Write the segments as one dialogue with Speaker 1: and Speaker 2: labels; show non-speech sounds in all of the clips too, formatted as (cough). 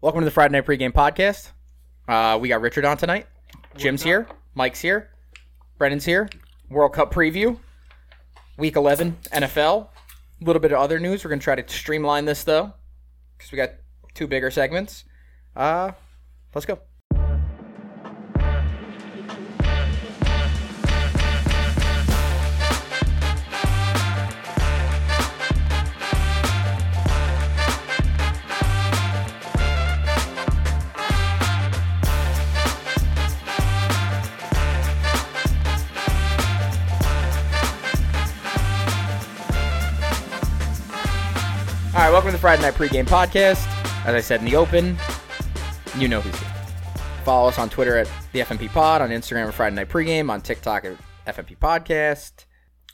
Speaker 1: Welcome to the Friday Night Pregame Podcast. Uh, we got Richard on tonight. Jim's here. Mike's here. Brennan's here. World Cup preview. Week 11 NFL. A little bit of other news. We're going to try to streamline this, though, because we got two bigger segments. Uh, let's go. All right, welcome to the Friday Night Pregame Podcast. As I said in the open, you know who's here. Follow us on Twitter at the FMP Pod, on Instagram at Friday Night Pregame, on TikTok at FMP Podcast.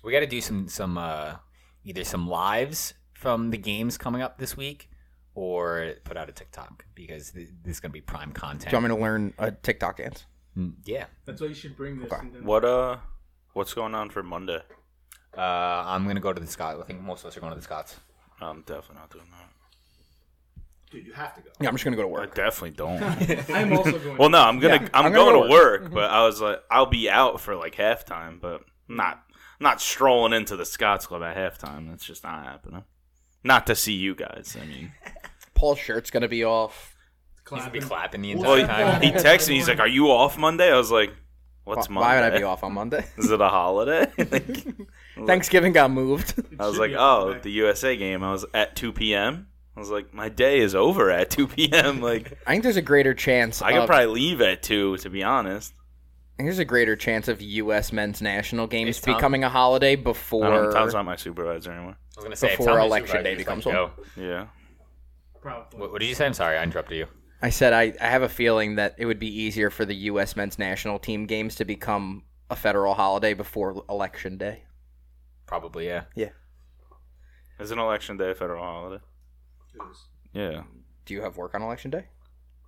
Speaker 2: We got to do some some uh, either some lives from the games coming up this week, or put out a TikTok because th- this is gonna be prime content.
Speaker 1: Do you want me to learn a TikTok dance?
Speaker 2: Mm, yeah,
Speaker 3: That's why you should bring this. And then
Speaker 4: What uh, what's going on for Monday?
Speaker 2: uh, I'm gonna go to the Scots. I think most of us are going to the Scots.
Speaker 4: I'm definitely not doing that.
Speaker 3: Dude, you have to go.
Speaker 1: Yeah, I'm just gonna go to
Speaker 4: I
Speaker 1: work. (laughs)
Speaker 4: definitely don't.
Speaker 3: I'm also going.
Speaker 4: (laughs) well, no, I'm gonna I'm,
Speaker 1: I'm gonna Mm-hmm.
Speaker 4: going
Speaker 1: go
Speaker 4: to work, but I was like, I'll be out for like halftime, but not not strolling into the Scots Club at halftime. That's just not happening. Not to see you guys. I (laughs) mean,
Speaker 1: Paul's shirt's gonna be off.
Speaker 2: He's gonna be clapping the
Speaker 3: Well,
Speaker 2: entire
Speaker 4: well,
Speaker 2: time.
Speaker 4: he, he texted me. He's like, "Are you off Monday?" I was like, "What's
Speaker 1: Why-
Speaker 4: Monday?
Speaker 1: Why would I be off on
Speaker 4: (laughs)
Speaker 1: Monday?
Speaker 4: Is it
Speaker 1: (laughs)
Speaker 4: a holiday?" Like,
Speaker 1: Thanksgiving got moved.
Speaker 4: I was like, "Oh, the USA game." I was at 2 p.m. I was like, "My day is over at 2 p.m." (laughs) Like.
Speaker 1: (laughs) I think there's a greater chance.
Speaker 4: I could
Speaker 1: of,
Speaker 4: probably leave at two, to be honest.
Speaker 1: I think there's a greater chance of U.S. men's national games
Speaker 2: Hey, Tom.
Speaker 1: becoming a holiday before.
Speaker 4: I don't, Tom's not my supervisor anymore.
Speaker 2: I was gonna say
Speaker 1: Before
Speaker 2: tell me
Speaker 1: election
Speaker 2: supervisor,
Speaker 1: day
Speaker 2: he's
Speaker 1: becomes
Speaker 2: like,
Speaker 1: one.
Speaker 2: "Yo."
Speaker 4: Yeah.
Speaker 3: Probably.
Speaker 2: What, what did you say? I'm sorry, I interrupted you.
Speaker 1: I said I, I have a feeling that it would be easier for the U.S. men's national team games to become a federal holiday before election day.
Speaker 2: Probably yeah.
Speaker 4: Is an election day a federal holiday? Yeah.
Speaker 1: Do you have work on election day?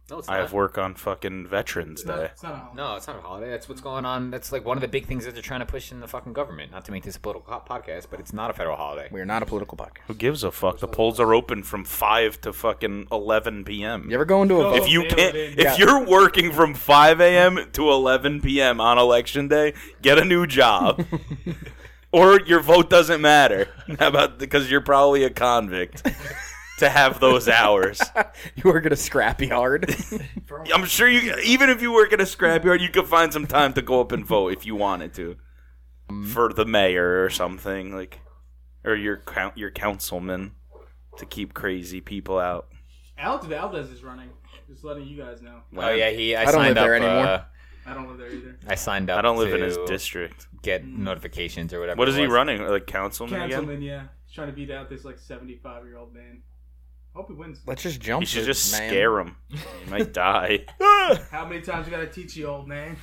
Speaker 2: No, it's
Speaker 4: I have work on fucking Veterans Day.
Speaker 3: It's not a holiday.
Speaker 2: No, it's not a holiday. That's what's going on. That's like one of the big things that they're trying to push in the fucking government. Not to make this a political co- podcast, but it's not a federal holiday.
Speaker 1: We are not a political podcast.
Speaker 4: Who gives a fuck? The polls are open from five to fucking eleven p.m.
Speaker 1: You ever go into a
Speaker 3: No.
Speaker 4: If you
Speaker 3: Nailed
Speaker 4: can't,
Speaker 3: it.
Speaker 4: if you're working from five a.m. to eleven p.m. on election day, get a new job, or your vote doesn't matter. How about because you're probably a convict to have those hours.
Speaker 1: (laughs) you work at a
Speaker 4: (laughs)
Speaker 1: scrapyard?
Speaker 4: I'm sure you, even if you work at a scrapyard, you could find some time to go up and vote if you wanted to, for the mayor or something like, or your coun- your councilman, to keep crazy people out.
Speaker 3: Alex Valdez is running. Just letting you guys know.
Speaker 2: Oh yeah, he. I,
Speaker 1: don't
Speaker 2: signed
Speaker 1: live
Speaker 2: up,
Speaker 1: there anymore.
Speaker 2: uh,
Speaker 3: I don't live there either.
Speaker 2: I signed up.
Speaker 4: I don't live in his
Speaker 2: to
Speaker 4: district.
Speaker 2: Get
Speaker 5: Mm.
Speaker 2: notifications or whatever.
Speaker 4: What
Speaker 2: it
Speaker 4: is he
Speaker 2: was.
Speaker 4: running? Like councilman again?
Speaker 3: Councilman, yeah, he's trying to beat out this like 75 year old man. Hope he wins.
Speaker 1: Let's just jump.
Speaker 4: You should
Speaker 1: it,
Speaker 4: just
Speaker 1: man.
Speaker 4: scare him. He might die.
Speaker 3: How many times you gotta teach you, old man?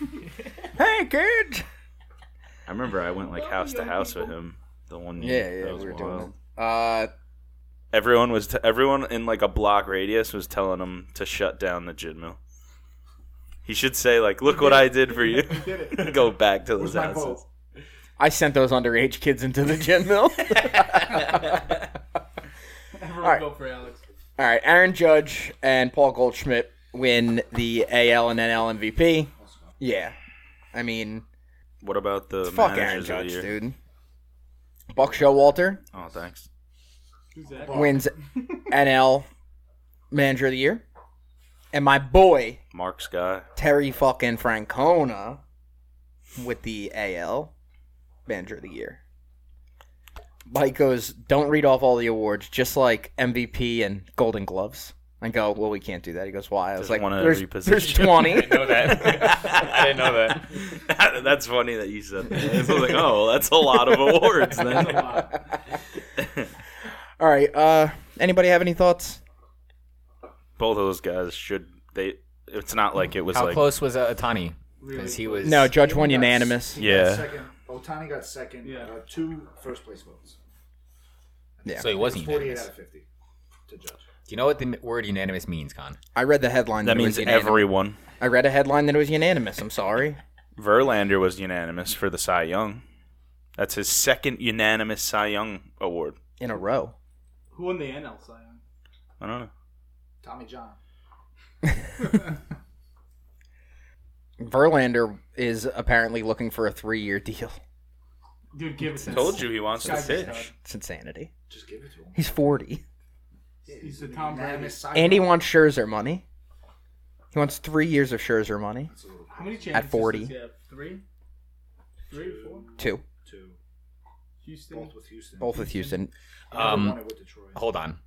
Speaker 1: Hey,
Speaker 4: Mm,
Speaker 1: kid.
Speaker 4: I remember I went like house to house with him. The one
Speaker 1: Yeah,
Speaker 4: year.
Speaker 1: yeah,
Speaker 4: That was
Speaker 1: we were
Speaker 4: wild.
Speaker 1: doing it. Uh,
Speaker 4: Everyone was t- everyone in like a block radius was telling him to shut down the gin mill. He should say like, "Look what I did for you." (laughs)
Speaker 3: He did it.
Speaker 4: Go back to those
Speaker 3: Where's my vote?
Speaker 4: houses.
Speaker 1: I sent those underage kids into the gym mill.
Speaker 3: Everyone
Speaker 1: Alright.
Speaker 3: vote for Alex.
Speaker 1: All right, Aaron Judge and Paul Goldschmidt win the AL and NL MVP. Yeah, I mean,
Speaker 4: What about the
Speaker 1: fuck Aaron
Speaker 4: managers of
Speaker 1: Judge,
Speaker 4: the year?
Speaker 1: dude. Buck Showalter
Speaker 4: Oh, thanks.
Speaker 3: Who's that?
Speaker 1: wins NL Manager of the Year, and my boy
Speaker 4: Mark Sky.
Speaker 3: (laughs)
Speaker 4: (laughs)
Speaker 1: Terry fucking Francona with the AL Manager of the Year. Mike goes, don't read off all the awards, just like MVP and Golden Gloves. I go, well, we can't do that. He goes, why? I was
Speaker 4: Doesn't
Speaker 1: like,
Speaker 4: wanna
Speaker 1: there's,
Speaker 4: reposition. (laughs)
Speaker 1: there's 20.
Speaker 2: know that. I didn't know that.
Speaker 4: that's funny that you said that. I was like, oh, that's a lot of
Speaker 3: (laughs)
Speaker 4: awards.
Speaker 3: That's a
Speaker 4: Then.
Speaker 3: lot.
Speaker 1: All right. Uh, anybody have any thoughts?
Speaker 4: Both of those guys should they. (laughs) It's not like it was
Speaker 2: How
Speaker 4: like
Speaker 2: close was uh, Otani? Because
Speaker 3: Really
Speaker 2: he was
Speaker 1: No, Judge won unanimous.
Speaker 4: Yeah.
Speaker 5: Second, Otani got second.
Speaker 3: Yeah.
Speaker 5: Uh, two first place votes.
Speaker 1: Yeah.
Speaker 2: So he wasn't
Speaker 5: Forty-eight
Speaker 2: unanimous.
Speaker 5: out
Speaker 2: Do
Speaker 5: of fifty to judge.
Speaker 2: you know what the word unanimous means, Con?
Speaker 1: I read the headline.
Speaker 4: that
Speaker 1: it
Speaker 4: means
Speaker 1: was unanimous.
Speaker 4: everyone.
Speaker 1: I read a headline that it was unanimous. I'm sorry.
Speaker 4: Verlander was unanimous for the Cy Young. That's his second unanimous Cy Young award.
Speaker 1: In a row.
Speaker 3: Who won the NL Cy Young?
Speaker 4: I don't know.
Speaker 5: Tommy John.
Speaker 1: Verlander is apparently looking for a three-year deal.
Speaker 3: Dude, give it to
Speaker 4: Told you he wants to
Speaker 3: Sky's the
Speaker 4: pitch.
Speaker 1: It's insanity.
Speaker 5: Just give it to him.
Speaker 1: He's forty,
Speaker 5: Yeah,
Speaker 3: He's the
Speaker 5: an
Speaker 3: Tom Brady.
Speaker 5: unanimous side
Speaker 1: and he
Speaker 5: vote.
Speaker 1: wants Scherzer money. He wants three years of Scherzer money.
Speaker 5: That's a little
Speaker 3: How many chances
Speaker 1: 40.
Speaker 3: does he have? Three? Three or four?
Speaker 1: Two,
Speaker 5: two.
Speaker 3: Houston.
Speaker 5: Both with Houston.
Speaker 1: both with Houston.
Speaker 5: The other
Speaker 2: Um,
Speaker 5: one it with Detroit. (laughs)
Speaker 2: Hold on.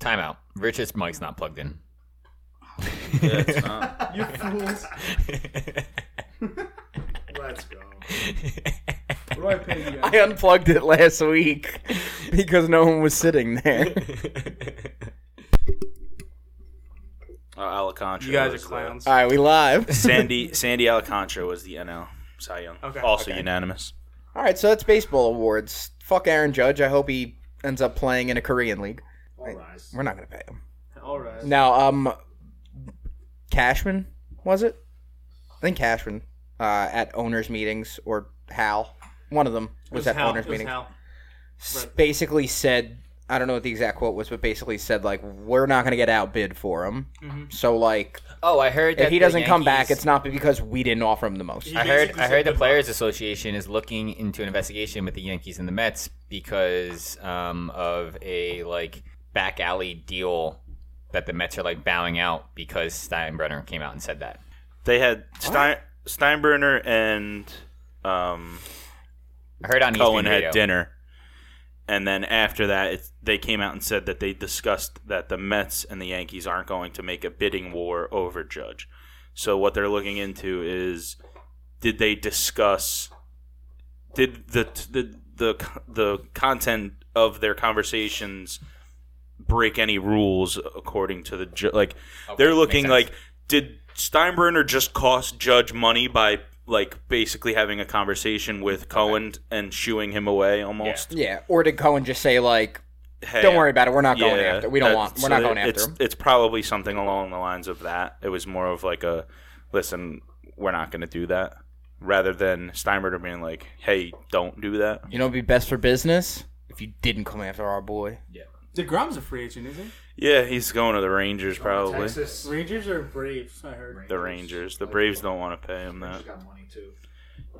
Speaker 2: Timeout. Rich's mic's not plugged
Speaker 4: (laughs)
Speaker 2: in. (laughs)
Speaker 4: Yeah, it's not.
Speaker 3: You fools.
Speaker 5: Let's go.
Speaker 3: What do I pay you guys?
Speaker 1: (laughs) I unplugged it last week (laughs) because no one was sitting there.
Speaker 4: Uh, Alcantara.
Speaker 3: You guys are
Speaker 4: was the-
Speaker 1: (laughs)
Speaker 3: clowns.
Speaker 1: All right, we live.
Speaker 4: Sandy Sandy Alcantara was the NL Cy Young.
Speaker 3: Okay.
Speaker 4: Also
Speaker 1: Okay.
Speaker 4: unanimous.
Speaker 1: (laughs) All right, so that's baseball awards. Fuck Aaron Judge. I hope he ends up playing in a Korean league.
Speaker 5: All rise.
Speaker 1: We're not gonna pay him.
Speaker 3: All right.
Speaker 1: Now, um, Cashman was it? I think Cashman uh, at owners meetings or Hal, one of them
Speaker 3: It
Speaker 1: was, at
Speaker 3: Hal.
Speaker 1: owners
Speaker 3: It was
Speaker 1: meetings.
Speaker 3: Hal.
Speaker 1: S-
Speaker 3: Right.
Speaker 1: Basically said, I don't know what the exact quote was, but basically said like we're not gonna get outbid for him.
Speaker 4: Mm-hmm.
Speaker 3: Mhm.
Speaker 1: So like,
Speaker 2: oh, I heard that
Speaker 1: if he
Speaker 2: the
Speaker 1: doesn't come back,
Speaker 2: Yankees-
Speaker 1: it's not because we didn't offer him the most.
Speaker 3: He
Speaker 2: I heard.
Speaker 3: basically
Speaker 2: I
Speaker 3: said
Speaker 2: heard the
Speaker 3: goodbye.
Speaker 2: Players Association is looking into an investigation with the Yankees and the Mets because um, of a like back alley deal that the Mets are like bowing out because Steinbrenner came out and said that.
Speaker 4: They had Stein, Steinbrenner and um,
Speaker 2: I heard on E
Speaker 4: Cohen
Speaker 2: Eastern
Speaker 4: had
Speaker 2: Radio.
Speaker 4: dinner, and then after that, it's, they came out and said that they discussed that the Mets and the Yankees aren't going to make a bidding war over Judge. So what they're looking into is, did they discuss, did the the the the content of their conversations break any rules according to the ju- like
Speaker 2: Okay,
Speaker 4: they're
Speaker 2: makes
Speaker 4: looking
Speaker 2: sense.
Speaker 4: like did Steinbrenner just cost Judge money by like basically having a conversation with Cohen and shooing him away almost?
Speaker 1: Yeah, or did Cohen just say like,
Speaker 4: Hey,
Speaker 1: don't worry about it, we're not going
Speaker 4: yeah,
Speaker 1: after, we don't
Speaker 4: that-
Speaker 1: want, we're
Speaker 4: so
Speaker 1: not going
Speaker 4: it-
Speaker 1: after
Speaker 4: it's,
Speaker 1: him.
Speaker 4: It's probably something along the lines of that. It was more of like a listen, we're not going to do that, rather than Steinbrenner being like, hey, don't do that.
Speaker 1: You know, it'd be best for business if you didn't come after our boy.
Speaker 3: DeGrom's a free agent, isn't
Speaker 4: Yeah, he's going to the Rangers probably.
Speaker 5: Texas.
Speaker 3: he? Rangers are Braves, I heard.
Speaker 4: The Rangers, the Braves don't want to pay him that.
Speaker 5: Rangers got money too.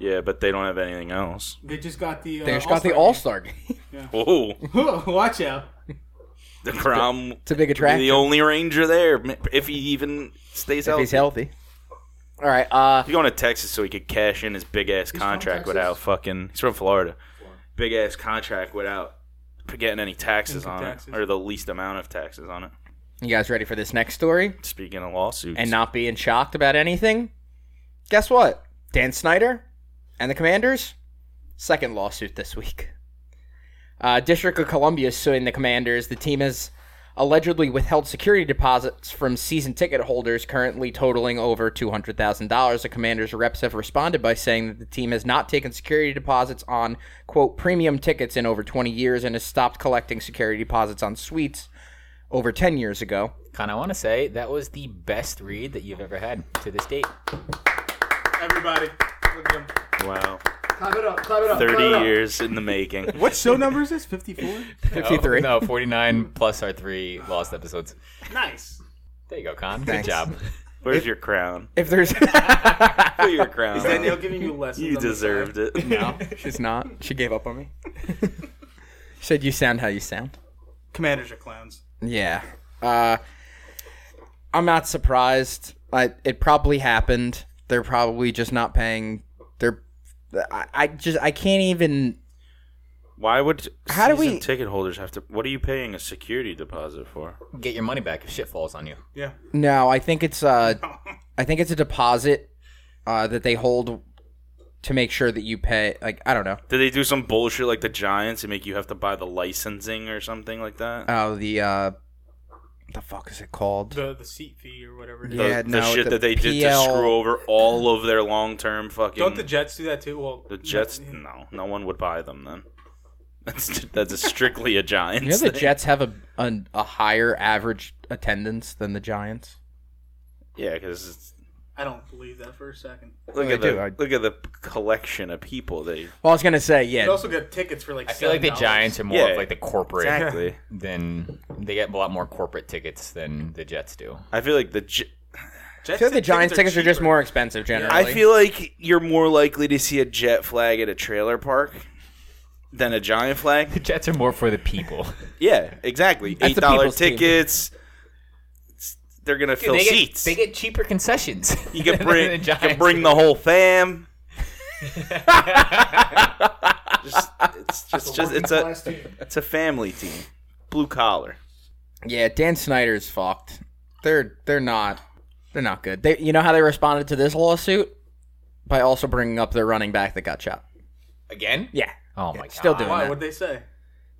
Speaker 4: Yeah, but they don't have anything else.
Speaker 3: They just got the. Uh,
Speaker 1: They just got the All
Speaker 3: All-Star
Speaker 1: Star game. (laughs)
Speaker 4: Oh,
Speaker 3: game. (laughs) Watch out.
Speaker 4: (laughs) the Crom
Speaker 1: it's a big
Speaker 4: Be
Speaker 1: attraction.
Speaker 4: the only Ranger there if he even stays
Speaker 1: if
Speaker 4: healthy.
Speaker 1: he's healthy. All right. Uh,
Speaker 4: He's going to Texas so he could cash in his big ass
Speaker 5: from
Speaker 4: contract
Speaker 5: Texas?
Speaker 4: without fucking. He's from Florida.
Speaker 5: Florida.
Speaker 4: Big ass contract without getting any taxes
Speaker 3: Income
Speaker 4: on
Speaker 3: taxes.
Speaker 4: it or the least amount of taxes on it.
Speaker 1: you guys ready for this next story?
Speaker 4: Speaking of lawsuits,
Speaker 1: And not being shocked about anything. Guess what? Dan Snyder and the Commanders second lawsuit this week. Uh, District of Columbia is suing the Commanders. The team has allegedly withheld security deposits from season ticket holders, currently totaling over two hundred thousand dollars. The Commanders reps have responded by saying that the team has not taken security deposits on quote premium tickets in over twenty years and has stopped collecting security deposits on suites over ten years ago. (laughs)
Speaker 2: Con, I want to say that was the best read that you've ever had to this date.
Speaker 3: Everybody. Look at them.
Speaker 4: wow,
Speaker 5: Clap it up. Clap it up. clap
Speaker 4: thirty
Speaker 5: it up.
Speaker 4: years in
Speaker 1: (laughs)
Speaker 4: the making.
Speaker 3: What show number is this? 54?
Speaker 1: Fifty-three.
Speaker 2: Oh, No, no, 49 plus our three lost episodes.
Speaker 3: (laughs) nice.
Speaker 2: There you go, Con.
Speaker 1: Thanks.
Speaker 2: Good job.
Speaker 4: Where's your crown?
Speaker 1: If (laughs) there's,
Speaker 4: Put your crown.
Speaker 3: Is
Speaker 4: on.
Speaker 3: Danielle giving you lessons?
Speaker 4: (laughs) You deserved it.
Speaker 1: no, she's not. She gave up on me. (laughs) Said you sound how you sound.
Speaker 3: Commanders are clowns.
Speaker 1: Yeah. Uh, I'm not surprised. I, it probably happened. They're probably just not paying. They're. I, I just. I can't even.
Speaker 4: Why would
Speaker 1: How do
Speaker 4: season
Speaker 1: we-
Speaker 4: ticket holders have to? What are you paying a security deposit for?
Speaker 2: Get your money back if shit falls on you.
Speaker 3: Yeah.
Speaker 1: No, I think it's. (laughs) Uh, I think it's a deposit. Uh, that they hold to make sure that you pay. Like I don't know.
Speaker 4: Did they do some bullshit like the Giants and make you have to buy the licensing or something like that?
Speaker 1: Oh, the. Uh, the fuck is it called?
Speaker 3: The, the seat fee or whatever. it is.
Speaker 4: the,
Speaker 1: Yeah,
Speaker 4: the
Speaker 1: no,
Speaker 4: shit
Speaker 1: the
Speaker 4: that they did to
Speaker 1: PL
Speaker 4: screw over all of their long term fucking.
Speaker 3: Don't the Jets do that too? Well,
Speaker 4: the Jets?
Speaker 3: no,
Speaker 4: No, no one would buy them then. (laughs) That's that's a strictly a Giants.
Speaker 1: You know the
Speaker 4: thing.
Speaker 1: Jets have a, a a higher average attendance than the Giants.
Speaker 4: Yeah, because
Speaker 3: I don't believe that for a second.
Speaker 4: look
Speaker 1: they
Speaker 4: at the
Speaker 1: do, I-
Speaker 4: look at the collection of people they
Speaker 1: Well, I was gonna say yeah.
Speaker 3: You also got tickets for like.
Speaker 2: I feel like the
Speaker 3: $7.
Speaker 2: Giants are more
Speaker 4: Yeah.
Speaker 2: of like the corporate
Speaker 4: exactly.
Speaker 2: than they get a lot more corporate tickets than the Jets do.
Speaker 4: I feel like the J- Jets
Speaker 1: feel like the
Speaker 4: tickets
Speaker 1: Giants tickets are just
Speaker 4: cheaper.
Speaker 1: more expensive generally.
Speaker 4: I feel like you're more likely to see a jet flag at a trailer park than a giant flag.
Speaker 2: The Jets are more for the
Speaker 4: (laughs)
Speaker 2: people.
Speaker 4: Yeah, exactly.
Speaker 1: That's
Speaker 4: Eight
Speaker 1: the
Speaker 4: dollar
Speaker 1: people's team.
Speaker 4: tickets. It's- They're gonna fill
Speaker 2: they
Speaker 4: seats.
Speaker 2: Get, they get cheaper concessions.
Speaker 4: you can
Speaker 2: than
Speaker 4: bring
Speaker 2: the
Speaker 4: you can
Speaker 2: Giants.
Speaker 4: bring the whole fam. just, it's just, just it's a it's a family team, blue collar.
Speaker 1: Yeah, Dan Snyder's fucked. They're they're not they're not good. They you know how they responded to this lawsuit by also bringing up their running back that got shot.
Speaker 2: (laughs) again.
Speaker 1: Yeah,
Speaker 2: Oh my god.
Speaker 1: still doing
Speaker 3: Why?
Speaker 1: that.
Speaker 3: What'd they say?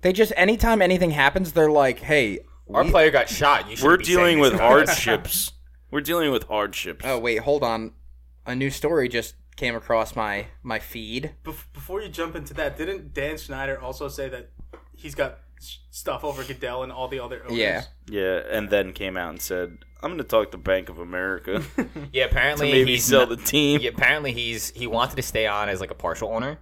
Speaker 1: They just anytime anything happens, they're like, hey,
Speaker 2: Our
Speaker 1: we-
Speaker 2: player got shot. You should
Speaker 4: We're
Speaker 2: be
Speaker 4: dealing
Speaker 2: saying (laughs)
Speaker 4: with
Speaker 2: this.
Speaker 4: hardships. We're dealing with hardships.
Speaker 1: oh wait, hold on, a new story just came across my my feed.
Speaker 3: Bef- before you jump into that, didn't Dan Schneider also say that he's got s- stuff over Goodell and all the other owners?
Speaker 1: Yeah.
Speaker 4: Yeah, and then came out and said, "I'm going to talk to Bank
Speaker 2: (laughs)
Speaker 4: of America (laughs) to
Speaker 2: Yeah, apparently
Speaker 4: maybe
Speaker 2: he's
Speaker 4: sell
Speaker 2: not-
Speaker 4: the team."
Speaker 2: Yeah, apparently he's he wanted to stay on as like a partial owner,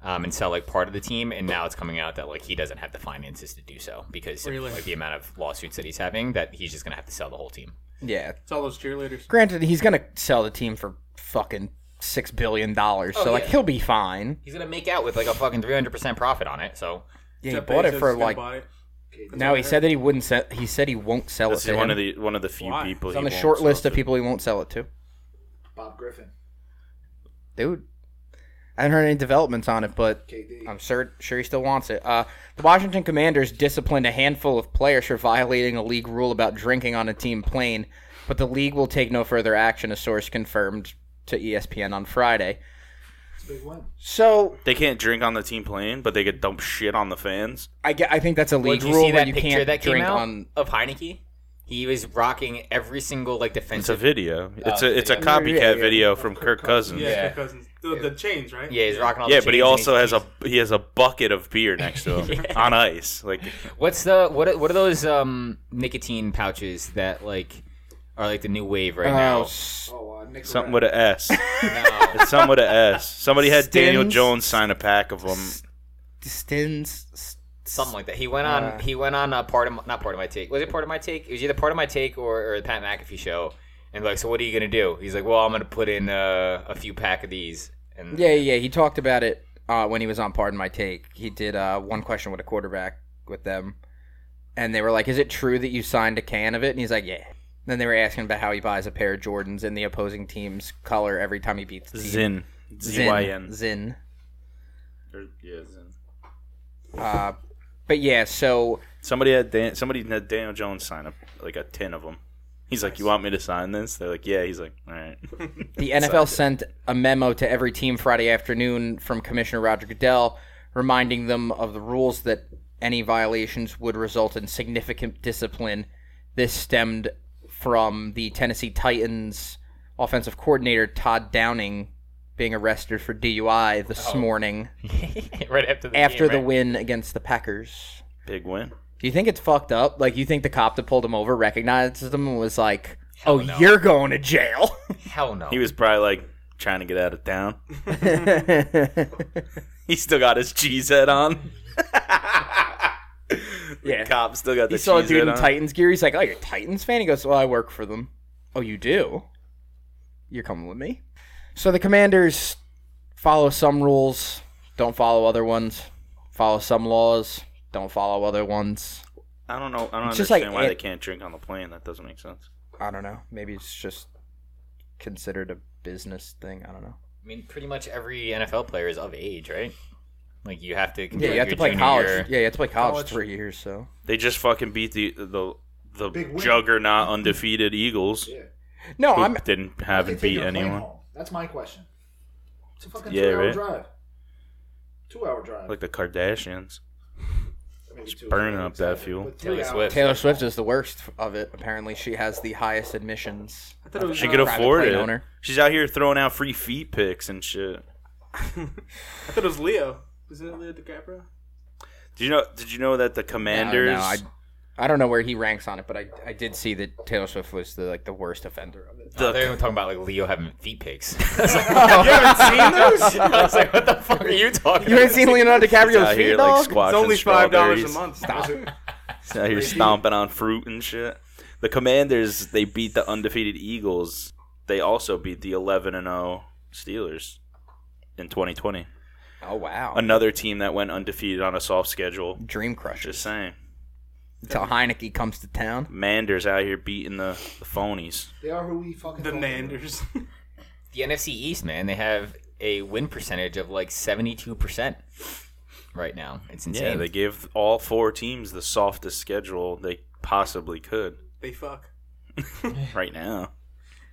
Speaker 2: um, and sell like part of the team, and now it's coming out that like he doesn't have the finances to do so because of,
Speaker 3: Really?
Speaker 2: like the amount of lawsuits that he's having that he's just gonna have to sell the whole team.
Speaker 1: Yeah.
Speaker 3: It's all those cheerleaders.
Speaker 1: Granted, he's gonna sell the team for fucking six billion dollars, so like
Speaker 2: yeah.
Speaker 1: he'll be fine.
Speaker 2: He's gonna make out with like a fucking three hundred percent profit on it. So
Speaker 1: Yeah, he
Speaker 3: Jeff
Speaker 1: bought it
Speaker 3: Bezos
Speaker 1: for
Speaker 3: is gonna
Speaker 1: like.
Speaker 3: buy it.
Speaker 1: No, he said that he wouldn't. Sell, he said he won't sell
Speaker 4: This
Speaker 1: it.
Speaker 4: is
Speaker 1: To
Speaker 4: one of
Speaker 1: him.
Speaker 4: the one of the few
Speaker 3: Why?
Speaker 4: people.
Speaker 1: It's on
Speaker 4: he
Speaker 1: the
Speaker 4: won't
Speaker 1: short
Speaker 4: sell
Speaker 1: list of
Speaker 4: to.
Speaker 1: people he won't sell it to.
Speaker 5: Bob Griffin,
Speaker 1: dude. I haven't heard any developments on it, but
Speaker 5: KD.
Speaker 1: I'm sure sure he still wants it. Uh, the Washington Commanders disciplined a handful of players for violating a league rule about drinking on a team plane, but the league will take no further action. A source confirmed to E ESPN on Friday.
Speaker 5: It's a big win.
Speaker 1: So
Speaker 4: They can't drink on the team plane, but they could dump shit on the fans.
Speaker 1: I, ge- I think that's a league
Speaker 2: did you
Speaker 1: rule
Speaker 2: see
Speaker 1: where
Speaker 2: that
Speaker 1: you
Speaker 2: picture
Speaker 1: can't
Speaker 2: that came
Speaker 1: drink
Speaker 2: out
Speaker 1: on.
Speaker 2: of Heineke? He was rocking every single like
Speaker 4: It's a
Speaker 2: defensive.
Speaker 4: video. It's
Speaker 2: Oh,
Speaker 4: a it's a
Speaker 2: yeah.
Speaker 4: copycat
Speaker 1: Yeah, yeah.
Speaker 4: video from Kirk Cousins.
Speaker 3: Yeah,
Speaker 4: Yeah,
Speaker 3: Kirk Cousins. The, the chains, right?
Speaker 2: yeah, he's rocking all. the
Speaker 4: but he
Speaker 2: chains and
Speaker 4: also
Speaker 2: he's-
Speaker 4: has a he has a bucket of beer next
Speaker 1: (laughs)
Speaker 4: to him on ice. Like
Speaker 2: What's the what? Are, what are those um nicotine pouches that like are like the new wave right
Speaker 1: Oh,
Speaker 2: now? Uh,
Speaker 1: s-
Speaker 5: Oh, uh, Nick
Speaker 4: something
Speaker 5: Lorette.
Speaker 1: (laughs)
Speaker 4: with a S.
Speaker 2: No.
Speaker 4: (laughs) It's something with a S. Somebody had Daniel
Speaker 1: Stins?
Speaker 4: Jones sign a pack of them.
Speaker 1: Stins. s-
Speaker 2: something like that. He went on.
Speaker 4: Uh.
Speaker 2: he went on a part of my, not part of my take. Was it part of my take? It was either part of my take or, or the Pat McAfee show. And like, so what are you gonna do? He's like, well, I'm gonna put in uh, a few pack of these. And
Speaker 1: Yeah, yeah. He talked about it uh, when he was on Pardon My Take. He did uh, one question with a quarterback with them, and they were like, "Is it true that you signed a can of it?" And he's like, "Yeah." Then they were asking about how he buys a pair of Jordans in the opposing team's color every time he beats the team.
Speaker 4: Zin. Z Y N.
Speaker 1: Zin.
Speaker 4: Er, Yeah, Zin.
Speaker 1: Uh, but yeah, so
Speaker 4: Somebody had Dan- somebody had Daniel Jones sign up like a tin of them. He's like, "You want me to sign this?" They're like, "Yeah." He's like, "All right."
Speaker 1: The NFL sent a memo to every team Friday afternoon from Commissioner Roger Goodell, reminding them of the rules that any violations would result in significant discipline. This stemmed from the Tennessee Titans offensive coordinator Todd Downing being arrested for DUI this
Speaker 2: (laughs)
Speaker 1: morning
Speaker 2: right after the
Speaker 1: after
Speaker 2: game,
Speaker 1: the
Speaker 2: Oh. right?
Speaker 1: win against the Packers.
Speaker 4: Big win.
Speaker 1: Do you think it's fucked up? Like, you think the cop that pulled him over recognized him and was like, "Oh,
Speaker 2: no.
Speaker 1: you're going to jail." (laughs)
Speaker 2: (laughs) hell no.
Speaker 4: He was probably like trying to get out of town. (laughs)
Speaker 1: yeah.
Speaker 4: He still got his cheese head on. Cop still got the
Speaker 1: He saw a
Speaker 4: cheese
Speaker 1: dude in
Speaker 4: head on.
Speaker 1: Titans gear. He's like, "Oh, you're a Titans fan." He goes, "Well, I work for them." Oh, you do? You're coming with me? So the Commanders follow some rules, don't follow other ones. Follow some laws, don't follow other ones.
Speaker 4: I don't know. I don't
Speaker 1: It's
Speaker 4: understand
Speaker 1: just like
Speaker 4: why
Speaker 1: it-
Speaker 4: they can't drink on the plane. That doesn't make sense.
Speaker 1: I don't know. Maybe it's just considered a business thing. I don't know.
Speaker 2: I mean, pretty much every NFL player is of age, right? Like you have to.
Speaker 1: Yeah,
Speaker 2: complete
Speaker 1: you have to
Speaker 2: your
Speaker 1: play
Speaker 2: junior
Speaker 1: college.
Speaker 2: year.
Speaker 1: Yeah, you have to play college,
Speaker 3: College.
Speaker 1: three years. So
Speaker 4: They just fucking beat the the the
Speaker 5: Big win.
Speaker 4: juggernaut undefeated Eagles.
Speaker 5: Yeah.
Speaker 1: no,
Speaker 4: Who
Speaker 1: Oh, I'm
Speaker 4: didn't
Speaker 5: How they
Speaker 4: haven't
Speaker 5: taking
Speaker 4: beat
Speaker 5: a plane
Speaker 4: anyone.
Speaker 5: home? That's my question. It's a fucking
Speaker 4: Yeah,
Speaker 5: two-hour
Speaker 4: right.
Speaker 5: drive. Two-hour drive.
Speaker 4: Like the Kardashians.
Speaker 5: Maybe two
Speaker 4: burning
Speaker 5: hours,
Speaker 4: up that
Speaker 5: exactly.
Speaker 4: fuel.
Speaker 5: But
Speaker 2: Taylor
Speaker 5: three hours.
Speaker 2: Swift.
Speaker 1: Taylor Swift is the worst of it. Apparently, she has the highest admissions.
Speaker 3: I thought it was,
Speaker 4: She
Speaker 3: uh,
Speaker 4: could afford
Speaker 1: plane
Speaker 4: it.
Speaker 1: owner.
Speaker 4: She's out here throwing out free feet picks and shit.
Speaker 3: I thought it was Leo. Isn't it Leo DiCaprio?
Speaker 4: Did you know? Did you know that the Commanders?
Speaker 1: I don't know. I, I don't know where he ranks on it, but I, I did see that Taylor Swift was the like the worst offender of it.
Speaker 2: Oh,
Speaker 4: the,
Speaker 2: they're even talking about like Leo having feet pics. (laughs) I was like,
Speaker 1: you haven't
Speaker 2: (laughs)
Speaker 1: seen
Speaker 2: I was like, what the fuck are you talking?
Speaker 1: You haven't seen Leonardo
Speaker 4: He's
Speaker 1: DiCaprio's
Speaker 4: out
Speaker 1: feet,
Speaker 4: here like
Speaker 1: dog?
Speaker 3: It's
Speaker 4: squashing
Speaker 3: only
Speaker 1: Oh,
Speaker 3: five dollars a
Speaker 4: strawberries.
Speaker 3: month.
Speaker 4: (laughs) He's out here stomping on fruit and shit. The Commanders they beat the undefeated Eagles they also beat the 11 and 0 Steelers in 2020.
Speaker 1: Oh wow.
Speaker 4: Another team that went undefeated on a soft schedule.
Speaker 1: Dream crusher.
Speaker 4: Just saying.
Speaker 1: Until Heineke comes to town.
Speaker 4: Manders out here beating the, the phonies.
Speaker 5: They are who we fucking
Speaker 1: (laughs)
Speaker 3: The
Speaker 5: thought they were.
Speaker 3: Manders. (laughs)
Speaker 2: The NFC East, man, they have a win percentage of like seventy-two percent right now. It's insane.
Speaker 4: Yeah, they gave all four teams the softest schedule they
Speaker 2: (sighs)
Speaker 4: possibly could
Speaker 3: they fuck.
Speaker 4: right now.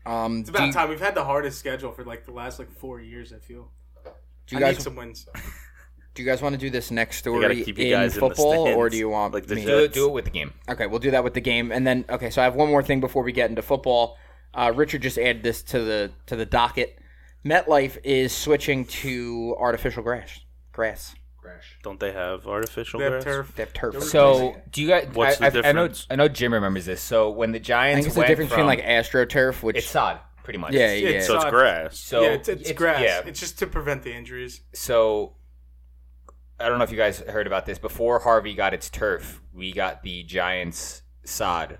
Speaker 1: Um,
Speaker 3: It's
Speaker 1: do,
Speaker 3: about
Speaker 1: you,
Speaker 3: time. We've had the hardest schedule for like the last like four years. I feel.
Speaker 1: do you
Speaker 3: I need
Speaker 1: guys
Speaker 3: some wins.
Speaker 1: do you guys want to do this next
Speaker 4: They got
Speaker 1: story
Speaker 4: to keep you
Speaker 1: in
Speaker 4: guys in the
Speaker 1: football,
Speaker 4: stands,
Speaker 1: or do you want
Speaker 4: like the
Speaker 1: me?
Speaker 2: do,
Speaker 4: Jets.
Speaker 2: it, do it with the game.
Speaker 1: Okay, we'll do that with the game, and then okay. So I have one more thing before we get into football. Uh, Richard just added this to the to the docket. MetLife is switching to artificial grass. Grass.
Speaker 5: Crash.
Speaker 4: Don't they have artificial
Speaker 3: They have
Speaker 4: grass?
Speaker 3: turf.
Speaker 1: They have turf.
Speaker 2: So, do you guys?
Speaker 4: What's
Speaker 2: I,
Speaker 4: the
Speaker 2: I- I know.
Speaker 4: difference?
Speaker 2: I know Jim remembers this. So when the
Speaker 1: I
Speaker 2: Giants
Speaker 1: think it's the
Speaker 2: went
Speaker 1: difference between
Speaker 2: from-
Speaker 1: like astroturf, which
Speaker 2: it's sod, pretty much.
Speaker 1: yeah, yeah,
Speaker 3: it's-
Speaker 4: So it's
Speaker 3: Sod.
Speaker 4: grass.
Speaker 2: So
Speaker 3: yeah, it's, it's, grass.
Speaker 2: Yeah.
Speaker 3: It's just to prevent the injuries.
Speaker 2: so I don't know if you guys heard about this. Before Harvey got its turf, we got the Giants sod.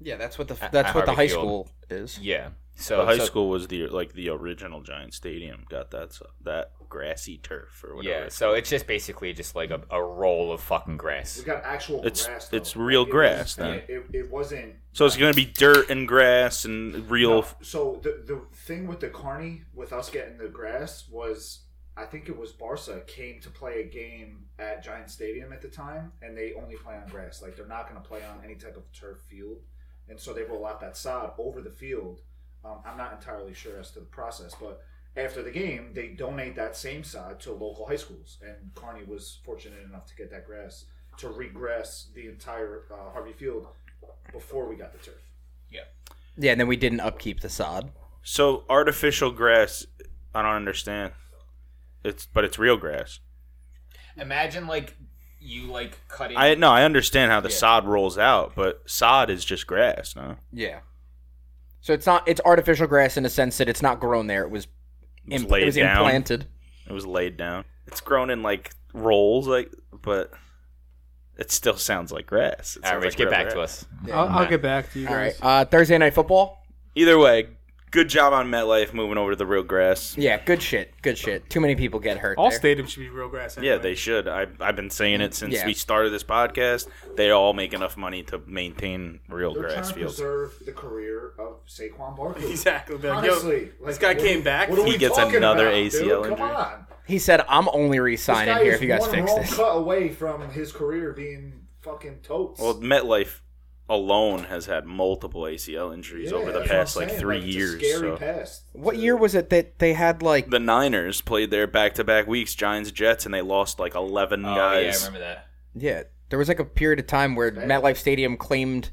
Speaker 1: yeah. That's what the
Speaker 2: At-
Speaker 1: that's
Speaker 2: at
Speaker 1: what the high
Speaker 2: Harvey Field.
Speaker 1: school is.
Speaker 2: Yeah. So
Speaker 4: The high
Speaker 2: so-
Speaker 4: school was the like the original Giant Stadium. Got that so- that grassy turf or whatever.
Speaker 2: Yeah. So it's just basically just like a, a roll of fucking grass.
Speaker 5: We got actual
Speaker 4: It's-
Speaker 5: grass. though.
Speaker 4: it's real
Speaker 5: was-
Speaker 4: grass, then.
Speaker 5: It, it wasn't.
Speaker 4: So it's gonna be dirt and grass and real.
Speaker 5: So the the thing with the carney with us getting the grass was I think it was Barca came to play a game at Giant Stadium at the time, and they only play on grass. Like they're not going to play on any type of turf field, and so they roll out that sod over the field. Um, I'm not entirely sure as to the process, but after the game, they donate that same sod to local high schools, and Carney was fortunate enough to get that grass to regress the entire uh, Harvey Field before we got the turf.
Speaker 1: Yeah, and then we didn't upkeep the sod.
Speaker 4: So artificial grass, I don't understand. It's but it's real grass.
Speaker 2: Imagine like you like cutting.
Speaker 4: I no, I understand how the
Speaker 2: Yeah.
Speaker 4: sod rolls out, but sod is just grass. No,
Speaker 1: Yeah. So it's not it's artificial grass in a sense that it's not grown there. It was
Speaker 4: it was
Speaker 1: impl-
Speaker 4: laid
Speaker 1: it was
Speaker 4: down.
Speaker 1: implanted.
Speaker 4: It was laid down. It's grown in like rolls, like but it still sounds like grass. It
Speaker 2: All right,
Speaker 4: sounds
Speaker 2: Rich,
Speaker 4: like
Speaker 2: get
Speaker 4: real
Speaker 2: back
Speaker 4: grass.
Speaker 2: to us.
Speaker 6: I'll, I'll get back to you
Speaker 1: All right.
Speaker 6: guys.
Speaker 1: Uh, Thursday night football.
Speaker 4: Either way, good job on MetLife moving over to the real grass.
Speaker 1: Yeah, good shit. Good shit. Too many people get hurt.
Speaker 3: All
Speaker 1: there.
Speaker 3: stadiums should be real grass. Anyway.
Speaker 4: Yeah, they should. I, I've been saying it since
Speaker 1: Yeah.
Speaker 4: we started this podcast. They all make enough money to maintain real
Speaker 5: They're
Speaker 4: grass
Speaker 5: trying to
Speaker 4: fields.
Speaker 5: preserve the career of Saquon
Speaker 3: (laughs)
Speaker 5: Barkley.
Speaker 3: Exactly. They're Like,
Speaker 5: Honestly,
Speaker 3: Yo,
Speaker 5: like,
Speaker 3: this guy
Speaker 5: what-
Speaker 3: came back.
Speaker 5: What are
Speaker 4: He
Speaker 5: we
Speaker 4: gets
Speaker 5: talking
Speaker 4: another
Speaker 5: about,
Speaker 4: ACL
Speaker 5: dude?
Speaker 4: injury.
Speaker 5: Come on,
Speaker 1: He said, "I'm only
Speaker 5: this
Speaker 1: re-signing
Speaker 5: guy
Speaker 1: here
Speaker 5: is
Speaker 1: if you guys
Speaker 5: one
Speaker 1: fix
Speaker 5: wrong
Speaker 1: this."
Speaker 5: cut away from his career being fucking totes.
Speaker 4: Well, MetLife alone has had multiple ACL injuries
Speaker 5: Yeah,
Speaker 4: over the
Speaker 5: that's what I'm
Speaker 4: past like
Speaker 5: saying,
Speaker 4: three
Speaker 5: it's a
Speaker 4: years.
Speaker 5: Scary
Speaker 4: so.
Speaker 5: past.
Speaker 1: What year was it that they had like?
Speaker 4: The Niners played their back-to-back weeks, Giants Jets, and they lost like eleven
Speaker 2: Oh, yeah, I
Speaker 4: guys.
Speaker 2: remember that.
Speaker 1: Yeah, there was like a period of time where
Speaker 5: Right.
Speaker 1: MetLife Stadium claimed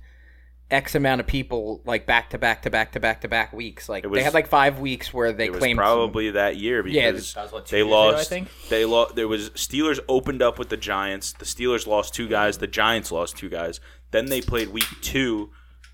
Speaker 1: X amount of people like back to back to back to back to back weeks. Like
Speaker 4: It was-
Speaker 1: they had like five weeks where they
Speaker 4: it was
Speaker 1: claimed
Speaker 4: probably that year
Speaker 1: Yeah,
Speaker 4: because
Speaker 2: that was, what, two
Speaker 4: they
Speaker 2: years ago, I
Speaker 4: lost.
Speaker 2: think?
Speaker 4: They lost. There was Steelers opened up with the Giants. The Steelers lost two guys. The Giants lost two guys. Then they played week two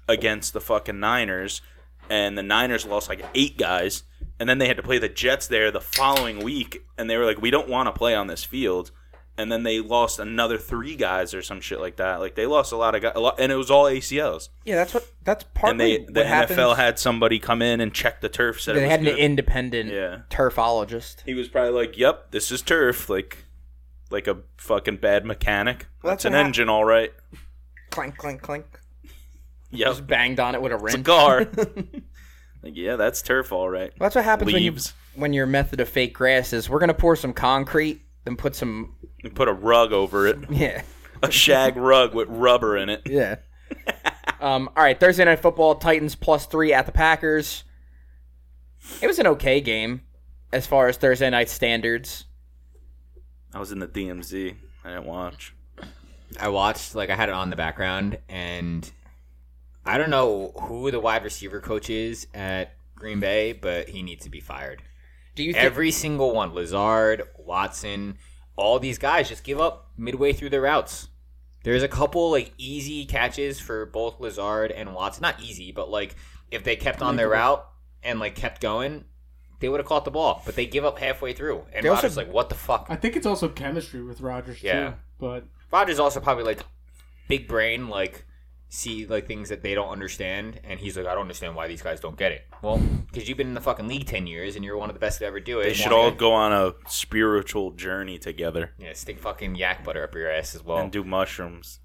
Speaker 4: against the fucking Niners, and the Niners lost like eight guys. And then they had to play the Jets there the following week, and they were like, "We don't want to play on this field." And then they lost another three guys or some shit like that. Like they lost a lot of guys, a lot, and it was all ACLs.
Speaker 1: yeah, that's what that's
Speaker 4: And
Speaker 1: partly
Speaker 4: they
Speaker 1: what
Speaker 4: the NFL
Speaker 1: happens.
Speaker 4: had somebody come in and check the turf. Said it
Speaker 1: they
Speaker 4: was
Speaker 1: had an
Speaker 4: good.
Speaker 1: independent
Speaker 4: Yeah.
Speaker 1: turfologist.
Speaker 4: He was probably like, "Yep, this is turf." Like, like a fucking bad mechanic.
Speaker 1: Well,
Speaker 4: that's
Speaker 1: that's
Speaker 4: an
Speaker 1: what hap-
Speaker 4: engine, all right.
Speaker 1: Clank, clank, clank.
Speaker 4: (laughs) Yep,
Speaker 1: Just banged on it with a
Speaker 4: it's a
Speaker 1: wrench.
Speaker 4: car. like, yeah, that's turf, all right.
Speaker 1: Well, that's what happens
Speaker 4: Leaves.
Speaker 1: when you when your method of fake grass is we're gonna pour some concrete, then put some (laughs)
Speaker 4: You put a rug over it,
Speaker 1: yeah.
Speaker 4: a shag rug with rubber in it.
Speaker 1: Yeah. um, all right, Thursday night football, Titans plus three at the Packers. It was an okay game as far as Thursday night standards.
Speaker 4: I was in the DMZ. I didn't watch.
Speaker 2: I watched like I had it on the background, and I don't know who the wide receiver coach is at Green Bay, but he needs to be fired.
Speaker 1: Do you think
Speaker 2: (laughs) Every single one, Lazard, Watson, all these guys just give up midway through their routes. There's a couple like easy catches for both Lazard and Watson. Not easy, but like if they kept on their route and like kept going, they would have caught the ball. But they give up halfway through, and
Speaker 1: They also-
Speaker 2: Rodgers like, what the fuck?
Speaker 6: I think it's also chemistry with Rogers
Speaker 2: Yeah.
Speaker 6: too. But
Speaker 2: Rogers also probably like big brain, like see like things that they don't understand, and he's like, I don't understand why these guys don't get it. Well, because you've been in the fucking league ten years, and you're one of the best to ever do it.
Speaker 4: They
Speaker 2: and
Speaker 4: should
Speaker 2: one
Speaker 4: all
Speaker 2: guy-
Speaker 4: go on a spiritual journey together
Speaker 2: Yeah, stick fucking yak butter up your ass as well.
Speaker 4: and do mushrooms.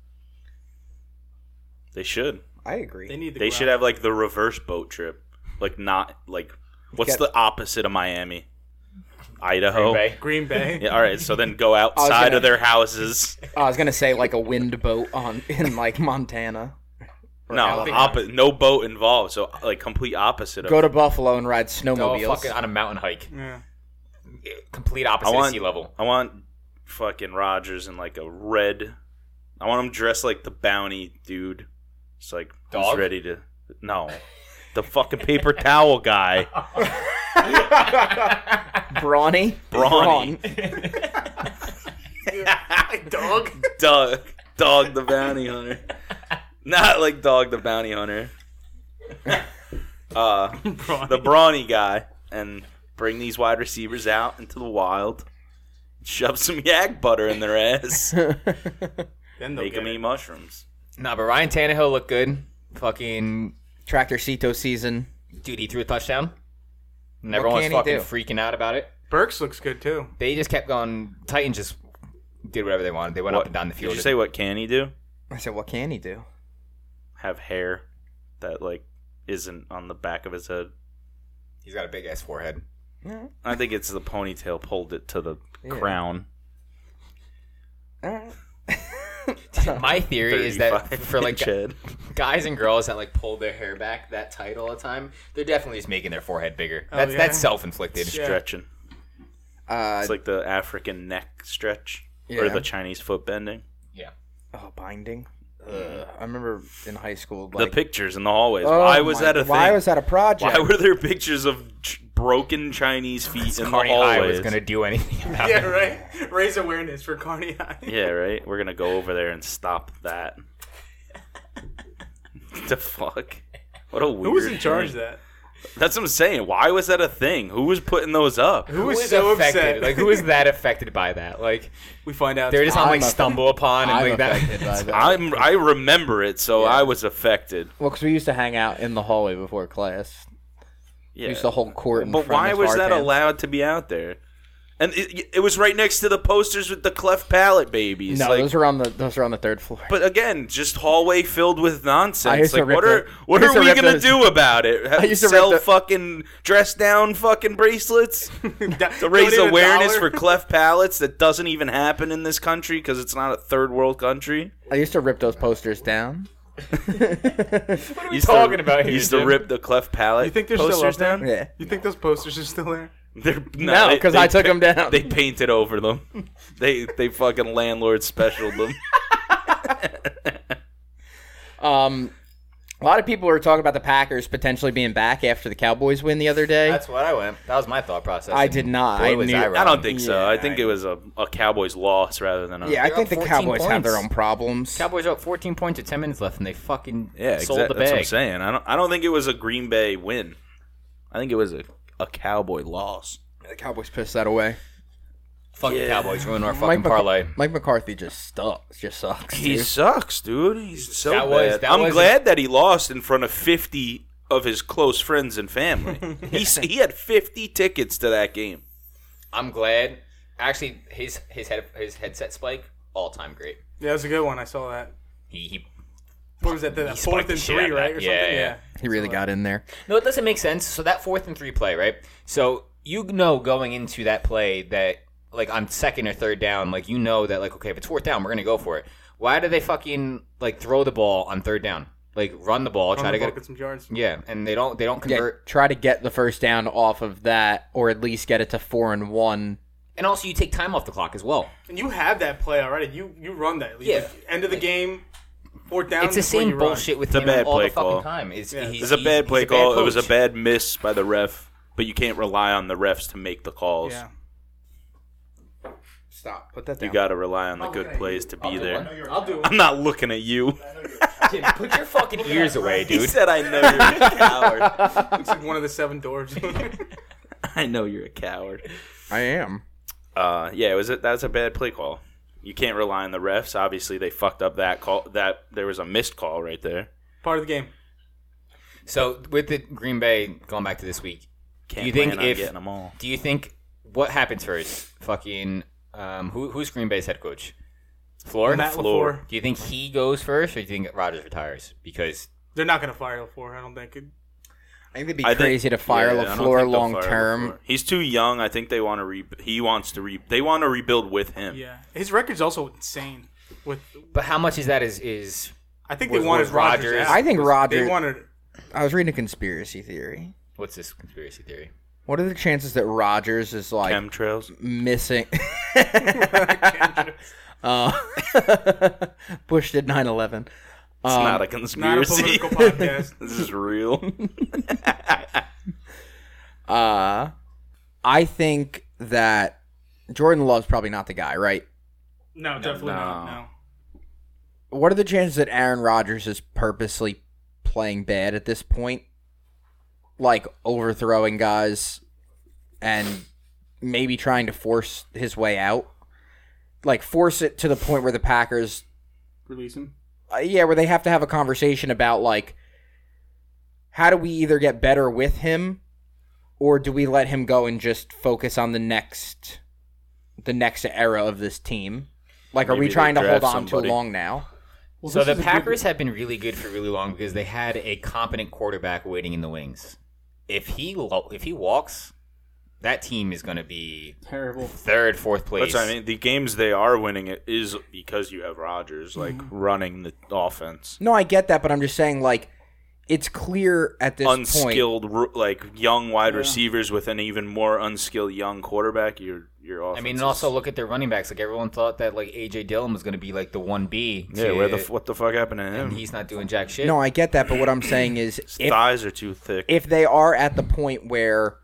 Speaker 4: They should.
Speaker 1: I agree.
Speaker 3: They need. To
Speaker 4: They
Speaker 3: go
Speaker 4: should
Speaker 3: out.
Speaker 4: have like the reverse boat trip. Like not like what's
Speaker 1: Get-
Speaker 4: the opposite of Miami? Idaho.
Speaker 2: Green Bay.
Speaker 3: Green Bay.
Speaker 4: (laughs) Yeah, all right, so then go
Speaker 1: was
Speaker 4: outside
Speaker 1: gonna-
Speaker 4: of their
Speaker 1: (laughs)
Speaker 4: houses.
Speaker 1: I was gonna say like a wind boat on (laughs) in like Montana.
Speaker 4: No,
Speaker 1: Alabama.
Speaker 4: oppo- no boat involved. So like complete opposite of
Speaker 1: Go to Buffalo and ride
Speaker 2: Go
Speaker 1: snowmobiles.
Speaker 2: Oh, fucking on a mountain hike.
Speaker 3: Yeah.
Speaker 2: Complete
Speaker 4: I
Speaker 2: opposite
Speaker 4: want
Speaker 2: of sea level.
Speaker 4: I want fucking Rogers in like a red. I want him dressed like the bounty dude. It's like he's
Speaker 2: Dog?
Speaker 4: ready to no, the fucking paper towel guy.
Speaker 1: Brawny.
Speaker 4: Brawny.
Speaker 1: Brawn.
Speaker 3: Dog.
Speaker 4: Dog, dog the bounty hunter. Not like dog the bounty hunter. Uh, the brawny guy, and bring these wide receivers out into the wild. Shove some yak butter in
Speaker 2: (laughs)
Speaker 4: their ass.
Speaker 3: Then they'll
Speaker 4: Make
Speaker 3: get
Speaker 4: them
Speaker 3: it.
Speaker 4: eat mushrooms.
Speaker 2: Nah, but Ryan Tannehill looked good. Fucking
Speaker 1: Tractor Cito season.
Speaker 2: dude, he threw a touchdown. And
Speaker 1: What
Speaker 2: everyone's
Speaker 1: can he
Speaker 2: fucking
Speaker 1: do?
Speaker 2: freaking out about it.
Speaker 3: Burks looks good too.
Speaker 2: They just kept going. Titans just did whatever they wanted. They went up and down the
Speaker 4: Did
Speaker 2: field.
Speaker 4: you say what can he do?
Speaker 1: I said, what can he do?
Speaker 4: Have hair that like isn't on the back of his head.
Speaker 2: He's got a big ass
Speaker 4: (laughs)
Speaker 2: forehead. (laughs)
Speaker 1: Yeah,
Speaker 4: I think it's the ponytail pulled it to the
Speaker 1: Yeah.
Speaker 4: crown.
Speaker 1: all right.
Speaker 2: My theory is that
Speaker 4: 35
Speaker 2: for like
Speaker 4: inch head.
Speaker 2: (laughs) guys and girls that like pull their hair back that tight all the time, they're definitely just making their forehead bigger. that's
Speaker 3: yeah?
Speaker 2: that's self inflicted.
Speaker 3: Yeah.
Speaker 4: stretching.
Speaker 1: Uh,
Speaker 4: It's like the African neck stretch or
Speaker 1: Yeah.
Speaker 4: the Chinese foot bending.
Speaker 2: Yeah.
Speaker 1: oh, binding. I remember in high school.
Speaker 4: The
Speaker 1: Like,
Speaker 4: pictures in the hallways.
Speaker 1: oh
Speaker 4: why was
Speaker 1: my-
Speaker 4: that a thing?
Speaker 1: Why was that a project?
Speaker 4: Why were there pictures of ch- broken Chinese feet in the
Speaker 2: Carney High
Speaker 4: hallways?
Speaker 2: was gonna do anything about
Speaker 3: Yeah,
Speaker 2: it.
Speaker 3: right. Raise awareness for Carney High.
Speaker 4: (laughs) Yeah, right. We're gonna go over there and stop that. the fuck? What a weird.
Speaker 3: Who was in charge of
Speaker 4: thing.
Speaker 3: that?
Speaker 4: That's what I'm saying. Why was that a thing? Who was putting those up?
Speaker 3: Who
Speaker 2: Who
Speaker 3: was
Speaker 2: is
Speaker 3: so
Speaker 2: affected?
Speaker 4: (laughs)
Speaker 3: upset?
Speaker 2: Like who is that affected by that? Like
Speaker 3: we find out.
Speaker 2: they're just on
Speaker 1: I'm
Speaker 2: like
Speaker 1: affected.
Speaker 2: stumble upon and
Speaker 1: I'm
Speaker 2: like that.
Speaker 1: affected by that.
Speaker 4: I'm. I remember it, so I was affected.
Speaker 1: Well, because we used to hang out in the hallway before class.
Speaker 4: Yeah.
Speaker 1: Used to hold court. In
Speaker 4: But
Speaker 1: front
Speaker 4: why
Speaker 1: of
Speaker 4: was
Speaker 1: our
Speaker 4: that
Speaker 1: pants.
Speaker 4: allowed to be out there? And it, it was right next to the posters with the cleft palate babies.
Speaker 1: No,
Speaker 4: like,
Speaker 1: those were on the those were on the third floor.
Speaker 4: but again, just hallway filled with
Speaker 1: I
Speaker 4: nonsense.
Speaker 1: used to
Speaker 4: Like, what
Speaker 1: rip
Speaker 4: are
Speaker 1: the-
Speaker 4: what
Speaker 1: I used
Speaker 4: are
Speaker 1: to
Speaker 4: we
Speaker 1: rip
Speaker 4: gonna
Speaker 1: those-
Speaker 4: do
Speaker 1: (laughs)
Speaker 4: about it? Have,
Speaker 1: used to rip
Speaker 4: sell
Speaker 1: the-
Speaker 4: fucking dress down fucking
Speaker 1: (laughs)
Speaker 4: bracelets
Speaker 2: (laughs)
Speaker 4: to raise awareness for cleft palates that doesn't even happen in this country because it's not a third world country.
Speaker 1: I used to rip those posters
Speaker 4: (laughs)
Speaker 1: down.
Speaker 2: What are we
Speaker 4: Used to-
Speaker 2: talking about here?
Speaker 4: Used to
Speaker 2: Jim?
Speaker 4: rip the cleft palate.
Speaker 3: You think they're
Speaker 4: there's
Speaker 3: still up
Speaker 4: posters
Speaker 3: there?
Speaker 4: down?
Speaker 1: Yeah.
Speaker 3: (laughs) You think those posters are still there?
Speaker 4: They're,
Speaker 1: No,
Speaker 4: they-
Speaker 1: because
Speaker 4: they
Speaker 1: I took
Speaker 4: pa-
Speaker 1: them down.
Speaker 4: They painted over them. They they fucking landlord specialed them.
Speaker 1: (laughs) Um, a lot of people were talking about the Packers potentially being back after the Cowboys win the other day.
Speaker 2: (laughs) That's what I went. That was my thought process.
Speaker 1: I
Speaker 2: And
Speaker 1: did not.
Speaker 2: boy,
Speaker 1: I
Speaker 2: was
Speaker 1: knew-
Speaker 4: I
Speaker 2: wrong.
Speaker 4: don't think so. I think it was a, a Cowboys loss rather than a
Speaker 1: yeah, I
Speaker 2: They're
Speaker 1: think
Speaker 2: up
Speaker 1: the
Speaker 2: 14
Speaker 1: Cowboys have
Speaker 2: points.
Speaker 1: their own problems.
Speaker 2: Cowboys are up 14 points with 10 minutes left, and they fucking
Speaker 4: yeah.
Speaker 2: sold
Speaker 4: exact-
Speaker 2: the
Speaker 4: That's what I'm
Speaker 2: bag.
Speaker 4: saying. I don't I don't think it was a Green Bay win. I think it was a, a Cowboy loss.
Speaker 1: the Cowboys pissed that away.
Speaker 2: Fuck the Cowboys, ruin our
Speaker 1: Mike
Speaker 2: fucking
Speaker 1: Mc-
Speaker 2: parlay.
Speaker 1: Mike McCarthy just sucks. Just sucks.
Speaker 4: He
Speaker 1: dude.
Speaker 4: sucks, dude. He's so
Speaker 2: That was-
Speaker 4: bad.
Speaker 2: that
Speaker 4: I'm
Speaker 2: was-
Speaker 4: glad that he lost in front of 50 of his close friends and (laughs) family. he s- he had 50 tickets to that game.
Speaker 2: I'm glad. Actually, his his head his headset spike all time great.
Speaker 3: Yeah, that was a good one. I saw that.
Speaker 2: He, he
Speaker 3: What was that? The
Speaker 2: spiked
Speaker 3: fourth
Speaker 2: the
Speaker 3: and
Speaker 2: shit
Speaker 3: three,
Speaker 2: out of
Speaker 3: right?
Speaker 2: that.
Speaker 3: Or
Speaker 2: Yeah,
Speaker 3: something?
Speaker 2: yeah.
Speaker 3: Yeah.
Speaker 1: He really got in there.
Speaker 2: no, it doesn't make sense. So that fourth and three play, right? So you know going into that play that like on second or third down, like you know that like okay, if it's fourth down, we're gonna go for it. Why do they fucking like throw the ball on third down? Like run the ball, try
Speaker 3: Trying
Speaker 2: to
Speaker 3: to
Speaker 2: get.
Speaker 3: get some yards.
Speaker 2: Yeah, and they don't. They don't
Speaker 1: Yeah,
Speaker 2: convert.
Speaker 1: try to get the first down off of that, or at least get it to four and one.
Speaker 2: And also, you take time off the clock as well.
Speaker 3: And you have that play already. You you run that. You-
Speaker 2: Yeah.
Speaker 3: like, end of the game, fourth down.
Speaker 2: It's the
Speaker 3: is when
Speaker 2: same
Speaker 3: you run.
Speaker 2: bullshit with
Speaker 4: a
Speaker 2: him
Speaker 4: bad
Speaker 2: all
Speaker 4: play
Speaker 2: the fucking
Speaker 4: call.
Speaker 2: time. It's,
Speaker 3: Yeah.
Speaker 2: he's,
Speaker 4: It was a bad
Speaker 2: he's-
Speaker 4: play
Speaker 2: he's a bad
Speaker 4: call. it was a
Speaker 2: coach.
Speaker 4: bad miss by the ref, but you can't rely on the refs to make the calls.
Speaker 3: Yeah.
Speaker 1: Stop. Put that
Speaker 4: You got to rely on the good
Speaker 5: Okay.
Speaker 4: plays to be
Speaker 5: do
Speaker 4: there.
Speaker 5: I know you're a
Speaker 3: I'll do it.
Speaker 4: I'm not looking at you.
Speaker 2: Dude, put your
Speaker 4: (laughs)
Speaker 2: fucking ears away,
Speaker 4: He
Speaker 2: dude.
Speaker 4: said, "I know you're a coward.
Speaker 3: Looks like one of the seven doors.
Speaker 2: (laughs)
Speaker 3: (laughs)
Speaker 4: I know you're a coward."
Speaker 1: I am.
Speaker 4: Uh, yeah, it was a, that was a bad play call. You can't rely on the refs. Obviously, they fucked up that call. That there was a missed call right there.
Speaker 3: Part of the game.
Speaker 2: So with the Green Bay going back to this week,
Speaker 4: Can't
Speaker 2: you think
Speaker 4: plan on
Speaker 2: if-
Speaker 4: getting them all?
Speaker 2: do you think what happens first? Fucking um, who, who's Green Bay's head coach? Floor.
Speaker 3: Matt
Speaker 4: floor.
Speaker 3: LaFleur.
Speaker 2: Do you think he goes first, or do you think Rodgers retires? Because
Speaker 3: They're not going to fire LaFleur, I don't think.
Speaker 1: I think it'd be
Speaker 4: I think-
Speaker 1: crazy to fire
Speaker 4: Yeah, I don't
Speaker 1: Lafleur
Speaker 4: think they'll
Speaker 1: long
Speaker 4: fire
Speaker 1: term.
Speaker 4: LaFleur. He's too young. I think they want to re. He wants to re. They want to rebuild with him.
Speaker 3: Yeah. His record's also insane. With
Speaker 2: but how much is that is is
Speaker 3: I think
Speaker 2: Was-
Speaker 3: they wanted
Speaker 2: was
Speaker 3: Rodgers.
Speaker 2: Rodgers-
Speaker 3: out.
Speaker 1: I think
Speaker 3: They
Speaker 1: Rodgers.
Speaker 3: wanted
Speaker 1: I was reading a conspiracy theory.
Speaker 2: what's this conspiracy theory?
Speaker 1: What are the chances that Rodgers is like
Speaker 4: Chemtrails. (laughs)
Speaker 1: missing? (laughs) uh, (laughs) Bush did 9 11.
Speaker 4: It's not a
Speaker 3: not a
Speaker 4: conspiracy. (laughs)
Speaker 3: political podcast.
Speaker 4: this is real.
Speaker 1: Uh, I think that Jordan Love's probably not the guy, right?
Speaker 3: No, definitely not. No.
Speaker 1: What are the chances that Aaron Rodgers is purposely playing bad at this point? Like overthrowing guys and maybe trying to force his way out? Like force it to the point where the Packers
Speaker 3: Release him.
Speaker 1: uh, yeah, where they have to have a conversation about like how do we either get better with him or do we let him go and just focus on the next the next era of this team? Like are
Speaker 4: Maybe
Speaker 1: we
Speaker 4: they
Speaker 1: trying to hold
Speaker 4: draft
Speaker 1: on
Speaker 4: somebody.
Speaker 1: too long now?
Speaker 5: Well,
Speaker 2: so
Speaker 5: this
Speaker 2: the
Speaker 5: is a good-
Speaker 2: Packers have been really good for really long because they had a competent quarterback waiting in the wings. If he lo- if he walks, that team is going to be
Speaker 6: Terrible.
Speaker 2: third, fourth place.
Speaker 4: That's what I mean. The games they are winning it is because you have Rodgers like
Speaker 3: Mm-hmm.
Speaker 4: running the offense.
Speaker 1: No, I get that, but I'm just saying like it's clear at this point
Speaker 4: Unskilled, ru- like young wide receivers with an even more unskilled young quarterback. Your your offense.
Speaker 2: I mean,
Speaker 4: is-
Speaker 2: and also look at their running backs. Like everyone thought that like AJ Dillon was going to be like the one B.
Speaker 4: yeah, where the f- what the fuck happened to him?
Speaker 2: and he's not doing jack shit.
Speaker 1: No, I get that, but what I'm saying
Speaker 4: (laughs)
Speaker 1: is
Speaker 4: His
Speaker 1: if
Speaker 4: thighs are too thick.
Speaker 1: if they are at the point where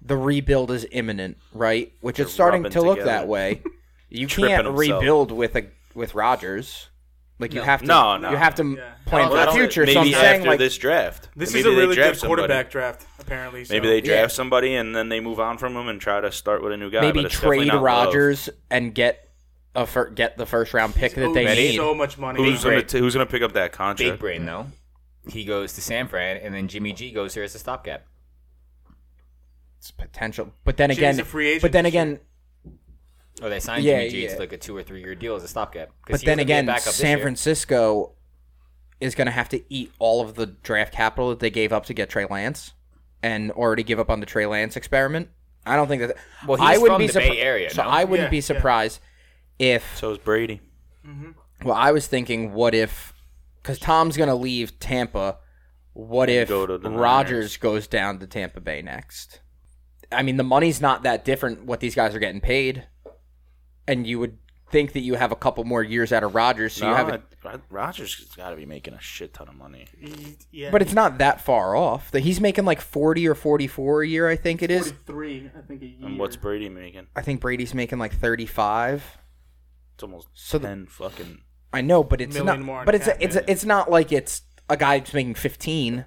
Speaker 1: the rebuild is imminent, right? Which it's starting
Speaker 4: rubbing
Speaker 1: to look
Speaker 4: together.
Speaker 1: that
Speaker 4: (laughs)
Speaker 1: way. You
Speaker 4: Tripping
Speaker 1: can't
Speaker 4: himself.
Speaker 1: rebuild with a with Rodgers. Like you have to,
Speaker 4: No, no.
Speaker 1: you have to
Speaker 3: Yeah.
Speaker 1: plan
Speaker 4: Well,
Speaker 1: for the
Speaker 4: I don't-
Speaker 1: future.
Speaker 4: Maybe
Speaker 1: So I'm saying
Speaker 4: after
Speaker 1: like
Speaker 4: this draft,
Speaker 3: This
Speaker 4: Maybe
Speaker 3: is a
Speaker 4: they
Speaker 3: really
Speaker 4: draft
Speaker 3: good
Speaker 4: somebody.
Speaker 3: quarterback draft, apparently. So.
Speaker 4: Maybe they
Speaker 1: Yeah.
Speaker 4: draft somebody and then they move on from him and try to start with a new guy.
Speaker 1: maybe
Speaker 4: but it's definitely
Speaker 1: trade
Speaker 4: not
Speaker 1: Rodgers and get a fir- get the first round pick that they
Speaker 3: Ooh,
Speaker 1: need.
Speaker 3: so much money.
Speaker 4: Love. Who's
Speaker 3: Big
Speaker 4: gonna t- who's gonna pick up that
Speaker 2: Big
Speaker 4: contract?
Speaker 2: brain though. He goes to San Fran, and then Jimmy G goes here as a stopgap.
Speaker 1: It's potential, but then
Speaker 3: Jimmy's
Speaker 1: again,
Speaker 3: a free agent
Speaker 1: but then
Speaker 3: this year.
Speaker 1: again,
Speaker 2: Or they signed
Speaker 1: Yeah,
Speaker 2: Jimmy G
Speaker 1: yeah.
Speaker 2: to like a two or three year deal as a stopgap. 'Cause
Speaker 1: but
Speaker 2: he
Speaker 1: then
Speaker 2: was gonna be a
Speaker 1: again,
Speaker 2: backup this
Speaker 1: San
Speaker 2: year.
Speaker 1: Francisco is going to have to eat all of the draft capital that they gave up to get Trey Lance, and already give up on the Trey Lance experiment. I don't think that.
Speaker 2: Well,
Speaker 1: I
Speaker 2: he's
Speaker 1: wouldn't
Speaker 2: from
Speaker 1: be
Speaker 2: the Bay
Speaker 1: surpri-
Speaker 2: Area,
Speaker 1: so
Speaker 2: no?
Speaker 1: I wouldn't
Speaker 3: Yeah,
Speaker 1: be
Speaker 3: yeah.
Speaker 1: surprised if
Speaker 4: So is Brady.
Speaker 1: Well, I was thinking, what if? Because Tom's gonna leave Tampa. What if
Speaker 4: go to the
Speaker 1: Rogers goes down to Tampa Bay next? I mean, the money's not that different. What these guys are getting paid, and you would think that you have a couple more years out of Rogers, so you have. it.
Speaker 4: Rodgers has got to be making a shit ton of money.
Speaker 3: E- Yeah.
Speaker 1: But it's not that far off. That he's making like forty or forty-four a year. I think it is.
Speaker 3: 43, I think, a year.
Speaker 4: And what's Brady making?
Speaker 1: I think Brady's making like thirty-five.
Speaker 4: It's almost
Speaker 1: So the-
Speaker 4: ten fucking.
Speaker 1: I know, but it's
Speaker 3: Million
Speaker 1: not.
Speaker 3: more on
Speaker 1: but it's
Speaker 3: cap,
Speaker 1: it's
Speaker 3: yeah.
Speaker 1: it's not like it's a guy that's making fifteen.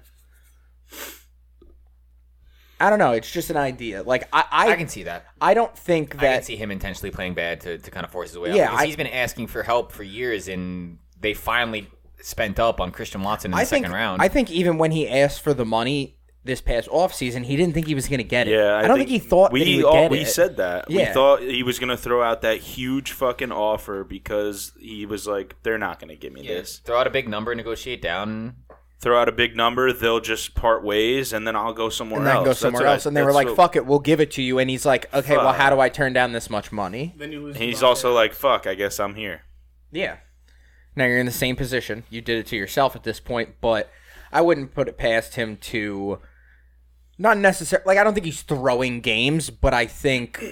Speaker 1: I don't know. It's just an idea. Like I I,
Speaker 2: I
Speaker 1: I,
Speaker 2: can see that.
Speaker 1: don't think
Speaker 2: I can
Speaker 1: that
Speaker 2: see him intentionally playing bad to, to kind of force his way out.
Speaker 1: Yeah,
Speaker 2: because
Speaker 1: I-
Speaker 2: he's been asking for help for years, and they finally spent up on Christian Watson in the
Speaker 1: I think
Speaker 2: second round.
Speaker 1: I think even when he asked for the money this past offseason, he didn't think he was going to get it.
Speaker 4: Yeah,
Speaker 1: I, don't think, he thought
Speaker 4: we
Speaker 1: that he would
Speaker 4: all,
Speaker 1: get
Speaker 4: we
Speaker 1: it.
Speaker 4: said that. We
Speaker 1: Yeah.
Speaker 4: thought he was gonna throw out that huge fucking offer because he was like, they're not gonna give me
Speaker 2: Yeah,
Speaker 4: this.
Speaker 2: throw out a big number, negotiate down.
Speaker 4: Throw out a big number, they'll just part ways, and then I'll go somewhere
Speaker 1: and then
Speaker 4: else.
Speaker 1: go
Speaker 4: That's
Speaker 1: somewhere
Speaker 4: what I-
Speaker 1: else, and they were
Speaker 4: that's
Speaker 1: like,
Speaker 4: what-
Speaker 1: "Fuck it, we'll give it to you." And he's like, "Okay, well,
Speaker 4: Fuck.
Speaker 1: how do I turn down this much money?"
Speaker 3: Then you lose.
Speaker 4: He's
Speaker 3: Devontae.
Speaker 4: also like, fuck, I guess I'm here.
Speaker 1: Yeah. Now you're in the same position. You did it to yourself at this point, but I wouldn't put it past him to not necessarily like I don't think he's throwing games, but I think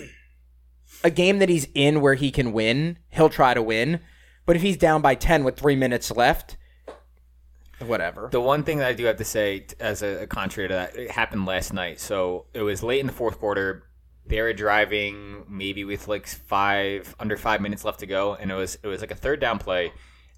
Speaker 1: (clears throat) a game that he's in where he can win, he'll try to win. But if he's down by 10 with 3 minutes left, whatever.
Speaker 2: The one thing that I do have to say, t- as a, a contrary to that, it happened last night. So it was late in the fourth quarter. They were driving, maybe with like five under five minutes left to go, and it was it was like a third down play,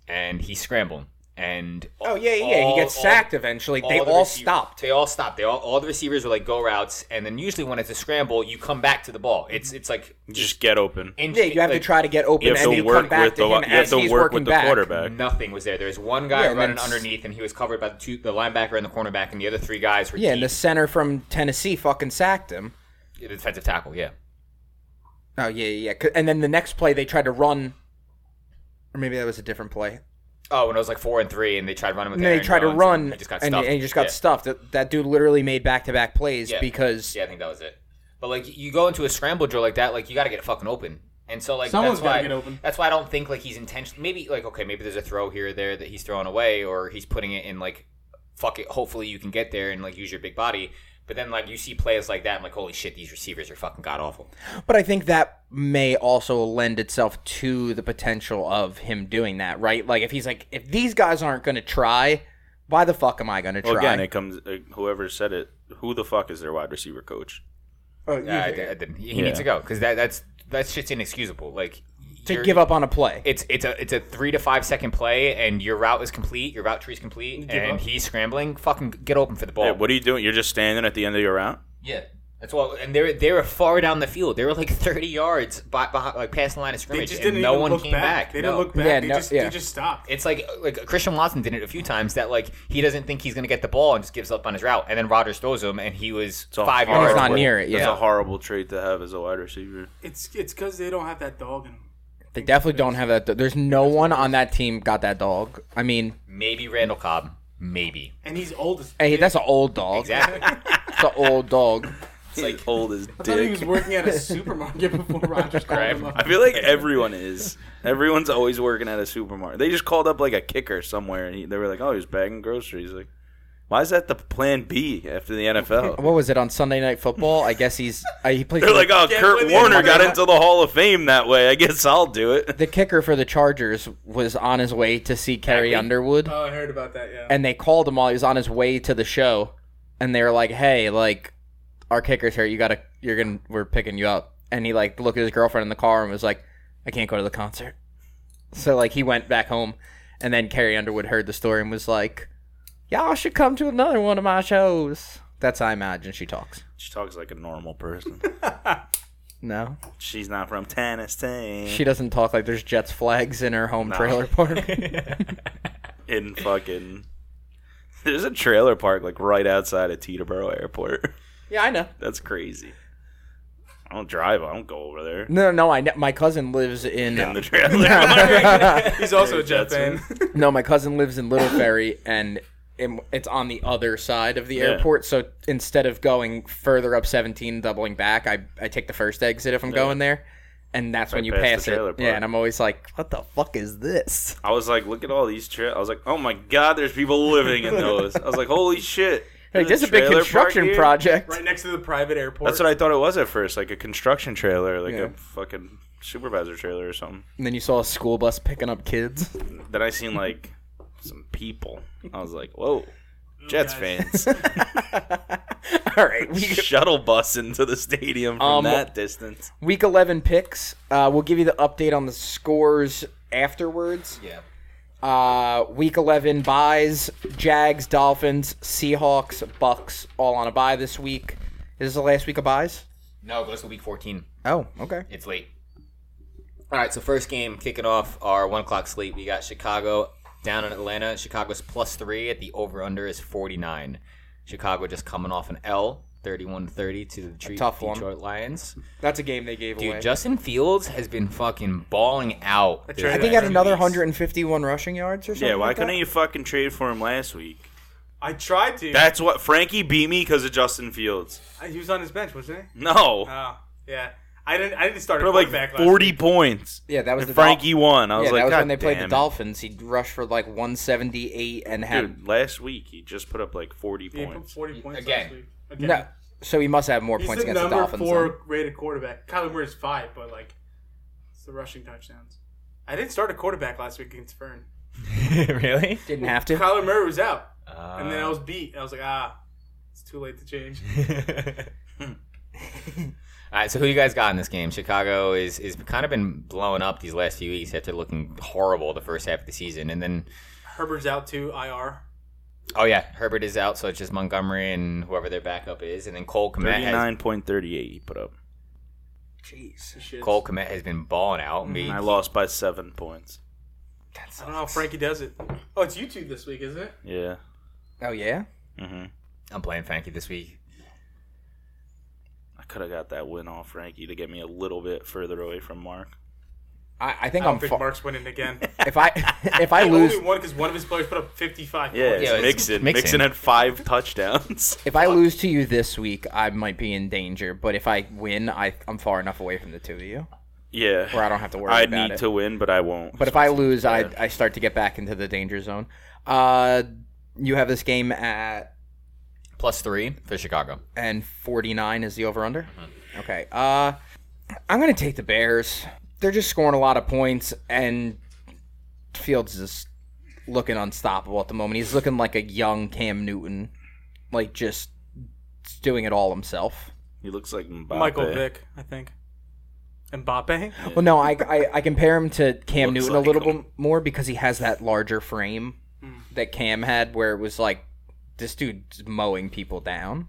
Speaker 2: and he scrambled, and
Speaker 1: Oh yeah, yeah.
Speaker 2: all-
Speaker 1: he gets
Speaker 2: all-
Speaker 1: sacked eventually. they
Speaker 2: the
Speaker 1: all
Speaker 2: receiv-
Speaker 1: stopped.
Speaker 2: They all stopped. They all, all the receivers were like go routes, and then usually when it's a scramble, you come back to the ball. It's it's like
Speaker 4: Just get open.
Speaker 2: inch-
Speaker 1: Yeah, you have
Speaker 2: like,
Speaker 1: to try to get open,
Speaker 4: You have
Speaker 1: and
Speaker 4: to
Speaker 1: you
Speaker 4: work
Speaker 1: come back
Speaker 4: with
Speaker 1: to
Speaker 4: the
Speaker 1: him
Speaker 4: you
Speaker 1: as
Speaker 4: have to
Speaker 1: he's
Speaker 4: work
Speaker 1: working
Speaker 4: with the
Speaker 1: back.
Speaker 4: quarterback.
Speaker 2: Nothing was there. There was one guy
Speaker 1: Yeah, and
Speaker 2: running
Speaker 1: then-
Speaker 2: underneath, and he was covered by the two, the linebacker and the cornerback, and the other three guys were
Speaker 1: Yeah, and
Speaker 2: deep.
Speaker 1: the center from Tennessee fucking sacked him.
Speaker 2: Yeah, the defensive tackle. Yeah,
Speaker 1: Oh yeah, yeah. yeah. 'Cause- And then the next play, they tried to run, or maybe that was a different play.
Speaker 2: Oh, when it was like four and three, and they tried running with.
Speaker 1: And then they
Speaker 2: Aaron
Speaker 1: tried to
Speaker 2: Jones,
Speaker 1: run,
Speaker 2: he just got
Speaker 1: and,
Speaker 2: stuffed.
Speaker 1: and he just got
Speaker 2: yeah.
Speaker 1: stuffed. That, that dude literally made back-to-back plays
Speaker 2: Yeah.
Speaker 1: because
Speaker 2: Yeah, I think that was it. But like, you go into a scramble drill like that, like you got to get fucking open. And so like
Speaker 3: Someone's
Speaker 2: that's why
Speaker 3: gotta get open.
Speaker 2: that's why I don't think like he's intentional. Maybe like okay, maybe there's a throw here or there that he's throwing away, or he's putting it in like fuck it. Hopefully you can get there and like use your big body. But then like you see plays like that, I'm like holy shit, these receivers are fucking god awful.
Speaker 1: But I think that may also lend itself to the potential of him doing that, right? Like if he's like, if these guys aren't going to try, why the fuck am I going to try?
Speaker 4: Well, again, it comes uh, whoever said it. Who the fuck is their wide receiver coach?
Speaker 1: Oh,
Speaker 2: Yeah, I,
Speaker 1: yeah,
Speaker 2: Uh, I didn't. He needs to go because that that's that shit's inexcusable. Like
Speaker 1: to
Speaker 2: you're-
Speaker 1: give up on a play.
Speaker 2: it's it's a it's a three to five second play, and your route is complete, your route tree is complete, and he's scrambling. Fucking get open for the ball.
Speaker 1: Oh.
Speaker 4: Yeah, what are you doing? You're just standing at the end of your route.
Speaker 2: Yeah, that's what. And they were they were far down the field. They were like thirty yards by, behind, like past the line of
Speaker 3: They
Speaker 2: scrimmage,
Speaker 3: just
Speaker 2: and
Speaker 3: didn't
Speaker 2: no
Speaker 3: even
Speaker 2: one
Speaker 3: look
Speaker 2: came
Speaker 3: back.
Speaker 2: back.
Speaker 3: They
Speaker 2: no.
Speaker 3: didn't look back.
Speaker 1: Yeah,
Speaker 3: they,
Speaker 1: no-
Speaker 3: just,
Speaker 1: yeah.
Speaker 3: they just stopped.
Speaker 2: It's like like Christian Watson did it a few times that like he doesn't think he's gonna get the ball and just gives up on his route, and then Rodgers throws him, and he was
Speaker 4: a
Speaker 2: five
Speaker 4: horrible-
Speaker 2: yards.
Speaker 1: He's not
Speaker 2: away.
Speaker 1: near it,
Speaker 4: That's
Speaker 1: yeah.
Speaker 4: a horrible trait to have as a wide receiver.
Speaker 3: It's it's because they don't have that dog in them.
Speaker 1: they definitely don't have that. There's no one on that team got that dog. I mean,
Speaker 2: Maybe Randall Cobb. (laughs) Maybe
Speaker 3: And he's old as
Speaker 1: hey, that's an old dog.
Speaker 2: exactly.
Speaker 1: It's an old dog.
Speaker 4: It's like old as
Speaker 3: (laughs) I thought he
Speaker 4: dick.
Speaker 3: was working at (laughs) a supermarket before Rogers called him
Speaker 2: Graham.
Speaker 3: up.
Speaker 4: I feel
Speaker 3: (laughs)
Speaker 4: like everyone is. Everyone's always working at a supermarket. They just called up like a kicker somewhere, and he, they were like, "Oh, he was bagging groceries." Like, why is that the plan B after the NFL?
Speaker 1: (laughs) What was it on Sunday Night Football? I guess he's uh, he plays.
Speaker 4: They're like, "Oh, Kurt
Speaker 3: with it.
Speaker 4: Warner got into the Hall of Fame that way. I guess I'll do
Speaker 3: (laughs)
Speaker 4: it."
Speaker 1: the kicker for the Chargers was on his way to see Carrie Underwood.
Speaker 3: Oh, I heard about that. Yeah.
Speaker 1: and they called him while he was on his way to the show, and they were like, "Hey, like, our kicker's here. You gotta, you're gonna, we're picking you up." And he like looked at his girlfriend in the car and was like, "I can't go to the concert." So like he went back home, and then Carrie Underwood heard the story and was like, "Y'all should come to another one of my shows." That's how I imagine she talks.
Speaker 4: She talks like a normal person.
Speaker 1: No,
Speaker 4: (laughs) She's not from Tennessee.
Speaker 1: she doesn't talk like there's Jets flags in her home trailer
Speaker 4: (laughs)
Speaker 1: park. (laughs)
Speaker 4: in fucking. There's a trailer park like right outside of Teterboro Airport. (laughs)
Speaker 1: yeah, I know.
Speaker 4: That's crazy. I don't drive. I don't go
Speaker 1: (laughs)
Speaker 4: over there.
Speaker 1: No, no, I. Know. My cousin lives in.
Speaker 4: In
Speaker 3: (laughs)
Speaker 4: the trailer park.
Speaker 3: he's also a
Speaker 4: Jets
Speaker 3: Jet fan.
Speaker 1: No, my cousin lives in Little Ferry, and it- it's on the other side of the airport. So instead of going further up 17, doubling back, I, I take the first exit if I'm going there, and that's when you
Speaker 4: past the
Speaker 1: pass it.
Speaker 4: trailer park.
Speaker 1: Yeah, and I'm always like, what the fuck is this?
Speaker 4: I was like, look at all these trailers. I was like, oh my god, there's people living in those. I was like, holy shit.
Speaker 1: Like, this
Speaker 4: there's
Speaker 1: is a big
Speaker 4: trailer park
Speaker 1: construction
Speaker 4: here?
Speaker 1: project.
Speaker 3: right next to the private airport.
Speaker 4: That's what I thought it was at first, like a construction trailer, like
Speaker 1: Yeah.
Speaker 4: a fucking supervisor trailer or something.
Speaker 1: And then you saw a school bus picking up kids. (laughs)
Speaker 4: Then I seen like some people. I was like, whoa, Jets
Speaker 3: guys. (laughs)
Speaker 4: fans. (laughs)
Speaker 1: All right, we
Speaker 4: Shuttle bus into the stadium from
Speaker 1: Um,
Speaker 4: that distance.
Speaker 1: Week 11 picks. Uh, we'll give you the update on the scores afterwards.
Speaker 2: Yeah.
Speaker 1: Uh, week 11 buys Jags, Dolphins, Seahawks, Bucks all on a buy this week. Is this the last week of buys?
Speaker 2: No, it goes to week fourteen.
Speaker 1: Oh, okay.
Speaker 2: It's late. All right, so first game kicking off our one o'clock slate. We got Chicago down in Atlanta. Chicago's plus three at the over under is forty nine. Chicago just coming off an L, 31-30 to the Detroit,
Speaker 1: tough one.
Speaker 2: Detroit Lions.
Speaker 1: That's a game they gave
Speaker 2: Dude,
Speaker 1: away.
Speaker 2: Justin Fields has been fucking balling out. this
Speaker 3: tried
Speaker 1: I
Speaker 2: last
Speaker 1: think I had
Speaker 2: few
Speaker 1: another
Speaker 2: weeks.
Speaker 1: 151 rushing yards or something.
Speaker 4: Yeah, why
Speaker 1: like that.
Speaker 4: couldn't you fucking trade for him last week?
Speaker 3: I tried to.
Speaker 4: That's what Frankie beat me because of Justin Fields.
Speaker 3: I- he was on his bench, wasn't he?
Speaker 4: No,
Speaker 3: Oh, yeah. I didn't. I didn't start a
Speaker 4: put up
Speaker 3: quarterback
Speaker 4: like
Speaker 3: last
Speaker 4: forty
Speaker 3: week.
Speaker 4: points.
Speaker 1: Yeah, that was
Speaker 4: And
Speaker 1: the
Speaker 4: Frankie won. I
Speaker 1: Dolphins. Yeah,
Speaker 4: was like,
Speaker 1: that was
Speaker 4: God
Speaker 1: when they played
Speaker 4: damn
Speaker 1: the
Speaker 4: it.
Speaker 1: Dolphins. He rushed for like 178 and had
Speaker 4: Dude, last week he just put up like forty
Speaker 3: He put
Speaker 1: (laughs)
Speaker 4: points.
Speaker 3: forty points
Speaker 2: Again.
Speaker 3: last week. Again.
Speaker 1: no. So he must have more
Speaker 3: He's
Speaker 1: points
Speaker 3: the
Speaker 1: against the
Speaker 3: number
Speaker 1: Dolphins.
Speaker 3: four
Speaker 1: then.
Speaker 3: (laughs) rated quarterback. Kyler Murray's five, but like, it's the rushing touchdowns. I didn't start a quarterback last week against Fern.
Speaker 2: really?
Speaker 1: Didn't have to.
Speaker 3: Kyler Murray was out,
Speaker 2: Uh,
Speaker 3: and then I was beat. I was like, ah, it's too late to change.
Speaker 2: (laughs) All right, so who you guys got in this game? Chicago is is kind of been blowing up these last few weeks after looking horrible the first half of the season, and then
Speaker 3: Herbert's out too. IR.
Speaker 2: Oh yeah, Herbert is out, so it's just Montgomery and whoever their backup is, and then Cole Komet has
Speaker 4: 39.38 he put up.
Speaker 1: Jeez.
Speaker 3: Shit.
Speaker 2: Cole Komet has been balling
Speaker 1: Mm,
Speaker 2: out. Me,
Speaker 4: And I lost by seven points.
Speaker 3: I don't know how Frankie does it. Oh, it's YouTube this week, isn't it?
Speaker 4: Yeah.
Speaker 1: Oh yeah.
Speaker 4: Mm-hmm.
Speaker 2: I'm playing Frankie this week.
Speaker 4: I could have got that win off Frankie to get me a little bit further away from Mark.
Speaker 1: I, I
Speaker 3: I
Speaker 1: think I
Speaker 3: don't
Speaker 1: am
Speaker 3: think
Speaker 1: fa-
Speaker 3: Mark's winning again.
Speaker 1: if
Speaker 3: (laughs)
Speaker 1: I if I
Speaker 3: He
Speaker 1: lose
Speaker 3: only won because one of his players put up 55
Speaker 4: Yeah,
Speaker 3: points.
Speaker 4: it's
Speaker 2: it's
Speaker 4: Mixon.
Speaker 2: Mixon.
Speaker 4: Mixon had five (laughs) touchdowns.
Speaker 1: if I lose to you this week, I might be in danger. But if I win, I I'm far enough away from the two of you
Speaker 4: yeah.
Speaker 1: where I don't have to worry
Speaker 4: I
Speaker 1: about
Speaker 4: need
Speaker 1: it.
Speaker 4: to win, but I won't.
Speaker 1: But if I lose, I I start to get back into the danger zone. Uh, you have this game at
Speaker 2: Plus three for Chicago.
Speaker 1: and 49 is the over under.
Speaker 4: Uh-huh.
Speaker 1: Okay. Uh I'm going to take the Bears. They're just scoring a lot of points and Fields is just looking unstoppable at the moment. He's looking like a young Cam Newton, like just doing it all himself.
Speaker 4: he looks like Mbappe.
Speaker 3: Michael Vick, I think. Mbappe?
Speaker 1: (laughs) Well, no, I, I, I compare him to Cam
Speaker 4: Looks
Speaker 1: Newton
Speaker 4: like
Speaker 1: a little
Speaker 4: him.
Speaker 1: bit more because he has that larger frame
Speaker 2: Hmm.
Speaker 1: that Cam had where it was like this dude's mowing people down.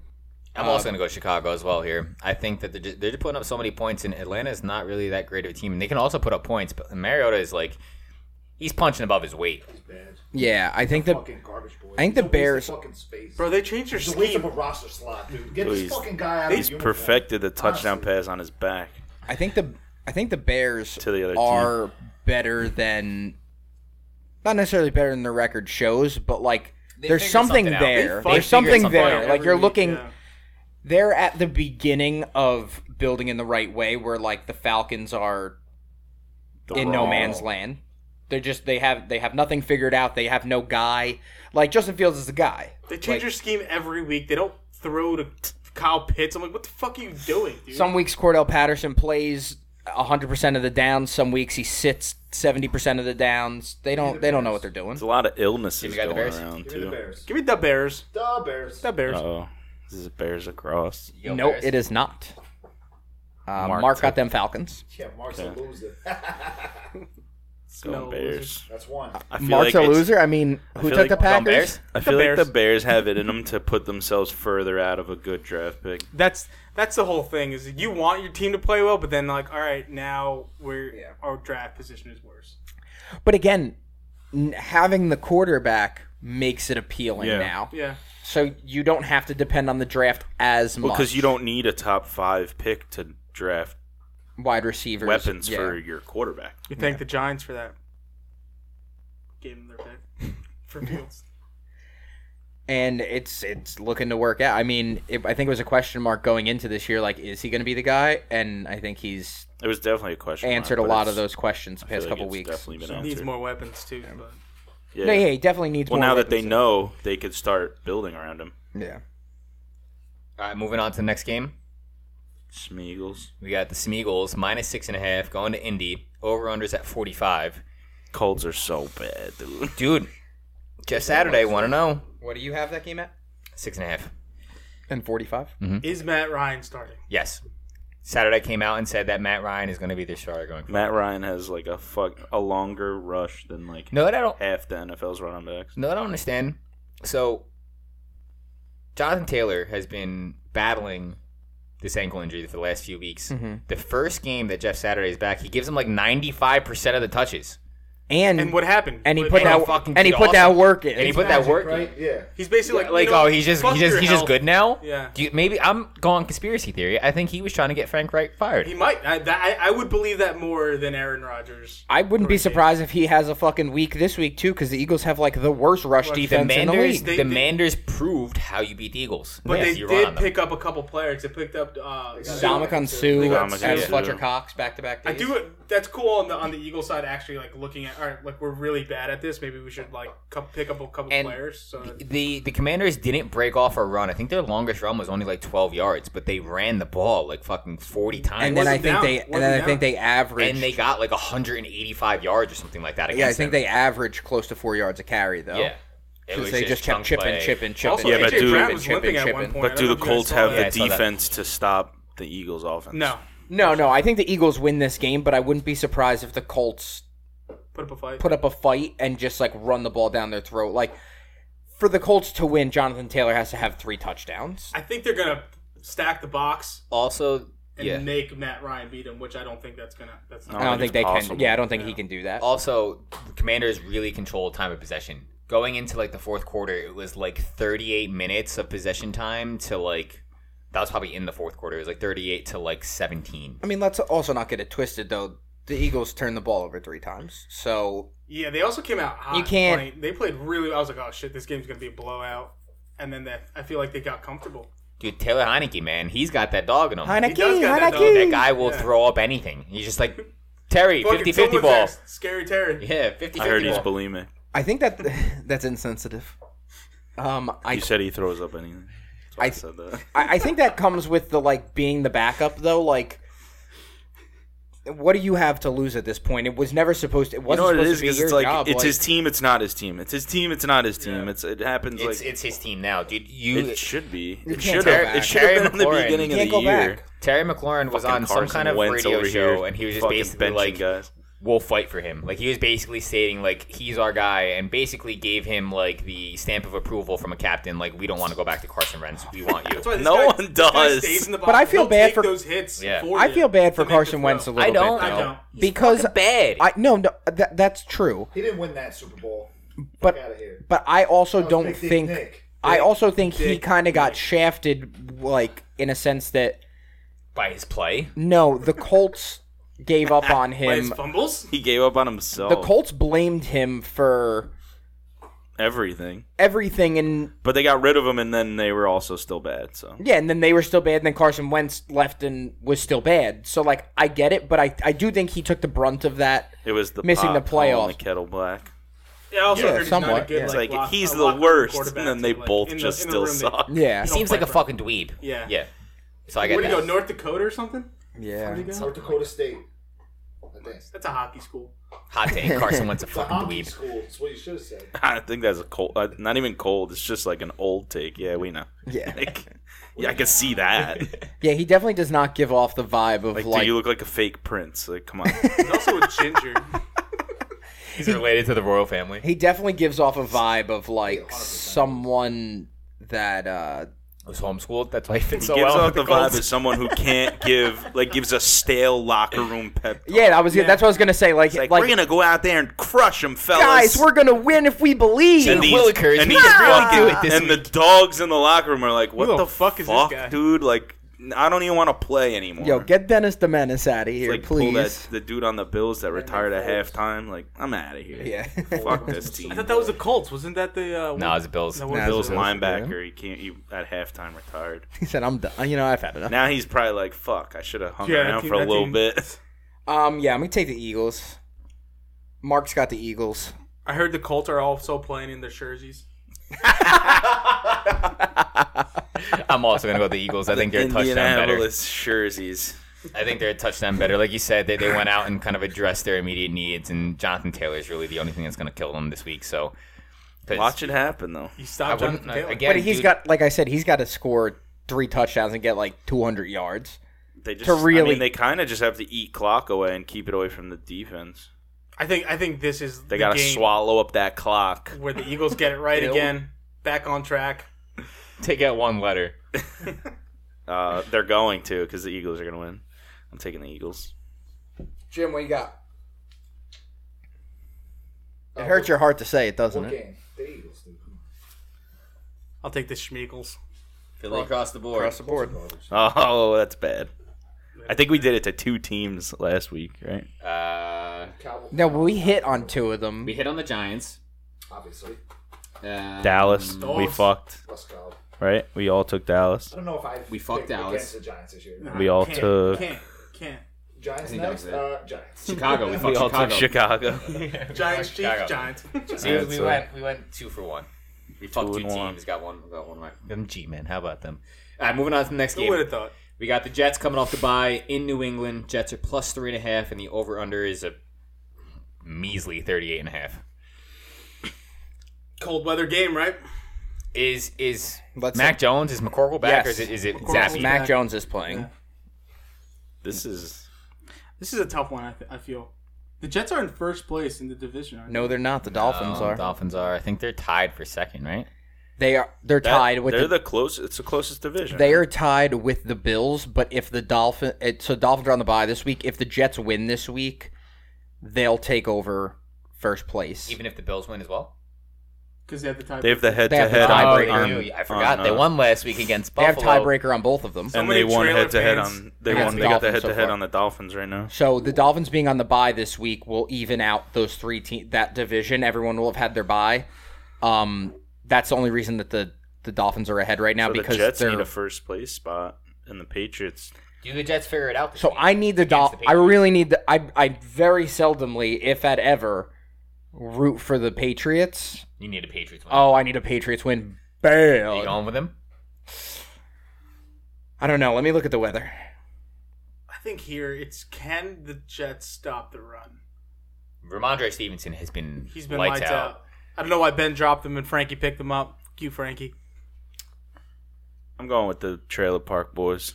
Speaker 2: I'm
Speaker 1: Uh,
Speaker 2: also going to go Chicago as well here. I think that they're just, they're just putting up so many points, and Atlanta is not really that great of a team. And they can also put up points, but Mariota is like, he's punching above his weight.
Speaker 5: It's bad.
Speaker 1: Yeah, I think the
Speaker 5: fucking garbage boy.
Speaker 1: I think the
Speaker 5: He's a waste of
Speaker 1: Bears-
Speaker 5: Fucking space.
Speaker 3: Bro, they changed their
Speaker 5: He's a waste of
Speaker 3: scheme.
Speaker 5: a roster slot, dude. Get
Speaker 4: Dude,
Speaker 5: this
Speaker 4: he's-
Speaker 5: fucking guy out
Speaker 4: He's
Speaker 5: of the uniform.
Speaker 4: perfected the touchdown
Speaker 5: Honestly.
Speaker 4: pass on his back.
Speaker 1: I think the I think the Bears
Speaker 4: To the other team.
Speaker 1: are better than not necessarily better than the record shows, but like
Speaker 2: They
Speaker 1: there's
Speaker 2: figure
Speaker 1: something,
Speaker 2: something out.
Speaker 1: there.
Speaker 2: They
Speaker 1: There's
Speaker 2: fi- figure
Speaker 1: something
Speaker 2: something out
Speaker 1: there.
Speaker 2: every
Speaker 1: Like you're
Speaker 3: week,
Speaker 1: looking
Speaker 3: yeah.
Speaker 1: they're at the beginning of building in the right way where like the Falcons are
Speaker 4: The
Speaker 1: in no
Speaker 4: raw-
Speaker 1: man's land. They're just they have they have nothing figured out. They have no guy. Like Justin Fields is the guy.
Speaker 3: They change their scheme every week. They don't throw to Kyle Pitts. I'm like, what the fuck are you doing, dude?
Speaker 1: Some weeks Cordell Patterson plays 100% of the downs. Some weeks he sits 70% of the downs. They don't they don't know what they're doing.
Speaker 4: There's a lot of illnesses
Speaker 2: You got the
Speaker 4: going
Speaker 2: Bears?
Speaker 4: around,
Speaker 5: Give me the
Speaker 4: too.
Speaker 5: Bears.
Speaker 3: Give me the Bears.
Speaker 5: The Bears.
Speaker 3: The Bears.
Speaker 4: Oh, this is Bears across.
Speaker 2: Yo,
Speaker 1: no,
Speaker 2: Bears.
Speaker 1: it is not. Uh, Mark,
Speaker 4: Mark
Speaker 1: got them Falcons.
Speaker 5: Yeah, Mark's a loser. (laughs)
Speaker 4: Go
Speaker 3: No,
Speaker 4: Bears.
Speaker 5: That's one.
Speaker 4: I feel
Speaker 1: Mark's
Speaker 4: like
Speaker 1: a
Speaker 4: it's-
Speaker 1: loser. I mean, who
Speaker 4: feel
Speaker 1: took
Speaker 4: like-
Speaker 1: the
Speaker 4: Go
Speaker 1: Packers?
Speaker 2: Bears?
Speaker 4: I feel like
Speaker 3: Bears.
Speaker 4: the Bears have it in them to put themselves further out of a good draft pick.
Speaker 3: That's that's the whole thing. Is you want your team to play well, but then like, all right, now we're our draft position is worse.
Speaker 1: But again, n- having the quarterback makes it appealing
Speaker 4: Yeah.
Speaker 1: now.
Speaker 3: Yeah.
Speaker 1: So you don't have to depend on the draft as much.
Speaker 4: Because you don't need a top five pick to draft
Speaker 1: wide receivers
Speaker 4: weapons
Speaker 1: yeah.
Speaker 4: for your quarterback.
Speaker 3: You thank the Giants for that. Gave them their
Speaker 2: (laughs)
Speaker 3: pick for
Speaker 4: (laughs)
Speaker 3: Fields.
Speaker 1: and it's it's looking to work out. I mean, it, I think it was a question mark going into this year, like is he going to be the guy? And I think he's
Speaker 4: It was definitely a question. mark,
Speaker 1: answered a
Speaker 4: but
Speaker 1: lot of
Speaker 4: it's-
Speaker 1: those questions the
Speaker 4: I feel
Speaker 1: past
Speaker 4: like
Speaker 1: couple
Speaker 4: it's
Speaker 1: weeks.
Speaker 4: Definitely been
Speaker 3: Needs
Speaker 4: answered.
Speaker 3: more weapons too. But
Speaker 4: Yeah.
Speaker 1: No, yeah, he definitely needs
Speaker 4: Well,
Speaker 1: more.
Speaker 4: now that they
Speaker 1: weapons.
Speaker 4: know, they could start building around him.
Speaker 1: yeah,
Speaker 2: All right, moving on to the next game.
Speaker 4: Smeagles,
Speaker 2: We got the Smeagles minus six and a half going to Indy. Over unders at 45.
Speaker 4: Colts are so bad, dude.
Speaker 2: Dude, Jeff Saturday, want to know?
Speaker 1: what do you have that game at?
Speaker 2: Six and a half.
Speaker 1: And forty-five.
Speaker 3: is Matt Ryan starting?
Speaker 2: Yes. Saturday came out and said that Matt Ryan is going to be the starter going. forward.
Speaker 4: Matt Ryan has like a fuck a longer rush than like
Speaker 2: No, that I don't.
Speaker 4: half the NFL's running backs.
Speaker 2: No, I don't understand. So, Jonathan Taylor has been battling this ankle injury for the last few weeks.
Speaker 1: Mm-hmm.
Speaker 2: The first game that Jeff Saturday is back, he gives him like 95% of the touches.
Speaker 1: And
Speaker 3: And what happened?
Speaker 1: and he
Speaker 3: Like,
Speaker 1: put
Speaker 2: Mm-hmm.
Speaker 1: that
Speaker 2: and he fucking
Speaker 1: and he
Speaker 2: did
Speaker 1: put that
Speaker 2: awesome.
Speaker 1: work in.
Speaker 2: And he put that work in.
Speaker 5: Right? Yeah.
Speaker 3: He's basically like,
Speaker 2: Like,
Speaker 3: you know,
Speaker 2: oh, he's just
Speaker 3: fuck
Speaker 2: he just
Speaker 3: your
Speaker 2: he's just
Speaker 3: health.
Speaker 2: good now.
Speaker 3: Yeah.
Speaker 2: Do you- maybe I'm going conspiracy theory. I think he was trying to get Frank Wright fired.
Speaker 3: He might. I, that, I, I would believe that more than Aaron Rodgers.
Speaker 1: I wouldn't be
Speaker 3: Great game.
Speaker 1: surprised if he has a fucking week this week too, because the Eagles have like the worst rush
Speaker 2: the
Speaker 1: defense in the
Speaker 2: Manders,
Speaker 1: league.
Speaker 2: the
Speaker 3: They- they-
Speaker 2: Manders proved how you beat the Eagles.
Speaker 3: But
Speaker 2: Yeah.
Speaker 3: they
Speaker 2: You run on
Speaker 3: did
Speaker 2: them.
Speaker 3: pick up a couple players. They picked up. Uh,
Speaker 5: got
Speaker 3: Sue.
Speaker 1: Dominic on Sue
Speaker 3: They got
Speaker 1: and
Speaker 3: Sue.
Speaker 1: Fletcher Cox back to back.
Speaker 3: I do. That's cool on the on the Eagle side. Actually, like looking at, all right, like we're really bad at this. Maybe we should like co- pick up a couple
Speaker 2: And
Speaker 3: players. So that-
Speaker 2: the the commanders didn't break off a run. I think their longest run was only like 12 yards, but they ran the ball like fucking 40 times.
Speaker 1: And then I
Speaker 3: Wasn't
Speaker 1: think
Speaker 3: down.
Speaker 1: they and
Speaker 3: Wasn't
Speaker 1: then I think
Speaker 3: down.
Speaker 1: they averaged
Speaker 2: and they got like 185 yards or something like that
Speaker 1: Yeah, I
Speaker 2: against
Speaker 1: think
Speaker 2: them.
Speaker 1: they average close to four yards a carry though.
Speaker 2: Yeah. It
Speaker 1: because
Speaker 2: was
Speaker 1: they just kept
Speaker 2: chunk
Speaker 1: chipping,
Speaker 2: play.
Speaker 1: chipping, chipping.
Speaker 3: also,
Speaker 4: Yeah, but
Speaker 3: AJ
Speaker 4: do-
Speaker 3: Brown
Speaker 1: chipping,
Speaker 3: was
Speaker 1: chipping,
Speaker 3: limping at one
Speaker 1: chipping.
Speaker 3: point. I
Speaker 4: But
Speaker 3: don't
Speaker 4: do
Speaker 3: know if
Speaker 4: the
Speaker 3: you guys
Speaker 4: Colts
Speaker 3: saw
Speaker 4: have
Speaker 3: that.
Speaker 2: Yeah, I
Speaker 4: the
Speaker 2: saw that.
Speaker 4: defense to stop the Eagles' offense?
Speaker 3: No,
Speaker 1: No, no, I think the Eagles win this game, but I wouldn't be surprised if the Colts
Speaker 3: Put up a fight.
Speaker 1: put up a fight and just like run the ball down their throat. Like for the Colts to win, Jonathan Taylor has to have three touchdowns.
Speaker 3: I think they're gonna stack the box
Speaker 2: Also,
Speaker 3: and
Speaker 2: yeah.
Speaker 3: make Matt Ryan beat him, which I don't think that's gonna. That's not.
Speaker 1: I
Speaker 4: No.
Speaker 1: don't think they
Speaker 4: Impossible.
Speaker 1: can. Yeah, I don't think he
Speaker 3: Yeah.
Speaker 1: can do that.
Speaker 2: Also, Commanders really control time of possession. Going into like the fourth quarter, it was like 38 minutes of possession time to like that was probably in the fourth quarter. It was like 38 to like 17.
Speaker 1: I mean, let's also not get it twisted though. The Eagles turned the ball over three times, so
Speaker 3: Yeah, they also came out hot.
Speaker 1: You can't-
Speaker 3: Like, They played really. I was like, oh shit, this game's gonna be a blowout. And then that, I feel like they got comfortable.
Speaker 2: Dude, Taylor Heineke, man, he's got that dog in him.
Speaker 1: Heineke,
Speaker 3: does got that dog.
Speaker 2: That
Speaker 1: Heineke.
Speaker 2: guy will
Speaker 3: Yeah.
Speaker 2: throw up anything. He's just like Terry,
Speaker 3: Fucking
Speaker 2: 50-50
Speaker 3: someone's
Speaker 2: ball.
Speaker 3: ass, Scary Terry.
Speaker 2: Yeah, 50-50
Speaker 4: I heard
Speaker 2: ball.
Speaker 4: he's bulimic.
Speaker 1: I think that (laughs) that's insensitive. Um, I
Speaker 4: You said he throws up anything. That's why I,
Speaker 1: I-
Speaker 4: said that.
Speaker 1: I, I think that comes with the like being the backup though. Like, what do you have to lose at this point? It was never supposed. to It
Speaker 4: You know
Speaker 1: wasn't
Speaker 4: what it is?
Speaker 1: supposed
Speaker 4: Because
Speaker 1: to be your
Speaker 4: it's like
Speaker 1: job.
Speaker 4: it's
Speaker 1: like-
Speaker 4: his team. It's not his team. It's his team. It's not his team.
Speaker 3: Yeah.
Speaker 4: It's it happens
Speaker 2: It's
Speaker 4: like
Speaker 2: it's his team now, dude. You
Speaker 4: it should be. It
Speaker 1: can't
Speaker 4: should
Speaker 1: go
Speaker 4: have.
Speaker 1: back.
Speaker 4: It should have
Speaker 2: Terry
Speaker 4: been in the
Speaker 2: McLaurin,
Speaker 4: beginning
Speaker 1: you
Speaker 4: of
Speaker 1: can't
Speaker 4: the
Speaker 1: go
Speaker 4: year.
Speaker 1: back.
Speaker 2: Terry McLaurin was
Speaker 4: Fucking
Speaker 2: on some
Speaker 4: Carson
Speaker 2: kind of
Speaker 4: Wentz
Speaker 2: radio
Speaker 4: over
Speaker 2: show,
Speaker 4: here
Speaker 2: and he was just
Speaker 4: fucking
Speaker 2: basically
Speaker 4: benching
Speaker 2: like,
Speaker 4: guys.
Speaker 2: "We'll fight for him." Like he was basically stating, like, "He's our guy," and basically gave him like the stamp of approval from a captain. Like, we don't want to go back to Carson Wentz. We want you.
Speaker 3: That's why this
Speaker 4: No
Speaker 3: guy-
Speaker 4: one
Speaker 3: this guy
Speaker 4: does.
Speaker 3: stays in the
Speaker 1: But I
Speaker 3: box.
Speaker 1: feel
Speaker 3: He'll
Speaker 1: bad
Speaker 3: take
Speaker 1: for-
Speaker 3: those hits.
Speaker 2: Yeah.
Speaker 3: for
Speaker 1: I
Speaker 3: you
Speaker 1: feel bad for
Speaker 3: to make the
Speaker 1: Carson
Speaker 3: throw.
Speaker 1: Wentz a little
Speaker 2: I don't.
Speaker 1: bit
Speaker 3: I
Speaker 1: though.
Speaker 3: don't.
Speaker 1: because
Speaker 2: bad.
Speaker 1: I no, no that, that's true.
Speaker 5: He didn't win that Super Bowl.
Speaker 1: But
Speaker 5: out of here.
Speaker 1: but I also
Speaker 5: That was
Speaker 1: don't
Speaker 5: Big Dick
Speaker 1: think
Speaker 5: Nick.
Speaker 1: I also think he
Speaker 3: Dick
Speaker 1: kind of got
Speaker 3: Nick.
Speaker 1: shafted like in a sense that
Speaker 2: By his play,
Speaker 1: no, the Colts gave
Speaker 4: (laughs)
Speaker 1: up on
Speaker 3: By his
Speaker 1: him.
Speaker 3: fumbles.
Speaker 4: He gave up on himself.
Speaker 1: The Colts blamed him for
Speaker 4: everything.
Speaker 1: everything and
Speaker 4: But they got rid of him, and then they were also still bad. So
Speaker 1: yeah, and then they were still bad and then Carson Wentz left and was still bad. So like I get it, but I I do think he took the brunt of that.
Speaker 4: it was the
Speaker 1: Missing
Speaker 4: pot
Speaker 1: the
Speaker 4: calling
Speaker 1: playoff.
Speaker 4: the kettle black.
Speaker 3: Yeah, also
Speaker 1: Yeah,
Speaker 3: heard he's
Speaker 1: somewhat,
Speaker 3: Not a good,
Speaker 1: yeah.
Speaker 4: It's
Speaker 3: like,
Speaker 4: like
Speaker 3: lock-
Speaker 4: he's
Speaker 3: a
Speaker 4: the
Speaker 3: lock
Speaker 4: worst,
Speaker 3: quarterback
Speaker 4: and then they
Speaker 3: too, like,
Speaker 4: both
Speaker 3: in the-
Speaker 4: just
Speaker 3: in the
Speaker 4: still
Speaker 3: room they-
Speaker 4: suck.
Speaker 1: Yeah.
Speaker 2: he seems
Speaker 3: play
Speaker 2: like a
Speaker 3: for
Speaker 2: fucking
Speaker 3: him.
Speaker 2: dweeb.
Speaker 3: Yeah.
Speaker 2: yeah. So I
Speaker 3: Where
Speaker 2: got
Speaker 3: do you go?
Speaker 2: that.
Speaker 3: North Dakota or something?
Speaker 1: Yeah.
Speaker 5: North Dakota State. I think. It's
Speaker 3: That's a hockey school.
Speaker 2: Hot take: Carson Wentz a
Speaker 5: a (laughs)
Speaker 2: fucking
Speaker 5: hockey
Speaker 2: dweeb.
Speaker 5: school. That's what you should have said.
Speaker 4: I think that's a cold. Uh, not even cold. It's just like an old take. Yeah, we know.
Speaker 1: Yeah.
Speaker 4: Like, yeah, I can see that.
Speaker 1: Yeah, he definitely does not give off the vibe of
Speaker 4: Like,
Speaker 1: like,
Speaker 4: do you look like a fake prince? Like, come on.
Speaker 3: He's also a
Speaker 1: (laughs)
Speaker 3: ginger.
Speaker 2: He's related to the royal family.
Speaker 1: he definitely gives off a vibe of like
Speaker 5: 100%.
Speaker 1: someone that uh
Speaker 2: was homeschooled. That's why he fits
Speaker 3: (laughs)
Speaker 4: He
Speaker 2: so
Speaker 4: gives
Speaker 2: well.
Speaker 4: off
Speaker 2: with
Speaker 4: the
Speaker 2: Colts.
Speaker 4: vibe of someone who can't give, like, gives a stale locker room pep. talk.
Speaker 1: yeah, I was that's what I was gonna say. Like,
Speaker 4: It's like,
Speaker 1: like,
Speaker 4: we're gonna go out there and crush them, fellas.
Speaker 1: guys, we're gonna win if we believe.
Speaker 4: and
Speaker 2: It
Speaker 4: these,
Speaker 2: will occur.
Speaker 4: and,
Speaker 2: We
Speaker 4: these
Speaker 2: can really
Speaker 4: fucking-
Speaker 2: do it this
Speaker 4: and the dogs in the locker room are like, "What
Speaker 3: the
Speaker 4: the
Speaker 3: fuck
Speaker 4: fuck,
Speaker 3: is this guy?"
Speaker 4: dude? Like, I don't even want to play anymore."
Speaker 1: Yo, get Dennis the Menace out of here,
Speaker 4: like pull
Speaker 1: please.
Speaker 4: that the dude on the Bills that retired at halftime. Like, I'm out of here.
Speaker 1: yeah, (laughs)
Speaker 4: fuck this team.
Speaker 3: I thought that was the Colts. Wasn't that the? Uh,
Speaker 2: No, it's the Bills.
Speaker 3: No, what
Speaker 1: Nah,
Speaker 3: is
Speaker 4: Bills
Speaker 1: it's-
Speaker 3: it?
Speaker 4: linebacker. He can't. He at halftime retired.
Speaker 1: he said, "I'm done." You know, I've had enough.
Speaker 4: Now he's probably like, "Fuck, I should have hung
Speaker 3: Yeah, that
Speaker 4: around
Speaker 3: team-
Speaker 4: for a
Speaker 3: that
Speaker 4: little
Speaker 3: team- (laughs)
Speaker 4: bit."
Speaker 1: Um, yeah, I'm gonna take the Eagles. Mark's got the Eagles.
Speaker 3: I heard the Colts are also playing in their jerseys.
Speaker 2: I'm also gonna go with the Eagles. I think they're a touchdown better.
Speaker 4: Indianapolis jerseys.
Speaker 2: I think they're a touchdown better. Like you said, they, they went out and kind of addressed their immediate needs, and Jonathan Taylor is really the only thing that's gonna kill them this week. So, 'cause
Speaker 4: Watch it happen though.
Speaker 2: I
Speaker 3: You stopped
Speaker 2: wouldn't
Speaker 3: Jonathan Taylor.
Speaker 2: again.
Speaker 1: but he's
Speaker 2: dude,
Speaker 1: got, like I said, he's got to score three touchdowns and get like 200 yards.
Speaker 4: They just
Speaker 1: To
Speaker 4: I
Speaker 1: really-
Speaker 4: mean, they kind of just have to eat clock away and keep it away from the defense.
Speaker 3: I think I think this is
Speaker 4: They
Speaker 3: the
Speaker 4: got to
Speaker 3: game
Speaker 4: swallow up that clock.
Speaker 3: where the Eagles get it
Speaker 1: (laughs)
Speaker 3: right
Speaker 1: Bill.
Speaker 3: again, back on track.
Speaker 2: take out one letter.
Speaker 4: Uh, they're going to because the Eagles are going to win. I'm taking the Eagles. (laughs)
Speaker 1: Jim, what you got? It
Speaker 5: Uh,
Speaker 1: hurts your heart to say it,
Speaker 5: what,
Speaker 1: doesn't
Speaker 5: what
Speaker 1: it?
Speaker 5: game? The Eagles, dude. Come
Speaker 3: I'll take the Schmeagles.
Speaker 2: Philly across the board.
Speaker 1: Across the board.
Speaker 5: on. Garbage.
Speaker 4: Oh, that's bad. I think we did it to two teams last week, right?
Speaker 2: Uh,
Speaker 5: Cowboys,
Speaker 1: No, we hit on two of them.
Speaker 2: we hit on the Giants.
Speaker 5: obviously.
Speaker 2: Uh,
Speaker 4: Dallas, we
Speaker 3: Dogs.
Speaker 4: fucked,
Speaker 5: Let's go.
Speaker 4: right? We all took Dallas.
Speaker 5: I don't know if I
Speaker 2: We fucked
Speaker 5: picked
Speaker 2: Dallas.
Speaker 5: against the Giants this year.
Speaker 4: We all
Speaker 3: can't,
Speaker 4: took-
Speaker 3: can't can't
Speaker 5: Giants
Speaker 2: think that
Speaker 5: next.
Speaker 2: was it.
Speaker 5: Uh, Giants.
Speaker 2: Chicago. We
Speaker 4: We
Speaker 2: fucked
Speaker 4: all
Speaker 2: Chicago.
Speaker 4: took Chicago.
Speaker 3: Giants Chiefs
Speaker 2: Chicago.
Speaker 3: Giants.
Speaker 2: See,
Speaker 4: Yeah,
Speaker 2: we
Speaker 4: so-
Speaker 2: went we went two for one. We fucked two
Speaker 4: and one.
Speaker 2: teams. Got one. Got one right. Them G men. How about them? All right, moving on to the next
Speaker 3: Who
Speaker 2: game.
Speaker 3: would have thought?
Speaker 2: We got the Jets coming off the bye in New England. Jets are plus three and a half, and the over under is a measly 38 and a half.
Speaker 3: Cold weather game, right?
Speaker 2: Is is
Speaker 1: Let's
Speaker 2: Mac Jones is McCorkle back or
Speaker 1: Yes.
Speaker 2: is it, is it
Speaker 3: McCorkle's
Speaker 2: Zappy?
Speaker 1: Mac Jones is playing.
Speaker 4: This is
Speaker 1: Mm.
Speaker 3: This is a tough one. I, th- I feel The Jets are in first place in the division, aren't
Speaker 1: No, they're not. The Dolphins
Speaker 2: No,
Speaker 1: are.
Speaker 2: Um, Dolphins are. I think they're tied for second, right?
Speaker 1: They are. They're
Speaker 4: That-
Speaker 1: tied with.
Speaker 4: they're
Speaker 1: The,
Speaker 4: the, closest. It's the closest
Speaker 1: (laughs)
Speaker 4: division.
Speaker 1: they are tied with the Bills, but if the Dolphin, it, so Dolphins are on the bye this week. If the Jets win this week, they'll take over first place.
Speaker 2: Even if the Bills win as well.
Speaker 3: Because they have the tie.
Speaker 4: They have the
Speaker 1: They have the
Speaker 4: head-to-head. on-
Speaker 1: tiebreaker.
Speaker 4: on-
Speaker 2: they do. Um, I forgot
Speaker 4: on,
Speaker 2: they
Speaker 4: uh,
Speaker 2: won last week against
Speaker 1: they have
Speaker 2: Buffalo.
Speaker 1: tiebreaker on both of them.
Speaker 4: and
Speaker 3: many
Speaker 4: they won
Speaker 3: trailer
Speaker 4: head-to-head
Speaker 3: fans
Speaker 4: on. They
Speaker 1: against
Speaker 4: won.
Speaker 1: the
Speaker 4: They got the
Speaker 1: Dolphins so
Speaker 4: head-to-head
Speaker 1: far.
Speaker 4: on the Dolphins right now.
Speaker 1: So the Dolphins being on the bye this week will even out those three team that division. Everyone will have had their bye. Um, that's the only reason that the the Dolphins are ahead right now
Speaker 4: so
Speaker 1: because
Speaker 4: the Jets
Speaker 1: they're.
Speaker 4: need a first place spot, and the Patriots.
Speaker 2: Do the Jets figure it out? This
Speaker 1: so
Speaker 2: week?
Speaker 1: I need the
Speaker 2: Against
Speaker 1: Dolph.
Speaker 2: the
Speaker 1: I
Speaker 2: Patriots.
Speaker 1: really need the. I I very seldomly, if at ever, root for the Patriots.
Speaker 2: you need a Patriots win.
Speaker 1: Oh, I need a Patriots win.
Speaker 2: Are you
Speaker 1: Bam.
Speaker 2: going with them?
Speaker 1: I don't know. Let me look at the weather.
Speaker 3: I think here it's can the Jets stop the run?
Speaker 2: Ramondre Stevenson has been
Speaker 3: He's been lights, out. I don't know why Ben dropped him and Frankie picked him up. Fuck you, Frankie.
Speaker 4: I'm going with the Trailer Park Boys.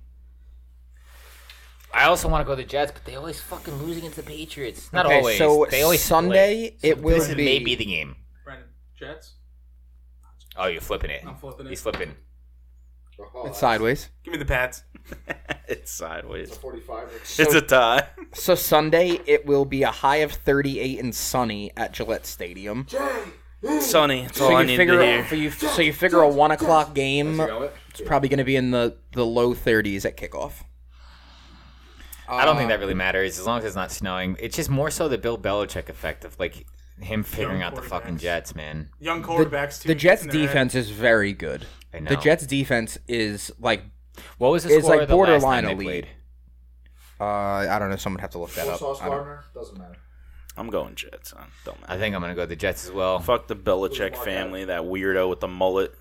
Speaker 4: (laughs)
Speaker 2: I also want to go to the Jets, but they always fucking lose against the Patriots. Not
Speaker 1: Okay,
Speaker 2: always.
Speaker 1: so
Speaker 2: they always
Speaker 1: Sunday,
Speaker 2: split.
Speaker 1: it will
Speaker 2: this is
Speaker 1: be-
Speaker 2: maybe the game.
Speaker 3: Brandon, Jets.
Speaker 2: Oh, you're flipping it.
Speaker 3: I'm flipping it.
Speaker 2: He's flipping.
Speaker 5: Oh,
Speaker 1: It's sideways.
Speaker 3: Give me the Pats.
Speaker 4: it's sideways.
Speaker 5: It's a 45.
Speaker 4: it's a tie.
Speaker 1: So Sunday it will be a high of 38 and sunny at Gillette Stadium.
Speaker 4: Sunny. That's all
Speaker 1: so
Speaker 4: I
Speaker 1: you
Speaker 4: need
Speaker 1: figure
Speaker 4: to hear.
Speaker 1: for you, so you figure a one o'clock game. It's probably going to be in the the low thirties at kickoff. Uh,
Speaker 2: I don't think that really matters as long as it's not snowing. It's just more so the Bill Belichick effect of like him figuring out the fucking
Speaker 3: quarterbacks.
Speaker 2: Jets, man.
Speaker 3: Young
Speaker 1: The,
Speaker 3: quarterbacks too.
Speaker 1: the Jets
Speaker 3: It's in their head.
Speaker 1: defense is very good.
Speaker 2: I know.
Speaker 1: The Jets defense is like
Speaker 2: What was the
Speaker 1: is
Speaker 2: score
Speaker 1: like
Speaker 2: of the last
Speaker 1: borderline
Speaker 2: time they
Speaker 1: elite.
Speaker 2: played?
Speaker 1: Uh, I don't know. Someone would have to look that
Speaker 5: Or
Speaker 1: up.
Speaker 5: Sauce
Speaker 1: I don't-
Speaker 5: Gardner? Doesn't matter.
Speaker 4: I'm going Jets. Huh? Don't matter.
Speaker 2: I think I'm gonna go with the Jets as well.
Speaker 4: Fuck the Belichick family. That weirdo with the mullet.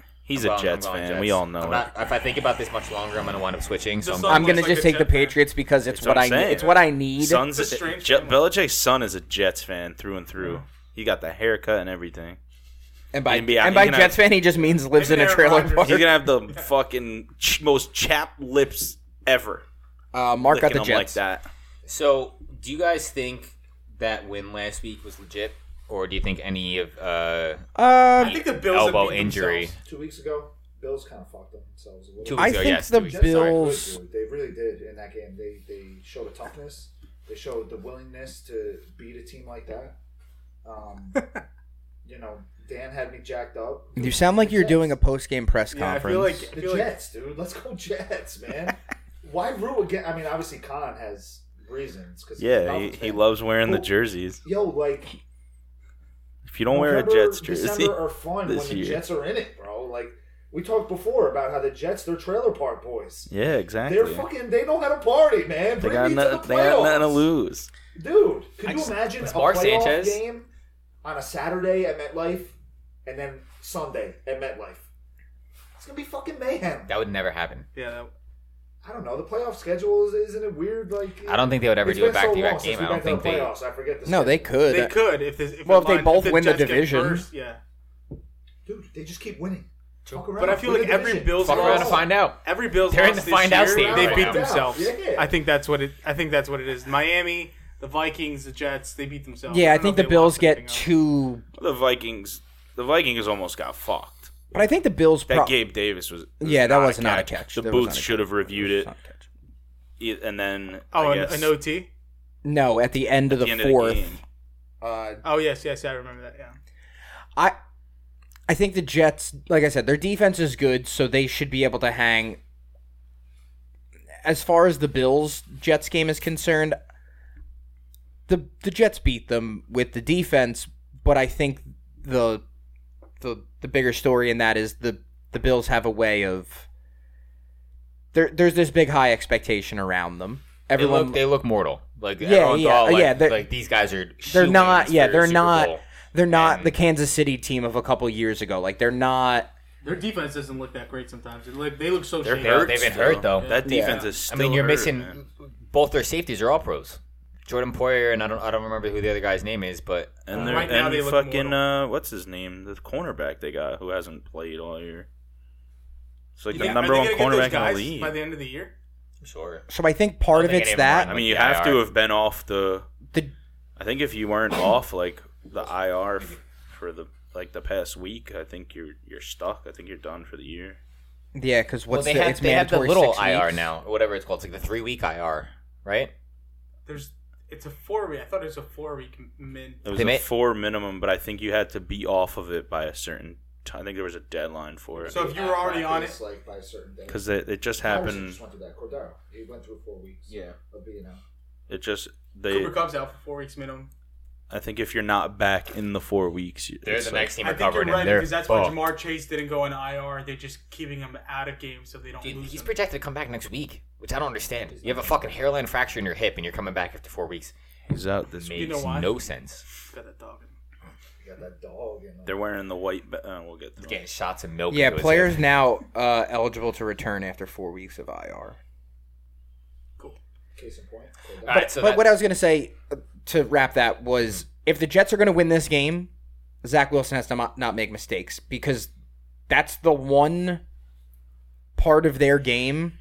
Speaker 2: I'm
Speaker 4: He's a
Speaker 2: going-
Speaker 4: Jets
Speaker 2: I'm
Speaker 4: fan.
Speaker 2: going Jets.
Speaker 4: We all know
Speaker 2: I'm
Speaker 4: it.
Speaker 2: not- if I think about this much longer, I'm gonna wind up switching. So
Speaker 3: Just
Speaker 2: I'm
Speaker 3: like-
Speaker 2: going
Speaker 1: I'm gonna
Speaker 3: Looks
Speaker 1: just
Speaker 3: like
Speaker 1: take
Speaker 3: a
Speaker 1: the
Speaker 3: Jet fan.
Speaker 1: Patriots because it's
Speaker 4: That's
Speaker 1: what,
Speaker 4: what I'm
Speaker 1: I
Speaker 4: saying.
Speaker 1: need. It's what I need.
Speaker 4: Son's
Speaker 3: It's a strange
Speaker 4: Je-
Speaker 3: family.
Speaker 4: Belichick's son is a Jets fan through and through. He got the haircut and everything.
Speaker 1: and by
Speaker 4: He'd be out-
Speaker 1: and by
Speaker 4: he can
Speaker 1: Jets
Speaker 4: have-
Speaker 1: fan, he just means lives in a
Speaker 3: Maybe Aaron
Speaker 1: trailer
Speaker 3: Rodgers.
Speaker 1: park.
Speaker 4: He's gonna have (laughs) the fucking ch- most chapped lips ever.
Speaker 1: Uh, mark out
Speaker 4: Licking
Speaker 1: the
Speaker 4: them like
Speaker 1: Jets.
Speaker 4: that.
Speaker 2: So, do you guys think that win last week was legit, or do you think any of uh,
Speaker 1: uh,
Speaker 3: I think the Bills have
Speaker 2: elbow
Speaker 3: beat
Speaker 2: injury?
Speaker 3: themselves.
Speaker 5: Two weeks ago, Bills kind of fucked them themselves a little.
Speaker 2: Two
Speaker 5: bit.
Speaker 1: I
Speaker 2: So,
Speaker 1: think
Speaker 2: yes,
Speaker 1: the
Speaker 2: two weeks, sorry.
Speaker 1: Bills.
Speaker 5: They really did in that game. They they showed a toughness. They showed the willingness to beat a team like that. Um, you know, Dan had me jacked up.
Speaker 1: You sound like
Speaker 5: The
Speaker 1: you're
Speaker 5: Jets.
Speaker 1: doing a post game press
Speaker 3: Yeah, I
Speaker 1: conference.
Speaker 3: feel like I
Speaker 5: The
Speaker 3: feel like
Speaker 5: Jets, dude. Let's go Jets, man. Why root again? I mean, obviously Khan has reasons because
Speaker 4: Yeah, he, he loves wearing the jerseys.
Speaker 5: Yo, like
Speaker 4: If you don't wear a
Speaker 5: November,
Speaker 4: Jets jersey,
Speaker 5: December are fun
Speaker 4: this
Speaker 5: when the
Speaker 4: year.
Speaker 5: Jets are in it, bro. Like we talked before about how the Jets, they're trailer park boys.
Speaker 4: (laughs) yeah, exactly.
Speaker 5: They're fucking. They know how to party, man.
Speaker 4: They
Speaker 5: Bring
Speaker 4: got,
Speaker 5: me
Speaker 4: no,
Speaker 5: to the
Speaker 4: they got
Speaker 5: playoffs.
Speaker 4: nothing to lose.
Speaker 5: Dude, could
Speaker 2: I
Speaker 5: you
Speaker 2: just-
Speaker 5: imagine a
Speaker 2: it's Bar
Speaker 5: playoff
Speaker 2: Sanchez.
Speaker 5: game on a Saturday at MetLife and then Sunday at MetLife? It's gonna be fucking mayhem.
Speaker 2: That would never happen.
Speaker 3: yeah, that,
Speaker 5: I don't know. The playoff schedule is isn't it weird? Like
Speaker 2: I don't think they would ever
Speaker 5: it's
Speaker 2: do a
Speaker 5: been so long
Speaker 2: back-to-back
Speaker 5: since
Speaker 2: game.
Speaker 5: we've
Speaker 2: I don't
Speaker 5: been
Speaker 2: think
Speaker 5: to
Speaker 2: they.
Speaker 5: the playoffs. I forget the
Speaker 1: no, they
Speaker 5: schedule.
Speaker 1: could.
Speaker 3: they could if this. If
Speaker 1: Well,
Speaker 3: the
Speaker 1: if they
Speaker 3: line-
Speaker 1: both
Speaker 3: the
Speaker 1: win the
Speaker 3: Jets get
Speaker 1: division.
Speaker 3: first, yeah.
Speaker 5: Dude, they just keep winning. Fuck around.
Speaker 3: But I feel
Speaker 5: Win
Speaker 3: like
Speaker 5: the
Speaker 3: every
Speaker 5: division.
Speaker 3: Bills
Speaker 2: Fuck
Speaker 3: loss-
Speaker 2: around and find out.
Speaker 3: Every Bills
Speaker 2: They're in the
Speaker 3: loss this
Speaker 2: find out
Speaker 3: year,
Speaker 2: stage
Speaker 3: They
Speaker 5: right
Speaker 3: beat
Speaker 5: now.
Speaker 3: themselves.
Speaker 5: Yeah.
Speaker 3: I think that's what it. I think that's what it is. Miami, the Vikings, the Jets. They beat themselves.
Speaker 1: yeah, I
Speaker 3: don't know
Speaker 1: think
Speaker 3: if
Speaker 1: the
Speaker 3: they
Speaker 1: Bills
Speaker 3: lost
Speaker 1: get
Speaker 3: anything
Speaker 1: two.
Speaker 4: The Vikings, the Vikings almost got fucked.
Speaker 1: But I think the Bills.
Speaker 4: That
Speaker 1: pro-
Speaker 4: Gabe Davis was, was
Speaker 1: Yeah, that
Speaker 4: not
Speaker 1: was not a catch.
Speaker 4: The
Speaker 1: That was not a
Speaker 4: booths
Speaker 1: catch.
Speaker 4: should have reviewed
Speaker 1: It's
Speaker 4: it,
Speaker 1: not a catch.
Speaker 4: E- and then
Speaker 3: else. Oh,
Speaker 4: I
Speaker 3: an,
Speaker 4: guess,
Speaker 3: an OT.
Speaker 1: No, at the end of the,
Speaker 4: at the end of the
Speaker 1: fourth.
Speaker 4: game.
Speaker 1: uh,
Speaker 3: Oh yes, yes, I remember that. Yeah.
Speaker 1: I I think the Jets, like I said, their defense is good, so they should be able to hang. As far as the Bills Jets game is concerned, the the Jets beat them with the defense, but I think the the the bigger story in that is the the Bills have a way of there there's this big high expectation around them.
Speaker 2: They
Speaker 1: Everyone
Speaker 2: look, they look mortal. Like
Speaker 1: Yeah,
Speaker 2: everyone's
Speaker 1: yeah,
Speaker 2: all like,
Speaker 1: yeah, they're-
Speaker 2: like these guys are.
Speaker 1: they're not
Speaker 2: shoo-ins
Speaker 1: yeah
Speaker 2: for
Speaker 1: they're
Speaker 2: Super
Speaker 1: not
Speaker 2: Bowl.
Speaker 1: they're not
Speaker 2: And-
Speaker 1: the kansas city team of a couple years ago like they're not
Speaker 3: Their defense doesn't look that great sometimes. They look, they look so
Speaker 4: They're
Speaker 3: shaky.
Speaker 2: They-
Speaker 4: hurt
Speaker 2: they've been
Speaker 4: still.
Speaker 2: hurt, though.
Speaker 4: That
Speaker 1: Yeah.
Speaker 4: defense is.
Speaker 2: I
Speaker 4: Still
Speaker 2: mean, you're
Speaker 4: hurt,
Speaker 2: missing
Speaker 4: man.
Speaker 2: both their safeties are all pros. Jordan Poyer and I don't I don't remember who the other guy's name is, but
Speaker 4: And they're
Speaker 3: Right now
Speaker 4: and
Speaker 3: they look
Speaker 4: fucking uh, what's his name? The cornerback they got who hasn't played all year. It's like
Speaker 3: You think-
Speaker 4: the
Speaker 3: are
Speaker 4: number
Speaker 3: they
Speaker 4: one
Speaker 3: gonna get those
Speaker 4: cornerback in the
Speaker 3: guys
Speaker 4: league.
Speaker 3: by the end of the year.
Speaker 2: Sure.
Speaker 1: So I think part of
Speaker 2: think
Speaker 1: it's
Speaker 2: anyone
Speaker 4: I
Speaker 2: Like
Speaker 1: that
Speaker 4: mean, you
Speaker 2: the
Speaker 4: have to
Speaker 2: IR.
Speaker 4: have been off the.
Speaker 1: the
Speaker 4: I think if you weren't off like the IR f- for the like the past week, I think you're you're stuck. I think you're done for the year.
Speaker 1: yeah, because
Speaker 2: Well,
Speaker 1: what's
Speaker 2: they
Speaker 1: the,
Speaker 2: have
Speaker 1: it's
Speaker 2: they have the
Speaker 1: mandatory
Speaker 2: little
Speaker 1: six
Speaker 2: IR
Speaker 1: weeks.
Speaker 2: now, or whatever it's called, it's like the three week IR, right?
Speaker 3: There's it's a four week. I thought it was a four week min.
Speaker 4: It was
Speaker 2: They
Speaker 4: a
Speaker 2: may-
Speaker 4: four minimum, but I think you had to be off of it by a certain. time. I think there was a deadline for it
Speaker 3: So if you were already on it,
Speaker 5: It's like by a certain day.
Speaker 4: because it, it just
Speaker 5: Patterson
Speaker 4: happened.
Speaker 5: just went through that. Cordero, he went through four weeks
Speaker 6: Yeah.
Speaker 5: of being out.
Speaker 4: It just they.
Speaker 3: Cooper Cup's out for four weeks minimum.
Speaker 4: I think if you're not back in the four weeks, you-
Speaker 2: They're
Speaker 4: it's
Speaker 2: the
Speaker 4: like-
Speaker 2: next team
Speaker 3: I think you're
Speaker 2: recovered,
Speaker 3: right
Speaker 2: and they're
Speaker 3: because that's why
Speaker 4: Oh.
Speaker 2: fucked.
Speaker 3: Jamar Chase didn't go in IR. They're just keeping him out of games so they don't
Speaker 2: Dude,
Speaker 3: lose
Speaker 2: he's
Speaker 3: him.
Speaker 2: projected to come back next week, which I don't understand. You have a fucking hairline fracture in your hip, and you're coming back after four weeks.
Speaker 4: He's out this
Speaker 2: Makes
Speaker 4: week.
Speaker 3: know why?
Speaker 2: no sense.
Speaker 3: Got that dog. in him.
Speaker 5: You got that dog in there.
Speaker 4: They're wearing the white. Ba- uh, we'll get to that.
Speaker 2: Getting shots of milk.
Speaker 1: Yeah,
Speaker 2: into his
Speaker 1: players
Speaker 2: hip.
Speaker 1: now uh, eligible to return after four weeks of IR.
Speaker 3: Cool.
Speaker 5: Case
Speaker 2: (laughs)
Speaker 5: in point. Cordero.
Speaker 2: All right, so
Speaker 1: but
Speaker 2: that-
Speaker 1: what I was going to say uh, to wrap that was if the Jets are going to win this game, Zach Wilson has to mo- not make mistakes because that's the one part of their game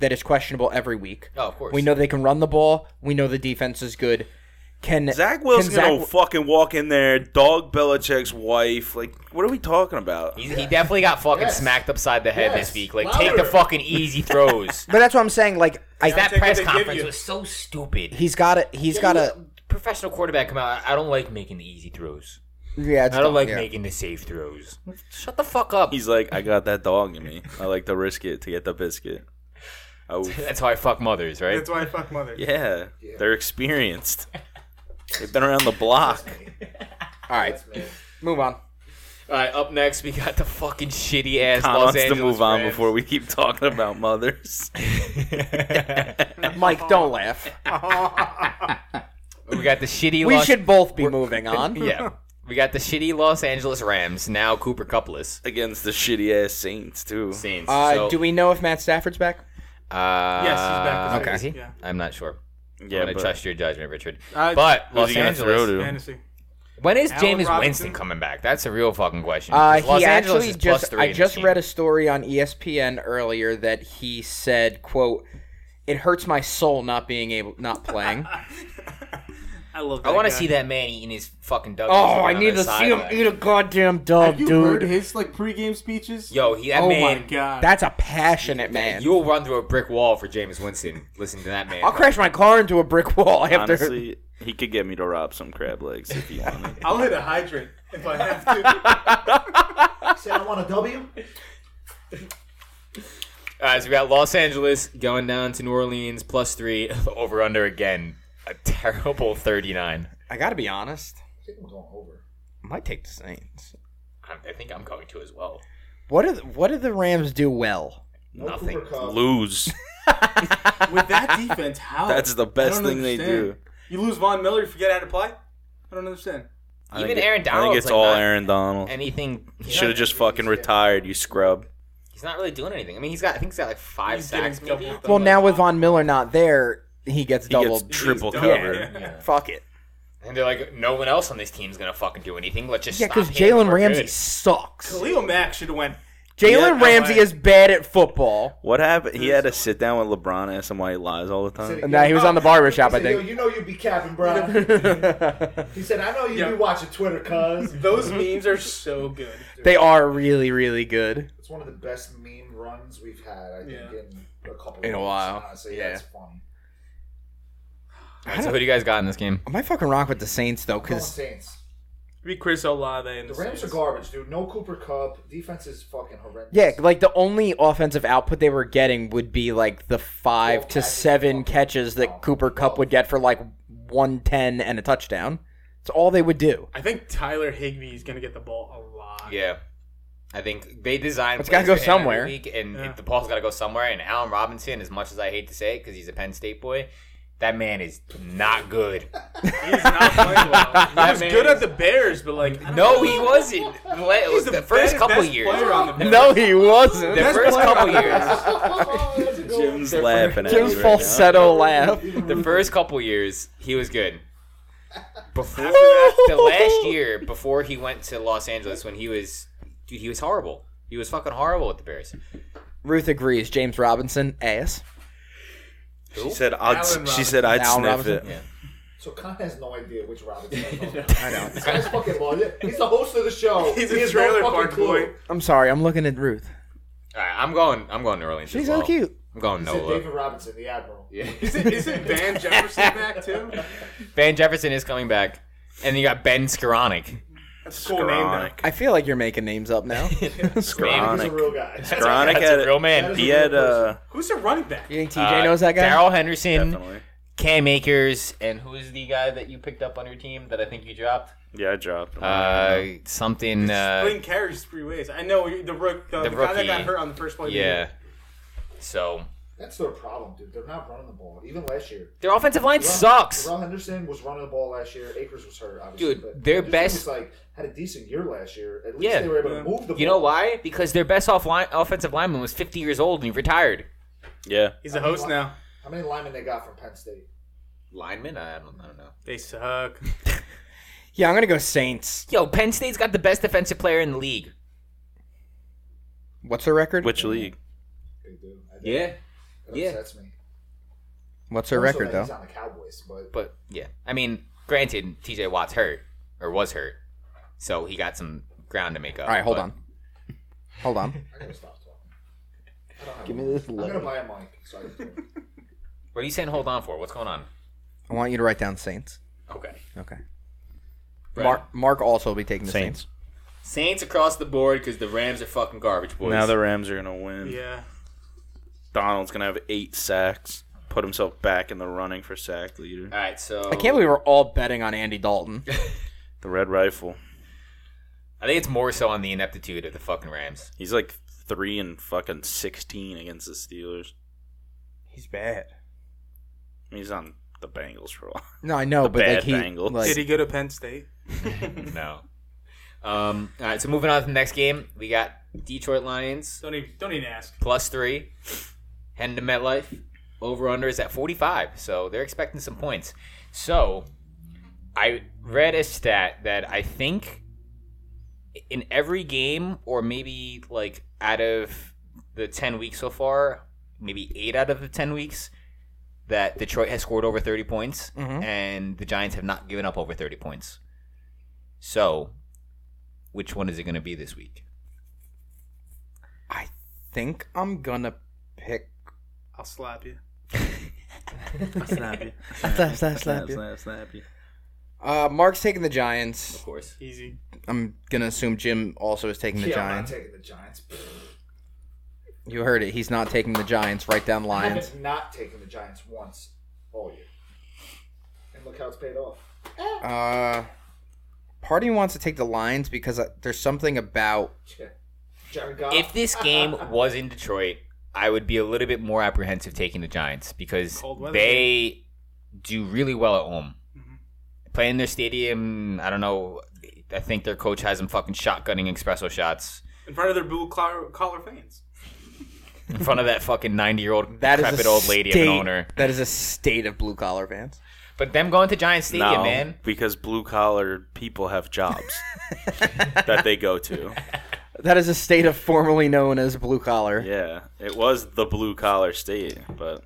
Speaker 1: that is questionable every week.
Speaker 2: oh, of course.
Speaker 1: We know they can run the ball. We know the defense is good. Can
Speaker 4: Zach Wilson
Speaker 1: can Zach
Speaker 4: gonna
Speaker 1: Wi-
Speaker 4: fucking walk in there, dog Belichick's wife. Like, what are we talking about?
Speaker 2: He, he definitely got fucking
Speaker 5: Yes.
Speaker 2: smacked upside the head
Speaker 5: Yes.
Speaker 2: this week. Like,
Speaker 5: Louder.
Speaker 2: take the fucking
Speaker 3: (laughs)
Speaker 2: easy throws.
Speaker 1: But that's what I'm saying. Like I,
Speaker 2: that
Speaker 3: take what
Speaker 2: press
Speaker 3: they give
Speaker 2: conference
Speaker 3: you.
Speaker 2: was so stupid.
Speaker 1: he's got to He's got to
Speaker 2: Professional quarterback come out. I don't like making the easy throws.
Speaker 1: Yeah, it's
Speaker 2: I don't
Speaker 1: dumb,
Speaker 2: like
Speaker 1: yeah.
Speaker 2: making the safe throws. Shut the fuck up.
Speaker 4: He's like, I got that dog in me. I like to risk it to get the biscuit.
Speaker 2: (laughs)
Speaker 4: Oh,
Speaker 2: That's how I fuck mothers, right?
Speaker 3: That's why I fuck mother.
Speaker 4: yeah. They're experienced. They've been around the block.
Speaker 1: All right,
Speaker 5: That's me.
Speaker 1: move on.
Speaker 2: All right, up next we got the fucking shitty ass
Speaker 4: Tom
Speaker 2: Los
Speaker 4: wants to
Speaker 2: Angeles
Speaker 4: move on
Speaker 2: Rams.
Speaker 4: before we keep talking about mothers.
Speaker 1: (laughs)
Speaker 4: (laughs)
Speaker 1: Mike, don't laugh.
Speaker 2: (laughs) we got the
Speaker 1: (laughs)
Speaker 2: shitty.
Speaker 1: We
Speaker 2: Los-
Speaker 1: should both be moving on. (laughs)
Speaker 2: (laughs) Yeah, we got the shitty Los Angeles Rams now Cooper Cupless.
Speaker 4: Against the shitty ass Saints too.
Speaker 2: Saints.
Speaker 1: Uh,
Speaker 2: so,
Speaker 1: do we know if Matt Stafford's back?
Speaker 2: Uh,
Speaker 3: Yes, he's back.
Speaker 1: okay.
Speaker 2: Is he?
Speaker 3: Yeah.
Speaker 2: I'm not sure.
Speaker 4: Yeah,
Speaker 2: I'm gonna
Speaker 4: but
Speaker 2: trust your judgment, Richard.
Speaker 3: Uh,
Speaker 2: but
Speaker 4: who's
Speaker 2: Los
Speaker 4: he gonna
Speaker 2: Angeles.
Speaker 4: throw to?
Speaker 3: Fantasy.
Speaker 2: When is
Speaker 3: Allen
Speaker 2: James
Speaker 3: Robinson?
Speaker 2: Winston coming back? That's a real fucking question.
Speaker 1: Uh,
Speaker 2: 'Cause Los
Speaker 1: he
Speaker 2: Angeles
Speaker 1: actually
Speaker 2: is plus
Speaker 1: just
Speaker 2: three
Speaker 1: I
Speaker 2: in
Speaker 1: just
Speaker 2: this
Speaker 1: read a
Speaker 2: game.
Speaker 1: story on E ESPN earlier that he said, "quote It hurts my soul not being able, not (laughs) playing." Oh,
Speaker 3: I love.
Speaker 2: I
Speaker 3: want to
Speaker 2: see that man eating his fucking dog.
Speaker 1: oh, I need to see him eat a goddamn dog,
Speaker 6: Have you heard
Speaker 1: dude.
Speaker 6: his like pregame speeches?
Speaker 2: Yo, he that
Speaker 3: Oh
Speaker 2: man.
Speaker 3: my god.
Speaker 1: That's a passionate man.
Speaker 2: You'll run through a brick wall for James Winston. Listen to that man.
Speaker 1: I'll crash my car into a brick wall after.
Speaker 4: honestly, he could get me to rob some crab legs if he (laughs) wanted.
Speaker 3: I'll hit a hydrant if I have
Speaker 6: (laughs)
Speaker 3: to.
Speaker 5: Say I want a W.
Speaker 2: All right, so we got Los Angeles going down to New Orleans plus three (laughs) over under again. A terrible thirty-nine.
Speaker 1: I gotta be honest.
Speaker 5: I think I'm going over.
Speaker 1: I might take the Saints.
Speaker 2: I'm, I think I'm going to as well.
Speaker 1: What do the, what do the Rams do well?
Speaker 5: No
Speaker 2: Nothing.
Speaker 5: Cooper Cup.
Speaker 4: Lose.
Speaker 3: With that defense, how?
Speaker 4: That's the best
Speaker 3: I don't
Speaker 4: thing they
Speaker 3: understand.
Speaker 4: do.
Speaker 3: You lose Von Miller, you forget how to play. I don't understand.
Speaker 4: I
Speaker 2: Even
Speaker 4: think it-
Speaker 2: Aaron
Speaker 4: I think
Speaker 2: Donald's
Speaker 4: it's
Speaker 2: like
Speaker 4: all
Speaker 2: not-
Speaker 4: Aaron Donald.
Speaker 2: Anything? He's
Speaker 4: Should have
Speaker 2: not-
Speaker 4: just fucking retired, you scrub.
Speaker 2: He's not really doing anything. I mean, he's got. I think he's got like five
Speaker 3: He's getting
Speaker 2: sacks. Maybe.
Speaker 3: double.
Speaker 1: Well, now with Von Miller not there, he gets
Speaker 4: He
Speaker 1: double.
Speaker 4: gets triple
Speaker 3: He's
Speaker 1: (laughs)
Speaker 4: covered.
Speaker 3: done. Yeah.
Speaker 1: Fuck it.
Speaker 2: And they're like, no one else on this team's gonna fucking do anything. Let's just
Speaker 1: Yeah,
Speaker 2: because
Speaker 1: because Jalen Ramsey sucks.
Speaker 3: Khalil Mack should have went.
Speaker 1: Jalen
Speaker 4: Yeah,
Speaker 1: Ramsey
Speaker 3: LA.
Speaker 1: is bad at football.
Speaker 4: What happened? He had to sit down with LeBron and ask him why he lies all the
Speaker 5: Said
Speaker 4: time.
Speaker 5: it-
Speaker 1: No, he was on the barber shop,
Speaker 5: He
Speaker 1: I
Speaker 5: said, Yo,
Speaker 1: think.
Speaker 5: you know you'd be capping, bro. he said, I know you'd
Speaker 3: Yeah.
Speaker 5: be watching
Speaker 3: (laughs)
Speaker 5: Twitter, cuz.
Speaker 6: (laughs)
Speaker 3: Those memes are so good.
Speaker 1: (laughs) They are really, really good.
Speaker 5: It's one of the best meme runs we've had, I think,
Speaker 3: Yeah.
Speaker 5: in a couple
Speaker 1: In a
Speaker 5: of years,
Speaker 1: while.
Speaker 5: Honestly,
Speaker 1: Yeah.
Speaker 5: that's funny.
Speaker 2: All right, so who do you guys got in this game?
Speaker 1: I might fucking rock with the Saints though,
Speaker 5: Come on,
Speaker 1: because
Speaker 5: Saints.
Speaker 3: Be Chris Olave and
Speaker 5: The Rams are garbage, dude. No Cooper Cup. Defense is fucking horrendous.
Speaker 1: yeah,
Speaker 5: (laughs)
Speaker 1: like the only offensive output they were getting would be like the five to seven catches that Cooper Cup would get for like one ten and a touchdown. It's all they would do.
Speaker 3: I think Tyler Higbee is gonna get the ball a lot.
Speaker 2: Yeah. I think they designed.
Speaker 1: It's gotta
Speaker 2: plays
Speaker 1: go
Speaker 2: for him every
Speaker 1: somewhere.
Speaker 2: Week, and
Speaker 3: Yeah.
Speaker 2: the ball's got to go somewhere. And Allen Robinson, as much as I hate to say it, because he's a Penn State boy, that man is not (laughs) good.
Speaker 3: He's
Speaker 2: (laughs)
Speaker 3: not playing well. He
Speaker 2: That
Speaker 3: was
Speaker 2: man
Speaker 3: good
Speaker 2: is-
Speaker 3: at the Bears, but like I don't
Speaker 2: No,
Speaker 3: know.
Speaker 2: he wasn't. It was
Speaker 3: He's
Speaker 2: the,
Speaker 3: the
Speaker 2: first
Speaker 3: best-
Speaker 2: couple
Speaker 3: best
Speaker 2: years.
Speaker 3: player on the Bears.
Speaker 1: No, he wasn't.
Speaker 2: The first couple years.
Speaker 5: Oh,
Speaker 1: (laughs)
Speaker 5: that's a good one.
Speaker 4: Jim's laughing at
Speaker 1: Jim's
Speaker 4: me right now.
Speaker 1: falsetto laugh.
Speaker 2: The first couple years, he was good. Before that, (laughs) the last year before he went to Los Angeles, when he was, dude, he was horrible. He was fucking horrible with the Bears.
Speaker 1: Ruth agrees. James Robinson ass.
Speaker 4: She said I'd.
Speaker 5: Allen
Speaker 4: She
Speaker 5: Robinson.
Speaker 4: said I'd
Speaker 1: Allen
Speaker 4: sniff
Speaker 1: Robinson?
Speaker 4: it.
Speaker 2: Yeah.
Speaker 5: So Khan has no idea
Speaker 3: (laughs)
Speaker 5: which Robinson. I'm talking about.
Speaker 1: I know.
Speaker 5: This guy's fucking lost it. He's the host of the
Speaker 3: (laughs)
Speaker 5: show.
Speaker 3: He's
Speaker 5: He
Speaker 3: a
Speaker 5: has no
Speaker 3: trailer
Speaker 5: fucking
Speaker 3: park
Speaker 5: clue.
Speaker 3: boy.
Speaker 1: I'm sorry. I'm looking at Ruth.
Speaker 2: All right, I'm going. I'm going New Orleans.
Speaker 1: She's
Speaker 2: as
Speaker 1: so
Speaker 2: well.
Speaker 1: cute.
Speaker 2: I'm going
Speaker 1: Oh,
Speaker 5: He said David
Speaker 2: Nola.
Speaker 5: Robinson, the admiral.
Speaker 2: Yeah. (laughs)
Speaker 3: Isn't, isn't Van Jefferson back too?
Speaker 2: Van Jefferson is coming back, and you got Ben Skoranek.
Speaker 3: That's a cool name.
Speaker 4: Skronic.
Speaker 1: I feel like you're making names up now. you
Speaker 5: He's a
Speaker 4: Skronic.
Speaker 5: real guy.
Speaker 4: Skronic
Speaker 2: That's
Speaker 4: had
Speaker 2: a real man.
Speaker 5: That is
Speaker 4: He
Speaker 5: a real
Speaker 4: had uh,
Speaker 3: Who's the running back?
Speaker 1: think TJ knows that guy?
Speaker 2: Uh, Daryl Henderson,
Speaker 4: definitely.
Speaker 2: Cam Akers, and who is the guy that you picked up on your team that I think you dropped?
Speaker 4: Yeah, I dropped. him.
Speaker 2: Uh, something. Uh,
Speaker 3: Playing carries three ways. I know the rook, the,
Speaker 2: The
Speaker 3: the, guy that
Speaker 2: rookie.
Speaker 3: got hurt on the first play. of the
Speaker 2: yeah.
Speaker 3: game.
Speaker 2: So
Speaker 5: That's their problem, dude. They're not running the ball. Even last year,
Speaker 2: their offensive line sucks.
Speaker 5: Darrell Henderson was running the ball last year. Akers was hurt, obviously.
Speaker 2: Dude,
Speaker 5: but
Speaker 2: their
Speaker 5: Henderson
Speaker 2: best-
Speaker 5: was, like had a decent year last year. At least
Speaker 2: Yeah.
Speaker 5: they were able
Speaker 3: Yeah.
Speaker 5: to move the ball.
Speaker 2: You know why? Because their best off line, offensive lineman was 50 years old and he retired.
Speaker 4: yeah.
Speaker 3: he's a host now.
Speaker 5: How many linemen they got from Penn State?
Speaker 2: Lineman? I don't, I don't know. (laughs)
Speaker 3: They suck.
Speaker 1: Yeah, I'm gonna go Saints.
Speaker 2: Yo, Penn State's got the best defensive player in the league.
Speaker 1: What's her record?
Speaker 4: Which league?
Speaker 5: They do. I think
Speaker 2: Yeah.
Speaker 5: That
Speaker 2: yeah.
Speaker 5: upsets me.
Speaker 1: What's her
Speaker 5: Also
Speaker 1: record
Speaker 5: that He's
Speaker 1: though?
Speaker 5: on the Cowboys, but
Speaker 2: But yeah, I mean, granted, T.J. Watt's hurt or was hurt, so he got some ground to make up.
Speaker 1: All right, hold
Speaker 2: but-
Speaker 1: on. Hold on. (laughs)
Speaker 5: I gotta stop talking. I don't have
Speaker 1: Give
Speaker 5: a
Speaker 1: me
Speaker 5: mic.
Speaker 1: this
Speaker 5: I'm
Speaker 1: look.
Speaker 5: gonna buy a mic. So I can talk.
Speaker 2: What are you saying? Hold on for? What's going on?
Speaker 1: I want you to write down Saints.
Speaker 2: Okay.
Speaker 1: Okay.
Speaker 2: Right.
Speaker 1: Mark Mark also will be taking the Saints.
Speaker 4: Saints.
Speaker 2: Saints across the board because the Rams are fucking garbage boys.
Speaker 4: Now the Rams are gonna win.
Speaker 3: yeah.
Speaker 4: Donald's gonna have eight sacks. Put himself back in the running for sack leader.
Speaker 2: All right, so
Speaker 1: I can't believe we're all betting on Andy Dalton.
Speaker 4: The red rifle.
Speaker 2: I think it's more so on the ineptitude of the fucking Rams.
Speaker 4: He's like three and fucking sixteen against the Steelers.
Speaker 1: He's bad.
Speaker 4: He's on the Bengals for a while.
Speaker 1: No, I know,
Speaker 4: The
Speaker 1: but like
Speaker 4: bad
Speaker 1: he
Speaker 4: Bengals.
Speaker 1: like-
Speaker 3: Did he go to Penn State?
Speaker 2: no. Um. All right, so moving on to the next game, we got Detroit Lions
Speaker 3: Don't even don't even ask.
Speaker 2: plus three, heading to MetLife. Over under is at forty five, so they're expecting some points. So, I read a stat that I think in every game, or maybe like out of the ten weeks so far, maybe eight out of the ten weeks, that Detroit has scored over thirty points,
Speaker 1: Mhm.
Speaker 2: and the Giants have not given up over thirty points. So, which one is it going to be this week?
Speaker 1: I think I'm gonna pick
Speaker 3: I'll
Speaker 1: (laughs)
Speaker 3: slap you.
Speaker 1: Slap, slap, slap,
Speaker 4: (laughs)
Speaker 1: yeah. Uh, Mark's taking the Giants.
Speaker 2: Of course.
Speaker 3: Easy.
Speaker 1: I'm gonna assume Jim also is taking the
Speaker 5: yeah, I'm not
Speaker 1: Giants.
Speaker 5: taking the Giants. Pfft.
Speaker 1: you heard it. He's not taking the Giants. Write down
Speaker 5: I
Speaker 1: Lions.
Speaker 5: have not taken the Giants once all year, and look how it's paid off.
Speaker 1: Uh, part of me wants to take the Lions because uh, there's something about
Speaker 5: Yeah. Jared Goff.
Speaker 2: if this game was in Detroit, I would be a little bit more apprehensive taking the Giants because
Speaker 3: Cold weather.
Speaker 2: they do really well at home.
Speaker 1: Mm-hmm.
Speaker 3: Mhm.
Speaker 2: Playing their stadium, I don't know. I think their coach has them fucking shotgunning espresso shots
Speaker 3: In front of their blue collar, collar fans.
Speaker 2: in
Speaker 1: (laughs)
Speaker 2: front of that fucking ninety-year-old
Speaker 1: that is a
Speaker 2: decrepit old lady of
Speaker 1: state,
Speaker 2: an owner.
Speaker 1: That is a state of blue collar fans.
Speaker 2: But them going to Giants Stadium,
Speaker 4: no,
Speaker 2: man.
Speaker 4: because blue collar people have (laughs) jobs that they go to.
Speaker 1: That is a state of formerly known as blue collar.
Speaker 4: Yeah, it was the blue collar state, but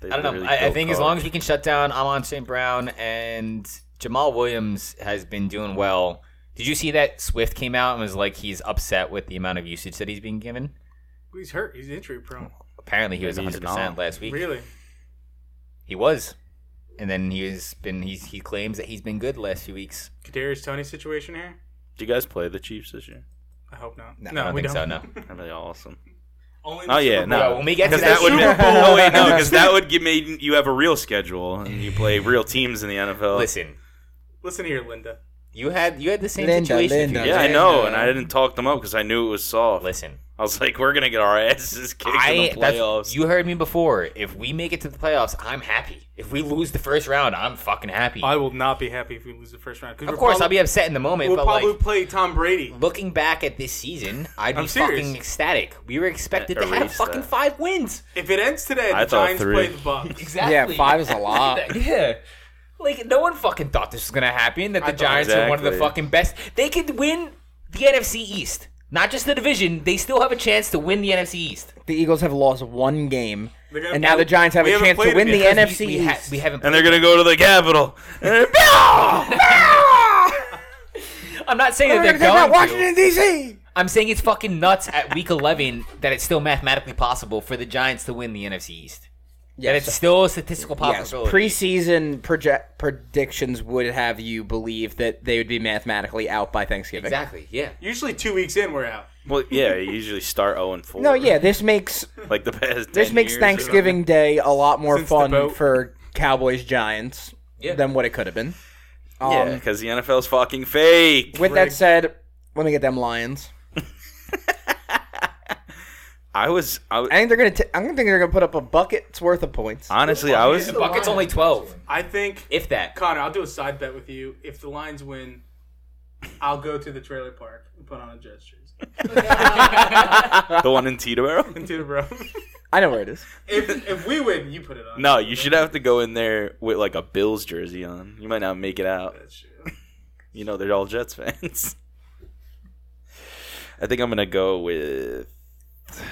Speaker 4: they
Speaker 2: I don't know.
Speaker 4: literally
Speaker 2: I, I
Speaker 4: go
Speaker 2: think as
Speaker 4: collar.
Speaker 2: long as we can shut down Amon St. Brown and Jamal Williams has been doing well. Did you see that Swift came out and was like he's upset with the amount of usage that he's being given?
Speaker 3: He's hurt. He's injury prone.
Speaker 2: Apparently he was
Speaker 4: Maybe he's
Speaker 2: 100%
Speaker 4: not.
Speaker 2: last week.
Speaker 3: Really?
Speaker 2: He was. And then he's been he's, he claims that he's been good the last few weeks.
Speaker 3: Kadarius Tony situation here?
Speaker 4: do you guys play the Chiefs this year?
Speaker 3: I hope not.
Speaker 1: No,
Speaker 3: No,
Speaker 2: I don't
Speaker 3: we
Speaker 2: think
Speaker 3: don't.
Speaker 2: so,
Speaker 4: (laughs)
Speaker 2: no.
Speaker 4: That'd be awesome.
Speaker 3: Only in the
Speaker 4: Oh yeah,
Speaker 3: Super
Speaker 4: no.
Speaker 3: Bowl.
Speaker 2: Well, when we get to
Speaker 4: 'Cause
Speaker 2: that,
Speaker 4: that would
Speaker 2: Super
Speaker 4: make-
Speaker 2: Bowl,
Speaker 4: oh wait, no, because that would give made you have a real schedule and you play real teams in the NFL.
Speaker 2: listen,
Speaker 3: Listen here, Linda.
Speaker 2: you had you had the same
Speaker 1: Linda,
Speaker 2: situation. a few
Speaker 1: Linda.
Speaker 2: years
Speaker 4: yeah, I
Speaker 2: ago.
Speaker 4: know, and I didn't talk them up because I knew it was soft.
Speaker 2: Listen,
Speaker 4: I was like, we're gonna get our asses kicked
Speaker 2: I
Speaker 4: in the
Speaker 2: that's,
Speaker 4: playoffs.
Speaker 2: you heard me before. If we make it to the playoffs, I'm happy. If we lose the first round, I'm fucking happy.
Speaker 3: I will not be happy if we lose the first round.
Speaker 2: Of course, I'll be upset in the moment,
Speaker 3: We'll
Speaker 2: but
Speaker 3: probably
Speaker 2: like
Speaker 3: play Tom Brady.
Speaker 2: looking back at this season, I'd be
Speaker 3: I'm serious.
Speaker 2: fucking ecstatic. We were expected to have
Speaker 4: Erase
Speaker 2: fucking
Speaker 4: that.
Speaker 2: five wins.
Speaker 3: If it ends today,
Speaker 4: I
Speaker 3: the
Speaker 4: thought
Speaker 3: Giants
Speaker 4: three.
Speaker 3: play the
Speaker 2: (laughs)
Speaker 3: Bucks.
Speaker 2: Exactly.
Speaker 1: Yeah, five is a lot.
Speaker 2: yeah. Like no one fucking thought this was gonna happen. That the
Speaker 3: thought-
Speaker 2: Giants are one of the
Speaker 4: Exactly.
Speaker 2: fucking best. They could win the NFC East, not just the division. They still have a chance to win the NFC East.
Speaker 1: The Eagles have lost one game
Speaker 3: They're gonna
Speaker 1: And now the Giants have a
Speaker 4: We haven't
Speaker 1: chance to
Speaker 4: played
Speaker 1: win
Speaker 4: them
Speaker 1: the
Speaker 4: yet,
Speaker 2: Because
Speaker 1: NFC
Speaker 2: we, we, ha-
Speaker 1: East.
Speaker 2: we haven't.
Speaker 4: and they're gonna go to
Speaker 1: (laughs)
Speaker 4: the Capitol. And-
Speaker 2: I'm not saying that
Speaker 1: They're
Speaker 2: they're
Speaker 1: not
Speaker 2: going
Speaker 1: Washington
Speaker 2: to.
Speaker 1: D.C.
Speaker 2: I'm saying it's fucking nuts at week 11 that it's still mathematically possible for the Giants to win the NFC East. That it's still a statistical
Speaker 1: Yes,
Speaker 2: possibility.
Speaker 1: preseason project predictions would have you believe that they would be mathematically out by Thanksgiving.
Speaker 2: exactly. Yeah.
Speaker 3: usually two weeks in we're out.
Speaker 4: well, yeah, you usually start zero and four.
Speaker 1: No, yeah, this makes
Speaker 4: like the past.
Speaker 1: this
Speaker 4: 10
Speaker 1: makes
Speaker 4: years.
Speaker 1: Thanksgiving Day a lot more
Speaker 3: Since the
Speaker 1: fun
Speaker 3: boat.
Speaker 1: for Cowboys Giants
Speaker 2: Yeah.
Speaker 1: than what it could have been. Um,
Speaker 4: Yeah, because the NFL's fucking fake.
Speaker 1: With that said, let me get them Lions.
Speaker 4: I was, I was
Speaker 1: I think they're gonna. T- I don't think they're gonna put up a bucket's worth of points.
Speaker 4: honestly, I was.
Speaker 5: The
Speaker 2: Bucket's
Speaker 5: Lions
Speaker 2: only 12,
Speaker 3: I think
Speaker 2: if that.
Speaker 3: Connor, I'll do a side bet with you. If the Lions win, I'll go to the trailer park and put on a Jets jersey.
Speaker 4: the one in Teterboro? (laughs)
Speaker 3: Dude, bro.
Speaker 1: I know where it is.
Speaker 3: (laughs) if if we win, you put it on.
Speaker 4: No, you should have to go in there with like a Bills jersey on. You might not make it out.
Speaker 3: That shit.
Speaker 4: You know, they're all Jets fans. (laughs) I think I'm gonna go with. (sighs)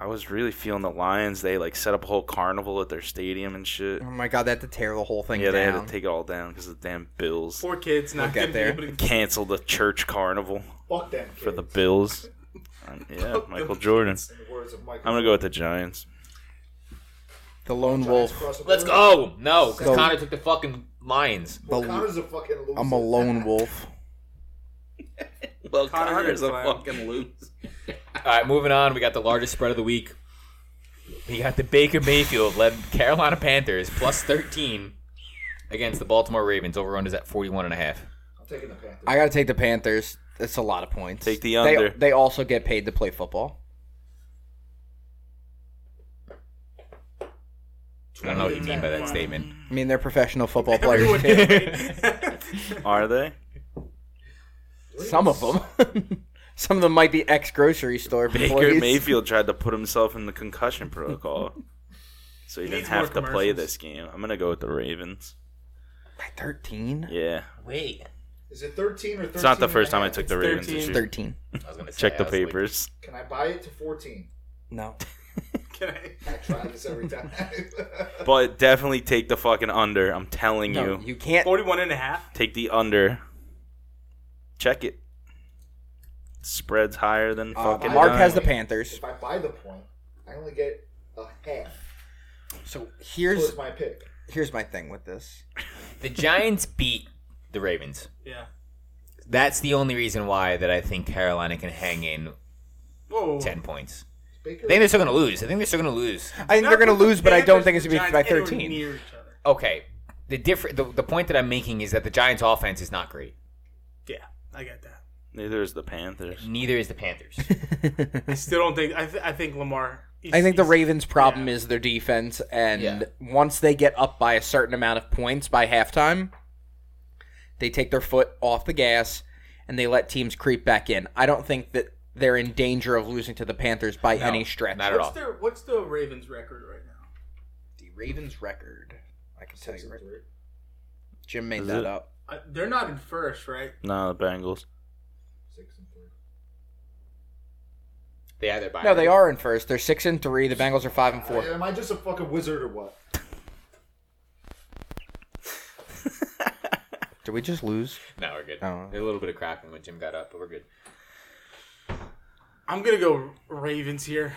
Speaker 4: I was really feeling the Lions. They like set up a whole carnival at their stadium and shit.
Speaker 1: Oh my god, they had to tear the whole thing
Speaker 4: Yeah, they
Speaker 1: down.
Speaker 4: had to take it all down because the damn Bills
Speaker 3: Poor kids not
Speaker 1: Look at
Speaker 3: gonna be
Speaker 1: there.
Speaker 3: able to
Speaker 4: canceled the church carnival
Speaker 5: Fuck them
Speaker 4: for the
Speaker 5: kids,
Speaker 4: Bills. Um, yeah, Michael Jordan.
Speaker 5: in the words of Michael
Speaker 4: I'm gonna go with the Giants.
Speaker 1: the lone
Speaker 5: Giants
Speaker 1: wolf.
Speaker 5: across the
Speaker 2: Let's
Speaker 5: board.
Speaker 2: go. No, because
Speaker 1: So-
Speaker 2: Connor took the fucking Lions.
Speaker 5: Well, Connor's a fucking loser.
Speaker 1: I'm a lone wolf.
Speaker 4: Well,
Speaker 3: Connor Connor's a Clown. (laughs)
Speaker 4: fucking loose.
Speaker 2: All right, moving on. We got the largest spread of the week. We got the Baker Mayfield led Carolina Panthers plus 13 against the Baltimore Ravens. Over under is at 41 and a half.
Speaker 5: I'm taking the Panthers.
Speaker 1: I gotta take the Panthers. It's a lot of points.
Speaker 4: Take the
Speaker 1: They-
Speaker 4: under.
Speaker 1: They, also get paid to play football.
Speaker 2: I don't know what you mean by that statement.
Speaker 1: I mean, they're professional
Speaker 4: (laughs)
Speaker 1: football players.
Speaker 3: Everyone
Speaker 1: Too. (laughs)
Speaker 3: hit me.
Speaker 4: Are they?
Speaker 1: Some of them. (laughs) Some of them might be ex grocery store
Speaker 4: Baker
Speaker 1: employees.
Speaker 4: Mayfield tried to put himself in the concussion protocol, so he,
Speaker 3: He
Speaker 4: didn't
Speaker 3: needs more
Speaker 4: have to play
Speaker 3: commercials.
Speaker 4: this game. I'm gonna go with the Ravens.
Speaker 1: By 13?
Speaker 4: Yeah,
Speaker 2: Wait.
Speaker 5: Is it 13 or 13?
Speaker 4: it's not the first time I took the Ravens. this
Speaker 3: 13.
Speaker 4: year.
Speaker 1: 13.
Speaker 2: I was gonna say,
Speaker 4: Check the
Speaker 2: I was like-
Speaker 4: papers.
Speaker 5: Can I buy it to 14?
Speaker 1: No.
Speaker 3: Can I?
Speaker 5: I try this
Speaker 1: (laughs)
Speaker 5: every time.
Speaker 4: But definitely take the fucking under. I'm telling
Speaker 1: No,
Speaker 4: you,
Speaker 1: you can't.
Speaker 3: 41 and a half.
Speaker 4: take the under. Check it. Spreads higher than
Speaker 1: Uh,
Speaker 4: fucking.
Speaker 1: Mark
Speaker 4: nine.
Speaker 1: has the Panthers.
Speaker 5: if I buy the point, I only get a half.
Speaker 1: So
Speaker 5: Here's
Speaker 1: here's
Speaker 5: my pick.
Speaker 1: here's my thing with this.
Speaker 2: The Giants beat the Ravens.
Speaker 3: Yeah.
Speaker 2: That's the only reason why that I think Carolina can hang in
Speaker 3: Whoa.
Speaker 2: 10 points.
Speaker 5: Baker,
Speaker 2: I think they're still gonna lose. I think they're still gonna lose.
Speaker 1: I think they're going to lose, but I don't think it's going to be by 13.
Speaker 3: Near each other.
Speaker 2: Okay. The different the, the point that I'm making is that the Giants offense is not great.
Speaker 3: Yeah, I get that.
Speaker 4: Neither is the Panthers.
Speaker 2: Neither is the Panthers.
Speaker 1: (laughs)
Speaker 3: I still don't think. I, th- I think Lamar. he's-
Speaker 1: I think the
Speaker 3: he's-
Speaker 1: Ravens' problem is their defense, and
Speaker 2: Yeah.
Speaker 1: once they get up by a certain amount of points by halftime, they take their foot off the gas and they let teams creep back in. I don't think that they're in danger of losing to the Panthers by any stretch.
Speaker 2: not at all.
Speaker 3: What's their What's the Ravens record right now?
Speaker 1: The Ravens' record, I can tell
Speaker 5: six
Speaker 1: you.
Speaker 5: and
Speaker 1: Right.
Speaker 5: three.
Speaker 1: Jim made
Speaker 4: Is
Speaker 1: that
Speaker 4: it-
Speaker 1: up.
Speaker 3: Uh, they're not in first, right?
Speaker 4: No, the Bengals.
Speaker 5: Six and three.
Speaker 2: they had their bye.
Speaker 1: No, they are in first. They're six and three. The Bengals are five and four.
Speaker 5: Uh, am I just a fucking wizard or what?
Speaker 1: Did we just lose?
Speaker 2: No, we're good.
Speaker 1: Oh.
Speaker 2: There's a little bit of cracking when Jim got up, but we're good.
Speaker 3: I'm gonna go Ravens here.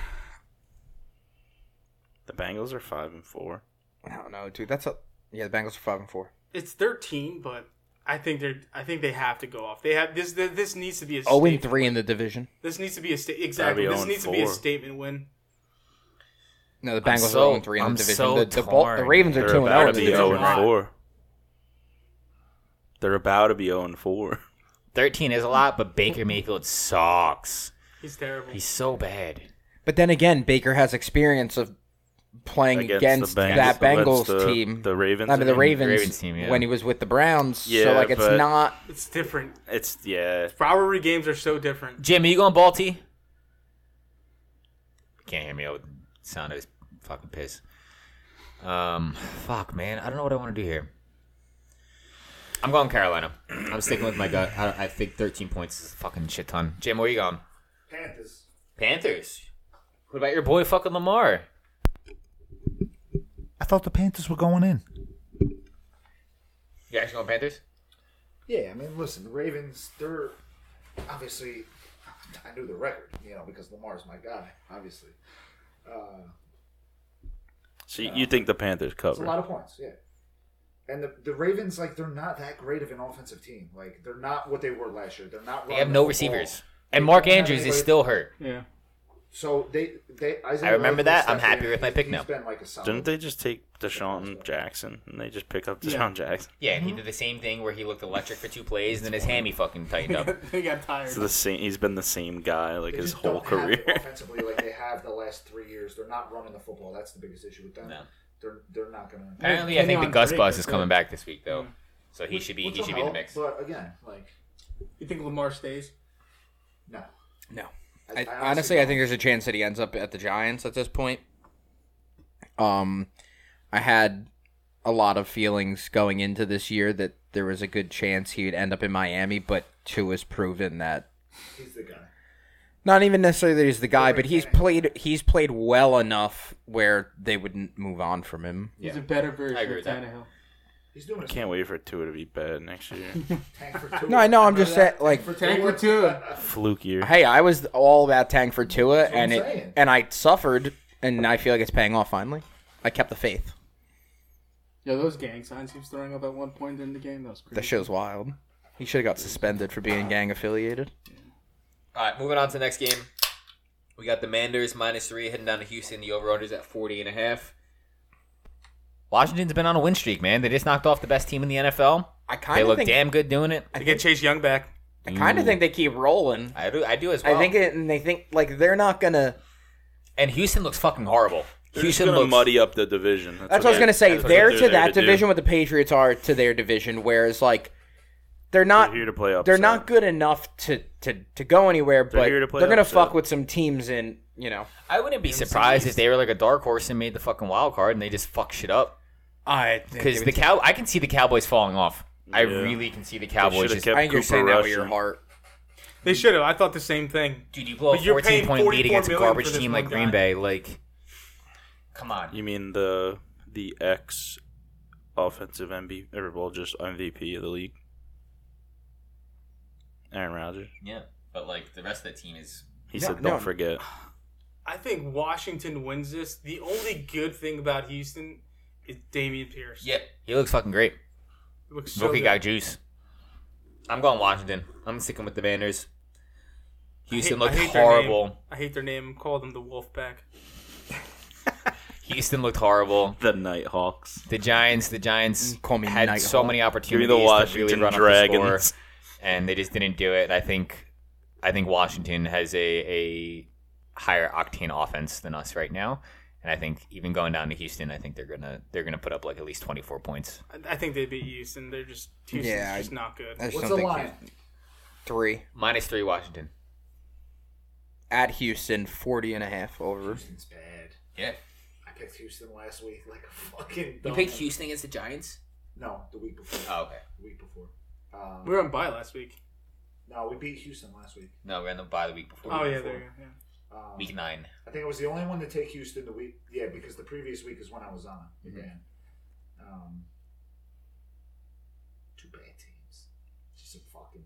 Speaker 4: The Bengals are five and four.
Speaker 1: I don't know, dude. That's a yeah. The Bengals are five and four.
Speaker 3: It's 13, but I think they're. I think they have to go off. They have this. th- This needs to be a.
Speaker 1: Oh, and
Speaker 3: statement.
Speaker 1: three in the division.
Speaker 3: This needs to be a state. Exactly.
Speaker 4: be
Speaker 3: This
Speaker 4: 0
Speaker 3: needs to be a
Speaker 4: 4.
Speaker 3: statement win.
Speaker 1: No, the Bengals
Speaker 2: so-
Speaker 1: are zero and three in
Speaker 2: I'm
Speaker 1: the division.
Speaker 2: so
Speaker 1: the, the, Bal-
Speaker 2: torn.
Speaker 1: the Ravens are
Speaker 4: They're
Speaker 1: two and
Speaker 4: about
Speaker 1: zero
Speaker 4: to
Speaker 1: in the
Speaker 4: be
Speaker 3: they're
Speaker 4: zero
Speaker 1: division.
Speaker 4: and
Speaker 3: not.
Speaker 4: four. They're about to be zero and four.
Speaker 2: 13 is a lot, but Baker Mayfield sucks.
Speaker 3: He's terrible.
Speaker 2: He's so bad.
Speaker 1: But then again, Baker has experience of playing against,
Speaker 4: the Bengals.
Speaker 1: that Bengals
Speaker 4: Against the-
Speaker 1: team.
Speaker 4: the Ravens.
Speaker 1: I mean, the
Speaker 4: mean?
Speaker 1: Ravens,
Speaker 2: Ravens team, yeah.
Speaker 1: when he was with the Browns.
Speaker 4: Yeah,
Speaker 1: so like, it's
Speaker 4: but-
Speaker 1: not.
Speaker 3: it's different.
Speaker 4: It's yeah.
Speaker 3: Rivalry games are so different.
Speaker 2: Jim, are you going Balti? Can't hear me. Oh, sound is fucking piss. Um, fuck, man. I don't know what I want to do here. I'm going Carolina. I'm sticking with my gut. I, I think 13 points is a fucking shit ton. Jim, where you going?
Speaker 5: Panthers.
Speaker 2: Panthers. What about your boy fucking Lamar?
Speaker 5: thought the Panthers were going in.
Speaker 2: You actually going Panthers?
Speaker 5: Yeah, I mean, listen, the Ravens, they're obviously, I knew the record, you know, because Lamar's my guy, obviously. Uh,
Speaker 4: So you, you think the Panthers
Speaker 5: it's a lot
Speaker 4: cover?
Speaker 5: of points, yeah. And the, the Ravens, like, they're not that great of an offensive team. Like, they're not what they were last year. They're not.
Speaker 2: They
Speaker 5: running
Speaker 2: have
Speaker 5: the
Speaker 2: no
Speaker 5: ball.
Speaker 2: receivers. And
Speaker 5: They
Speaker 2: Mark
Speaker 5: don't have
Speaker 2: Andrews is
Speaker 5: anybody-
Speaker 2: still hurt.
Speaker 3: Yeah.
Speaker 5: So they, they. Isaiah
Speaker 2: I remember
Speaker 5: Likely
Speaker 2: that. I'm
Speaker 5: stepped
Speaker 2: happy
Speaker 5: in.
Speaker 2: with my
Speaker 5: He's-
Speaker 2: pick
Speaker 5: he's
Speaker 2: now.
Speaker 5: been like a solid.
Speaker 4: Didn't they just take Deshaun Jackson and they just pick up Deshaun
Speaker 3: Yeah.
Speaker 4: Jackson?
Speaker 2: Yeah,
Speaker 1: Mm-hmm.
Speaker 2: and he did the same thing where he looked electric for two plays and then his hammy fucking
Speaker 1: (laughs)
Speaker 2: tightened up.
Speaker 3: they got tired.
Speaker 4: It's the same. He's been the same guy like
Speaker 5: They
Speaker 4: his
Speaker 5: just
Speaker 4: whole
Speaker 5: don't have it
Speaker 4: career.
Speaker 5: offensively, like they have the last three years, they're not running the football. That's the biggest issue with them.
Speaker 2: No.
Speaker 5: They're they're not gonna.
Speaker 2: Apparently, I think the
Speaker 3: Kenyon
Speaker 2: Gus
Speaker 3: Drake
Speaker 2: Bus
Speaker 3: is
Speaker 2: is
Speaker 3: good.
Speaker 2: coming back this week
Speaker 1: Mm.
Speaker 2: though, so he should be
Speaker 5: Which
Speaker 2: he
Speaker 5: will
Speaker 2: should be in the
Speaker 5: help,
Speaker 2: mix.
Speaker 5: But again, like
Speaker 3: you think Lamar stays?
Speaker 5: no.
Speaker 1: No. I, honestly, I think there's a chance that he ends up at the Giants at this point. Um, I had a lot of feelings going into this year that there was a good chance he would end up in Miami, but two has proven that
Speaker 5: he's the guy.
Speaker 1: not even necessarily that he's the guy, but he's played he's played well enough where they wouldn't move on from him.
Speaker 3: He's a better version
Speaker 2: I agree with
Speaker 3: of
Speaker 2: that.
Speaker 3: Tannehill.
Speaker 5: He's doing his
Speaker 4: Can't wait for Tua to be bad
Speaker 1: (laughs)
Speaker 4: next year. (laughs)
Speaker 5: tank for two.
Speaker 2: (laughs)
Speaker 1: No, I know. I'm just saying, like,
Speaker 3: Tank for two.
Speaker 4: Fluke year.
Speaker 1: hey, I was all about Tang for Tua,
Speaker 5: what
Speaker 1: and
Speaker 5: I'm
Speaker 1: it
Speaker 5: saying.
Speaker 1: and I suffered, and I feel like it's paying off finally. I kept the faith.
Speaker 3: Yo, those gang signs he was throwing up at one point in the game. That was
Speaker 1: That
Speaker 3: pretty.
Speaker 1: show's wild. He should have got suspended for being gang affiliated.
Speaker 2: All right, moving on to the next game. We got the Manders minus three heading down to Houston. The over-under's at 40 and a half. Washington's been on a win streak, man. They just knocked off the best team in the NFL.
Speaker 1: I
Speaker 2: They
Speaker 1: kind of
Speaker 2: look
Speaker 1: think
Speaker 2: damn good doing it.
Speaker 3: They get Chase Young back.
Speaker 1: I kind of think they keep rolling.
Speaker 2: I do, I do as well.
Speaker 1: I think it, and they think like they're not gonna.
Speaker 2: and Houston looks fucking horrible.
Speaker 4: They're just
Speaker 2: Houston
Speaker 4: gonna
Speaker 2: looks
Speaker 4: muddy up the division.
Speaker 1: That's what I was
Speaker 4: they-
Speaker 1: gonna say.
Speaker 4: that's what
Speaker 1: They're
Speaker 4: they're
Speaker 1: to
Speaker 4: there
Speaker 1: that
Speaker 4: do.
Speaker 1: division what the Patriots are to their division. Whereas like they're not
Speaker 4: They're here to play upset.
Speaker 1: they're not good enough to to to go anywhere. but
Speaker 4: here to play
Speaker 1: they're gonna
Speaker 4: upset.
Speaker 1: fuck with some teams in you know.
Speaker 2: I wouldn't be surprised if they were like a dark horse and made the fucking wild card and they just fuck shit up.
Speaker 1: I
Speaker 2: Because the cow, I can see the Cowboys falling off. I
Speaker 4: Yeah.
Speaker 2: really can see the
Speaker 4: They
Speaker 2: Cowboys.
Speaker 4: should've
Speaker 2: Just,
Speaker 4: kept
Speaker 1: I think you're
Speaker 4: Cooper
Speaker 1: saying that with
Speaker 4: Rush
Speaker 1: your
Speaker 4: and-
Speaker 1: heart.
Speaker 3: They should have. I thought the same thing.
Speaker 2: dude, you blow a
Speaker 3: But you're
Speaker 2: 14
Speaker 3: paying
Speaker 2: point lead
Speaker 3: 44
Speaker 2: against a
Speaker 3: million
Speaker 2: garbage
Speaker 3: for this
Speaker 2: team
Speaker 3: one
Speaker 2: like Green
Speaker 3: guy.
Speaker 2: Bay. Like, come on.
Speaker 4: You mean the the ex offensive MVP or well just MVP of the league? Aaron Rodgers.
Speaker 2: Yeah, but like the rest of the team is.
Speaker 4: He
Speaker 1: No,
Speaker 4: said,
Speaker 1: no.
Speaker 4: "Don't forget."
Speaker 3: I think Washington wins this. The only good thing about Houston is Damian Pierce.
Speaker 2: Yeah, he looks fucking great.
Speaker 3: He looks so
Speaker 2: Rookie
Speaker 3: good.
Speaker 2: got juice. I'm going Washington. I'm sticking with the Vanders. Houston
Speaker 3: I hate-
Speaker 2: looked
Speaker 3: I hate their name.
Speaker 2: horrible.
Speaker 3: I hate their name. Call them the Wolfpack.
Speaker 2: Houston looked horrible.
Speaker 4: The Nighthawks.
Speaker 2: The Giants, the Giants
Speaker 1: Call me
Speaker 2: had so
Speaker 1: Nighthawk.
Speaker 2: many
Speaker 4: Give me
Speaker 2: opportunities
Speaker 4: the
Speaker 2: to really
Speaker 4: Washington
Speaker 2: run up the score,
Speaker 4: Dragons.
Speaker 2: and they just didn't do it. I think, I think Washington has a a higher octane offense than us right now, and I think even going down to Houston, I think they're gonna they're gonna put up like at least twenty four points.
Speaker 3: I- I think they beat Houston. They're just Houston's
Speaker 1: Yeah, I-
Speaker 3: just not good.
Speaker 1: I just
Speaker 5: What's
Speaker 1: don't
Speaker 5: the
Speaker 1: think
Speaker 5: line?
Speaker 1: Houston- Three
Speaker 2: Minus three, Washington.
Speaker 1: at Houston, 40 and a half over.
Speaker 5: Houston's bad.
Speaker 2: Yeah,
Speaker 5: I picked Houston last week, like a fucking.
Speaker 2: you
Speaker 5: Dumb.
Speaker 2: picked Houston against the Giants.
Speaker 5: No, the week before.
Speaker 2: Oh, okay.
Speaker 5: The week before. Um,
Speaker 3: we were on bye last week.
Speaker 5: no, we beat Houston last week.
Speaker 2: No, we're on the bye the week before.
Speaker 3: Oh
Speaker 2: Week
Speaker 3: yeah,
Speaker 2: before.
Speaker 3: there you go. Yeah.
Speaker 5: Um,
Speaker 2: Week nine.
Speaker 5: I think I was the only one to take Houston the week. Yeah, because the previous week is when I was on it. again. Um, two bad teams. Just a fucking.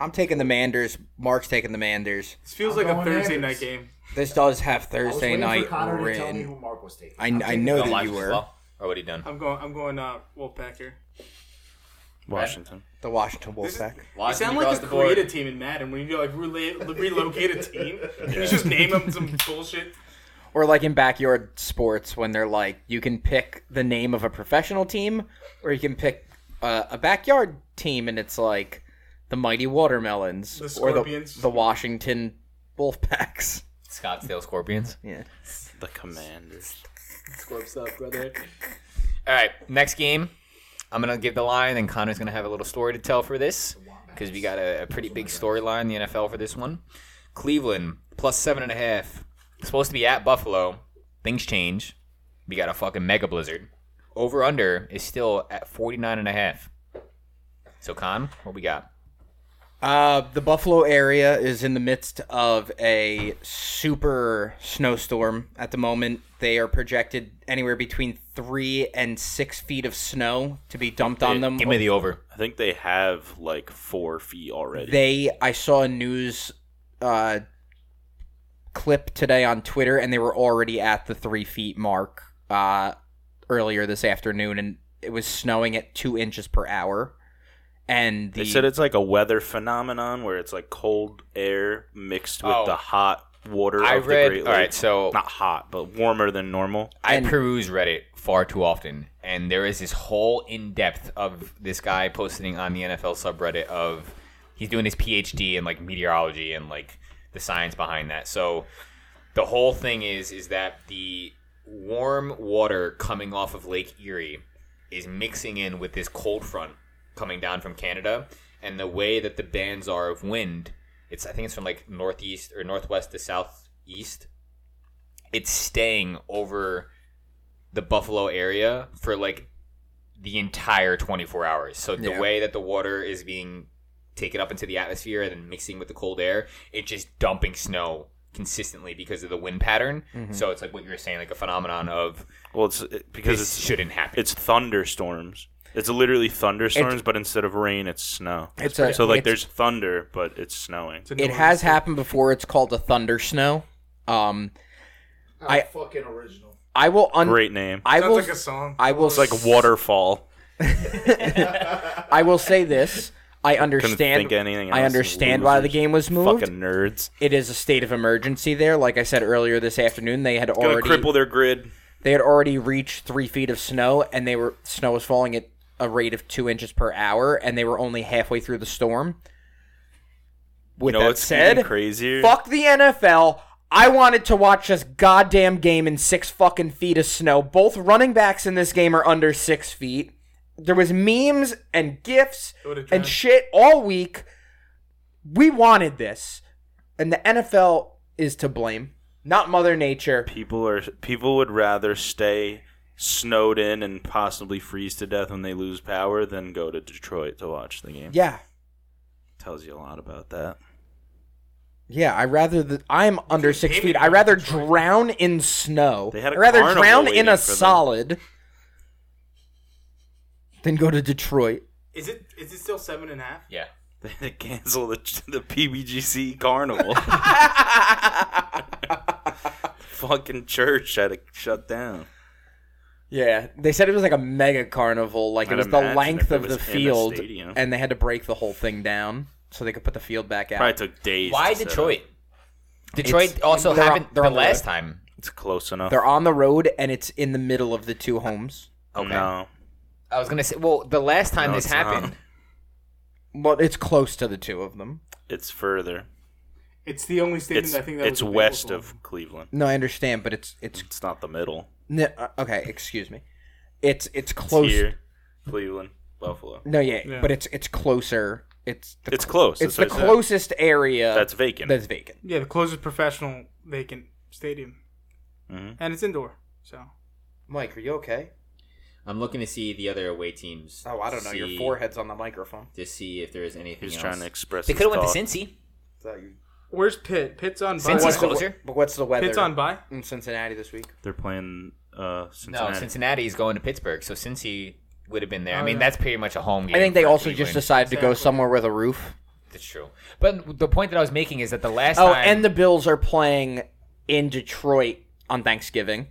Speaker 1: I'm taking the Manders. Mark's taking the Manders.
Speaker 3: This feels like
Speaker 5: I'm
Speaker 3: a
Speaker 5: going
Speaker 3: Thursday night
Speaker 5: Anders.
Speaker 3: game.
Speaker 1: This does have
Speaker 5: I was
Speaker 1: Thursday
Speaker 5: waiting
Speaker 1: night
Speaker 5: for Connor to tell me
Speaker 1: written.
Speaker 5: who Mark was taking.
Speaker 1: I,
Speaker 5: I'm
Speaker 1: I
Speaker 5: taking
Speaker 1: know
Speaker 5: the-
Speaker 1: that
Speaker 2: Oh,
Speaker 1: you
Speaker 2: Washington as
Speaker 1: were
Speaker 2: well? Or what he done?
Speaker 3: I'm going. I'm going. Uh, Wolfpack here.
Speaker 4: Washington.
Speaker 1: the Washington Wolfpack.
Speaker 3: You
Speaker 2: Washington
Speaker 3: sound
Speaker 2: across
Speaker 3: like a
Speaker 2: the board.
Speaker 3: creative team in Madden when you like rela- relocate
Speaker 2: (laughs)
Speaker 3: a team. You just name them some bullshit.
Speaker 1: Or like in backyard sports when they're like, you can pick the name of a professional team, or you can pick uh, a backyard team, and it's like the Mighty Watermelons
Speaker 3: The
Speaker 1: or the
Speaker 3: Scorpions.
Speaker 1: the Washington Wolfpacks. (laughs)
Speaker 2: Scottsdale Scorpions.
Speaker 1: Yeah.
Speaker 4: The Commanders.
Speaker 3: Scorps up, brother.
Speaker 2: All right, next game. I'm gonna give the line, and Connor's gonna have a little story to tell for this because we got a, a pretty big storyline in the NFL for this one. Cleveland plus seven and a half. Supposed to be at Buffalo. Things change. We got a fucking mega blizzard. Over under is still at 49 and a half. So Con, what we got?
Speaker 1: Uh, the Buffalo area is in the midst of a super snowstorm at the moment. They are projected anywhere between three and six feet of snow to be dumped on them.
Speaker 2: Give me the over.
Speaker 4: I think they have like four feet already.
Speaker 1: They, I saw a news uh, clip today on Twitter, and they were already at the three feet mark uh, earlier this afternoon, and it was snowing at two inches per hour. And the
Speaker 4: They said it's like a weather phenomenon where it's like cold air mixed with
Speaker 2: Oh.
Speaker 4: the hot water
Speaker 2: I
Speaker 4: of the
Speaker 2: read.
Speaker 4: Great
Speaker 2: All right,
Speaker 4: Lakes.
Speaker 2: so
Speaker 4: Not hot, but warmer than normal.
Speaker 2: I
Speaker 1: And-
Speaker 2: peruse Reddit far too often, and there is this whole in depth of this guy posting on the NFL subreddit of he's doing his PhD in like meteorology and like the science behind that. So the whole thing is is that the warm water coming off of Lake Erie is mixing in with this cold front coming down from Canada, and the way that the bands are of wind, it's I think it's from like northeast or northwest to southeast. It's staying over the Buffalo area for like the entire 24 hours. So the
Speaker 1: Yeah.
Speaker 2: way that the water is being taken up into the atmosphere and then mixing with the cold air, it's just dumping snow consistently because of the wind pattern.
Speaker 1: Mm-hmm.
Speaker 2: So it's like what you were saying, like a phenomenon of
Speaker 4: Well, it's it- because
Speaker 2: this
Speaker 4: it's
Speaker 2: shouldn't happen.
Speaker 4: it's thunderstorms. It's literally thunderstorms, but instead of rain, it's snow.
Speaker 1: It's a-
Speaker 4: so like
Speaker 1: it's-
Speaker 4: there's thunder, but it's snowing.
Speaker 3: It's a
Speaker 1: it
Speaker 3: noise.
Speaker 1: has happened before. It's called a thunder snow. Um,
Speaker 5: How
Speaker 1: I-
Speaker 5: uh, fucking original.
Speaker 1: I will un-
Speaker 4: Great name.
Speaker 1: I
Speaker 3: Sounds
Speaker 1: will.
Speaker 3: like a song.
Speaker 1: I will.
Speaker 4: It's like waterfall.
Speaker 1: I will say this. I
Speaker 4: Couldn't
Speaker 1: understand.
Speaker 4: think of anything.
Speaker 1: I
Speaker 4: else.
Speaker 1: understand why the
Speaker 4: Losers.
Speaker 1: game was moved.
Speaker 4: Fucking nerds.
Speaker 1: It is a state of emergency there. Like I said earlier this afternoon, they had
Speaker 4: Gonna
Speaker 1: already
Speaker 4: cripple their grid.
Speaker 1: they had already reached three feet of snow, and they were snow was falling at a rate of two inches per hour, and they were only halfway through the storm. With
Speaker 4: You know
Speaker 1: that
Speaker 4: what's
Speaker 1: said,
Speaker 4: even crazier?
Speaker 1: fuck the NFL. I wanted to watch this goddamn game in six fucking feet of snow. Both running backs in this game are under six feet. There was memes and gifs
Speaker 3: Go to
Speaker 1: and
Speaker 3: Jen.
Speaker 1: shit all week. We wanted this, and the NFL is to blame, not Mother Nature.
Speaker 4: People are people would rather stay snowed in and possibly freeze to death when they lose power than go to Detroit to watch the game.
Speaker 1: Yeah,
Speaker 4: Tells you a lot about that. (laughs)
Speaker 1: yeah. I rather the, I'm under six feet. I rather drown in snow.
Speaker 4: They had a
Speaker 1: I rather
Speaker 4: carnival
Speaker 1: drown
Speaker 4: waiting
Speaker 1: in a
Speaker 4: for them.
Speaker 1: solid than go to Detroit.
Speaker 3: Is it is it still seven and a half?
Speaker 2: yeah.
Speaker 4: They had to cancel the the
Speaker 1: (laughs)
Speaker 4: PBGC carnival. (laughs) Fucking church had to shut down.
Speaker 1: Yeah, they said it was like a mega carnival. Like it
Speaker 4: I'd
Speaker 1: was the
Speaker 4: imagine
Speaker 1: length
Speaker 4: if it
Speaker 1: of
Speaker 4: was
Speaker 1: the
Speaker 4: in a
Speaker 1: field,
Speaker 4: stadium.
Speaker 1: and they had to break the whole thing down so they could put the field back out.
Speaker 4: Probably took days.
Speaker 2: Why
Speaker 4: to set
Speaker 2: Detroit?
Speaker 4: up.
Speaker 2: Detroit
Speaker 1: It's-
Speaker 2: also
Speaker 1: they're on-
Speaker 2: happened
Speaker 1: they're
Speaker 2: the
Speaker 1: on the
Speaker 2: last time.
Speaker 4: It's close enough.
Speaker 1: They're on the road, and it's in the middle of the two homes.
Speaker 2: Okay.
Speaker 4: No,
Speaker 2: I was gonna say, well, the last time
Speaker 4: No,
Speaker 2: this
Speaker 4: it's not.
Speaker 2: happened,
Speaker 1: Well, it's close to the two of them.
Speaker 4: it's further.
Speaker 3: It's the only stadium
Speaker 4: It's
Speaker 3: I think that
Speaker 4: it's
Speaker 3: was available.
Speaker 4: west of Cleveland.
Speaker 1: No, I understand, but it's it's
Speaker 4: It's not the middle.
Speaker 1: no, uh, okay. Excuse me. It's it's
Speaker 4: It's
Speaker 1: close.
Speaker 4: here, Cleveland, Buffalo.
Speaker 1: No, yeah,
Speaker 3: Yeah.
Speaker 1: but it's it's closer. It's the,
Speaker 4: It's close.
Speaker 1: it's the
Speaker 4: that's what I said.
Speaker 1: closest
Speaker 2: Uh,
Speaker 1: area
Speaker 4: That's vacant.
Speaker 1: that's vacant.
Speaker 3: Yeah, the closest professional vacant stadium,
Speaker 2: Mm-hmm.
Speaker 4: Mhm.
Speaker 3: and it's indoor. So
Speaker 1: Mike, are you okay?
Speaker 2: I'm looking to see the other away teams.
Speaker 1: Oh, I don't know.
Speaker 2: see-
Speaker 1: Your forehead's on the microphone.
Speaker 2: To see if there is anything
Speaker 4: He's
Speaker 2: else.
Speaker 4: trying to express.
Speaker 2: they
Speaker 4: his
Speaker 2: could have went to
Speaker 4: thought.
Speaker 2: Cincy.
Speaker 3: where's Pitt? Pitt's on
Speaker 2: Since he's
Speaker 1: What's the-
Speaker 3: bye.
Speaker 2: close. closer.
Speaker 1: But what's the weather?
Speaker 3: Pitt's on bye.
Speaker 1: in Cincinnati this week.
Speaker 4: They're playing uh,
Speaker 2: No,
Speaker 4: Cincinnati.
Speaker 2: Cincinnati is going to Pittsburgh, so Cincy would have been there. I
Speaker 3: Oh,
Speaker 2: mean,
Speaker 3: yeah.
Speaker 2: that's pretty much a home game.
Speaker 1: I think they
Speaker 2: for
Speaker 1: also
Speaker 2: Cleveland.
Speaker 1: just decided to go
Speaker 3: Exactly.
Speaker 1: somewhere with a roof.
Speaker 2: That's true. But the point that I was making is that the last
Speaker 1: Oh,
Speaker 2: time,
Speaker 1: and the Bills are playing in Detroit on Thanksgiving.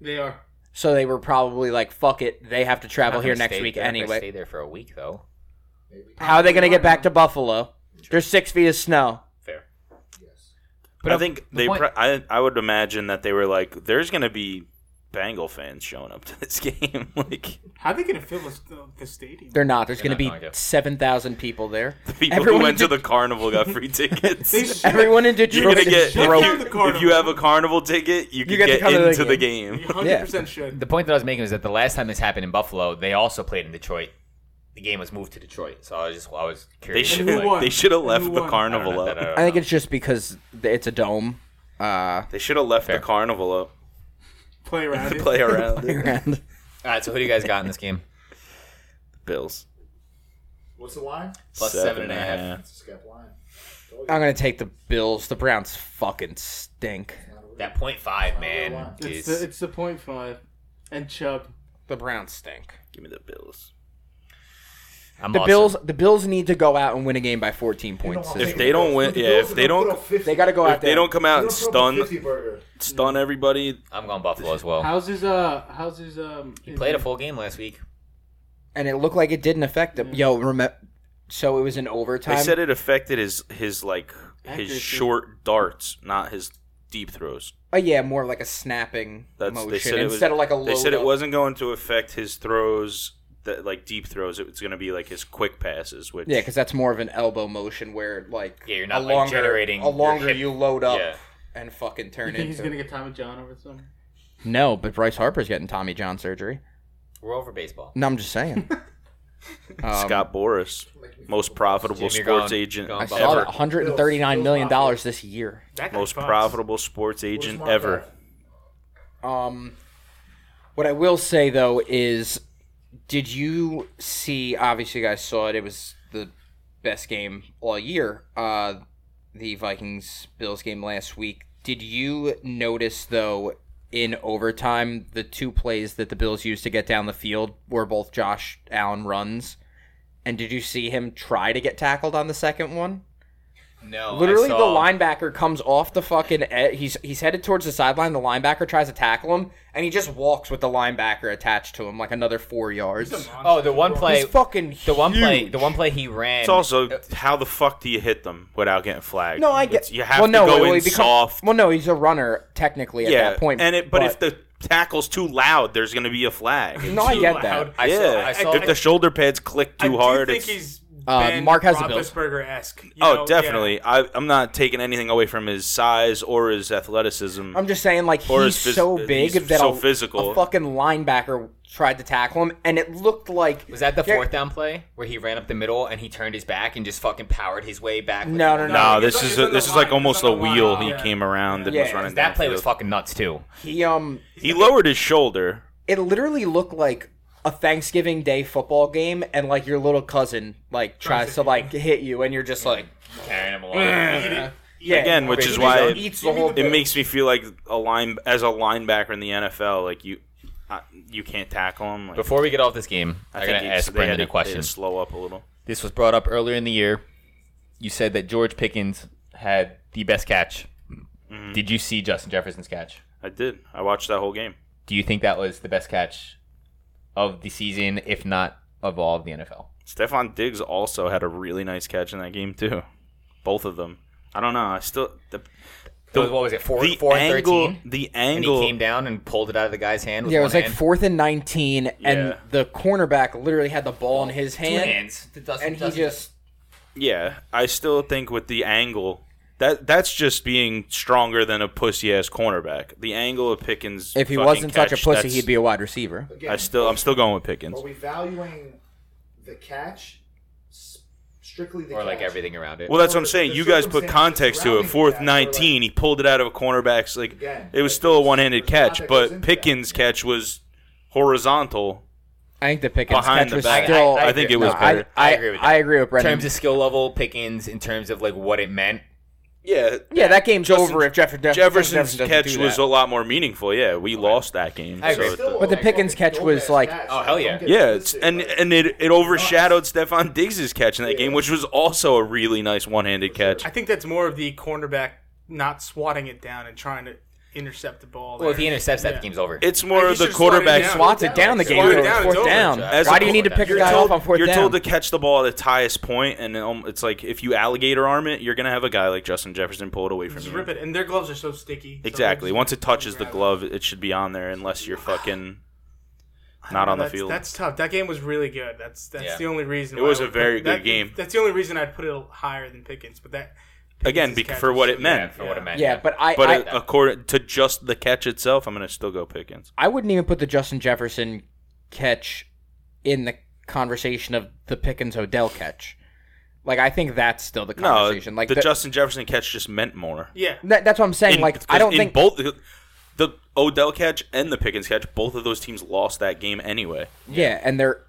Speaker 3: They are.
Speaker 1: So they were probably like, fuck it, they have to
Speaker 2: They're not
Speaker 1: travel
Speaker 2: gonna
Speaker 1: here next
Speaker 2: stay
Speaker 1: week
Speaker 2: there. They're gonna Stay
Speaker 1: anyway.
Speaker 2: there for a week though.
Speaker 1: How are they going to get back to Buffalo? There's six feet of snow.
Speaker 2: Fair.
Speaker 5: Yes.
Speaker 2: But
Speaker 4: I
Speaker 2: uh,
Speaker 4: think
Speaker 2: the
Speaker 4: they.
Speaker 2: point-
Speaker 4: Pro- I I would imagine that they were like, "There's going to be Bengal fans showing up to this (laughs) game." like
Speaker 3: How they gonna fill this, the stadium?
Speaker 1: They're not. There's
Speaker 2: They're
Speaker 1: going to be
Speaker 2: not going to.
Speaker 1: 7,000 people there.
Speaker 4: (laughs) the people
Speaker 1: Everyone
Speaker 4: who went
Speaker 1: did-
Speaker 4: to the carnival got
Speaker 2: (laughs)
Speaker 4: free tickets.
Speaker 3: They
Speaker 1: (laughs)
Speaker 3: should-
Speaker 1: Everyone
Speaker 3: (laughs)
Speaker 1: in
Speaker 4: You're
Speaker 1: Detroit
Speaker 4: gonna
Speaker 1: is
Speaker 4: get if
Speaker 3: Shut
Speaker 1: broke.
Speaker 3: down the
Speaker 4: you,
Speaker 3: carnival.
Speaker 4: if you have a carnival ticket, you, can
Speaker 1: get to
Speaker 4: get
Speaker 1: come to the
Speaker 4: into the
Speaker 3: You
Speaker 4: game.
Speaker 3: 100% should.
Speaker 2: the point that I was making was that the last time this happened in Buffalo, they also played in Detroit. The game was moved to Detroit, so I was just I was
Speaker 4: They
Speaker 2: curious. (laughs)
Speaker 4: should
Speaker 3: who won?
Speaker 4: they should have
Speaker 3: And who
Speaker 4: left the
Speaker 3: won?
Speaker 2: I don't
Speaker 4: carnival
Speaker 2: know that I
Speaker 4: up.
Speaker 2: don't
Speaker 1: I think
Speaker 2: know.
Speaker 1: it's just because it's a dome. Uh,
Speaker 4: They should have left
Speaker 2: Fair.
Speaker 4: the carnival up
Speaker 3: Play around.
Speaker 4: (laughs) to
Speaker 3: it.
Speaker 2: (laughs)
Speaker 4: play around. it.
Speaker 1: and (laughs)
Speaker 2: All right, so who do you guys got in this game?
Speaker 4: Bills.
Speaker 5: What's the line?
Speaker 2: Plus seven and a half.
Speaker 5: That's a scap line. Told you.
Speaker 1: I'm gonna take the Bills. The Browns fucking stink.
Speaker 2: That point five man
Speaker 3: It's
Speaker 2: is
Speaker 3: the, it's the point five, and Chubb.
Speaker 1: The Browns stink.
Speaker 4: Give me the Bills.
Speaker 2: I'm
Speaker 1: The
Speaker 2: also-
Speaker 1: Bills. The Bills need to go out and win a game by 14 points.
Speaker 4: If they don't win- yeah, if they don't-
Speaker 1: (laughs) They got to go
Speaker 4: If
Speaker 1: out there.
Speaker 4: they don't come out and
Speaker 5: stun.
Speaker 4: stun stun everybody,
Speaker 2: I'm going Buffalo as well.
Speaker 3: How's his uh? How's his um?
Speaker 2: Oh. He played a full game last week.
Speaker 1: and it looked like it didn't affect them.
Speaker 3: Mm.
Speaker 1: Yo, remember? So it was an overtime.
Speaker 4: they said it affected his his like his
Speaker 3: Accuracy.
Speaker 4: short darts, not his deep throws.
Speaker 1: Oh, yeah, more like a snapping
Speaker 4: That's
Speaker 1: motion
Speaker 4: they said it was,
Speaker 1: instead of like a. Low
Speaker 4: They said it
Speaker 1: low-
Speaker 4: wasn't going to affect his throws, that like deep throws. It was going to be like his quick passes, which
Speaker 1: Yeah, because that's more of an elbow motion where like
Speaker 2: Yeah, you're not,
Speaker 1: a
Speaker 2: like,
Speaker 1: longer,
Speaker 2: generating
Speaker 1: a
Speaker 2: your
Speaker 1: longer
Speaker 2: hip-
Speaker 1: you load up
Speaker 2: Yeah.
Speaker 1: and fucking
Speaker 3: You
Speaker 1: turn
Speaker 3: think he's
Speaker 1: into.
Speaker 3: gonna get Tommy John over something?
Speaker 1: No, but Bryce Harper's getting Tommy John surgery.
Speaker 2: We're over baseball.
Speaker 1: No, I'm just
Speaker 3: (laughs)
Speaker 1: saying. Um,
Speaker 4: Scott Boris, most profitable
Speaker 2: Jimmy, you're
Speaker 4: sports
Speaker 2: going-
Speaker 4: agent
Speaker 2: going
Speaker 1: I
Speaker 4: ever.
Speaker 1: saw that
Speaker 2: Bills,
Speaker 1: 139 million dollars this year.
Speaker 3: That
Speaker 4: Most profitable sports agent ever.
Speaker 1: Um, what I will say though is, did you see? Obviously, you guys saw it. It was the best game all year. Uh, the Vikings Bills game last week. Did you notice though? In overtime, the two plays that the Bills used to get down the field were both Josh Allen runs. And did you see him try to get tackled on the second one?
Speaker 2: No,
Speaker 1: Literally, the linebacker comes off the fucking. Ed- he's he's headed towards the sideline. The linebacker tries to tackle him, and he just walks with the linebacker attached to him like another four yards.
Speaker 2: Oh, the one play.
Speaker 1: He's fucking.
Speaker 2: The one play.
Speaker 1: huge.
Speaker 2: The one play he ran.
Speaker 4: It's also how the fuck do you hit them without getting flagged?
Speaker 1: uh, No, I get.
Speaker 4: It's- you have
Speaker 1: well,
Speaker 4: to
Speaker 1: no,
Speaker 4: go
Speaker 1: well, he
Speaker 4: in
Speaker 1: becomes-
Speaker 4: soft.
Speaker 1: Well, no, he's a runner technically at
Speaker 4: yeah,
Speaker 1: that point.
Speaker 4: and it. But, if the tackle's too loud, there's going to be a flag.
Speaker 1: no, I
Speaker 3: too
Speaker 1: get
Speaker 3: loud.
Speaker 1: that.
Speaker 2: I
Speaker 4: yeah,
Speaker 2: saw. I
Speaker 4: if
Speaker 2: saw
Speaker 4: the shoulder pads click
Speaker 3: I
Speaker 4: too hard,
Speaker 3: do think
Speaker 4: it's
Speaker 3: he's
Speaker 1: Uh,
Speaker 3: Ben
Speaker 1: Mark has the Bills.
Speaker 3: Roethlisberger-esque. you
Speaker 4: Oh,
Speaker 3: know?
Speaker 4: definitely. I, I'm not taking anything away from his size or his athleticism.
Speaker 1: I'm just saying, like
Speaker 4: Or
Speaker 1: he's
Speaker 4: his phys-
Speaker 1: so big
Speaker 4: he's
Speaker 1: that
Speaker 4: so
Speaker 1: a,
Speaker 4: physical.
Speaker 1: a fucking linebacker tried to tackle him, and it looked like
Speaker 2: Was that the
Speaker 1: Here-
Speaker 2: fourth down play where he ran up the middle and he turned his back and just fucking powered his way back? with
Speaker 1: No,
Speaker 2: it?
Speaker 1: no, no.
Speaker 4: no,
Speaker 3: it's
Speaker 4: this
Speaker 3: on-
Speaker 4: is
Speaker 3: it's
Speaker 4: a,
Speaker 3: on the
Speaker 4: this is
Speaker 3: line,
Speaker 4: like almost
Speaker 3: it's on
Speaker 4: the
Speaker 3: the line.
Speaker 4: wheel he
Speaker 3: Yeah.
Speaker 4: came around and
Speaker 1: Yeah,
Speaker 4: was running
Speaker 2: That play was
Speaker 4: downfield.
Speaker 2: fucking nuts too.
Speaker 1: he um
Speaker 4: He lowered his shoulder.
Speaker 1: it literally looked like a Thanksgiving Day football game, and like your little cousin like tries to like hit you, and you're just like,
Speaker 2: Carrying him along.
Speaker 1: yeah,
Speaker 4: Again,
Speaker 1: he
Speaker 4: which is
Speaker 1: just
Speaker 4: why it-
Speaker 1: eats the whole.
Speaker 4: It makes me feel like a line as a linebacker in the NFL, like you I, you can't tackle him.
Speaker 2: (clears throat)
Speaker 4: Like,
Speaker 2: Before we get off this game, I, gotta
Speaker 4: he-
Speaker 2: ask
Speaker 4: they had
Speaker 2: Brendan a
Speaker 4: to-
Speaker 2: question.
Speaker 4: they had to Slow up a little.
Speaker 2: This was brought up earlier in the year. You said that George Pickens had the best catch.
Speaker 4: Mm-hmm.
Speaker 2: Did you see Justin Jefferson's catch?
Speaker 4: I did. I watched that whole game.
Speaker 2: Do you think that was the best catch of the season, if not of all of the NFL?
Speaker 4: Stefan Diggs also had a really nice catch in that game too. Both of them. I don't know. I still the
Speaker 2: So what was it? Four,
Speaker 4: the
Speaker 2: four and
Speaker 4: angle.
Speaker 2: thirteen.
Speaker 4: The
Speaker 2: And
Speaker 4: angle.
Speaker 2: he came down and pulled it out of the guy's hand. With
Speaker 1: Yeah, it
Speaker 2: one
Speaker 1: was like
Speaker 2: hand.
Speaker 1: fourth and nineteen,
Speaker 4: Yeah.
Speaker 1: and the cornerback literally had the ball in his
Speaker 2: Two
Speaker 1: hand,
Speaker 2: hands. To Dustin
Speaker 1: and he
Speaker 2: Jefferson.
Speaker 1: just
Speaker 4: Yeah, I still think with the angle that that's just being stronger than a pussy ass cornerback. The angle of Pickens.
Speaker 1: if he
Speaker 4: fucking
Speaker 1: wasn't
Speaker 4: catch,
Speaker 1: such a pussy,
Speaker 4: that's-
Speaker 1: he'd be a wide receiver.
Speaker 5: Again,
Speaker 4: I still, I'm still going with Pickens.
Speaker 5: Are we valuing the catch s- strictly the
Speaker 2: or like
Speaker 5: catch?
Speaker 2: everything around it.
Speaker 4: Well, that's what I'm
Speaker 5: The
Speaker 4: saying. You guys put
Speaker 5: circumstances
Speaker 4: context to it.
Speaker 5: surrounding
Speaker 4: Fourth
Speaker 5: that were like-
Speaker 4: 19, he pulled it out of a cornerback's like.
Speaker 5: Again,
Speaker 4: It was
Speaker 5: like,
Speaker 4: still a one-handed
Speaker 5: there's a lot
Speaker 4: catch,
Speaker 5: that goes
Speaker 4: but
Speaker 5: into
Speaker 4: Pickens' catch was horizontal.
Speaker 1: I think the Pickens
Speaker 4: Behind
Speaker 1: catch
Speaker 4: the
Speaker 1: was
Speaker 4: back.
Speaker 1: still.
Speaker 4: I- I think it
Speaker 1: no,
Speaker 4: was
Speaker 1: I,
Speaker 4: better.
Speaker 1: I,
Speaker 2: I
Speaker 1: agree
Speaker 2: agree
Speaker 1: with
Speaker 2: with that.
Speaker 1: I agree with
Speaker 2: in
Speaker 1: Brendan.
Speaker 2: terms of skill level, Pickens in terms of like what it meant.
Speaker 4: Yeah,
Speaker 1: yeah, that game's
Speaker 4: Justin
Speaker 1: over if Jefferson
Speaker 4: Jefferson's
Speaker 1: Jefferson doesn't
Speaker 4: catch
Speaker 1: do
Speaker 4: was
Speaker 1: that.
Speaker 4: a lot more meaningful. Yeah, we lost that game.
Speaker 2: I
Speaker 4: so
Speaker 2: agree.
Speaker 4: it-
Speaker 5: Still
Speaker 1: But the
Speaker 5: a
Speaker 1: Pickens
Speaker 5: fucking
Speaker 1: catch was
Speaker 5: dope-ass
Speaker 1: like-
Speaker 5: catch.
Speaker 2: Oh, hell yeah.
Speaker 5: Don't get
Speaker 4: Yeah, it's,
Speaker 5: twisted,
Speaker 4: and
Speaker 5: like,
Speaker 4: and it, it overshadowed Stefan Diggs' catch in that game, which was also a really nice one-handed catch.
Speaker 3: I think that's more of the cornerback not swatting it down and trying to intercept the ball.
Speaker 2: Well, if
Speaker 3: there.
Speaker 2: he intercepts that,
Speaker 3: Yeah.
Speaker 2: the game's over.
Speaker 4: It's more
Speaker 3: Like,
Speaker 4: of
Speaker 3: he
Speaker 4: the
Speaker 3: should slide it
Speaker 4: quarterback.
Speaker 3: down.
Speaker 1: Swats it down the game.
Speaker 3: Swat it
Speaker 1: over,
Speaker 3: down,
Speaker 1: fourth
Speaker 3: it's over,
Speaker 1: down.
Speaker 2: Jack. As
Speaker 1: Why
Speaker 4: a
Speaker 1: do you need to
Speaker 2: quarterback,
Speaker 1: pick a
Speaker 2: you're
Speaker 1: guy
Speaker 4: told,
Speaker 1: off on fourth
Speaker 4: you're
Speaker 1: down?
Speaker 4: told to catch the ball at its highest point, and it, um, it's like if you alligator arm it, you're gonna have a guy like Justin Jefferson pull it away from
Speaker 3: Just
Speaker 4: you.
Speaker 3: rip it, and their gloves are so sticky. so
Speaker 4: Exactly.
Speaker 3: just-
Speaker 4: Once it touches the
Speaker 3: grab it.
Speaker 4: glove, it should be on there, unless you're fucking not
Speaker 3: Yeah,
Speaker 4: on the
Speaker 3: that's-
Speaker 4: field.
Speaker 3: That's tough. That game was really good. That's that's
Speaker 2: Yeah.
Speaker 3: the only reason.
Speaker 4: It
Speaker 3: why
Speaker 4: was
Speaker 3: I
Speaker 4: a
Speaker 3: would put-
Speaker 4: very good
Speaker 3: that-
Speaker 4: game.
Speaker 3: That's the only reason I'd put it higher than Pickens. But that
Speaker 4: Again,
Speaker 3: Pickens'
Speaker 4: bec-
Speaker 3: catch
Speaker 4: for
Speaker 3: was
Speaker 4: what
Speaker 3: so
Speaker 4: it
Speaker 3: good.
Speaker 4: meant.
Speaker 2: for what it meant.
Speaker 1: yeah, but I,
Speaker 4: But
Speaker 1: I,
Speaker 4: uh, according to just the catch itself, I'm gonna still go Pickens.
Speaker 1: I wouldn't even put the Justin Jefferson catch in the conversation of the Pickens Odell catch. Like I think that's still the
Speaker 4: No,
Speaker 1: conversation. like
Speaker 4: the,
Speaker 1: the-
Speaker 4: Justin Jefferson catch just meant more.
Speaker 3: Yeah,
Speaker 1: that- that's what I'm saying.
Speaker 4: In-
Speaker 1: like I
Speaker 4: because
Speaker 1: don't
Speaker 4: in
Speaker 1: think
Speaker 4: both the, the Odell catch and the Pickens catch, both of those teams lost that game anyway.
Speaker 1: yeah, and they're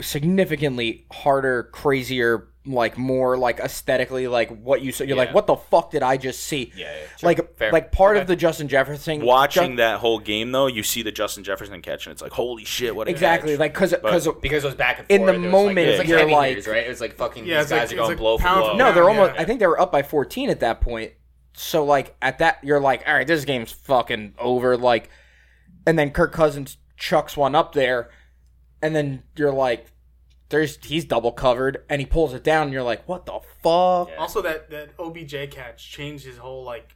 Speaker 1: significantly harder, crazier, like more like aesthetically, like what you said. You're
Speaker 2: Yeah.
Speaker 1: like, what the fuck did I just see?
Speaker 2: Yeah, yeah, sure.
Speaker 1: Like,
Speaker 2: Fair.
Speaker 1: like part
Speaker 2: Okay.
Speaker 1: of the Justin Jefferson
Speaker 4: Watching
Speaker 1: Ju-
Speaker 4: that whole game though, you see the Justin Jefferson catch, and it's like, holy shit, what a
Speaker 1: exactly,
Speaker 4: catch.
Speaker 1: like because because
Speaker 2: because it was back and forth.
Speaker 1: In the
Speaker 2: it was
Speaker 1: moment,
Speaker 2: like, it was
Speaker 1: you're
Speaker 2: heavy
Speaker 1: like-
Speaker 2: hitters, right? It was like fucking
Speaker 3: Yeah,
Speaker 2: these
Speaker 3: it's like-
Speaker 2: guys are
Speaker 3: it's
Speaker 2: going
Speaker 3: like
Speaker 2: blow for
Speaker 3: pound for
Speaker 2: blow.
Speaker 1: no, they're
Speaker 3: Yeah,
Speaker 1: almost.
Speaker 3: yeah.
Speaker 1: I think they were up by 14 at that point. So like at that, you're like, all right, this game's fucking over. Like, and then Kirk Cousins chucks one up there, and then you're like, there's he's double covered, and he pulls it down. And you're like, what the fuck?
Speaker 2: Yeah.
Speaker 3: Also, that that OBJ catch changed his whole like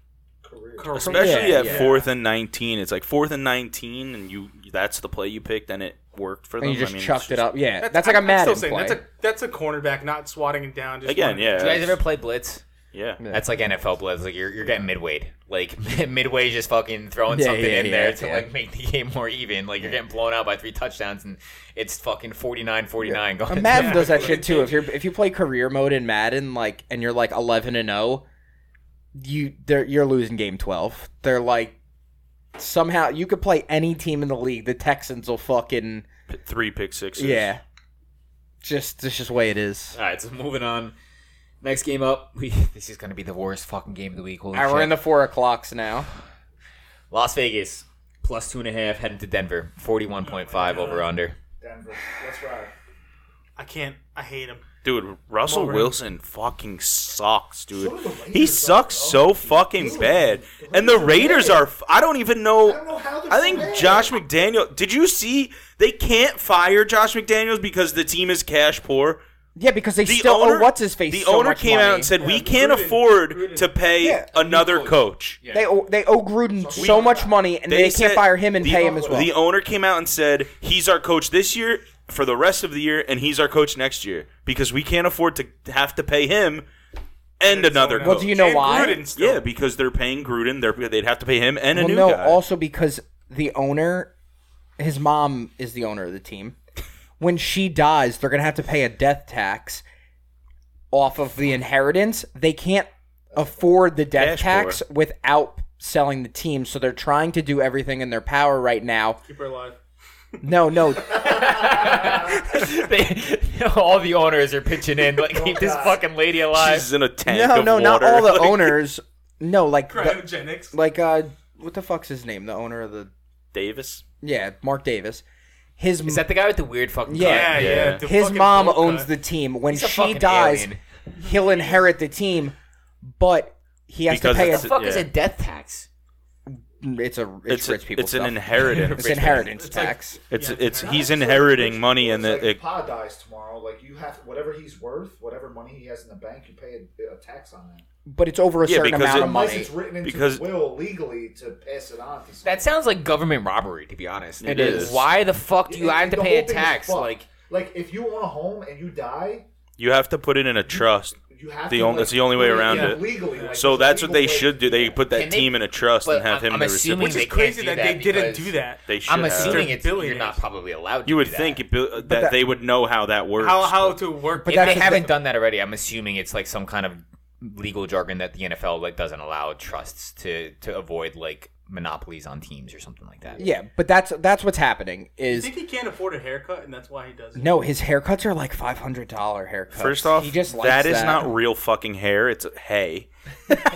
Speaker 5: Career.
Speaker 3: career.
Speaker 4: Especially
Speaker 1: Yeah,
Speaker 4: at
Speaker 1: yeah.
Speaker 4: fourth and nineteen, it's like fourth and nineteen, and you—that's the play you picked, and it worked for them.
Speaker 1: And you just
Speaker 4: I mean, it's
Speaker 1: chucked it
Speaker 4: just-
Speaker 1: up. Yeah, that's, like a
Speaker 3: I'm still
Speaker 1: Madden
Speaker 3: saying,
Speaker 1: play.
Speaker 3: That's a that's a cornerback not swatting it down. Just
Speaker 4: again.
Speaker 3: running.
Speaker 4: Yeah,
Speaker 2: Do you guys ever play blitz?
Speaker 4: yeah.
Speaker 2: That's like NFL blitz. Like you're, you're getting midweight. Like (laughs) midway, just fucking throwing
Speaker 1: Yeah,
Speaker 2: something
Speaker 1: yeah,
Speaker 2: in
Speaker 1: yeah,
Speaker 2: there to
Speaker 1: yeah.
Speaker 2: like make the game more even. Like you're getting blown out by three touchdowns, and it's fucking 49-49 going.
Speaker 1: And
Speaker 2: into
Speaker 1: Uh, Madden
Speaker 2: the
Speaker 1: does that
Speaker 2: fourth. (laughs)
Speaker 1: shit too. If you're if you play career mode in Madden, like and you're like eleven and zero, you they're you're losing game twelve. They're like somehow you could play any team in the league. The Texans will fucking
Speaker 4: P- three pick sixes.
Speaker 1: yeah. Just that's just the way it is.
Speaker 2: All right, so moving on. Next game up, we (laughs) this is gonna be the worst fucking game of the week. Holy
Speaker 1: All right, we're
Speaker 2: shit.
Speaker 1: in the four o'clocks now.
Speaker 2: Las Vegas plus two and a half heading to Denver, forty-one point
Speaker 1: Oh
Speaker 2: five
Speaker 1: (laughs)
Speaker 2: over under. (laughs)
Speaker 5: Denver. Let's ride.
Speaker 4: (laughs)
Speaker 3: I can't. I hate him.
Speaker 4: Dude, Russell
Speaker 3: Over.
Speaker 4: Wilson fucking sucks, dude.
Speaker 5: So do the Raiders,
Speaker 4: He sucks
Speaker 5: bro.
Speaker 4: so fucking
Speaker 5: Dude,
Speaker 4: bad.
Speaker 5: the
Speaker 4: And the
Speaker 5: Raiders
Speaker 4: Raiders
Speaker 5: are
Speaker 4: are. f- I don't even
Speaker 5: I don't
Speaker 4: know.
Speaker 5: know how they're
Speaker 4: I
Speaker 5: so
Speaker 4: think
Speaker 5: bad.
Speaker 4: Josh McDaniel. Did you see they can't fire Josh McDaniels because the team is cash poor?
Speaker 1: Yeah, because they
Speaker 4: The
Speaker 1: still
Speaker 4: owner,
Speaker 1: owe what's his face.
Speaker 4: The
Speaker 1: so
Speaker 4: owner
Speaker 1: much
Speaker 4: came
Speaker 1: money.
Speaker 4: out and said we
Speaker 3: Gruden-
Speaker 4: can't afford
Speaker 3: Gruden.
Speaker 4: to pay
Speaker 1: Yeah.
Speaker 4: another coach.
Speaker 1: they owe, they owe Gruden so, much money, and they, can't
Speaker 4: said-
Speaker 1: fire him and
Speaker 4: the-
Speaker 1: pay him as well.
Speaker 4: The owner came out and said he's our coach this year for the rest of the year, and he's our coach next year because we can't afford to have to pay him and another
Speaker 1: Well,
Speaker 4: coach.
Speaker 1: do you know
Speaker 3: And
Speaker 1: why?
Speaker 3: Gruden still.
Speaker 4: yeah, because they're paying Gruden, they're, they'd have to pay him and a
Speaker 1: well,
Speaker 4: new
Speaker 1: no,
Speaker 4: guy.
Speaker 1: also because the owner, his mom is the owner of the team. When she dies, they're gonna have to pay a death tax off of the inheritance. They can't afford the death
Speaker 4: Cash
Speaker 1: tax without selling the team, so they're trying to do everything in their power right now.
Speaker 3: Keep her alive.
Speaker 1: No,
Speaker 4: (laughs)
Speaker 1: no,
Speaker 2: They- (laughs) all the owners are pitching in,
Speaker 1: Oh
Speaker 2: like keep (laughs) this fucking lady alive.
Speaker 4: She's in a tank.
Speaker 1: no,
Speaker 4: of
Speaker 1: no, not
Speaker 4: water.
Speaker 1: all the
Speaker 4: (laughs) Like,
Speaker 1: owners. No, like, the,
Speaker 3: Cryogenics.
Speaker 1: like, uh, what the fuck's his name? The owner of the
Speaker 4: Davis.
Speaker 1: yeah, Mark Davis. His
Speaker 2: Is that the guy with the weird fucking?
Speaker 1: Yeah.
Speaker 2: cut?
Speaker 3: yeah, yeah.
Speaker 4: Yeah.
Speaker 3: the
Speaker 1: His
Speaker 3: fucking
Speaker 1: mom
Speaker 3: bowl cut.
Speaker 1: owns the team. When
Speaker 2: He's a
Speaker 1: she
Speaker 2: fucking
Speaker 1: dies,
Speaker 2: alien.
Speaker 1: he'll inherit the team, but he has
Speaker 4: Because
Speaker 1: to pay.
Speaker 4: it's
Speaker 1: It's
Speaker 2: The
Speaker 1: a,
Speaker 2: fuck is
Speaker 4: Yeah.
Speaker 2: a death tax?
Speaker 1: it's a it's,
Speaker 4: It's, a-
Speaker 1: rich people.
Speaker 4: it's
Speaker 1: stuff. (laughs)
Speaker 4: an inheritance.
Speaker 1: It's inheritance
Speaker 3: It's like-
Speaker 1: tax.
Speaker 4: It's
Speaker 3: Yeah.
Speaker 4: it's
Speaker 5: Not
Speaker 4: he's
Speaker 5: like-
Speaker 4: inheriting money
Speaker 5: it's
Speaker 4: and
Speaker 5: like
Speaker 4: the,
Speaker 5: if Pa dies tomorrow. Like you have whatever he's worth, whatever money he has in the bank, you pay a, a tax on that.
Speaker 1: but it's over a
Speaker 4: Yeah,
Speaker 1: certain
Speaker 4: because
Speaker 1: amount
Speaker 4: it-
Speaker 1: of
Speaker 5: Unless
Speaker 1: money.
Speaker 5: it's written into
Speaker 4: because-
Speaker 5: the will legally to pass it on to someone.
Speaker 2: That sounds like government robbery, to be honest.
Speaker 4: It
Speaker 2: Like,
Speaker 4: is.
Speaker 2: Why the fuck do you
Speaker 5: It-
Speaker 2: have to
Speaker 5: the
Speaker 2: pay a
Speaker 5: whole thing is
Speaker 2: tax?
Speaker 5: fucked.
Speaker 2: Like,
Speaker 5: like if you own a home and you die,
Speaker 4: you have to put it in a trust.
Speaker 5: you have
Speaker 4: The
Speaker 5: to.
Speaker 4: on-
Speaker 5: like,
Speaker 4: it's the only way
Speaker 5: put
Speaker 4: around
Speaker 5: in
Speaker 4: it.
Speaker 5: Legally, like,
Speaker 4: So
Speaker 5: there's a
Speaker 4: that's what
Speaker 5: legal
Speaker 4: they
Speaker 5: way
Speaker 4: should
Speaker 5: to
Speaker 4: do. They
Speaker 5: that.
Speaker 4: put
Speaker 2: Can
Speaker 4: that
Speaker 2: they-
Speaker 4: team in a trust
Speaker 2: but
Speaker 4: and have
Speaker 2: I'm-
Speaker 4: him
Speaker 2: I'm
Speaker 4: the
Speaker 2: assuming
Speaker 4: recipient.
Speaker 3: Which is
Speaker 2: They can't
Speaker 3: crazy
Speaker 2: do
Speaker 3: that,
Speaker 2: that
Speaker 3: they didn't
Speaker 2: because-
Speaker 3: do that.
Speaker 4: They should
Speaker 2: I'm
Speaker 4: have.
Speaker 2: assuming it's you're
Speaker 3: billionaires.
Speaker 2: not probably allowed. To
Speaker 4: You would
Speaker 2: do that.
Speaker 4: think it, bu- that,
Speaker 1: that-
Speaker 4: they would know how that works.
Speaker 3: How how to work?
Speaker 1: But
Speaker 2: if
Speaker 1: that's
Speaker 2: they
Speaker 1: the-
Speaker 2: haven't done that already, I'm assuming it's like some kind of legal jargon that the NFL like doesn't allow trusts to to avoid like monopolies on teams or something like that.
Speaker 1: Yeah, but that's that's what's happening.
Speaker 3: I
Speaker 1: Is
Speaker 3: think he can't afford a haircut, and that's why he does it.
Speaker 1: no, his haircuts are like five hundred dollar haircuts.
Speaker 4: First off,
Speaker 1: he just likes
Speaker 4: that is not real fucking hair. It's hay,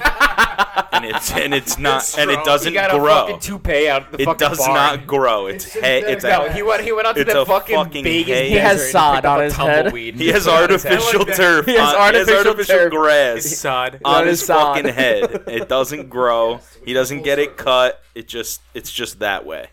Speaker 4: and it's and it's not and it doesn't
Speaker 2: he got a
Speaker 4: grow.
Speaker 2: fucking toupee out the
Speaker 4: It
Speaker 2: fucking
Speaker 4: does
Speaker 2: barn.
Speaker 4: not grow. It's,
Speaker 5: It's
Speaker 4: hay.
Speaker 5: synthetic
Speaker 4: It's
Speaker 2: No,
Speaker 4: a,
Speaker 2: he went. He went out to
Speaker 4: It's
Speaker 2: the
Speaker 4: a
Speaker 2: fucking,
Speaker 4: fucking
Speaker 2: Vegas
Speaker 4: hay.
Speaker 2: desert
Speaker 4: He
Speaker 1: has
Speaker 2: and
Speaker 1: sod
Speaker 2: picked up
Speaker 1: on
Speaker 2: a
Speaker 1: his head.
Speaker 2: tumbleweed and
Speaker 4: he has
Speaker 2: put it on his head.
Speaker 4: artificial
Speaker 3: that.
Speaker 4: turf.
Speaker 1: He has
Speaker 4: on- he has
Speaker 1: artificial
Speaker 4: artificial
Speaker 1: turf.
Speaker 3: It's
Speaker 4: grass
Speaker 3: sod.
Speaker 4: on
Speaker 1: on
Speaker 4: his
Speaker 1: his sod.
Speaker 4: fucking head. It doesn't grow. He doesn't get it cut. It just it's just that way.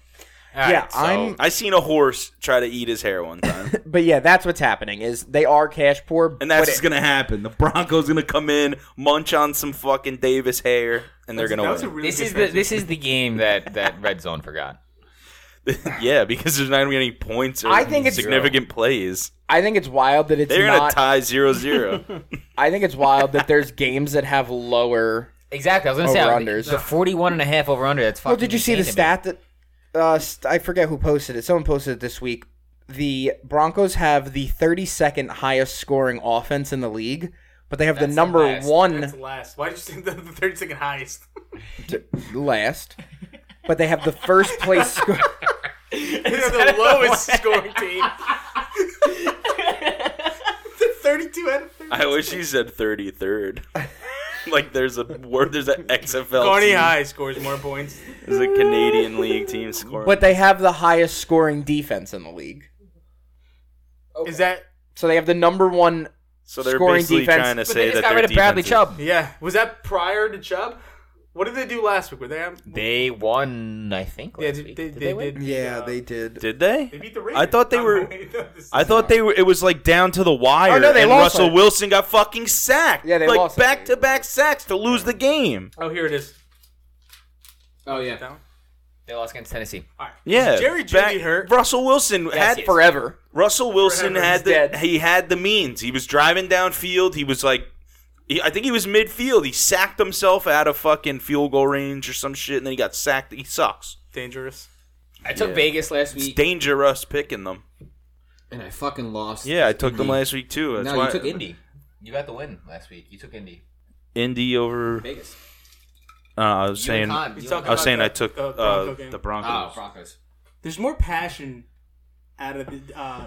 Speaker 2: All
Speaker 1: Yeah, I'm-
Speaker 4: I seen a horse try to eat his hair one time.
Speaker 1: But yeah, that's what's happening. Is they are cash poor,
Speaker 4: And that's
Speaker 1: but
Speaker 4: what's gonna happen. The Broncos gonna come in, munch on some fucking Davis hair, and they're gonna
Speaker 3: That's a
Speaker 4: win.
Speaker 3: really
Speaker 2: This
Speaker 3: good
Speaker 2: is the
Speaker 3: transition.
Speaker 2: this is the game that that Red Zone forgot.
Speaker 4: (laughs) yeah, because there's not gonna be any points or
Speaker 1: I think it's-
Speaker 4: significant plays.
Speaker 1: I think it's wild that it's
Speaker 4: They're gonna
Speaker 1: not.
Speaker 4: tie
Speaker 1: (laughs)
Speaker 4: 0-0.
Speaker 1: I think it's wild that there's games that have lower.
Speaker 2: Exactly. I was gonna say
Speaker 1: Over-unders.
Speaker 2: the 41 and a half over under. That's fucking.
Speaker 1: Well, Oh, did you see the
Speaker 2: insane to me.
Speaker 1: stat that uh, st- I forget who posted it? Someone posted it this week. The Broncos have the 32nd highest scoring offense in the league, but they have
Speaker 2: That's
Speaker 1: the
Speaker 2: the
Speaker 1: number
Speaker 2: last.
Speaker 1: one
Speaker 3: That's last. Why did you say the, the thirty second highest?
Speaker 1: (laughs)
Speaker 3: (laughs)
Speaker 1: last, but they have the first place score.
Speaker 3: (laughs) They're the lowest scoring team. 32 out of 32.
Speaker 4: I wish you
Speaker 1: (laughs)
Speaker 4: said 33rd. like there's a word there's an XFL
Speaker 3: Garney
Speaker 4: team.
Speaker 3: High scores more points.
Speaker 4: There's a Canadian League team scoring.
Speaker 1: But they have the highest scoring defense in the league.
Speaker 3: Is that
Speaker 1: So they have the number one.
Speaker 4: so they're
Speaker 1: scoring
Speaker 4: basically
Speaker 1: defense-
Speaker 4: trying to
Speaker 1: But
Speaker 2: But
Speaker 4: say
Speaker 2: they just
Speaker 4: that
Speaker 2: got
Speaker 4: their
Speaker 2: rid of Bradley
Speaker 4: defense is-
Speaker 2: Chubb.
Speaker 3: yeah? Was that prior to Chubb? What did they do last week? Were they? on-
Speaker 2: They won, I think.
Speaker 3: Yeah,
Speaker 2: Last
Speaker 3: they,
Speaker 2: week.
Speaker 3: they,
Speaker 2: Did
Speaker 3: they,
Speaker 2: win?
Speaker 3: did.
Speaker 6: Yeah,
Speaker 3: uh,
Speaker 6: they did.
Speaker 4: Did they?
Speaker 3: They beat the Ravens.
Speaker 4: I thought they were. I thought they were. It was like down to the wire.
Speaker 1: Oh, no, they
Speaker 4: and
Speaker 1: lost
Speaker 4: Russell
Speaker 1: it.
Speaker 4: Wilson got fucking sacked.
Speaker 1: Yeah, they
Speaker 4: like
Speaker 1: lost it.
Speaker 4: back to back sacks to lose the game.
Speaker 3: Oh, here it is.
Speaker 1: Oh yeah.
Speaker 3: That one?
Speaker 2: They lost against Tennessee.
Speaker 3: All right.
Speaker 4: Yeah,
Speaker 3: Jerry
Speaker 4: back-
Speaker 3: Judy hurt.
Speaker 4: Russell Wilson had
Speaker 2: he is.
Speaker 1: Forever.
Speaker 4: Russell Wilson
Speaker 3: Forever.
Speaker 4: had
Speaker 1: He's
Speaker 4: the
Speaker 1: dead.
Speaker 4: he had the means. He was driving downfield. He was like, he, I think he was midfield. He sacked himself out of fucking field goal range or some shit, and then he got sacked. He sucks.
Speaker 3: Dangerous.
Speaker 2: I took Vegas last
Speaker 4: It's
Speaker 2: week,
Speaker 4: dangerous picking them.
Speaker 2: and I fucking lost.
Speaker 4: Yeah, I took them last week too. That's
Speaker 2: no,
Speaker 4: why
Speaker 2: you took Indy. You got the win last week. You took Indy.
Speaker 4: Indy over.
Speaker 2: Vegas.
Speaker 4: Uh, I was saying. I
Speaker 3: He's talking
Speaker 4: was saying I
Speaker 3: about the-
Speaker 4: took
Speaker 3: the
Speaker 4: uh,
Speaker 3: Oh, Bronco game.
Speaker 4: the Broncos.
Speaker 2: Oh, Broncos.
Speaker 3: There's more passion out of the, uh,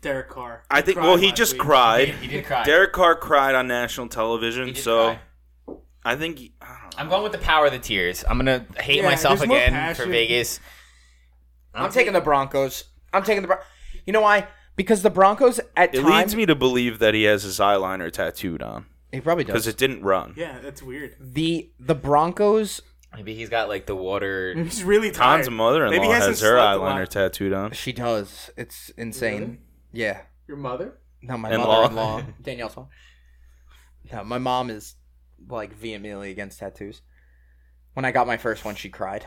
Speaker 3: Derek Carr.
Speaker 4: I think.
Speaker 3: cried
Speaker 4: Well, he
Speaker 3: last
Speaker 4: just
Speaker 3: week.
Speaker 4: cried.
Speaker 2: He did cry.
Speaker 4: Derek Carr cried on national
Speaker 2: He
Speaker 4: television,
Speaker 2: did
Speaker 4: so
Speaker 2: cry.
Speaker 4: I think. He, I don't know.
Speaker 2: I'm going with the power of the tears. I'm gonna hate
Speaker 3: Yeah,
Speaker 2: myself
Speaker 3: there's more
Speaker 2: again for
Speaker 3: passion.
Speaker 2: Vegas.
Speaker 1: I'm taking the Broncos. I'm taking the. Bron- you know why? Because the Broncos at
Speaker 4: It
Speaker 1: times
Speaker 4: leads me to believe that he has his eyeliner tattooed on
Speaker 1: he probably does.
Speaker 4: because it didn't run.
Speaker 3: Yeah, that's weird.
Speaker 1: the the Broncos
Speaker 2: Maybe he's got like the (laughs) water.
Speaker 3: He's really tired.
Speaker 4: Tom's mother-in-law
Speaker 3: Maybe he hasn't
Speaker 4: has her
Speaker 3: slept a lot.
Speaker 4: eyeliner tattooed on.
Speaker 1: she does. It's insane. Yeah.
Speaker 3: Your mother?
Speaker 1: No, my
Speaker 4: In-law.
Speaker 1: mother-in-law Danielle's mom. No, my mom is like vehemently against tattoos. When I got my first one, she cried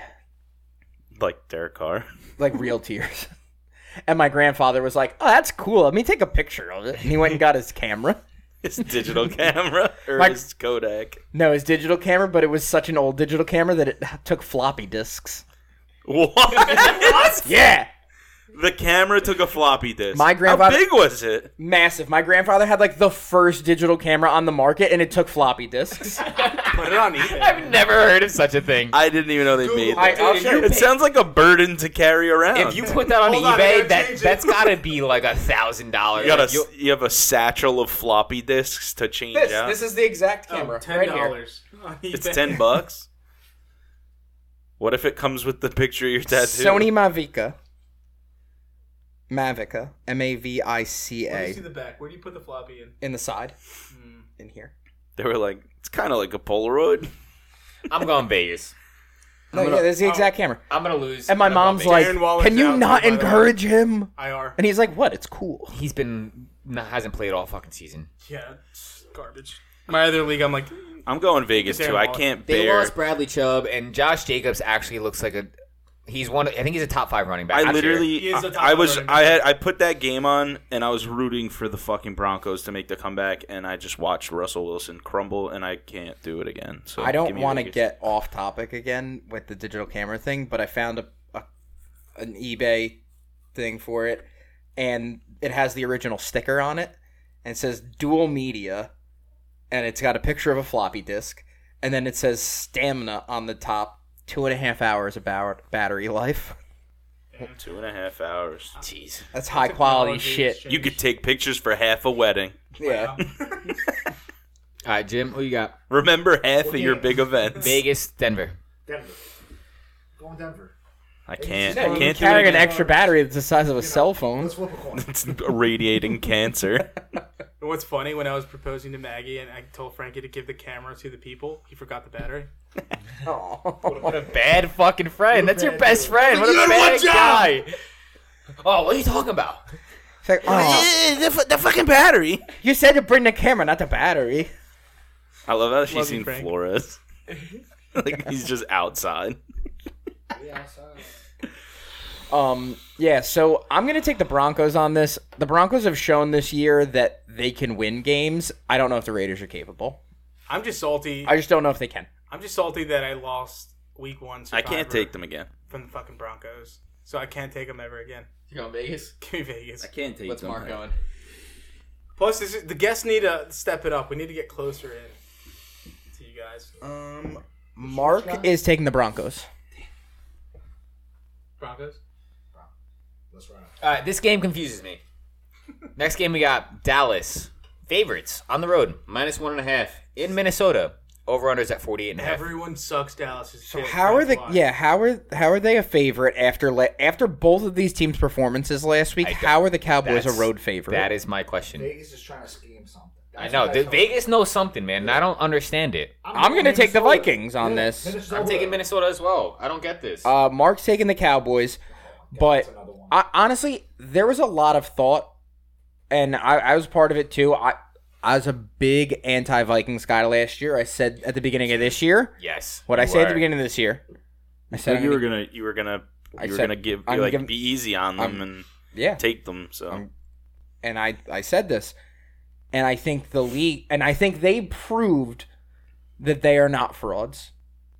Speaker 4: (laughs) Like Derek (laughs) Carr.
Speaker 1: like (laughs) real tears. And my grandfather was like, "Oh, that's cool. Let me take a picture of it." And he went and got his camera.
Speaker 4: His digital camera or
Speaker 1: My-
Speaker 4: his Kodak.
Speaker 1: No, his digital camera, but it was such an old digital camera that it (laughs) took floppy disks.
Speaker 4: What?
Speaker 1: Yeah,
Speaker 4: (laughs) the camera took a floppy disk.
Speaker 1: My grandfather-
Speaker 4: How big was it?
Speaker 1: massive. My grandfather had like the first digital camera on the market, and it took floppy (laughs) disks.
Speaker 3: Put it (laughs) on eBay.
Speaker 2: I've never heard of such a thing.
Speaker 4: I didn't even know they made
Speaker 1: I-
Speaker 4: that.
Speaker 1: I'll show you.
Speaker 4: It sounds like a burden to carry around.
Speaker 2: If you put that on
Speaker 3: Hold
Speaker 2: eBay,
Speaker 3: on, I gotta
Speaker 2: that
Speaker 3: change it.
Speaker 2: that's gotta be like a thousand dollars.
Speaker 4: You got a, you have a satchel of floppy discs to change out.
Speaker 1: is the exact
Speaker 3: Oh, Ten (laughs) dollars.
Speaker 4: it's ten bucks. What if it comes with the picture of your tattoo?
Speaker 1: Sony Mavica. Mavica, M A V I C
Speaker 3: Let me
Speaker 1: A,
Speaker 3: see the back. Where do you put the floppy in?
Speaker 1: in the side, in here.
Speaker 4: (laughs) They were like, it's kind of like a Polaroid.
Speaker 2: I'm going Vegas.
Speaker 1: No, yeah, that's the exact camera.
Speaker 2: I'm gonna lose.
Speaker 1: Oh. And my
Speaker 2: I'm going
Speaker 1: mom's
Speaker 2: Vegas.
Speaker 1: like,
Speaker 3: Darren Waller's
Speaker 1: "Can you
Speaker 3: out,
Speaker 1: not
Speaker 3: by the way."
Speaker 1: encourage him?"
Speaker 3: IR.
Speaker 1: And he's like, "What? It's cool."
Speaker 2: he's been nah, hasn't played all fucking season.
Speaker 3: (laughs) Yeah, it's garbage. My other league, I'm like,
Speaker 4: I'm going Vegas
Speaker 3: Darren
Speaker 4: too. I
Speaker 3: Waller.
Speaker 4: can't
Speaker 2: They
Speaker 4: bear.
Speaker 2: lost Bradley Chubb and Josh Jacobs. Actually, looks like a he's one. I think he's a top five running back.
Speaker 4: I
Speaker 2: Not sure.
Speaker 4: literally,
Speaker 3: He is the top
Speaker 4: I, I was,
Speaker 3: running back.
Speaker 4: I had, I put that game on, and I was rooting for the fucking Broncos to make the comeback, and I just watched Russell Wilson crumble, and I can't do it again. So
Speaker 1: I
Speaker 4: give
Speaker 1: don't
Speaker 4: me
Speaker 1: want to
Speaker 4: Vegas.
Speaker 1: get off topic again with the digital camera thing, but I found a, a an eBay thing for it, and it has the original sticker on it, and it says dual media, and it's got a picture of a floppy disk, and then it says stamina on the top, two and a half hours of bower- battery life. (laughs)
Speaker 4: two and a half hours.
Speaker 2: Jeez.
Speaker 1: That's high quality
Speaker 3: technology
Speaker 1: shit.
Speaker 3: shit.
Speaker 4: You could take pictures for half a wedding.
Speaker 1: Yeah, (laughs)
Speaker 2: All right, Jim, who you got?
Speaker 4: Remember half of your big events.
Speaker 2: Vegas, Denver.
Speaker 5: Denver. Going Denver.
Speaker 4: I can't.
Speaker 5: Yeah,
Speaker 4: I
Speaker 5: you
Speaker 4: can't do it
Speaker 1: carrying an
Speaker 4: again.
Speaker 1: extra battery that's the size of a cell phone.
Speaker 5: Let's flip a coin.
Speaker 4: It's radiating cancer.
Speaker 3: You know what's funny? When I was proposing to Maggie and I told Frankie to give the camera to the people, he forgot the battery.
Speaker 1: (laughs)
Speaker 2: What a bad fucking friend. That's your best friend. What a bad guy. Oh, what are you talking about?
Speaker 1: It's like,
Speaker 2: oh,
Speaker 1: "Aw,
Speaker 4: the, the fucking battery.
Speaker 1: you said to bring the camera, not the battery.
Speaker 4: I love how she's
Speaker 3: Love you,
Speaker 4: seen
Speaker 3: Frank. (laughs)
Speaker 4: Flores. (laughs) like he's just outside.
Speaker 1: Um, yeah, so I'm going to take the Broncos on this. The Broncos have shown this year that they can win games. I don't know if the Raiders are capable.
Speaker 3: I'm just salty.
Speaker 1: I just don't know if they can.
Speaker 3: I'm just salty that I lost week one.
Speaker 4: I
Speaker 3: Survivor
Speaker 4: can't take them again.
Speaker 3: from the fucking Broncos, so I can't take them ever again. (laughs)
Speaker 2: You going Vegas?
Speaker 3: Give me Vegas.
Speaker 4: Can't take
Speaker 2: What's Mark going?
Speaker 3: Plus, this is, the guests need to step it up. We need to get closer in to you guys.
Speaker 1: Um, Mark is taking the Broncos.
Speaker 3: Broncos.
Speaker 5: Let's run.
Speaker 2: All right, this game confuses me. Next game we got Dallas Favorites on the road, minus one and a half in Minnesota. Over unders at 48 and a half.
Speaker 3: Everyone sucks Dallas's
Speaker 1: So
Speaker 3: shit.
Speaker 1: how are
Speaker 3: That's
Speaker 1: the
Speaker 3: why.
Speaker 1: yeah how are how are they a favorite after la- after both of these teams' performances last week?
Speaker 2: I don't-
Speaker 1: How are the Cowboys a
Speaker 2: That's-
Speaker 1: road favorite?
Speaker 2: That is my question.
Speaker 5: Vegas is trying to scheme something.
Speaker 2: I
Speaker 5: That's
Speaker 2: know.
Speaker 5: what
Speaker 2: The,
Speaker 5: told
Speaker 2: Vegas knows something, man, and I don't understand it.
Speaker 5: you.
Speaker 1: I'm gonna take the
Speaker 5: Minnesota.
Speaker 1: Vikings on
Speaker 5: Min-
Speaker 1: this.
Speaker 5: Minnesota.
Speaker 2: I'm taking Minnesota as well. I don't get this.
Speaker 1: Uh, Mark's taking the Cowboys,
Speaker 5: That's
Speaker 1: but
Speaker 5: another one.
Speaker 1: I, honestly, there was a lot of thought, and I, I was part of it too. I I was a big anti Vikings guy last year. I said at the beginning of this year,
Speaker 2: yes.
Speaker 1: what I
Speaker 2: you
Speaker 1: say at the
Speaker 2: are.
Speaker 1: beginning of this year. I
Speaker 4: So
Speaker 1: said
Speaker 4: you were gonna, you were gonna,
Speaker 1: I
Speaker 4: you were
Speaker 1: said-
Speaker 4: gonna give,
Speaker 1: I'm
Speaker 4: like,
Speaker 1: giving-
Speaker 4: be easy on them
Speaker 1: I'm-
Speaker 4: and
Speaker 1: yeah.
Speaker 4: take them. So
Speaker 1: I'm- and I I said this, and I think the league, and I think they proved that they are not frauds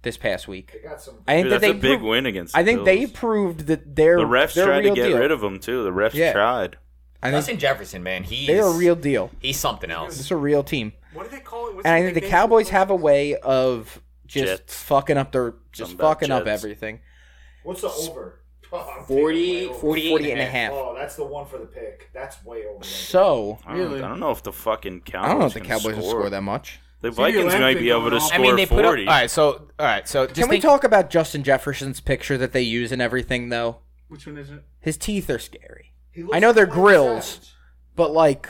Speaker 1: this past
Speaker 5: They
Speaker 1: week.
Speaker 5: got some.
Speaker 1: I think
Speaker 4: Dude,
Speaker 1: that
Speaker 4: that's
Speaker 1: they
Speaker 4: a big
Speaker 1: proved-
Speaker 4: win against.
Speaker 1: I think
Speaker 4: the
Speaker 1: they
Speaker 4: Bills.
Speaker 1: proved that they're
Speaker 4: The refs
Speaker 1: they're
Speaker 4: tried
Speaker 1: real
Speaker 4: to get
Speaker 1: deal.
Speaker 4: rid of him too. The refs
Speaker 1: Yeah.
Speaker 4: tried.
Speaker 1: I think
Speaker 2: Justin Jefferson, man, he's
Speaker 1: they're a real deal.
Speaker 2: He's something
Speaker 1: This
Speaker 2: else.
Speaker 1: is a real team,
Speaker 3: What do they call it? What's
Speaker 1: and I
Speaker 3: the
Speaker 1: think the
Speaker 3: nickname?
Speaker 1: Cowboys have a way of just
Speaker 4: Jets.
Speaker 1: fucking up their just
Speaker 4: Something about
Speaker 1: fucking up
Speaker 4: Jets.
Speaker 1: everything.
Speaker 5: What's the over? (laughs) Oh, I'm taking
Speaker 2: 40,
Speaker 5: way over.
Speaker 2: 48,
Speaker 1: 48
Speaker 2: and a half.
Speaker 5: Oh, that's the one for the pick. That's way over.
Speaker 1: So
Speaker 4: I don't,
Speaker 3: Really?
Speaker 4: I don't know if the fucking Cowboys.
Speaker 1: I don't know if the
Speaker 4: can
Speaker 1: Cowboys will score that much.
Speaker 4: The
Speaker 3: So you're
Speaker 4: Vikings might be
Speaker 3: laughing
Speaker 4: able to
Speaker 3: going on.
Speaker 4: score
Speaker 2: I mean, they put up. All
Speaker 4: forty.
Speaker 2: right, so all right, so just
Speaker 1: Can we
Speaker 2: think-
Speaker 1: talk about Justin Jefferson's picture that they use and everything though?
Speaker 3: Which one is it?
Speaker 1: His teeth are scary,
Speaker 5: He looks
Speaker 1: I know they're
Speaker 5: like 21
Speaker 1: grills.
Speaker 5: Savage.
Speaker 1: but like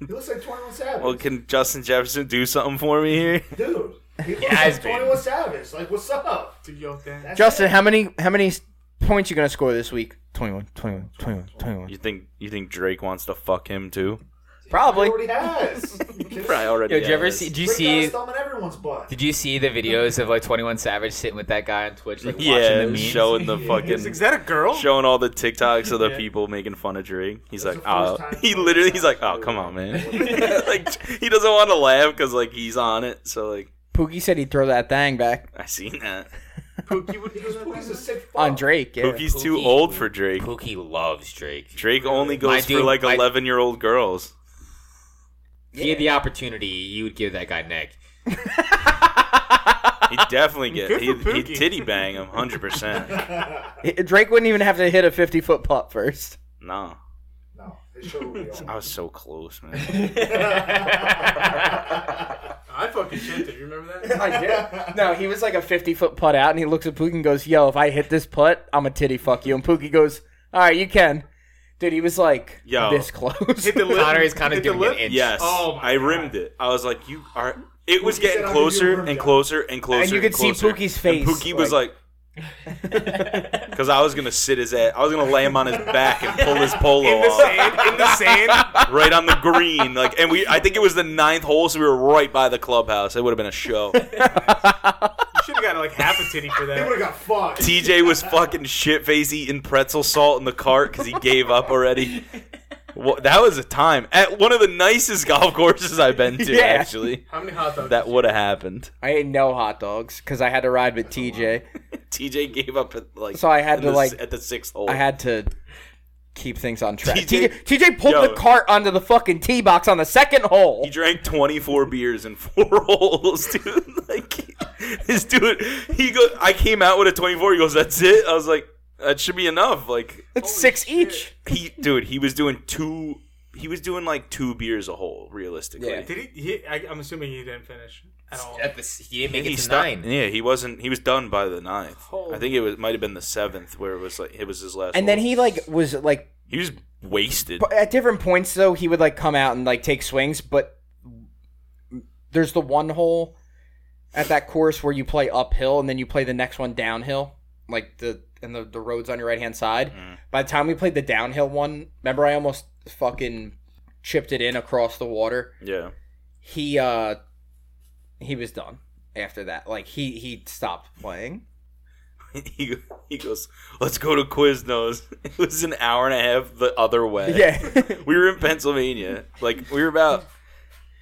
Speaker 5: He looks like 21 Savage.
Speaker 4: Well, can Justin Jefferson do something for me here?
Speaker 5: Dude,
Speaker 1: (laughs)
Speaker 5: he looks
Speaker 2: has
Speaker 5: like
Speaker 2: been.
Speaker 5: 21 Savage. Like, what's up?
Speaker 3: Do you think?
Speaker 5: That's
Speaker 1: Justin,
Speaker 5: it.
Speaker 1: how many how many points you gonna score this week? 21, 21, 21, 21.
Speaker 4: You think you think Drake wants to fuck him too?
Speaker 1: Probably.
Speaker 5: He
Speaker 1: (laughs)
Speaker 5: already has. You kidding?
Speaker 4: Probably already.
Speaker 2: Yo, did you ever
Speaker 4: has.
Speaker 2: see? Did you
Speaker 5: Break out
Speaker 2: see?
Speaker 5: his thumb in
Speaker 1: (laughs)
Speaker 5: everyone's butt.
Speaker 2: Did you see the videos of like Twenty One Savage sitting with that guy on Twitch, like
Speaker 4: Yeah,
Speaker 2: watching the memes?
Speaker 3: (laughs)
Speaker 4: showing the
Speaker 3: Is,
Speaker 4: fucking
Speaker 3: is that a girl?
Speaker 4: (laughs) showing all the TikToks of the
Speaker 3: Yeah.
Speaker 4: people making fun of Drake. He's
Speaker 5: That's
Speaker 4: like,
Speaker 5: the first
Speaker 4: oh, (laughs)
Speaker 5: time
Speaker 4: he
Speaker 5: Drake
Speaker 4: literally,
Speaker 5: got
Speaker 4: he's like, oh,
Speaker 5: screwed.
Speaker 4: come on, man. (laughs) like he doesn't want to laugh because like he's on it. So like
Speaker 1: Pookie said he'd throw that thing back
Speaker 4: I seen that.
Speaker 3: Pookie would
Speaker 5: He goes, Pookie's a sick fuck.
Speaker 1: on Drake. Yeah.
Speaker 4: Pookie's too
Speaker 2: Pookie-
Speaker 4: old for Drake.
Speaker 2: Pookie loves Drake.
Speaker 4: Drake only
Speaker 2: My
Speaker 4: goes for
Speaker 2: dude-
Speaker 4: like
Speaker 2: my-
Speaker 4: eleven year old girls.
Speaker 2: If you had the opportunity, you would give that guy neck. (laughs)
Speaker 4: He definitely get
Speaker 3: Good for
Speaker 4: he would
Speaker 3: Pookie.
Speaker 4: titty bang him hundred percent.
Speaker 1: Eh, Drake wouldn't even have to hit a fifty foot putt first.
Speaker 4: No,
Speaker 5: No, his show would be over.
Speaker 4: I was so close, man.
Speaker 3: I fucking shit it. You remember
Speaker 1: (laughs)
Speaker 3: that?
Speaker 1: I did. No, he was like a fifty foot putt out, and he looks at Pookie and goes, "Yo, if I hit this putt, I'm a titty fuck you." And Pookie goes, "All right, you can." Dude, he was like
Speaker 4: Yo.
Speaker 1: this close.
Speaker 3: Hit the lip.
Speaker 2: Connor is kind
Speaker 3: Hit
Speaker 2: of
Speaker 3: the
Speaker 2: giving
Speaker 3: lip.
Speaker 2: an inch.
Speaker 4: Yes,
Speaker 3: Oh my
Speaker 4: I
Speaker 3: God.
Speaker 4: rimmed it. I was like, you are. It was
Speaker 5: Pookie said,
Speaker 4: getting
Speaker 5: "I'll give you a
Speaker 4: closer
Speaker 5: rim
Speaker 4: and
Speaker 5: job."
Speaker 4: closer and closer.
Speaker 1: And you could see
Speaker 4: closer.
Speaker 1: Pookie's
Speaker 4: And
Speaker 1: face,
Speaker 4: Pookie was like, because I was gonna sit his ass. I was gonna lay him on his back and
Speaker 1: (laughs)
Speaker 4: pull his polo
Speaker 3: In the
Speaker 4: off
Speaker 3: (laughs) sand. In the sand.
Speaker 4: right on the green. Like, and we. I think it was the ninth hole, so we were right by the clubhouse. It would have been a
Speaker 1: (laughs)
Speaker 4: show.
Speaker 3: You should have got like half a titty for
Speaker 5: He
Speaker 3: that.
Speaker 5: would have got
Speaker 1: (laughs)
Speaker 5: fucked.
Speaker 4: TJ was fucking shit face eating pretzel salt in the cart because he gave up already. Well, that was a time at one of the nicest golf courses I've been
Speaker 1: (laughs)
Speaker 4: to.
Speaker 1: Yeah.
Speaker 4: Actually,
Speaker 3: How many hot dogs?
Speaker 4: that would have happened.
Speaker 1: (laughs) I ate no hot dogs because I had to ride with TJ.
Speaker 4: TJ gave up at like.
Speaker 1: So I had
Speaker 4: in
Speaker 1: to,
Speaker 4: the,
Speaker 1: like-
Speaker 4: at the sixth hole.
Speaker 1: I had to keep things on track.
Speaker 4: TJ
Speaker 1: TJ, TJ pulled
Speaker 4: Yo.
Speaker 1: the cart onto the fucking tee box on the second hole.
Speaker 4: He drank 24 beers in four (laughs) holes, dude. (laughs) Like, this dude, he go. I came out with a 24. He goes, "That's it." I was like, "That should be enough." Like,
Speaker 1: That's six each.
Speaker 4: he, dude, he was doing two. He was doing like two beers a hole, realistically.
Speaker 1: Yeah.
Speaker 3: Did he? he I, I'm assuming he didn't finish at all.
Speaker 2: At the, he didn't make
Speaker 4: he
Speaker 2: it to
Speaker 4: stopped-
Speaker 2: nine.
Speaker 4: Yeah, he wasn't. He was done by the ninth.
Speaker 3: Holy-
Speaker 4: I think it was might have been the seventh, where it was like it was his last.
Speaker 1: And then
Speaker 4: hole.
Speaker 1: he like was like
Speaker 4: he was wasted.
Speaker 1: p- at different points though he would like come out and like take swings, but there's the one hole at that course where you play uphill and then you play the next one downhill, like the and the the roads on your right hand side. By the time we played the downhill one, remember I almost fucking chipped it in across the water.
Speaker 4: Yeah,
Speaker 1: he uh he was done after that like he he stopped playing
Speaker 4: (laughs) he go- he goes, "Let's go to Quiznos." (laughs) It was an hour and a half the other way.
Speaker 1: yeah (laughs)
Speaker 4: we were in Pennsylvania. Like we were about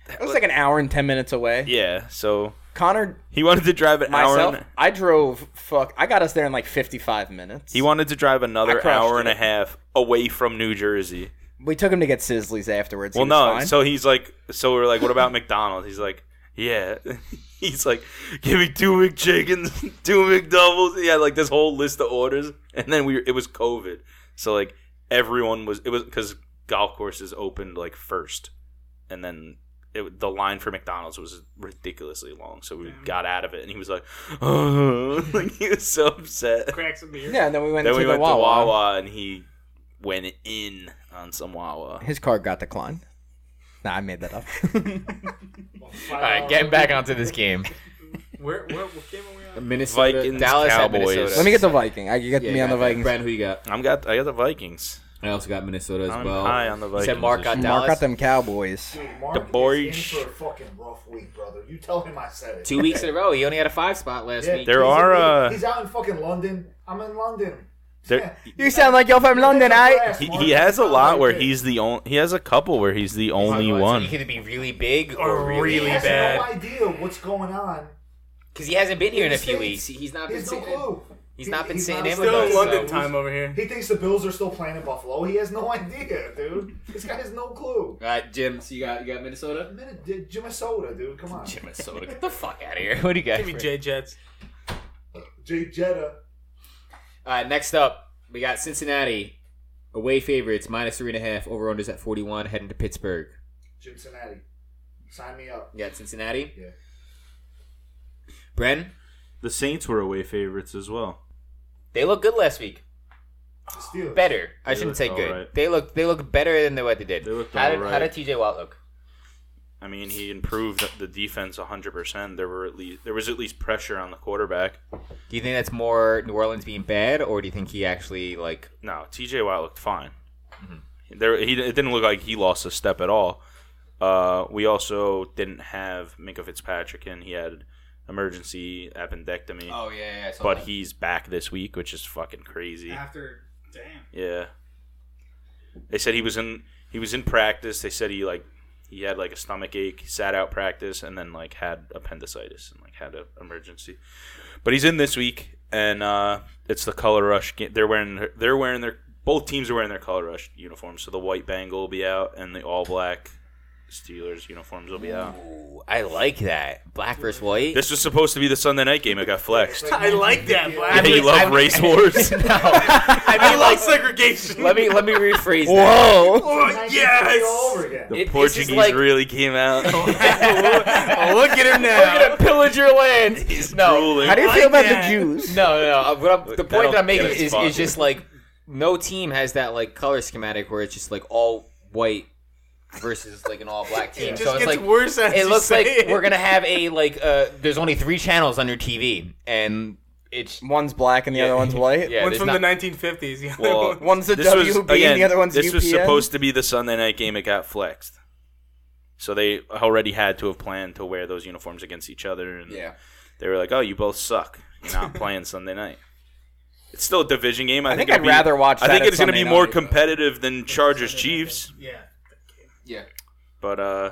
Speaker 1: it was like an hour and 10 minutes away
Speaker 4: yeah. So
Speaker 1: connor
Speaker 4: he wanted to drive an hour.
Speaker 1: myself
Speaker 4: And,
Speaker 1: i drove fuck i got us there in like 55 minutes
Speaker 4: he wanted to drive
Speaker 1: I
Speaker 4: another
Speaker 1: crushed
Speaker 4: hour and
Speaker 1: it.
Speaker 4: a half away from New Jersey.
Speaker 1: we took him to get sizzlies afterwards He
Speaker 4: Well,
Speaker 1: was
Speaker 4: no.
Speaker 1: fine.
Speaker 4: So he's like, so we're like, what about McDonald's? He's like, yeah. (laughs) He's like, give me two McChickens, (laughs) two McDoubles. He had like this whole list of orders, and then we it was COVID, so like everyone was it was because golf courses opened like first, and then it, the line for McDonald's was ridiculously long. So we got out of it, and he was like, (laughs) "Oh," like he was so upset.
Speaker 3: Crack some beer.
Speaker 1: Yeah, and then we went
Speaker 4: Then
Speaker 1: to
Speaker 4: we
Speaker 1: the
Speaker 4: went
Speaker 1: Wawa.
Speaker 4: to Wawa, and he went in on some Wawa.
Speaker 1: His card got declined. Nah, I made that
Speaker 4: (laughs)
Speaker 1: up.
Speaker 2: All right, getting back onto this game. (laughs)
Speaker 3: Where, where, what game are we on?
Speaker 6: Minnesota,
Speaker 4: Vikings,
Speaker 2: Dallas at
Speaker 4: Cowboys.
Speaker 2: Minnesota.
Speaker 1: Let me get the Viking. I you get
Speaker 6: Yeah,
Speaker 1: me on the
Speaker 6: got that.
Speaker 1: Vikings.
Speaker 6: Brad, who you got?
Speaker 4: I'm got. I got the Vikings.
Speaker 6: I also got Minnesota as
Speaker 4: I'm
Speaker 6: well.
Speaker 4: high on the
Speaker 6: You
Speaker 4: Vikings
Speaker 6: said Mark
Speaker 4: this
Speaker 6: got
Speaker 4: year.
Speaker 1: Mark
Speaker 6: Dallas.
Speaker 1: got them Cowboys.
Speaker 5: Dude, Mark
Speaker 4: The boys.
Speaker 5: is in for a fucking rough week, brother. You tell him I said it.
Speaker 6: Two weeks in a row. He only had a five spot last
Speaker 5: (laughs) Yeah,
Speaker 6: week.
Speaker 4: There
Speaker 5: he's
Speaker 4: are,
Speaker 5: in-
Speaker 4: uh,
Speaker 5: He's out in fucking London. I'm in London. (laughs)
Speaker 4: There-
Speaker 1: You sound like you're from London, (laughs) I.
Speaker 4: He, he has a lot where he's the only. He has a couple where he's the only
Speaker 2: He
Speaker 4: one.
Speaker 2: could be really big
Speaker 3: Or
Speaker 2: or
Speaker 3: really
Speaker 2: really
Speaker 5: He has
Speaker 3: bad.
Speaker 5: no idea what's going on.
Speaker 2: because he hasn't been here in a few
Speaker 6: He's
Speaker 2: weeks.
Speaker 6: he's not
Speaker 5: He
Speaker 6: been
Speaker 5: has no
Speaker 6: sitting.
Speaker 5: clue.
Speaker 2: He's
Speaker 5: He-
Speaker 2: not been sitting in with
Speaker 3: Still
Speaker 2: us.
Speaker 3: in London
Speaker 2: so-
Speaker 3: time over here.
Speaker 5: He thinks the Bills are still playing in Buffalo. He has no (laughs) idea, dude. This guy has no clue.
Speaker 6: All right, Jim. So you got you got Minnesota.
Speaker 5: Minute- J- Minnesota, dude. Come on.
Speaker 6: Minnesota.
Speaker 2: Get the fuck out
Speaker 6: (laughs)
Speaker 2: of here. What do you got?
Speaker 3: Give me
Speaker 2: for-
Speaker 3: J Jets.
Speaker 5: Jay Jetta.
Speaker 6: All right, next up we got Cincinnati away favorites minus three and a half. Over unders at forty one. Heading to Pittsburgh.
Speaker 5: Cincinnati. Sign me up.
Speaker 6: You got Cincinnati.
Speaker 5: Yeah.
Speaker 6: Bren.
Speaker 4: The Saints were away favorites as well.
Speaker 2: They look good last week.
Speaker 5: Steelers.
Speaker 2: Better. I
Speaker 4: They
Speaker 2: shouldn't
Speaker 4: looked
Speaker 2: say good.
Speaker 4: alright.
Speaker 2: They look they look better than they what they did.
Speaker 4: They looked
Speaker 2: how did how
Speaker 4: alright.
Speaker 2: did TJ Watt look?
Speaker 4: I mean, he improved the defense 100. percent There were at least there was at least pressure on the quarterback.
Speaker 2: Do you think that's more New Orleans being bad, or do you think he actually like?
Speaker 4: No, T.J. Watt looked fine. There, he it didn't look like he lost a step at all. Uh, we also didn't have Minka Fitzpatrick in. He had emergency appendectomy,
Speaker 2: Oh,
Speaker 6: yeah. yeah
Speaker 4: but he's back this week, which is fucking crazy.
Speaker 7: After, damn.
Speaker 4: Yeah. They said he was in he was in practice. They said he like he had like a stomach ache, he sat out practice, and then like had appendicitis and like had an emergency. But he's in this week, and uh, it's the color rush. Game. They're wearing they're wearing their both teams are wearing their color rush uniforms. So the white Bengal will be out, and the all black Steelers uniforms will be out.
Speaker 2: Ooh, I like that black versus white.
Speaker 4: This was supposed to be the Sunday night game. It got flexed.
Speaker 3: I like
Speaker 2: I
Speaker 3: that,
Speaker 4: Yeah,
Speaker 3: Black.
Speaker 4: (laughs) you
Speaker 2: mean-
Speaker 4: love
Speaker 2: I mean- (laughs)
Speaker 4: race wars.
Speaker 2: no, I
Speaker 3: I
Speaker 2: mean
Speaker 3: like
Speaker 2: like.
Speaker 3: segregation.
Speaker 2: Let me let me rephrase. That.
Speaker 1: Whoa!
Speaker 3: Oh,
Speaker 5: All
Speaker 3: yes!
Speaker 5: over again.
Speaker 4: The
Speaker 2: It- it's just
Speaker 4: Portuguese
Speaker 2: like- (laughs) Oh,
Speaker 4: really came out.
Speaker 2: Look at him now. We're gonna pillage your land. No,
Speaker 4: Drooling.
Speaker 1: How do you feel about the Jews?
Speaker 2: No, no. uh, What I'm, the point that I'm making
Speaker 4: That'll-
Speaker 2: is,
Speaker 4: that'll
Speaker 2: is just like no team has that like color schematic where it's just like all white versus like an all black team.
Speaker 3: It
Speaker 2: so
Speaker 3: just
Speaker 2: it's
Speaker 3: gets
Speaker 2: like
Speaker 3: worse (laughs) as
Speaker 2: it
Speaker 3: you
Speaker 2: looks
Speaker 3: say
Speaker 2: like
Speaker 3: it.
Speaker 2: we're gonna have a like uh there's only three channels on your TV and it's
Speaker 1: One's black and the other one's white.
Speaker 2: yeah
Speaker 3: One's
Speaker 2: there's
Speaker 3: from
Speaker 2: not,
Speaker 3: the 1950s. The other
Speaker 4: Well,
Speaker 3: (laughs) one-
Speaker 1: (laughs) One's the WB and the other one's
Speaker 4: this
Speaker 1: UPN.
Speaker 4: was supposed to be the Sunday night game. It got flexed, so they already had to have planned to wear those uniforms against each other. And
Speaker 6: Yeah.
Speaker 4: they were like, "Oh, you both suck.
Speaker 1: (laughs)
Speaker 4: You're not playing Sunday night." It's still a division game. I,
Speaker 1: think
Speaker 4: it'd
Speaker 1: I'd
Speaker 4: be-
Speaker 1: rather watch
Speaker 4: I
Speaker 1: that
Speaker 4: think
Speaker 1: at
Speaker 4: it's going to be
Speaker 1: Sunday
Speaker 4: more
Speaker 1: night.
Speaker 4: competitive than Chargers Chiefs.
Speaker 3: Yeah.
Speaker 6: yeah.
Speaker 4: But uh,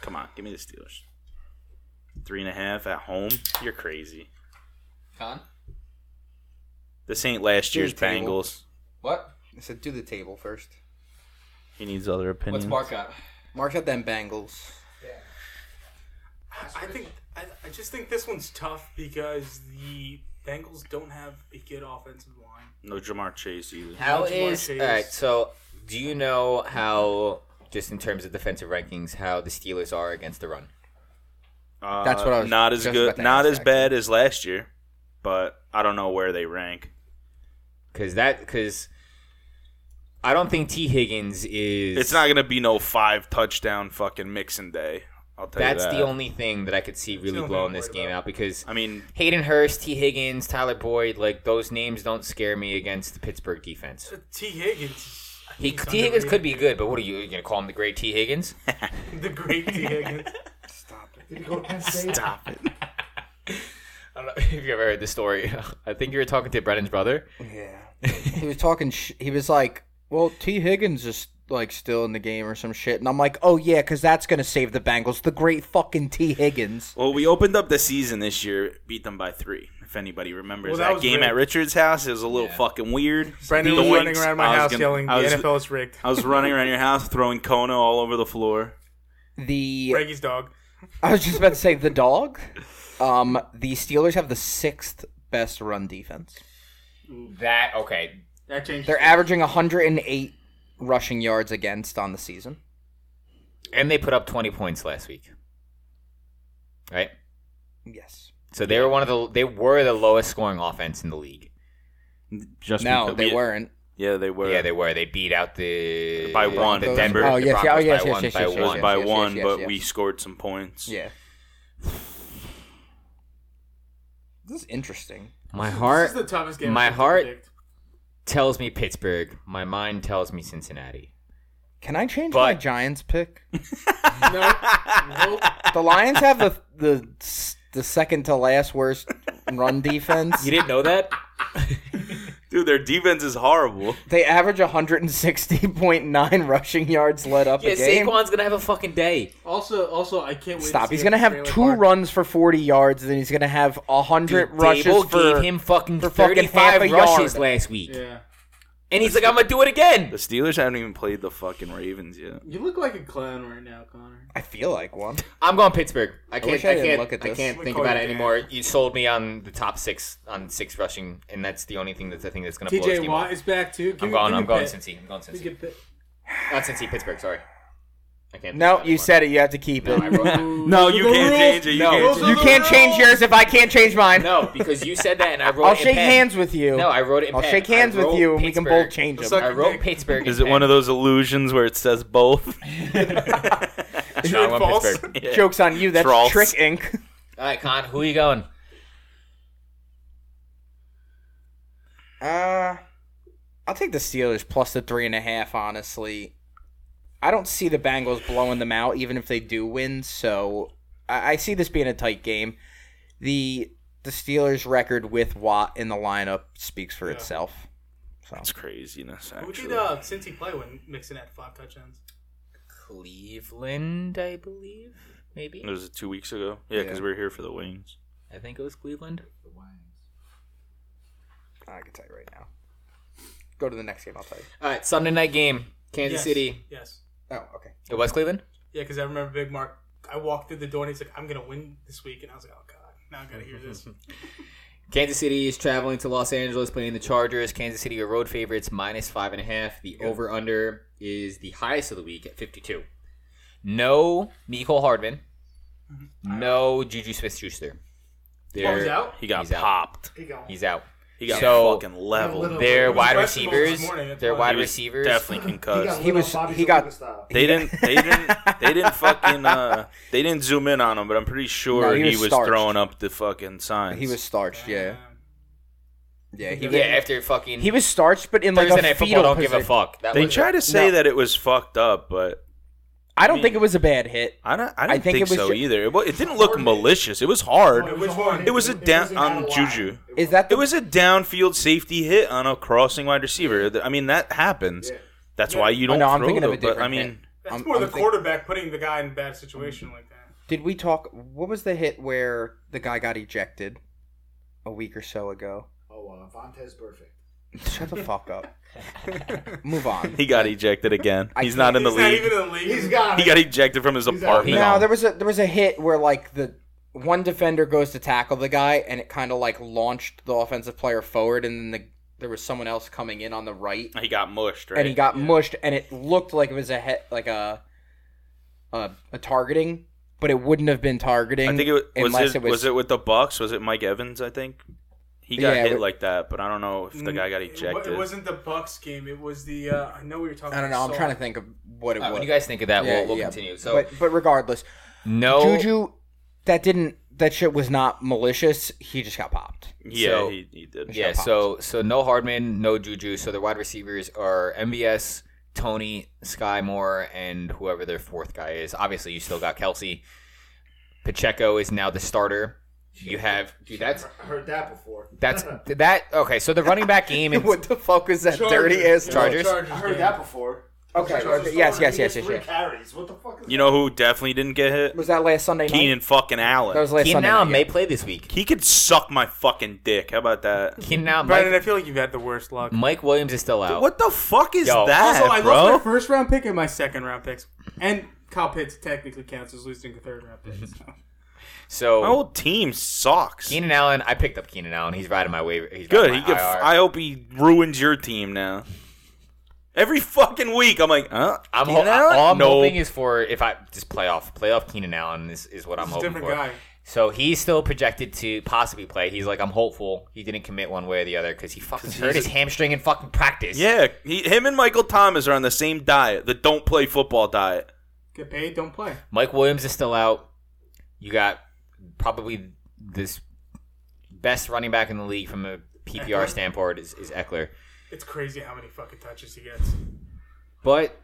Speaker 4: come on, give me the Steelers. Three and a half at home. You're crazy.
Speaker 6: Con.
Speaker 4: This ain't last year's
Speaker 1: table.
Speaker 4: Bengals.
Speaker 6: What?
Speaker 1: I said, do the table first.
Speaker 4: He needs other opinions.
Speaker 6: What's Mark got?
Speaker 1: Mark out them Bengals.
Speaker 3: I think I, I just think this one's tough because the Bengals don't have a good offensive line.
Speaker 4: No Jamar Chase either.
Speaker 2: how
Speaker 3: Much more
Speaker 2: is all
Speaker 3: chase.
Speaker 2: right so do you know how just in terms of defensive rankings how the Steelers are against the run
Speaker 4: Uh,
Speaker 1: That's what I was
Speaker 4: Not as
Speaker 1: just about
Speaker 4: good,
Speaker 1: to
Speaker 4: not
Speaker 1: ask,
Speaker 4: as bad as last year, but I don't know where they rank.
Speaker 2: because that because I don't think T Higgins is
Speaker 4: It's not gonna be no five touchdown fucking mixing day. I'll tell
Speaker 2: that's
Speaker 4: you that.
Speaker 2: the only thing that I could see really
Speaker 3: only thing
Speaker 2: blowing
Speaker 3: I'm
Speaker 2: this
Speaker 3: worried
Speaker 2: game
Speaker 3: about.
Speaker 2: out because
Speaker 4: I mean,
Speaker 2: Hayden Hurst, T. Higgins, Tyler Boyd, like those names don't scare me against the Pittsburgh defense.
Speaker 3: So T. Higgins. (laughs) I
Speaker 2: He,
Speaker 3: think he's
Speaker 2: T. Higgins could
Speaker 3: underrated.
Speaker 2: be good, but what are you, you gonna call him the great T. Higgins?
Speaker 3: the great T. (laughs) Higgins.
Speaker 5: Did he go to Penn State?
Speaker 2: I don't know (laughs) if you ever heard the story. I think you were talking to Brennan's brother.
Speaker 1: Yeah. (laughs) he was talking. Sh- he was like, "Well, T. Higgins is like still in the game or some shit," and I'm like, "Oh yeah, because that's gonna save the Bengals. The great fucking T. Higgins."
Speaker 4: well, we opened up the season this year, beat them by three. If anybody remembers
Speaker 3: Well, that
Speaker 4: that,
Speaker 3: was
Speaker 4: game
Speaker 3: rigged.
Speaker 4: at Richard's house, it was a little fucking weird.
Speaker 3: Brendan was
Speaker 4: Doinks.
Speaker 3: running around my
Speaker 4: I was
Speaker 3: house
Speaker 4: gonna-
Speaker 3: yelling,
Speaker 4: I was,
Speaker 3: "The NFL is rigged."
Speaker 4: I was running around your house, throwing Kona all over the floor.
Speaker 1: The
Speaker 3: Reggie's dog.
Speaker 1: I was just about to say the dog. Um, the Steelers have the sixth best run defense.
Speaker 2: That okay.
Speaker 3: That changed.
Speaker 1: They're averaging 108 rushing yards against on the season.
Speaker 2: And they put up 20 points last week. Right?
Speaker 1: Yes.
Speaker 2: So they were one of the they were the lowest scoring offense in the league.
Speaker 7: Just
Speaker 1: No,
Speaker 7: because-
Speaker 1: they weren't.
Speaker 4: Yeah, they were.
Speaker 2: yeah, they were. They beat out the
Speaker 4: By one.
Speaker 2: the
Speaker 1: Those-
Speaker 2: Denver.
Speaker 1: oh,
Speaker 2: the
Speaker 1: yes, yeah,
Speaker 2: Broncos
Speaker 1: oh, yes,
Speaker 2: by
Speaker 1: yes,
Speaker 2: one,
Speaker 1: yes,
Speaker 2: by
Speaker 1: yes,
Speaker 2: one.
Speaker 1: yes,
Speaker 4: One
Speaker 1: yes.
Speaker 4: by one, but
Speaker 1: yes.
Speaker 4: we scored some points.
Speaker 1: Yeah. This is interesting.
Speaker 2: My
Speaker 3: This
Speaker 2: heart
Speaker 3: is the toughest game.
Speaker 2: My
Speaker 3: I've ever
Speaker 2: heart-
Speaker 3: Predict.
Speaker 2: tells me Pittsburgh. My mind tells me Cincinnati.
Speaker 1: Can I change
Speaker 2: But-
Speaker 1: my Giants
Speaker 2: (laughs)
Speaker 1: pick?
Speaker 3: No, nope.
Speaker 1: The Lions have the the s- the second to last worst
Speaker 3: (laughs)
Speaker 1: run defense.
Speaker 2: You didn't know that?
Speaker 4: Dude, their defense is horrible.
Speaker 1: They average 160.9 (laughs) rushing yards led up
Speaker 2: Yeah,
Speaker 1: a game.
Speaker 2: Saquon's gonna have a fucking day.
Speaker 3: Also, also, I can't wait.
Speaker 1: Stop.
Speaker 3: To see
Speaker 1: He's
Speaker 3: if
Speaker 1: gonna have
Speaker 3: Trailer
Speaker 1: two
Speaker 3: Park-
Speaker 1: runs for 40 yards, and then he's gonna have 100 rushes
Speaker 2: Dable
Speaker 1: for.
Speaker 2: gave him fucking
Speaker 1: for fucking
Speaker 2: 35
Speaker 1: half a
Speaker 2: rushes
Speaker 1: yard.
Speaker 2: last week,
Speaker 3: Yeah,
Speaker 2: and he's like, "I'm gonna do it
Speaker 4: The
Speaker 2: again."
Speaker 4: Steelers haven't even played the fucking Ravens yet.
Speaker 3: you look like a clown right now, Connor.
Speaker 1: I feel like
Speaker 2: (laughs)
Speaker 1: one.
Speaker 2: I'm going Pittsburgh.
Speaker 6: I
Speaker 1: wish
Speaker 6: can't.
Speaker 1: I
Speaker 6: I,
Speaker 1: didn't
Speaker 6: can't.
Speaker 1: look at
Speaker 6: I
Speaker 1: this.
Speaker 6: can't
Speaker 3: We
Speaker 6: think
Speaker 3: call
Speaker 6: about
Speaker 3: you
Speaker 6: it
Speaker 3: Dan.
Speaker 6: anymore.
Speaker 2: Or you sold me on the top six on six rushing, and that's the only thing that's I think that's gonna blow this
Speaker 3: TJ
Speaker 2: team
Speaker 3: Watt
Speaker 2: up.
Speaker 3: is back too. Give
Speaker 2: I'm
Speaker 3: me-
Speaker 2: going.
Speaker 3: give me
Speaker 2: I'm going
Speaker 3: Pitt.
Speaker 2: Cincy. I'm going
Speaker 3: Give
Speaker 2: Cincy.
Speaker 3: me Pitt.
Speaker 2: Not Cincy. Pittsburgh. Sorry. I can't. think
Speaker 1: No,
Speaker 2: about it
Speaker 1: you
Speaker 2: anymore.
Speaker 1: said it. You have to keep
Speaker 2: No, I
Speaker 1: it.
Speaker 2: wrote that.
Speaker 4: No, you can't change it. You
Speaker 2: No.
Speaker 4: can't change
Speaker 1: (laughs) You can't change yours if I can't change mine.
Speaker 2: No, because you said that, and I wrote.
Speaker 1: I'll
Speaker 2: it in
Speaker 1: shake
Speaker 2: pen.
Speaker 1: hands with you.
Speaker 2: No, I wrote it. In
Speaker 1: I'll
Speaker 2: pen.
Speaker 1: shake
Speaker 2: I
Speaker 1: hands with
Speaker 2: wrote
Speaker 1: you, and we can both
Speaker 2: Pittsburgh.
Speaker 1: change them.
Speaker 3: Let's
Speaker 2: I
Speaker 3: not-
Speaker 2: wrote Pittsburgh.
Speaker 4: it. Is it one of those illusions where it says both? (laughs)
Speaker 2: those? No, I went
Speaker 3: False.
Speaker 2: Pittsburgh.
Speaker 1: Jokes on you. That's
Speaker 4: Trolls.
Speaker 1: Trick
Speaker 2: (laughs)
Speaker 1: Inc.
Speaker 2: All right, Con, who are you going?
Speaker 1: Uh, I'll take the Steelers plus the three and a half. Honestly, I don't see the Bengals blowing them out, even if they do win. So I, I see this being a tight game. the The Steelers' record with Watt in the lineup speaks for itself. So
Speaker 4: That's craziness,
Speaker 3: Who did
Speaker 4: actually.
Speaker 3: uh, Cincy play when Mixon had five touchdowns?
Speaker 2: Cleveland, I believe. Maybe
Speaker 4: It was two weeks ago. Yeah, because we were here for the wings.
Speaker 2: I think it was Cleveland.
Speaker 1: Ah, I can tell you right now. Go to the next game. I'll tell you.
Speaker 2: All right, Sunday night game. Kansas
Speaker 3: yes.
Speaker 2: City.
Speaker 3: Yes.
Speaker 1: Oh, okay.
Speaker 2: It was Cleveland.
Speaker 3: Yeah, because I remember Big Mark. I walked through the door and he's like, "I'm gonna win this week," and I was like, "Oh God, now I gotta hear
Speaker 5: (laughs)
Speaker 3: this."
Speaker 6: Kansas City is traveling to Los Angeles playing the Chargers. Kansas City are road favorites, minus five and a half. The over under is the highest of the week at 52.
Speaker 2: No, Nicole Hardman. No, Juju Smith-Schuster.
Speaker 3: Oh, he's
Speaker 2: They're
Speaker 3: out.
Speaker 4: He
Speaker 2: Mm-hmm.
Speaker 4: got
Speaker 2: He's out.
Speaker 4: popped.
Speaker 5: Keep going.
Speaker 2: He's out.
Speaker 4: He got
Speaker 2: So-
Speaker 4: fucking leveled.
Speaker 5: He
Speaker 2: Their
Speaker 5: was
Speaker 2: wide
Speaker 3: questionable
Speaker 2: receivers.
Speaker 3: this morning, that's
Speaker 2: Their
Speaker 3: why.
Speaker 2: wide
Speaker 4: He was
Speaker 2: receivers.
Speaker 4: Definitely
Speaker 5: He
Speaker 4: concussed.
Speaker 5: got
Speaker 1: He
Speaker 5: lit on
Speaker 1: was-
Speaker 5: Bobby
Speaker 1: he got-
Speaker 5: Zaluka style.
Speaker 4: They didn't. They didn't. They didn't fucking. Uh, they didn't zoom in on him, but I'm pretty sure
Speaker 1: No, he
Speaker 4: he
Speaker 1: was
Speaker 4: was,
Speaker 1: starched.
Speaker 4: throwing up the fucking signs.
Speaker 1: He was starched. Yeah,
Speaker 3: Um,
Speaker 1: yeah. He was,
Speaker 2: Yeah, after fucking
Speaker 1: he was starched, but in like
Speaker 2: Thursday
Speaker 1: a
Speaker 2: Night
Speaker 1: fetal
Speaker 2: Football. Don't
Speaker 1: position.
Speaker 2: give a fuck. That
Speaker 4: They
Speaker 2: was
Speaker 4: try to say
Speaker 1: No.
Speaker 4: that it was fucked up, but
Speaker 1: I don't think it was a bad hit.
Speaker 4: I don't. I
Speaker 1: I
Speaker 4: don't
Speaker 1: think
Speaker 4: think,
Speaker 1: it was
Speaker 4: so
Speaker 1: ju-
Speaker 4: either. It, wa- it didn't look malicious. It was hard.
Speaker 3: Which
Speaker 5: a
Speaker 3: one?
Speaker 5: hard hit.
Speaker 4: It was a
Speaker 5: It
Speaker 4: down
Speaker 5: wasn't out
Speaker 4: on
Speaker 5: of line.
Speaker 4: Juju.
Speaker 1: Is that the
Speaker 4: It was a downfield safety hit on a crossing wide receiver. Th- I mean, that happens.
Speaker 5: Yeah.
Speaker 4: That's why you
Speaker 1: Oh,
Speaker 4: don't
Speaker 1: no, I'm
Speaker 4: throw
Speaker 1: thinking of
Speaker 4: them,
Speaker 1: a
Speaker 4: But I
Speaker 1: different
Speaker 4: mean,
Speaker 3: That's
Speaker 1: I'm-
Speaker 3: more
Speaker 1: I'm
Speaker 3: the
Speaker 1: thinking-
Speaker 3: quarterback putting the guy in a bad situation like that.
Speaker 1: Did we talk? What was the hit where the guy got ejected a week or so ago?
Speaker 5: Oh, uh, Vontez perfect.
Speaker 1: Shut the fuck
Speaker 4: (laughs)
Speaker 1: up. Move on.
Speaker 4: he got ejected again.
Speaker 1: I
Speaker 4: He's
Speaker 1: can't-
Speaker 4: not in the
Speaker 3: He's not
Speaker 4: league.
Speaker 3: even in the league.
Speaker 5: He's got.
Speaker 4: He got ejected from his
Speaker 5: He's out.
Speaker 4: apartment.
Speaker 1: No, there was a there was a hit where like the one defender goes to tackle the guy and it kind of like launched the offensive player forward and then the, there was someone else coming in on the right
Speaker 4: He got mushed, right?
Speaker 1: and he got mushed and it looked like it was a hit like a a, a targeting but it wouldn't have been targeting
Speaker 4: I think it was, was,
Speaker 1: unless
Speaker 4: it,
Speaker 1: it
Speaker 4: was
Speaker 1: was-
Speaker 4: it with the Bucks? Was it Mike Evans? I think he got
Speaker 1: Yeah,
Speaker 4: hit
Speaker 1: but-
Speaker 4: like that, but I don't know if the guy got
Speaker 3: Mm, It wa-
Speaker 4: ejected.
Speaker 3: It wasn't the Bucks game. It was the. Uh, I know we were talking.
Speaker 1: I don't know
Speaker 3: about
Speaker 1: I'm trying to think of what it
Speaker 2: All right,
Speaker 1: was
Speaker 2: when you guys think of that,
Speaker 1: Yeah,
Speaker 2: we'll, we'll
Speaker 1: yeah.
Speaker 2: continue. So
Speaker 1: but, but regardless
Speaker 2: no
Speaker 1: Juju, that didn't. That shit was not malicious. He just got popped.
Speaker 4: yeah,
Speaker 2: so-
Speaker 4: he, he did.
Speaker 2: Yeah,
Speaker 1: Shot
Speaker 2: so so no Hardman, no Juju. So their wide receivers are MBS, Tony, Sky Moore, and whoever their fourth guy is. Obviously, you still got Kelsey. Pacheco is now the starter. You have dude. That's
Speaker 5: I heard that before. (laughs)
Speaker 2: (laughs) that's that. Okay, so the running back game. And,
Speaker 1: (laughs) (laughs) what the fuck was that dirty ass
Speaker 2: Chargers.
Speaker 5: I heard that before.
Speaker 1: Okay,
Speaker 5: Chargers
Speaker 1: okay,
Speaker 5: started.
Speaker 1: yes, yes,
Speaker 5: He gets
Speaker 1: yes, yes,
Speaker 5: Three
Speaker 1: yes.
Speaker 5: carries. What the fuck is
Speaker 4: You know who definitely didn't get hit?
Speaker 1: Was that last Sunday night?
Speaker 4: Keenan fucking Allen.
Speaker 1: That was last
Speaker 2: Keenan
Speaker 1: Sunday
Speaker 2: Allen
Speaker 1: night.
Speaker 2: may play this week.
Speaker 4: he could suck my fucking dick. How
Speaker 1: (laughs)
Speaker 4: about that?
Speaker 2: Keenan Allen.
Speaker 3: Brandon,
Speaker 2: Mike,
Speaker 3: I feel like you've had the worst luck.
Speaker 1: Mm.
Speaker 2: Mike Williams is still out.
Speaker 4: What the fuck is
Speaker 2: Yo.
Speaker 4: that,
Speaker 3: Also, I
Speaker 4: bro?
Speaker 3: lost my first round pick and my second round picks, and Kyle Pitts technically counts as losing a third round pick. so.
Speaker 4: my
Speaker 2: So
Speaker 4: whole team sucks.
Speaker 2: Keenan Allen, I picked up Keenan Allen. He's riding my waiver. He's
Speaker 4: Good. He
Speaker 2: riding
Speaker 4: could,
Speaker 2: my IR.
Speaker 4: I hope he ruins your team now. Every fucking week, I'm like, huh?
Speaker 2: I'm ho-
Speaker 4: Keenan Allen?
Speaker 2: all I'm
Speaker 4: no.
Speaker 2: hoping is for if I just playoff playoff Keenan Allen is, is what I'm
Speaker 3: He's a
Speaker 2: hoping
Speaker 3: different
Speaker 2: for.
Speaker 3: guy.
Speaker 2: So he's still projected to possibly play. He's like, I'm hopeful. He didn't commit one way or the other because he fucking hurt his hamstring in fucking practice.
Speaker 4: yeah, he, him and Michael Thomas are on the same diet, the don't play football diet.
Speaker 3: Get paid, don't play.
Speaker 2: Mike Williams is still out. You got probably this best running back in the league from a PPR standpoint is, is Eckler.
Speaker 3: It's crazy how many fucking touches he gets.
Speaker 2: But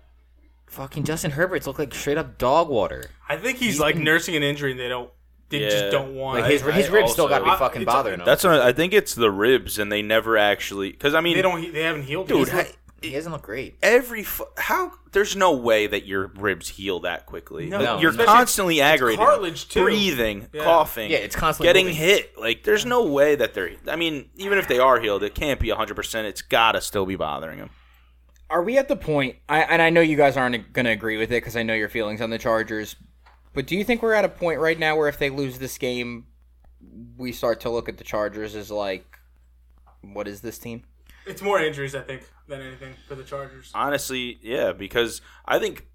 Speaker 2: fucking Justin Herbert's looked like straight up dog water.
Speaker 3: I think he's, like nursing an injury and they don't they
Speaker 4: Yeah.
Speaker 3: just don't want
Speaker 2: Like his,
Speaker 4: I-
Speaker 2: his
Speaker 4: I
Speaker 2: ribs still got
Speaker 4: also-
Speaker 2: to be fucking
Speaker 3: It's-
Speaker 2: bothering him.
Speaker 4: That's what I think it's the ribs, and they never actually. Because I mean,
Speaker 3: they don't they haven't healed
Speaker 4: dude.
Speaker 3: him.
Speaker 4: I-
Speaker 2: he doesn't look great.
Speaker 4: every fu- how there's no way that your ribs heal that quickly.
Speaker 3: No.
Speaker 4: Like,
Speaker 2: No.
Speaker 4: you're
Speaker 3: Especially
Speaker 4: constantly aggravated,
Speaker 3: cartilage, too.
Speaker 4: breathing,
Speaker 3: Yeah.
Speaker 4: coughing.
Speaker 2: Yeah, it's constantly
Speaker 4: getting
Speaker 2: moving.
Speaker 4: hit. Like there's no way that they're. I mean, even if they are healed, it can't be 100. percent It's gotta still be bothering them.
Speaker 1: Are we at the point? I, and I know you guys aren't going to agree with it because I know your feelings on the Chargers. But do you think we're at a point right now where if they lose this game, we start to look at the Chargers as like, what is this team?
Speaker 3: It's more injuries, I think, than anything for the Chargers.
Speaker 4: Honestly, yeah, because I think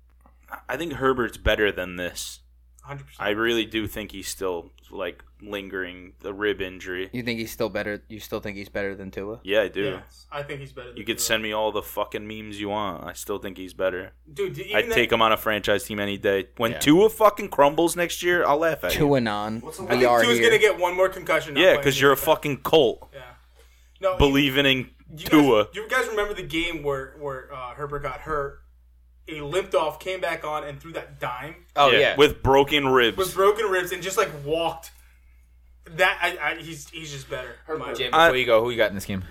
Speaker 4: I think Herbert's better than this.
Speaker 3: 100%.
Speaker 4: I really do think he's still like lingering the rib injury.
Speaker 1: You think he's still better? You still think he's better than Tua?
Speaker 4: Yeah, I do.
Speaker 3: yeah, I think he's better. Than
Speaker 4: You could
Speaker 3: Tua.
Speaker 4: send me all the fucking memes you want. I still think he's better.
Speaker 3: dude. Even
Speaker 4: I'd
Speaker 3: that-
Speaker 4: take him on a franchise team any day. When
Speaker 2: Yeah.
Speaker 4: Tua fucking crumbles next year, I'll laugh at you.
Speaker 1: Tua non.
Speaker 5: What's the
Speaker 1: We
Speaker 3: I
Speaker 5: line?
Speaker 3: think
Speaker 1: are
Speaker 3: Tua's
Speaker 1: here.
Speaker 3: gonna get one more concussion. not
Speaker 4: Yeah,
Speaker 3: playing
Speaker 4: because you're a
Speaker 3: defense.
Speaker 4: fucking cult
Speaker 3: Yeah. No,
Speaker 4: believing in
Speaker 3: you
Speaker 4: Tua.
Speaker 3: Guys, you guys remember the game where where uh, Herbert got hurt? He limped off, came back on, and threw that dime
Speaker 2: Oh yeah,
Speaker 4: with broken ribs.
Speaker 3: with broken ribs, and just like walked. That I, I he's he's just better. My-
Speaker 2: Jim, before
Speaker 4: I-
Speaker 2: you go, who you got in this game?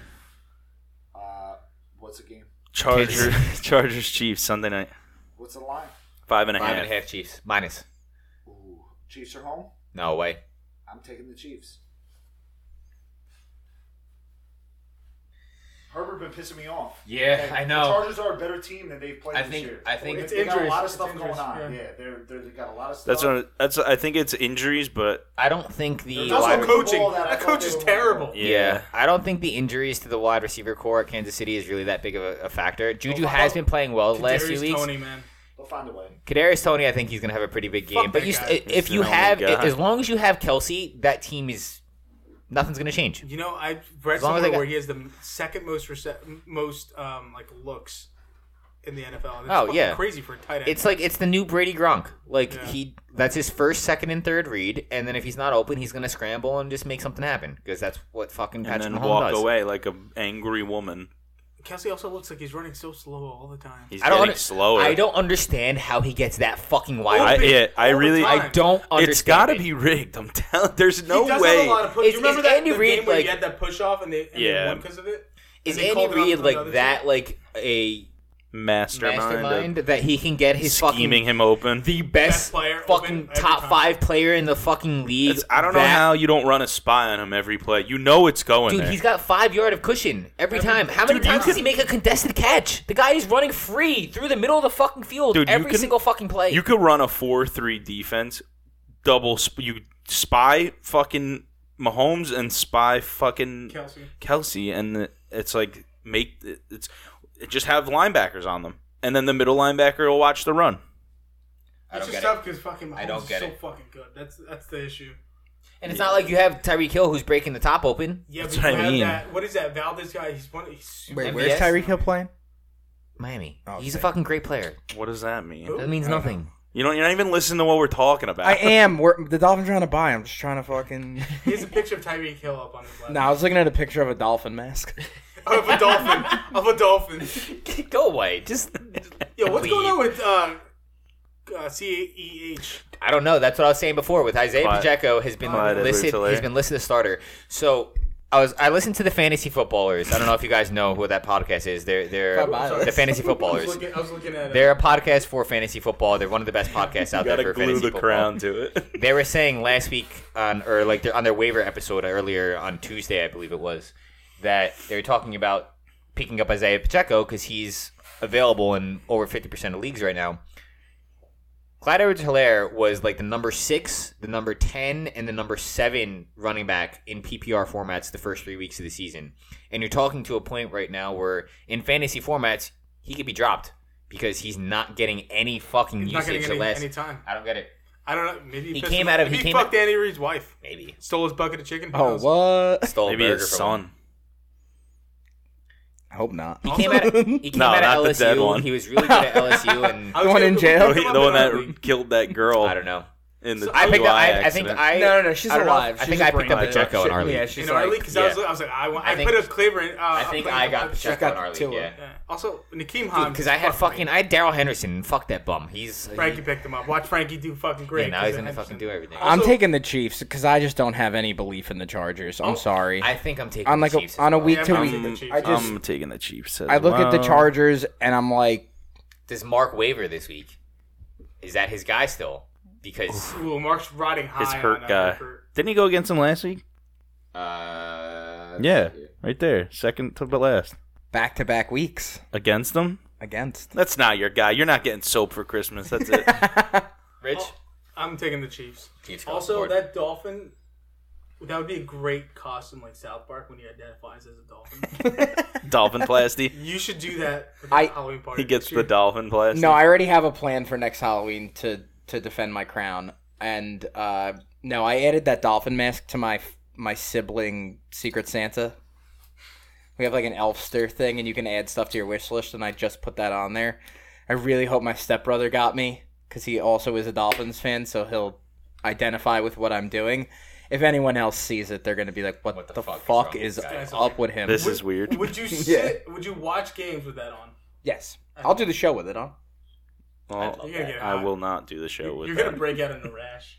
Speaker 5: Uh, what's the game?
Speaker 4: Chargers, (laughs) Chargers, Chiefs Sunday night,
Speaker 5: What's the line?
Speaker 4: five and a half.
Speaker 2: Five and a half Chiefs minus.
Speaker 5: Ooh, Chiefs are home.
Speaker 2: No way.
Speaker 5: I'm taking the Chiefs. Herbert been pissing me off.
Speaker 6: Yeah, I know.
Speaker 5: The Chargers are a better team than they've played
Speaker 6: I
Speaker 5: this
Speaker 6: think-
Speaker 5: year.
Speaker 6: I think-
Speaker 5: they,
Speaker 3: It's
Speaker 5: they got a lot of
Speaker 3: injuries.
Speaker 5: stuff
Speaker 3: It's
Speaker 5: going
Speaker 3: injuries,
Speaker 5: on.
Speaker 3: yeah.
Speaker 5: Yeah, they're, they're they got a lot of stuff.
Speaker 4: That's what. That's. I think it's injuries, but
Speaker 2: I don't think the
Speaker 5: There's
Speaker 2: wide
Speaker 3: also
Speaker 5: Wide-
Speaker 3: coaching.
Speaker 5: Football that I
Speaker 3: That
Speaker 5: thought
Speaker 3: coach
Speaker 5: they
Speaker 3: is
Speaker 5: were winning.
Speaker 3: terrible.
Speaker 4: yeah.
Speaker 2: I don't think the injuries to the wide receiver core at Kansas City is really that big of a, a factor. Juju
Speaker 3: Oh,
Speaker 2: has
Speaker 3: oh,
Speaker 2: been playing well the last few
Speaker 3: Kadarius
Speaker 2: weeks.
Speaker 3: Toney, man.
Speaker 5: They'll find a way.
Speaker 2: Kadarius Tony, I think he's going to have a pretty big game.
Speaker 3: Fuck
Speaker 2: but
Speaker 3: that
Speaker 2: you, st-
Speaker 3: guy.
Speaker 2: if you
Speaker 4: the only
Speaker 2: have,
Speaker 4: guy.
Speaker 2: as long as you have Kelsey, that team is nothing's going to change.
Speaker 3: You know, I read
Speaker 2: As long as
Speaker 3: somewhere
Speaker 2: they got-
Speaker 3: where he has the second most rece- most um, like looks in the NFL. That's
Speaker 2: Oh,
Speaker 3: fucking
Speaker 2: yeah.
Speaker 3: crazy for a tight end.
Speaker 2: It's like it's the new Brady Gronk. Like
Speaker 3: Yeah.
Speaker 2: he, that's his first, second, and third read. And then if he's not open, he's going to scramble and just make something happen because that's what fucking
Speaker 4: and
Speaker 2: Patrick
Speaker 4: then
Speaker 2: Mahomes
Speaker 4: walk
Speaker 2: does.
Speaker 4: away like an angry woman.
Speaker 3: Kelsey also looks like he's running so slow all the time.
Speaker 4: He's
Speaker 2: I don't
Speaker 4: getting
Speaker 2: under-
Speaker 4: slower.
Speaker 2: I don't understand how he gets that fucking wide.
Speaker 4: I,
Speaker 2: open.
Speaker 4: yeah, I
Speaker 3: All the
Speaker 4: really.
Speaker 3: time.
Speaker 2: I don't understand.
Speaker 4: it's got to
Speaker 2: it.
Speaker 4: be rigged. I'm telling. There's
Speaker 3: he
Speaker 4: no
Speaker 3: does
Speaker 4: way.
Speaker 3: Have a lot of push.
Speaker 2: Is-
Speaker 3: you remember
Speaker 2: is
Speaker 3: that
Speaker 2: Andy
Speaker 3: the
Speaker 2: Reid,
Speaker 3: game where
Speaker 2: like-
Speaker 3: he had that push off and they, and
Speaker 4: Yeah.
Speaker 3: they won because of it?
Speaker 2: Is
Speaker 3: They
Speaker 2: Andy
Speaker 3: called it off
Speaker 2: Reid
Speaker 3: to
Speaker 2: like
Speaker 3: another
Speaker 2: that,
Speaker 3: team?
Speaker 2: like a
Speaker 4: mastermind, of
Speaker 2: mastermind that he can get his
Speaker 4: scheming
Speaker 2: fucking
Speaker 4: him open.
Speaker 2: the best,
Speaker 3: Best player
Speaker 2: fucking
Speaker 3: open every
Speaker 2: top
Speaker 3: time.
Speaker 2: five player in the fucking league?
Speaker 4: It's- I don't know
Speaker 2: that-
Speaker 4: how you don't run a spy on him every play. You know it's going
Speaker 2: Dude,
Speaker 4: there.
Speaker 2: he's got five yard of cushion every time. How many
Speaker 4: Dude, you
Speaker 2: times does
Speaker 4: can-
Speaker 2: he make a contested catch? The guy is running free through the middle of the fucking field
Speaker 4: Dude, you
Speaker 2: every
Speaker 4: can-
Speaker 2: single fucking play.
Speaker 4: you could run a four-three defense, double. Sp- you spy fucking Mahomes and spy fucking
Speaker 3: Kelsey.
Speaker 4: Kelsey, and the- it's like make it's it just have linebackers on them, and then the middle linebacker will watch the run.
Speaker 2: I
Speaker 3: It's
Speaker 2: don't
Speaker 3: just
Speaker 2: get
Speaker 3: tough
Speaker 2: it.
Speaker 3: because fucking Mahomes
Speaker 2: I don't get
Speaker 3: is so
Speaker 2: it.
Speaker 3: fucking good. That's that's the issue.
Speaker 2: And it's not like you have Tyreek Hill who's breaking the top open.
Speaker 3: Yeah,
Speaker 4: That's
Speaker 3: but
Speaker 4: what
Speaker 3: you
Speaker 4: I
Speaker 3: have
Speaker 4: mean.
Speaker 3: that. What is that Valdez guy? He's one. He's super-
Speaker 1: Wait,
Speaker 2: MVS?
Speaker 1: where's Tyreek Hill playing?
Speaker 2: Miami.
Speaker 1: Oh,
Speaker 2: He's a
Speaker 1: sick.
Speaker 2: fucking great player.
Speaker 4: What does that mean?
Speaker 3: Who?
Speaker 2: That means
Speaker 3: I don't
Speaker 2: nothing.
Speaker 4: You don't. You're not even listening to what we're talking about.
Speaker 1: I am. We're, the Dolphins are trying to buy. I'm just trying to fucking. (laughs)
Speaker 3: He has a picture of Tyreek Hill up on his lap.
Speaker 1: No, I was looking at a picture of a dolphin (laughs) mask.
Speaker 3: Of a dolphin. of a dolphin.
Speaker 2: (laughs) Go away. Just
Speaker 3: Yo, what's
Speaker 2: Weed.
Speaker 3: going on with uh, uh, CEH?
Speaker 2: I don't know. That's what I was saying before. With Isaiah
Speaker 4: Clyde-
Speaker 2: Pacheco has been
Speaker 4: Clyde
Speaker 2: listed.
Speaker 4: Edwards-Helaire.
Speaker 2: He's been listed as starter. So I was I listened to the fantasy footballers. I don't know if you guys know who that podcast is. They're they're
Speaker 1: Come on.
Speaker 2: the fantasy
Speaker 3: I was
Speaker 2: footballers.
Speaker 3: looking, I was looking at
Speaker 2: They're a podcast for fantasy football. They're one of the best podcasts out there
Speaker 4: gotta
Speaker 2: for
Speaker 4: glue
Speaker 2: fantasy
Speaker 4: the
Speaker 2: football.
Speaker 4: crown to it.
Speaker 2: They were saying last week on or like they're on their waiver episode earlier on Tuesday, I believe it was, that they were talking about picking up Isaiah Pacheco because he's available in over fifty percent of leagues right now. Clyde Edwards Hilaire was like the number six, the number 10, and the number seven running back in PPR formats the first three weeks of the season. And you're talking to a point right now where in fantasy formats, he could be dropped because he's not getting any fucking
Speaker 3: He's not
Speaker 2: usage.
Speaker 3: getting
Speaker 2: the
Speaker 3: any,
Speaker 2: last,
Speaker 3: any time.
Speaker 2: I don't get it.
Speaker 3: I don't know. Maybe
Speaker 2: He
Speaker 3: pissed
Speaker 2: came
Speaker 3: him
Speaker 2: out of-
Speaker 3: Maybe
Speaker 2: he came
Speaker 3: fucked Andy Reid's wife.
Speaker 2: Maybe
Speaker 3: Stole his bucket of chicken. who
Speaker 1: Oh,
Speaker 3: knows?
Speaker 1: what?
Speaker 2: stole
Speaker 4: Maybe
Speaker 2: a burger
Speaker 4: his
Speaker 2: from
Speaker 4: son.
Speaker 2: him.
Speaker 1: I hope not.
Speaker 2: He
Speaker 1: (laughs)
Speaker 2: came out. Of, he came
Speaker 4: No,
Speaker 2: out
Speaker 4: not
Speaker 2: of
Speaker 4: the
Speaker 2: LSU.
Speaker 4: dead one.
Speaker 2: He was really good at LSU, (laughs) and
Speaker 3: I was
Speaker 1: The one
Speaker 3: gonna
Speaker 1: in
Speaker 3: look
Speaker 1: jail?
Speaker 4: Oh,
Speaker 3: him
Speaker 4: he-
Speaker 3: up
Speaker 4: the
Speaker 3: in
Speaker 4: one
Speaker 3: our
Speaker 4: that
Speaker 3: league.
Speaker 4: killed that girl
Speaker 2: I don't know.
Speaker 4: in the
Speaker 2: I picked up.
Speaker 4: DUI
Speaker 2: I, I think
Speaker 4: accident.
Speaker 2: I.
Speaker 1: No, no, no. She's
Speaker 2: I don't know.
Speaker 1: alive.
Speaker 2: I
Speaker 1: She's
Speaker 2: think
Speaker 1: just
Speaker 2: I picked
Speaker 1: brain
Speaker 2: up
Speaker 1: dead.
Speaker 2: Pacheco in our
Speaker 1: Shit.
Speaker 2: league.
Speaker 1: Yeah, she's
Speaker 3: in our
Speaker 1: like-
Speaker 3: league because I,
Speaker 2: yeah.
Speaker 3: was, I was like, I, want,
Speaker 2: I
Speaker 3: I,
Speaker 2: think-
Speaker 3: put a Cleveland. Uh,
Speaker 2: I think I got Pacheco in our league.
Speaker 1: two of
Speaker 2: Yeah.
Speaker 1: them.
Speaker 3: Yeah. Also, Nakeem Hines.
Speaker 2: Because I had
Speaker 3: fucked me.
Speaker 2: fucking I had Daryl Henderson. Fuck that bum. He's
Speaker 3: Frankie picked him up. Watch Frankie do fucking
Speaker 2: He, yeah,
Speaker 3: great.
Speaker 2: now he's
Speaker 3: 'cause
Speaker 2: gonna
Speaker 3: of
Speaker 2: fucking do
Speaker 3: Henderson.
Speaker 2: everything.
Speaker 1: I'm
Speaker 3: Also-
Speaker 1: taking the Chiefs because I just don't have any belief in the Chargers.
Speaker 3: Oh,
Speaker 1: I'm sorry.
Speaker 2: I think I'm taking
Speaker 1: on like
Speaker 2: the
Speaker 1: a,
Speaker 2: Chiefs as
Speaker 1: on a
Speaker 2: well.
Speaker 1: week
Speaker 3: Yeah,
Speaker 1: to
Speaker 3: I'm-
Speaker 1: week,
Speaker 3: the Chiefs.
Speaker 1: I just
Speaker 4: I'm taking the Chiefs. as
Speaker 1: I look at the
Speaker 4: well.
Speaker 1: Chargers and I'm like,
Speaker 2: Does Mark waiver this week? Is that his guy still? Because
Speaker 3: Ooh, Mark's riding high.
Speaker 4: His
Speaker 3: on,
Speaker 4: hurt
Speaker 3: uh,
Speaker 4: guy.
Speaker 3: hurt.
Speaker 4: Didn't he go against him last week?
Speaker 2: uh,
Speaker 4: Yeah, right there, second to the last
Speaker 1: back to back weeks
Speaker 4: against him.
Speaker 1: against.
Speaker 4: That's not your guy. You're not getting soap for Christmas. That's (laughs) it.
Speaker 2: Rich.
Speaker 3: I'm taking the Chiefs.
Speaker 2: Chiefs go
Speaker 3: Also,
Speaker 2: forward.
Speaker 3: that dolphin. That would be a great costume, like South Park, when he identifies as a
Speaker 4: (laughs)
Speaker 3: dolphin.
Speaker 4: dolphin plasty.
Speaker 3: you should do that. For the
Speaker 1: I-
Speaker 3: Halloween party.
Speaker 4: He gets
Speaker 3: this
Speaker 4: the
Speaker 3: year.
Speaker 4: dolphin plasty.
Speaker 1: No, I already have a plan for next Halloween to to defend my crown. And uh, no, I added that dolphin mask to my my sibling Secret Santa. We have like an elfster thing, and you can add stuff to your wish list. And I just put that on there. I really hope my stepbrother got me because he also is a Dolphins fan, so he'll identify with what I'm doing. If anyone else sees it, they're gonna be like, "What, the, fuck,
Speaker 2: is wrong with
Speaker 1: is,
Speaker 2: this guy?
Speaker 1: up with him?"
Speaker 4: This is weird.
Speaker 3: Would
Speaker 4: (laughs)
Speaker 3: you sit? Would you watch games with that on?
Speaker 1: yes, I'll do the show with it on.
Speaker 4: Well,
Speaker 3: You're gonna get
Speaker 4: I
Speaker 3: high.
Speaker 4: will not do the show with
Speaker 3: You're
Speaker 4: that.
Speaker 3: gonna break out in a
Speaker 4: (laughs)
Speaker 3: rash.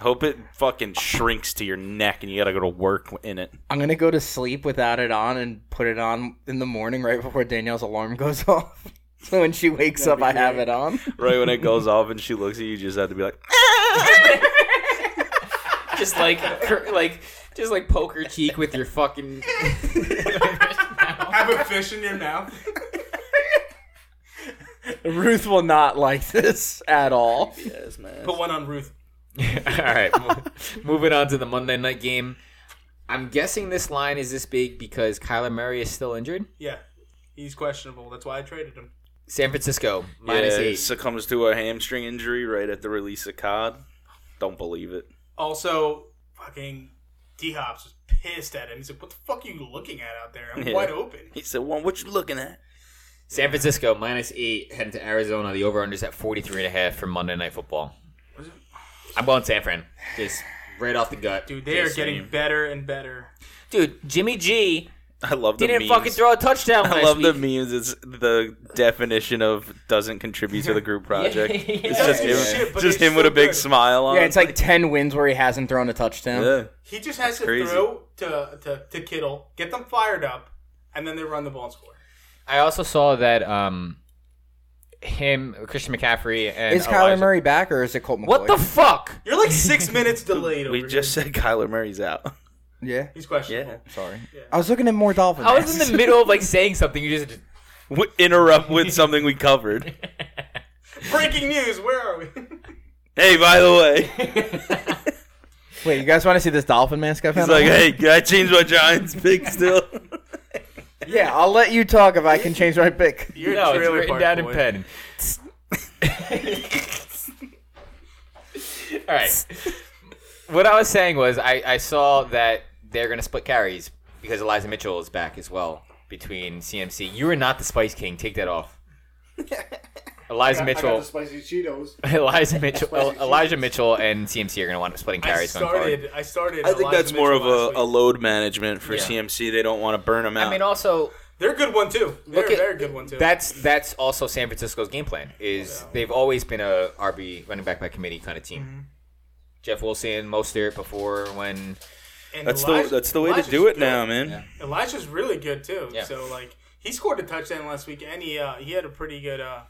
Speaker 4: Hope it fucking shrinks to your neck and you gotta go to work in it.
Speaker 1: I'm gonna go to sleep without it on and put it on in the morning right before Danielle's alarm goes (laughs) off. so when she wakes up, I have it on.
Speaker 4: Right when it goes off and she looks at you, you just have to be like, "Eh."
Speaker 6: just
Speaker 2: (laughs)
Speaker 6: like cur- like just like poker cheek with your fucking
Speaker 3: Have a fish in your
Speaker 4: (laughs)
Speaker 3: mouth.
Speaker 1: Ruth will not like this at all.
Speaker 3: Put one on Ruth.
Speaker 2: (laughs)
Speaker 6: All right,
Speaker 1: (laughs)
Speaker 6: mo- moving on to the Monday night game. I'm guessing this line is this big because Kyler Murray is still injured.
Speaker 3: Yeah, he's questionable. That's why I traded him.
Speaker 6: San Francisco minus
Speaker 4: yeah,
Speaker 6: eight.
Speaker 4: succumbs to a hamstring injury right at the release of COD. Don't believe it.
Speaker 3: Also, fucking D Hops was pissed at him. He's like, "What the fuck are you looking at out there? I'm
Speaker 4: Yeah.
Speaker 3: wide open."
Speaker 4: He said, "Well, what you looking at?"
Speaker 6: San Francisco minus eight.
Speaker 2: Heading to Arizona, the over unders at 43 and a half for Monday Night Football. I'm going San Fran.
Speaker 6: Just right off the gut.
Speaker 3: Dude, they are
Speaker 6: Just-
Speaker 3: getting better and better.
Speaker 2: Dude, Jimmy G
Speaker 4: I love the
Speaker 2: didn't
Speaker 4: memes.
Speaker 2: fucking throw a touchdown
Speaker 4: (laughs) I
Speaker 2: last
Speaker 4: love the
Speaker 2: week.
Speaker 4: memes. It's the definition of doesn't contribute to the group (laughs) project. It's just
Speaker 3: Yeah.
Speaker 4: him,
Speaker 3: Shit, but
Speaker 4: just
Speaker 3: they're
Speaker 4: him with a
Speaker 3: still
Speaker 4: big
Speaker 3: good.
Speaker 4: smile on.
Speaker 1: Yeah, it's like ten wins where he hasn't thrown a touchdown.
Speaker 4: Yeah.
Speaker 3: He just has to
Speaker 4: crazy.
Speaker 3: throw to, to to Kittle, get them fired up, and then they run the ball and score.
Speaker 2: I also saw that um, him, Christian McCaffrey, and
Speaker 1: Is Kyler
Speaker 2: Elijah-
Speaker 1: Murray back or is it Colt McCoy?
Speaker 2: What the fuck?
Speaker 3: You're like six minutes delayed. Over
Speaker 4: We just
Speaker 3: here.
Speaker 4: said Kyler Murray's out. (laughs)
Speaker 1: yeah,
Speaker 3: he's questionable.
Speaker 1: sorry. I was looking at more Dolphins.
Speaker 2: I was in the middle of like saying something. You just
Speaker 4: W- Interrupt with something we covered.
Speaker 3: Breaking news. Where
Speaker 2: (laughs)
Speaker 3: are we?
Speaker 4: Hey, by the way,
Speaker 1: Wait, you guys want to see this Dolphin mask I
Speaker 4: he's
Speaker 1: found?
Speaker 4: like,
Speaker 1: online?
Speaker 4: "Hey, can I change my (laughs) Giants pick still?"
Speaker 1: yeah, I'll let you talk if I can change my pick.
Speaker 3: You're
Speaker 2: no,
Speaker 3: a
Speaker 2: it's
Speaker 3: trailer
Speaker 2: written
Speaker 3: park
Speaker 2: down
Speaker 3: boy.
Speaker 2: in pen. All right. What I was saying was I, I saw that they're going to split carries because Eliza Mitchell is back as well between CMC. You are not the Spice King. Take that off. Eliza
Speaker 5: I got
Speaker 2: Mitchell,
Speaker 5: the spicy
Speaker 2: (laughs)
Speaker 5: Cheetos.
Speaker 2: Eliza Mitchell, Elijah Mitchell, and CMC are going to wind up splitting
Speaker 3: I
Speaker 2: carries going forward.
Speaker 3: started. I started.
Speaker 4: I think
Speaker 3: Elijah
Speaker 4: that's more of
Speaker 3: Mitchell last
Speaker 4: a, a
Speaker 3: week.
Speaker 4: load management for
Speaker 2: Yeah.
Speaker 4: CMC. They don't want to burn him out.
Speaker 2: I mean, also
Speaker 3: They're a good one too. They're
Speaker 2: Look
Speaker 3: a
Speaker 2: at-
Speaker 3: very good one too.
Speaker 2: That's that's also San Francisco's game plan. Is they've always been a RB running back by committee kind of team. Jeff Wilson, Mostert before when
Speaker 3: And
Speaker 4: that's
Speaker 3: Elijah-
Speaker 4: the that's the way
Speaker 3: Elijah's
Speaker 4: to do it
Speaker 3: good.
Speaker 4: now, man.
Speaker 3: Elijah's really good too.
Speaker 2: Yeah.
Speaker 3: So like he scored a touchdown last week, and he uh, he had a pretty good. Uh,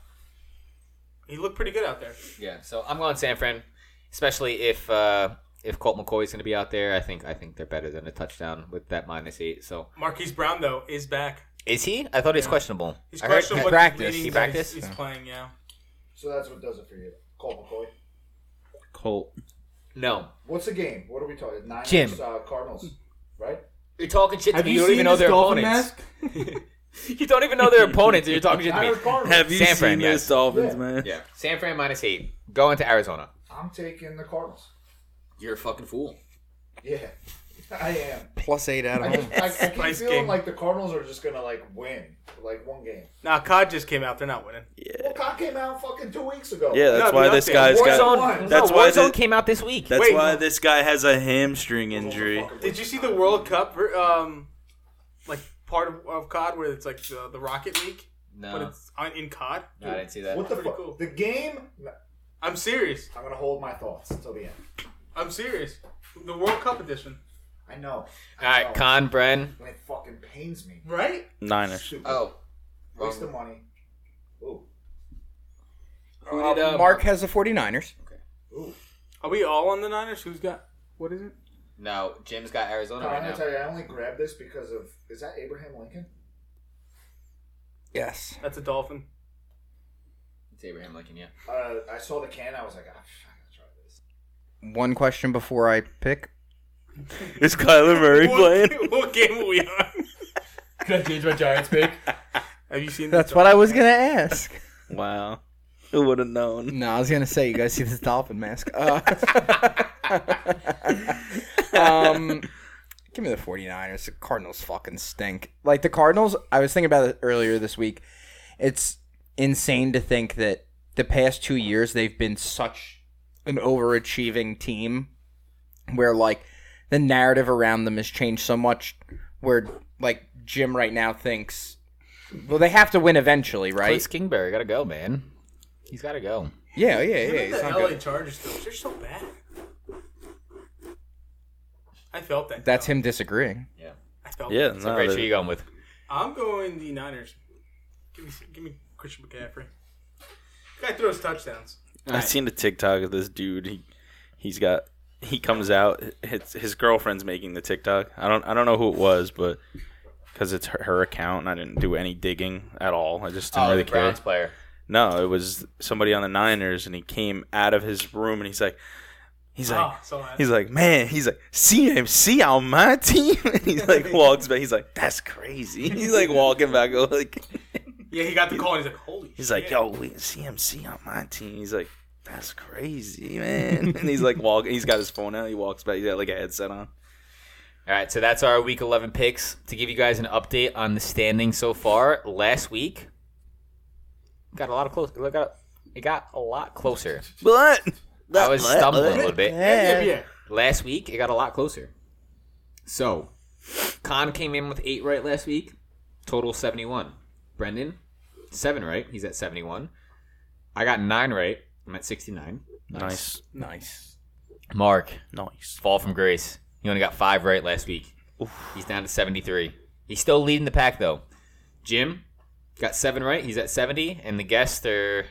Speaker 3: he looked pretty good out there.
Speaker 2: yeah. So I'm going San Fran, especially if uh, if Colt McCoy is going to be out there. I think I think they're better than a touchdown with that minus eight. So
Speaker 3: Marquise Brown though is back.
Speaker 2: is he? I thought he was questionable.
Speaker 3: He's
Speaker 2: I heard-
Speaker 3: questionable.
Speaker 1: he
Speaker 3: but he's
Speaker 1: practiced.
Speaker 3: leading,
Speaker 2: He
Speaker 3: but he's-
Speaker 2: practiced?
Speaker 3: He's, playing. Yeah.
Speaker 5: So that's what does it for you. Colt McCoy.
Speaker 4: Colt.
Speaker 2: no,
Speaker 5: What's the game? What are we talking? Niners,
Speaker 2: Jim.
Speaker 5: Uh, Cardinals, right?
Speaker 2: you're talking shit to me. You don't even know their opponents. (laughs) You don't even know their opponents, and you're talking shit to me.
Speaker 5: Irish Cardinals.
Speaker 4: Have you
Speaker 2: San
Speaker 4: seen
Speaker 2: Fran,
Speaker 4: those
Speaker 2: yes.
Speaker 4: Dolphins,
Speaker 5: Yeah.
Speaker 4: man?
Speaker 6: Yeah. San Fran minus eight. Going to Arizona.
Speaker 5: I'm taking the Cardinals.
Speaker 6: You're a fucking fool.
Speaker 5: Yeah, (laughs) I am.
Speaker 1: Plus eight at
Speaker 5: I,
Speaker 1: home.
Speaker 5: I, I keep
Speaker 3: Nice
Speaker 5: feeling
Speaker 3: game.
Speaker 5: like the Cardinals are just gonna like win like one game.
Speaker 3: Nah, COD just came out. They're not winning.
Speaker 5: Well, Cock came out fucking two weeks ago.
Speaker 4: Yeah, that's
Speaker 3: No,
Speaker 4: why
Speaker 3: the
Speaker 4: this
Speaker 3: update.
Speaker 4: guy's got.
Speaker 5: Warzone-
Speaker 4: That's
Speaker 2: no,
Speaker 4: why
Speaker 2: Warzone
Speaker 4: the-
Speaker 2: came out this week.
Speaker 4: (laughs) That's
Speaker 3: Wait.
Speaker 4: why this guy has a hamstring injury.
Speaker 3: Did you see the World Cup, um, like part of, of COD where it's like the, the Rocket League, but
Speaker 6: No,
Speaker 3: it's on, in COD?
Speaker 6: no, I didn't see that.
Speaker 5: What the
Speaker 3: Pretty
Speaker 5: fuck?
Speaker 3: cool.
Speaker 5: The game. No,
Speaker 3: I'm serious.
Speaker 5: I'm gonna hold my thoughts until the end.
Speaker 3: I'm serious. The World Cup edition,
Speaker 5: I know. I
Speaker 2: All right,
Speaker 5: know.
Speaker 2: Con Bren.
Speaker 5: And it fucking pains me.
Speaker 3: right?
Speaker 4: Niners.
Speaker 5: Stupid.
Speaker 6: Oh,
Speaker 5: waste
Speaker 6: wrong.
Speaker 5: of money. Ooh,
Speaker 6: who did
Speaker 1: Uh,
Speaker 6: uh,
Speaker 1: Mark has the 49ers.
Speaker 5: ooh.
Speaker 3: Are we all on the Niners? Who's got what is it?
Speaker 6: No, Jim's got Arizona
Speaker 5: I'm gonna
Speaker 6: right now.
Speaker 5: tell you, I only grabbed this because of is that Abraham Lincoln?
Speaker 1: Yes.
Speaker 3: That's a Dolphin.
Speaker 6: It's Abraham Lincoln, yeah.
Speaker 5: Uh, I saw the can. I was like, ah, I gotta try this.
Speaker 1: One question before I pick.
Speaker 4: Is Kyler Murray
Speaker 3: (laughs) What,
Speaker 4: playing? (laughs)
Speaker 3: what game are we on?
Speaker 6: Can I change my Giants pick?
Speaker 3: (laughs) Have you seen?
Speaker 1: That's what I was gonna ask.
Speaker 4: Wow. Who would have known?
Speaker 1: No, I was gonna say you guys see this dolphin mask. (laughs) Uh, um, give me the 49ers. The Cardinals fucking stink. Like the Cardinals, I was thinking about it earlier this week. It's insane to think that the past two years they've been such an overachieving team where like the narrative around them has changed so much where like Jim right now thinks well they have to win eventually, right?
Speaker 2: Cliff Kingberry gotta go, man. He's gotta go.
Speaker 1: Yeah, yeah, yeah.
Speaker 3: Look
Speaker 1: It's
Speaker 3: at
Speaker 1: not
Speaker 3: the LA
Speaker 1: good.
Speaker 3: Chargers though. They're so bad. I felt that.
Speaker 1: That's him disagreeing.
Speaker 6: Yeah. Oh,
Speaker 3: I felt
Speaker 4: Yeah,
Speaker 3: that.
Speaker 2: So,
Speaker 4: no,
Speaker 2: Rachel,
Speaker 4: they-
Speaker 2: you going with?
Speaker 3: I'm going the Niners. Give me, give me Christian McCaffrey. Guy throws touchdowns.
Speaker 4: I seen a TikTok of this dude. He, he's got. He comes out. His, his girlfriend's making the TikTok. I don't. I don't know who it was, but because it's her, her account, and I didn't do any digging at all. I just didn't
Speaker 6: Oh,
Speaker 4: really
Speaker 6: the
Speaker 4: care.
Speaker 6: Browns player.
Speaker 4: No, it was somebody on the Niners, and he came out of his room, and he's like, he's like,
Speaker 3: Ah, so I,
Speaker 4: he's like, man, he's like, CMC on my team, (laughs) and he's like walks back. He's like, that's crazy. (laughs) He's like walking back, like
Speaker 3: yeah, he got the call and he's like, holy
Speaker 4: he's like,
Speaker 3: shit.
Speaker 4: yo, we CMC on my team. He's like, that's crazy, man. (laughs) And he's like walk. He's got his phone out. He walks back. He's got like a headset on.
Speaker 2: All right, so that's our week 11 picks. To give you guys an update on the standing so far, last week got a lot of close. It got, it got a lot closer.
Speaker 4: But
Speaker 2: I was stumbling a little bit.
Speaker 3: Yeah, yeah.
Speaker 2: Last week, it got a lot closer.
Speaker 6: So, Khan came in with eight right last week. Total 71. Brendan, seven right. He's at 71. I got nine right. I'm at 69.
Speaker 4: Nice,
Speaker 1: Nice.
Speaker 2: Mark,
Speaker 4: nice.
Speaker 2: fall from grace. He only got five right last week. He's down to 73. He's still leading the pack, though. Jim got seven right. He's at 70. And the guests are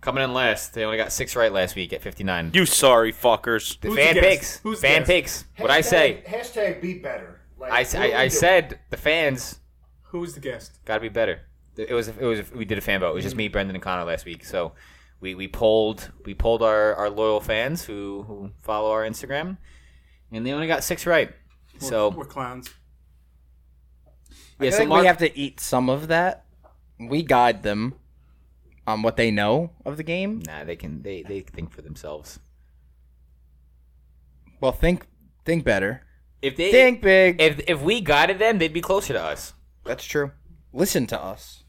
Speaker 2: coming in last. They only got six right last week at 59.
Speaker 4: You sorry fuckers.
Speaker 2: the
Speaker 3: Who's
Speaker 2: fan
Speaker 3: the guest?
Speaker 2: picks.
Speaker 3: Who's the
Speaker 2: fan
Speaker 3: guest?
Speaker 2: picks. What I say.
Speaker 5: Hashtag be better. Like,
Speaker 2: I,
Speaker 5: what do we
Speaker 2: I, I
Speaker 5: do?
Speaker 2: said the fans
Speaker 3: Who's the guest?
Speaker 2: got to be better. It was it was we did a fan vote. It was just
Speaker 6: Mm-hmm.
Speaker 2: me, Brendan, and Connor last week. So we, we polled we polled our, our loyal fans who, who follow our Instagram, and they only got six right.
Speaker 3: We're,
Speaker 2: So
Speaker 3: we're clowns.
Speaker 1: I
Speaker 6: Yeah, so
Speaker 1: think
Speaker 6: Mark,
Speaker 1: we have to eat some of that. We guide them on what they know of the game.
Speaker 2: Nah, they can they they think for themselves.
Speaker 1: Well, think think better.
Speaker 6: If they
Speaker 1: Think big.
Speaker 2: If if we guided them, they'd be closer to us.
Speaker 1: That's true. Listen to us.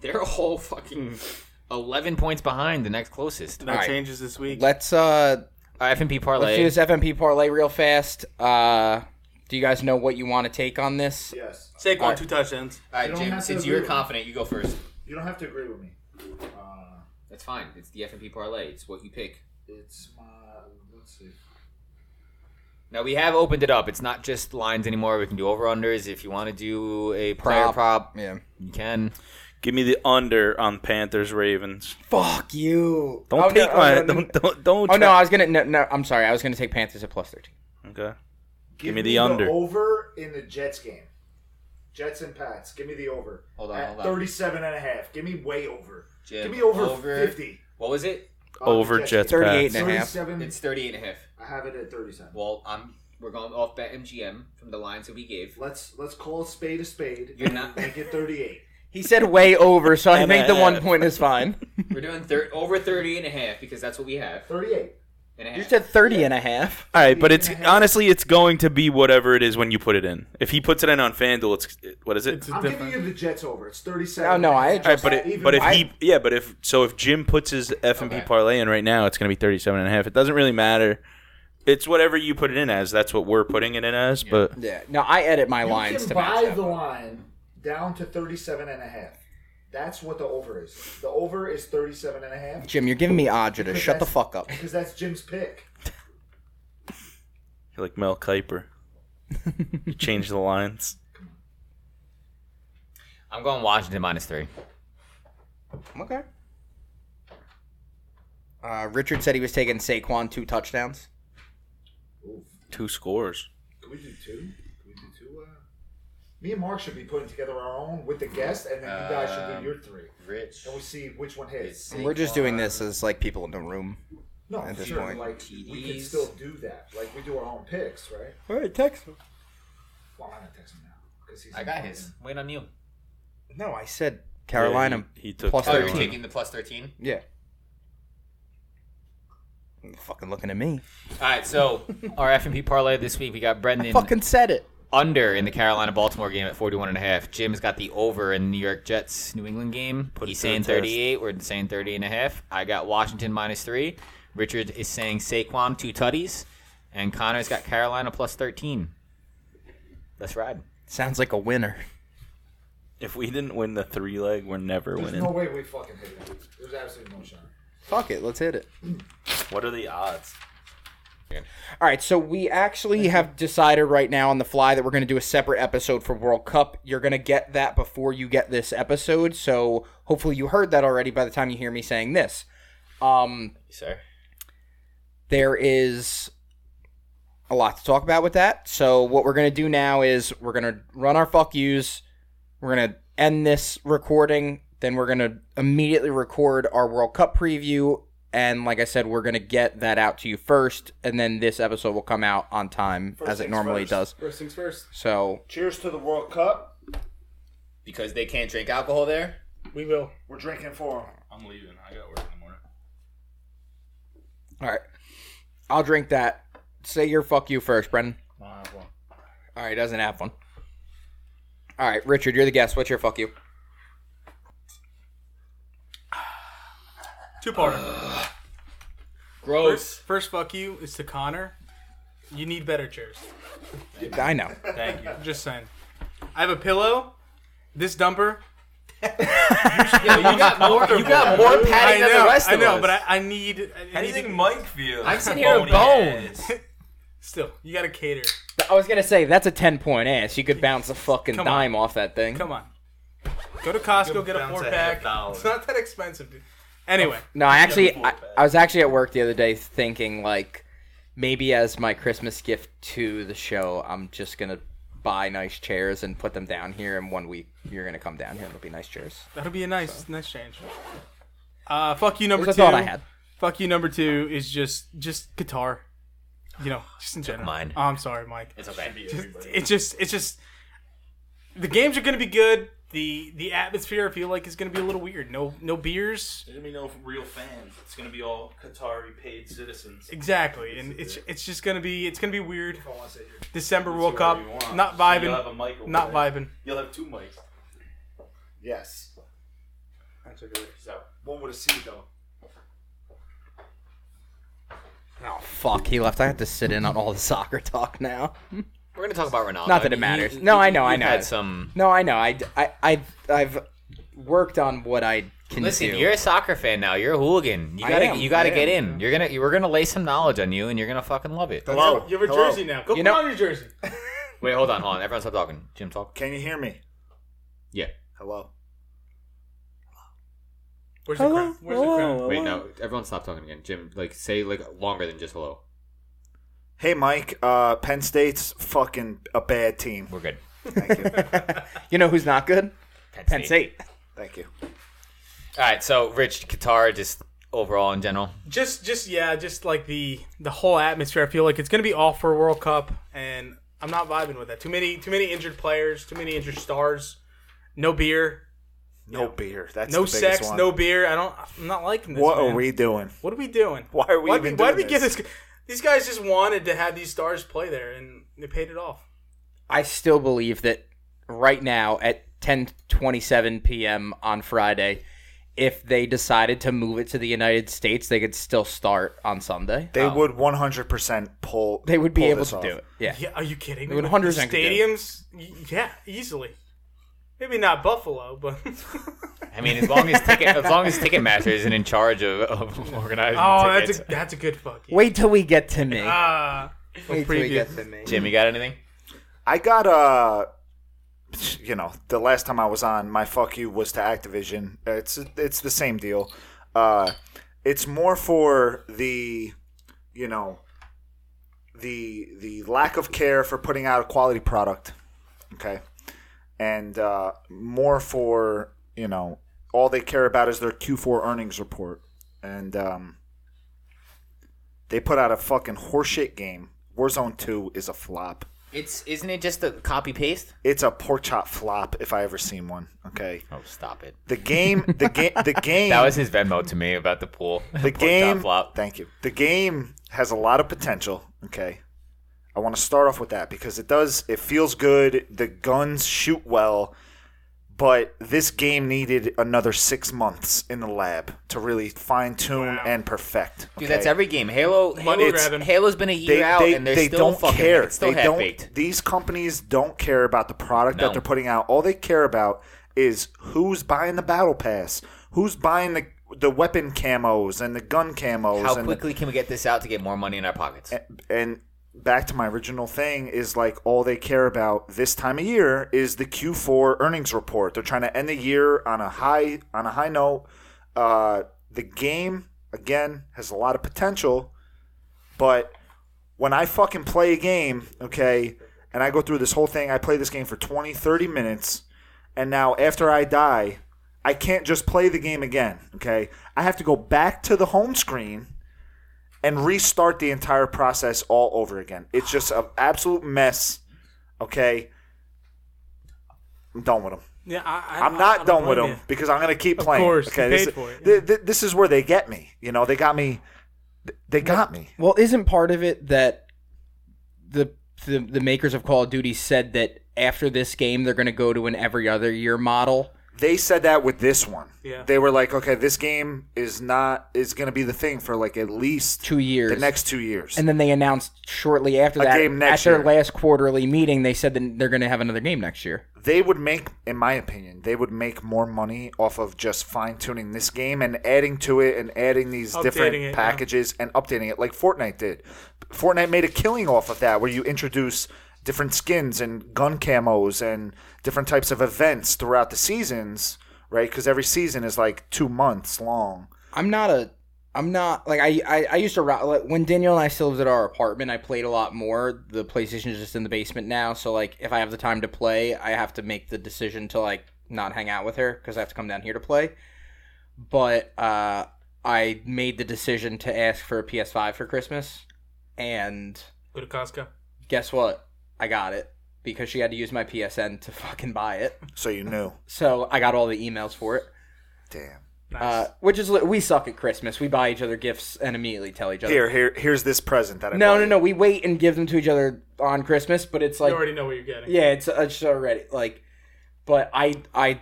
Speaker 6: they're all fucking
Speaker 2: Eleven points behind the next closest.
Speaker 3: That
Speaker 1: right.
Speaker 3: changes this week.
Speaker 1: Let's uh
Speaker 2: Our FNP
Speaker 1: let's do
Speaker 2: parlay.
Speaker 1: this FMP parlay real fast. Uh do you guys know what you want to take on this?
Speaker 5: Yes.
Speaker 3: Saquon on two touchdowns.
Speaker 6: All
Speaker 5: You
Speaker 6: right,
Speaker 5: don't
Speaker 6: Jim,
Speaker 5: have to
Speaker 6: since
Speaker 5: agree
Speaker 6: you're
Speaker 5: with
Speaker 6: confident, you go first.
Speaker 5: You don't have to agree with me. Uh,
Speaker 6: That's fine. It's the F&P parlay. It's what you pick.
Speaker 5: it's my. Let's see.
Speaker 2: Now we have opened it up. It's not just lines anymore. We can do over unders. If you want to do a player
Speaker 1: Prop.
Speaker 2: prop,
Speaker 1: Yeah.
Speaker 2: you can.
Speaker 4: Give me the under on Panthers Ravens.
Speaker 1: Fuck you.
Speaker 4: Don't
Speaker 1: oh,
Speaker 4: take
Speaker 1: no,
Speaker 4: my.
Speaker 1: Oh, no,
Speaker 4: don't, don't don't.
Speaker 1: oh no,
Speaker 4: try-
Speaker 1: I was gonna no, no I'm sorry, I was gonna take Panthers at plus thirteen.
Speaker 4: Okay. Give me the under.
Speaker 5: over in the Jets game. Jets and Pats. Give me the over.
Speaker 6: Hold on,
Speaker 5: At
Speaker 6: hold on.
Speaker 5: 37 and a half. Give me way over.
Speaker 6: Jim,
Speaker 5: Give me over,
Speaker 6: over.
Speaker 5: 50.
Speaker 6: What was it?
Speaker 5: on the
Speaker 4: Over Jets.
Speaker 5: game.
Speaker 1: Thirty eight
Speaker 4: Pats.
Speaker 1: and a half.
Speaker 5: 37.
Speaker 6: It's 38 and a half.
Speaker 5: I have it at 37.
Speaker 6: Well, I'm We're going off bet MGM from the lines that we gave.
Speaker 5: Let's let's call a spade a spade.
Speaker 6: You're not-
Speaker 5: Make it 38.
Speaker 1: He said way over, so I
Speaker 4: And
Speaker 1: think the
Speaker 4: I-
Speaker 1: one point is fine.
Speaker 6: We're doing thir- over 30 and a half because that's what we have.
Speaker 5: 38.
Speaker 6: And a half.
Speaker 1: You said 30 and a half.
Speaker 4: All right, but it's
Speaker 5: Yeah.
Speaker 4: honestly, it's going to be whatever it is when you put it in. If he puts it in on FanDuel, it's what is it?
Speaker 3: It's a
Speaker 5: I'm
Speaker 3: different.
Speaker 5: giving you the Jets over. It's 37.
Speaker 1: Oh, no, I
Speaker 5: All
Speaker 4: All right, but
Speaker 5: Even
Speaker 4: it, but if
Speaker 5: more.
Speaker 4: he yeah, but if so, if Jim puts his F and P
Speaker 6: Okay.
Speaker 4: parlay in right now, it's going to be thirty-seven and a half. It doesn't really matter. It's whatever you put it in as. That's what we're putting it in as. But
Speaker 1: Yeah. No, I edit my
Speaker 5: you
Speaker 1: lines
Speaker 5: can
Speaker 1: to match
Speaker 5: buy
Speaker 1: that.
Speaker 5: the line down to 37 and a half. That's what the over is. The over is 37 and a half
Speaker 1: Jim, you're giving me agita.
Speaker 5: Because
Speaker 1: Shut the
Speaker 5: that's-
Speaker 1: fuck up.
Speaker 5: because that's Jim's pick.
Speaker 4: you're like Mel Kiper, you change the lines.
Speaker 2: I'm going Washington minus three.
Speaker 1: Okay. Uh, Richard said he was taking Saquon two touchdowns.
Speaker 4: Two scores.
Speaker 5: Can we do two? Can we do two? Uh... Me and Mark should be putting together our own with the guest, and then you guys
Speaker 1: Um,
Speaker 5: should do your three,
Speaker 2: Rich.
Speaker 5: and we see which one hits.
Speaker 1: We're just doing this as like people in the room.
Speaker 5: No,
Speaker 1: At this
Speaker 5: sure.
Speaker 1: point.
Speaker 5: Like we can
Speaker 6: TDs.
Speaker 5: still do that. Like we do our own picks, right?
Speaker 1: All right, text him.
Speaker 5: Well, I'm gonna text him now because he's.
Speaker 2: I got his. Wait on you.
Speaker 1: No, I said Carolina
Speaker 4: Yeah, he- he took
Speaker 1: plus
Speaker 2: Oh, you're
Speaker 1: 13.
Speaker 2: taking the plus thirteen.
Speaker 1: Yeah. You're fucking looking at me.
Speaker 2: All right, so (laughs) our F and P parlay this week we got Brendan
Speaker 1: Fucking said it.
Speaker 2: under in the Carolina Baltimore game at 41 and a half. Jim's got the over in New York Jets New England game.
Speaker 4: Put it
Speaker 2: He's
Speaker 4: to the
Speaker 2: saying
Speaker 4: test.
Speaker 2: 38. We're saying 30 and a half. I got Washington minus three. Richard is saying Saquon two tutties, and Connor's got Carolina plus 13. Let's ride.
Speaker 1: Sounds like a winner.
Speaker 4: If we didn't win the three leg, we're never
Speaker 5: There's
Speaker 4: winning.
Speaker 5: no way we fucking hit that. There's absolutely no shot.
Speaker 1: Fuck it, let's hit it.
Speaker 4: What are the odds?
Speaker 1: All right, so we actually have decided right now on the fly that we're going to do a separate episode for World Cup. You're going to get that before you get this episode, so hopefully you heard that already by the time you hear me saying this. Um,
Speaker 2: Sir.
Speaker 1: there is a lot to talk about with that. So what we're gonna do now is we're gonna run our fuck yous. We're gonna end this recording. Then we're gonna immediately record our World Cup preview. And like I said, we're gonna get that out to you first, and then this episode will come out on time
Speaker 5: First
Speaker 1: as it
Speaker 5: things
Speaker 1: normally
Speaker 5: first.
Speaker 1: does.
Speaker 3: First things first.
Speaker 1: So
Speaker 5: Cheers to the World Cup.
Speaker 2: Because they can't drink alcohol there?
Speaker 3: We will.
Speaker 5: We're drinking for him.
Speaker 4: I'm leaving. I got work in the morning.
Speaker 1: all right, I'll drink that. Say your fuck you first, Brendan. All right, doesn't have one. All right, Richard, you're the guest. What's your fuck you?
Speaker 3: Two parter. (sighs)
Speaker 6: Gross.
Speaker 3: First, fuck you is to Connor. You need better chairs.
Speaker 1: I know.
Speaker 3: Thank you. Just saying. I have a pillow. This dumper. yeah, you got more. You
Speaker 2: got (laughs) more padding than
Speaker 3: I know,
Speaker 2: the rest
Speaker 3: I
Speaker 2: of
Speaker 3: know,
Speaker 2: us.
Speaker 3: but I, I need. I need
Speaker 4: Mike feels?
Speaker 2: I'm sitting here with bones.
Speaker 3: still, you gotta cater.
Speaker 1: I was gonna say that's a ten point ass. You could bounce a fucking
Speaker 3: Come on.
Speaker 1: dime off that thing.
Speaker 4: (laughs)
Speaker 3: Come on. Go to Costco, get a
Speaker 4: bounce
Speaker 3: four
Speaker 4: a Oh. half
Speaker 3: pack.
Speaker 4: dollar.
Speaker 3: It's not that expensive, dude. Anyway,
Speaker 1: No, I actually,
Speaker 4: Yeah,
Speaker 1: I, I was actually at work the other day thinking like maybe as my Christmas gift to the show, I'm just gonna buy nice chairs and put them down here. And one week you're gonna come down here and it'll be nice chairs.
Speaker 3: that'll be a nice, nice change. Uh, fuck you, number
Speaker 1: That's
Speaker 3: two.
Speaker 1: a thought I had.
Speaker 3: Fuck you, number two is just, just guitar. You know, just in general.
Speaker 2: mine.
Speaker 3: Oh, I'm sorry, Mike.
Speaker 2: It's okay.
Speaker 3: it's just it's just the games are going to be good. The the atmosphere I feel like is going to be a little weird. No no beers.
Speaker 4: There's gonna be no real fans. It's gonna be all Qatari paid citizens.
Speaker 3: Exactly. And it's it's just going to be it's going to be weird.
Speaker 5: I want to say here.
Speaker 3: December World Cup.
Speaker 4: whatever you want.
Speaker 3: Not
Speaker 4: You'll have a
Speaker 3: vibing.
Speaker 4: mic over
Speaker 3: Not
Speaker 4: there.
Speaker 3: vibing.
Speaker 4: You'll have two mics.
Speaker 5: Yes. That's a good. So one would have seen though.
Speaker 1: Oh fuck, he left. I have to sit in on all the (laughs) soccer talk now.
Speaker 2: We're going to talk about Ronaldo.
Speaker 1: Not that it
Speaker 2: You-
Speaker 1: matters.
Speaker 2: you-
Speaker 1: No, I
Speaker 2: you-
Speaker 1: know, I
Speaker 2: you've
Speaker 1: know.
Speaker 2: had some.
Speaker 1: No, I know. I, I, I I've worked on what I can
Speaker 2: Listen,
Speaker 1: do.
Speaker 2: you're a soccer fan now. You're a hooligan. You
Speaker 1: I
Speaker 2: gotta,
Speaker 1: am,
Speaker 2: you gotta
Speaker 1: I
Speaker 2: get
Speaker 1: am.
Speaker 2: in. You're gonna, you, we're gonna lay some knowledge on you, and you're gonna fucking love it.
Speaker 3: Hello. You have a jersey now. Go
Speaker 1: You
Speaker 3: put
Speaker 1: know-
Speaker 3: on your jersey.
Speaker 2: Wait, hold on, hold on. Everyone stop talking. Jim, talk.
Speaker 5: Can you hear me?
Speaker 6: Yeah.
Speaker 5: Hello.
Speaker 3: Where's the crowd? Where's the crowd?
Speaker 6: Wait, no. Everyone stop talking again. Jim, like, say, like, longer than just hello.
Speaker 5: Hey, Mike. Uh, Penn State's fucking a bad team.
Speaker 2: We're good.
Speaker 5: Thank you.
Speaker 1: you know who's not good?
Speaker 2: Penn
Speaker 1: Penn State.
Speaker 5: Thank you.
Speaker 2: All right, so Rich Qatar just overall in general.
Speaker 3: just just yeah just like the the whole atmosphere i feel like it's gonna be off for world cup and i'm not vibing with that too many too many injured players too many injured stars no beer
Speaker 5: No beer. That's
Speaker 3: no
Speaker 5: the biggest
Speaker 3: sex
Speaker 5: one.
Speaker 3: no beer i don't i'm not liking this
Speaker 5: What
Speaker 3: man.
Speaker 5: are we doing?
Speaker 3: what are we doing
Speaker 5: Why are we
Speaker 3: why
Speaker 5: even
Speaker 3: did, why
Speaker 5: doing
Speaker 3: did we get
Speaker 5: this?
Speaker 3: this these guys just wanted to have these stars play there and they paid it off
Speaker 1: I still believe that right now at 10:27 p.m. on Friday, if they decided to move it to the United States, they could still start on Sunday.
Speaker 5: They would 100% pull.
Speaker 1: Oh. They would be
Speaker 5: pull
Speaker 1: able
Speaker 5: this
Speaker 1: to
Speaker 5: off.
Speaker 1: do it. Yeah.
Speaker 3: yeah are you kidding
Speaker 1: They
Speaker 3: me
Speaker 1: would
Speaker 3: With
Speaker 1: 100% could do it.
Speaker 3: stadiums y- yeah easily maybe not buffalo but (laughs)
Speaker 2: I mean, as long as ticket, as long as Ticketmaster isn't in charge of, of organizing
Speaker 3: oh that's
Speaker 2: tickets.
Speaker 3: a, that's a good fuck yeah.
Speaker 1: Wait till we get to me.
Speaker 3: Ah,
Speaker 1: Wait till we get to me.
Speaker 2: Jim, you got anything?
Speaker 5: I got uh you know, the last time I was on, my fuck you was to Activision. It's it's the same deal. Uh, it's more for the, you know, the the lack of care for putting out a quality product. Okay, and uh, more for you know all they care about is their Q4 earnings report, and um, they put out a fucking horseshit game. Warzone Two is a flop.
Speaker 2: It's isn't it just a copy paste?
Speaker 5: It's a pork chop flop if I ever seen one. Okay.
Speaker 2: Oh, stop it.
Speaker 5: The game, the game,
Speaker 2: (laughs)
Speaker 5: the game.
Speaker 2: That was his Venmo to me about the pool.
Speaker 5: the
Speaker 2: Pork chop
Speaker 5: game.
Speaker 2: flop.
Speaker 5: Thank you. The game has a lot of potential. Okay. I want to start off with that because it does. It feels good. The guns shoot well, but this game needed another six months in the lab to really fine tune and perfect.
Speaker 2: Dude,
Speaker 5: okay?
Speaker 2: that's every game. Halo, Halo
Speaker 3: Money grabbing.
Speaker 2: Halo's been a year
Speaker 5: they,
Speaker 2: out,
Speaker 5: they,
Speaker 2: and they're
Speaker 5: they
Speaker 2: still
Speaker 5: don't
Speaker 2: fucking
Speaker 5: care.
Speaker 2: It's still
Speaker 5: they
Speaker 2: half
Speaker 5: don't.
Speaker 2: baked.
Speaker 5: These companies don't care about the product
Speaker 2: No.
Speaker 5: that they're putting out. All they care about is who's buying the battle pass, who's buying the the weapon camos and the gun camos.
Speaker 2: How
Speaker 5: and,
Speaker 2: quickly can we get this out to get more money in our pockets?
Speaker 5: and back to my original thing is like all they care about this time of year is the Q4 earnings report. They're trying to end the year on a high on a high note. Uh, the game again has a lot of potential, but when I fucking play a game, okay, and I go through this whole thing, I play this game for 20, 30 minutes, and now after I die, I can't just play the game again, okay? I have to go back to the home screen and restart the entire process all over again. It's just an absolute mess, okay? I'm done with them.
Speaker 3: yeah, I, I,
Speaker 5: I'm not
Speaker 3: I don't
Speaker 5: done with
Speaker 3: blame
Speaker 5: them
Speaker 3: you.
Speaker 5: because I'm going to keep playing.
Speaker 3: course,
Speaker 5: okay,
Speaker 3: they
Speaker 5: this,
Speaker 3: paid for it,
Speaker 5: thi- thi- this is where they get me. You know, they got me. They got me.
Speaker 1: Well, isn't part of it that the the, the makers of Call of Duty said that after this game they're going to go to an every other year model?
Speaker 5: they said that with this one.
Speaker 3: Yeah.
Speaker 5: They were like, okay, this game is not is going to be the thing for like at least
Speaker 1: Two years.
Speaker 5: the next two years.
Speaker 1: and then they announced shortly after that
Speaker 5: game next
Speaker 1: at their
Speaker 5: year.
Speaker 1: last quarterly meeting they said that they're going to have another game next year.
Speaker 5: they would make, in my opinion, they would make more money off of just fine tuning this game and adding to it and adding these different
Speaker 3: Updating it, yeah.
Speaker 5: packages and updating it like Fortnite did. Fortnite made a killing off of that where you introduce different skins and gun camos and different types of events throughout the seasons, right? Because every season is like two months long.
Speaker 1: I'm not a I'm not like I, I I used to ro- like, when Danielle and I still lived at our apartment. I played a lot more. The PlayStation is just in the basement now, so like if I have the time to play, I have to make the decision to like not hang out with her because I have to come down here to play. But uh, I made the decision to ask for a PS5 for Christmas, and
Speaker 3: Go to Costco.
Speaker 1: guess what? I got it because she had to use my PSN to (laughs) fucking buy it.
Speaker 5: So
Speaker 1: (laughs)
Speaker 5: you knew.
Speaker 1: So I got all the emails for it.
Speaker 5: Damn.
Speaker 3: Nice.
Speaker 1: Uh, which is li- we suck at Christmas. We buy each other gifts and immediately tell each other.
Speaker 5: Here, here, here's this present that I
Speaker 1: No,
Speaker 5: bought
Speaker 1: no,
Speaker 5: you.
Speaker 1: no. We wait and give them to each other on Christmas, but it's like
Speaker 3: you already know what you're getting.
Speaker 1: yeah, it's it's already like. But I I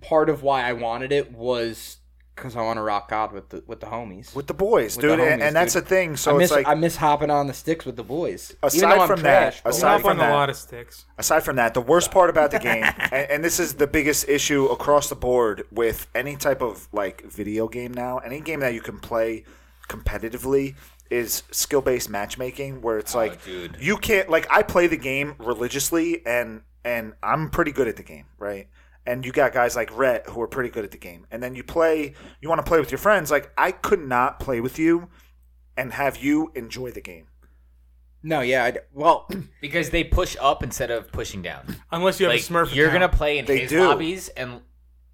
Speaker 1: part of why I wanted it was because I want to rock God with the with the homies.
Speaker 5: With the boys,
Speaker 1: With
Speaker 5: dude,
Speaker 1: the
Speaker 5: and,
Speaker 1: homies,
Speaker 5: and that's
Speaker 1: dude.
Speaker 5: the thing. So
Speaker 1: I miss
Speaker 5: it's like
Speaker 1: I miss hopping on the sticks with the boys. Even
Speaker 5: Aside
Speaker 1: though I'm
Speaker 5: from that-
Speaker 1: trash, but, like,
Speaker 5: aside
Speaker 3: Stop
Speaker 5: from
Speaker 3: on a
Speaker 5: that-
Speaker 3: lot of sticks.
Speaker 5: aside from that, the worst part about the game, and, and this is the biggest issue across the board with any type of like video game now, any game that you can play competitively is skill based matchmaking where it's like
Speaker 2: dude.
Speaker 5: you can't like I play the game religiously and and I'm pretty good at the game, right? And you got guys like Rhett who are pretty good at the game. And then you play you want to play with your friends, like I could not play with you and have you enjoy the game.
Speaker 1: no, yeah. I d well, (clears throat)
Speaker 2: Because they push up instead of pushing down.
Speaker 3: Unless you have
Speaker 2: like
Speaker 3: a Smurf.
Speaker 2: you're
Speaker 3: account.
Speaker 2: gonna play in
Speaker 5: They
Speaker 2: his
Speaker 5: do.
Speaker 2: lobbies and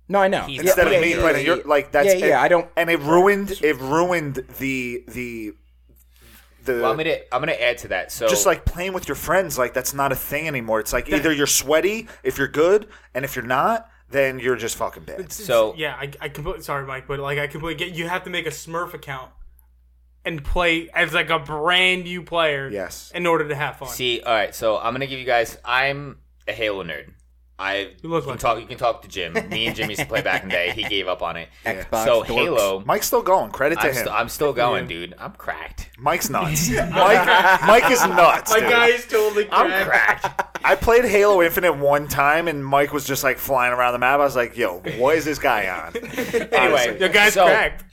Speaker 1: No, I know.
Speaker 2: He's
Speaker 1: yeah,
Speaker 5: instead
Speaker 1: yeah,
Speaker 5: of me
Speaker 1: yeah,
Speaker 5: planning
Speaker 1: yeah,
Speaker 5: your like that's
Speaker 1: yeah, yeah,
Speaker 5: it.
Speaker 1: I don't-
Speaker 5: and it ruined it ruined the the the
Speaker 2: Well, I'm gonna I'm gonna add to that. So
Speaker 5: just like playing with your friends like that's not a thing anymore it's like either you're sweaty if you're good and if you're not then you're just fucking bad
Speaker 2: so
Speaker 3: Yeah, I, I completely sorry, Mike, but like I completely get you have to make a Smurf account and play as like a brand new player.
Speaker 5: Yes.
Speaker 3: In order to have fun.
Speaker 2: See, all right. So I'm gonna give you guys. I'm a Halo nerd. I
Speaker 3: You look
Speaker 2: can
Speaker 3: like
Speaker 2: talk. You can talk to Jim. Me and Jim used to play back in the day. He gave up on it.
Speaker 1: Xbox
Speaker 2: so
Speaker 1: dorks.
Speaker 2: Halo.
Speaker 5: mike's still going credit to
Speaker 2: I'm,
Speaker 5: him
Speaker 2: st- I'm still going, dude. I'm cracked.
Speaker 5: mike's
Speaker 2: (laughs)
Speaker 5: nuts mike mike is nuts
Speaker 3: My
Speaker 5: dude.
Speaker 3: guy is totally
Speaker 2: I'm
Speaker 3: cracked.
Speaker 2: cracked.
Speaker 5: i played halo infinite one time and mike was just like flying around the map i was like yo what is this guy on
Speaker 2: anyway,
Speaker 3: The guy's
Speaker 2: so,
Speaker 3: cracked.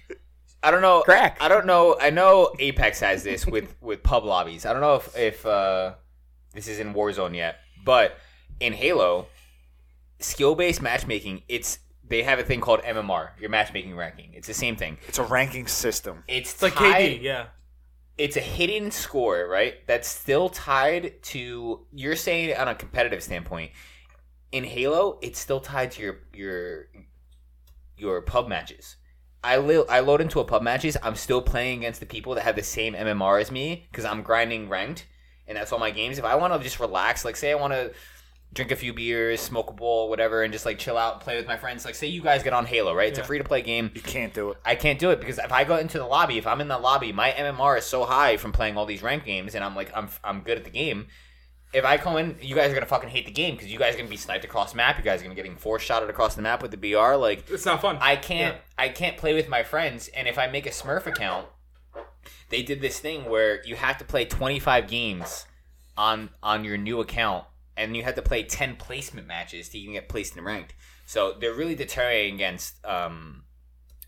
Speaker 2: I don't know.
Speaker 1: Crack.
Speaker 2: I don't know. I know Apex has this with (laughs) with pub lobbies. I don't know if if uh, this is in Warzone yet, but in Halo, skill based matchmaking, it's they have a thing called MMR, your matchmaking ranking. It's the same thing.
Speaker 5: it's a ranking system
Speaker 2: It's,
Speaker 3: It's like
Speaker 2: tied-
Speaker 3: KD, yeah.
Speaker 2: it's a hidden score, right? That's still tied to you're saying on a competitive standpoint. In Halo, it's still tied to your your your pub matches. I li- I load into a pub matches. I'm still playing against the people that have the same MMR as me because I'm grinding ranked, and that's all my games. If I want to just relax, like say I want to drink a few beers, smoke a bowl, whatever, and just like chill out and play with my friends. Like say you guys get on Halo, right? It's a free to play game.
Speaker 5: you can't do it
Speaker 2: I can't do it because if I go into the lobby, if I'm in the lobby, my MMR is so high from playing all these rank games, and I'm like, I'm I'm good at the game. If I go in, you guys are gonna fucking hate the game because you guys are gonna be sniped across the map. You guys are gonna be getting four shotted across the map with the BR. Like,
Speaker 3: It's not fun.
Speaker 2: I can't I can't play with my friends. And if I make a Smurf account, they did this thing where you have to play 25 games on on your new account, and you have to play 10 placement matches to even get placed in ranked. So they're really deterring against um,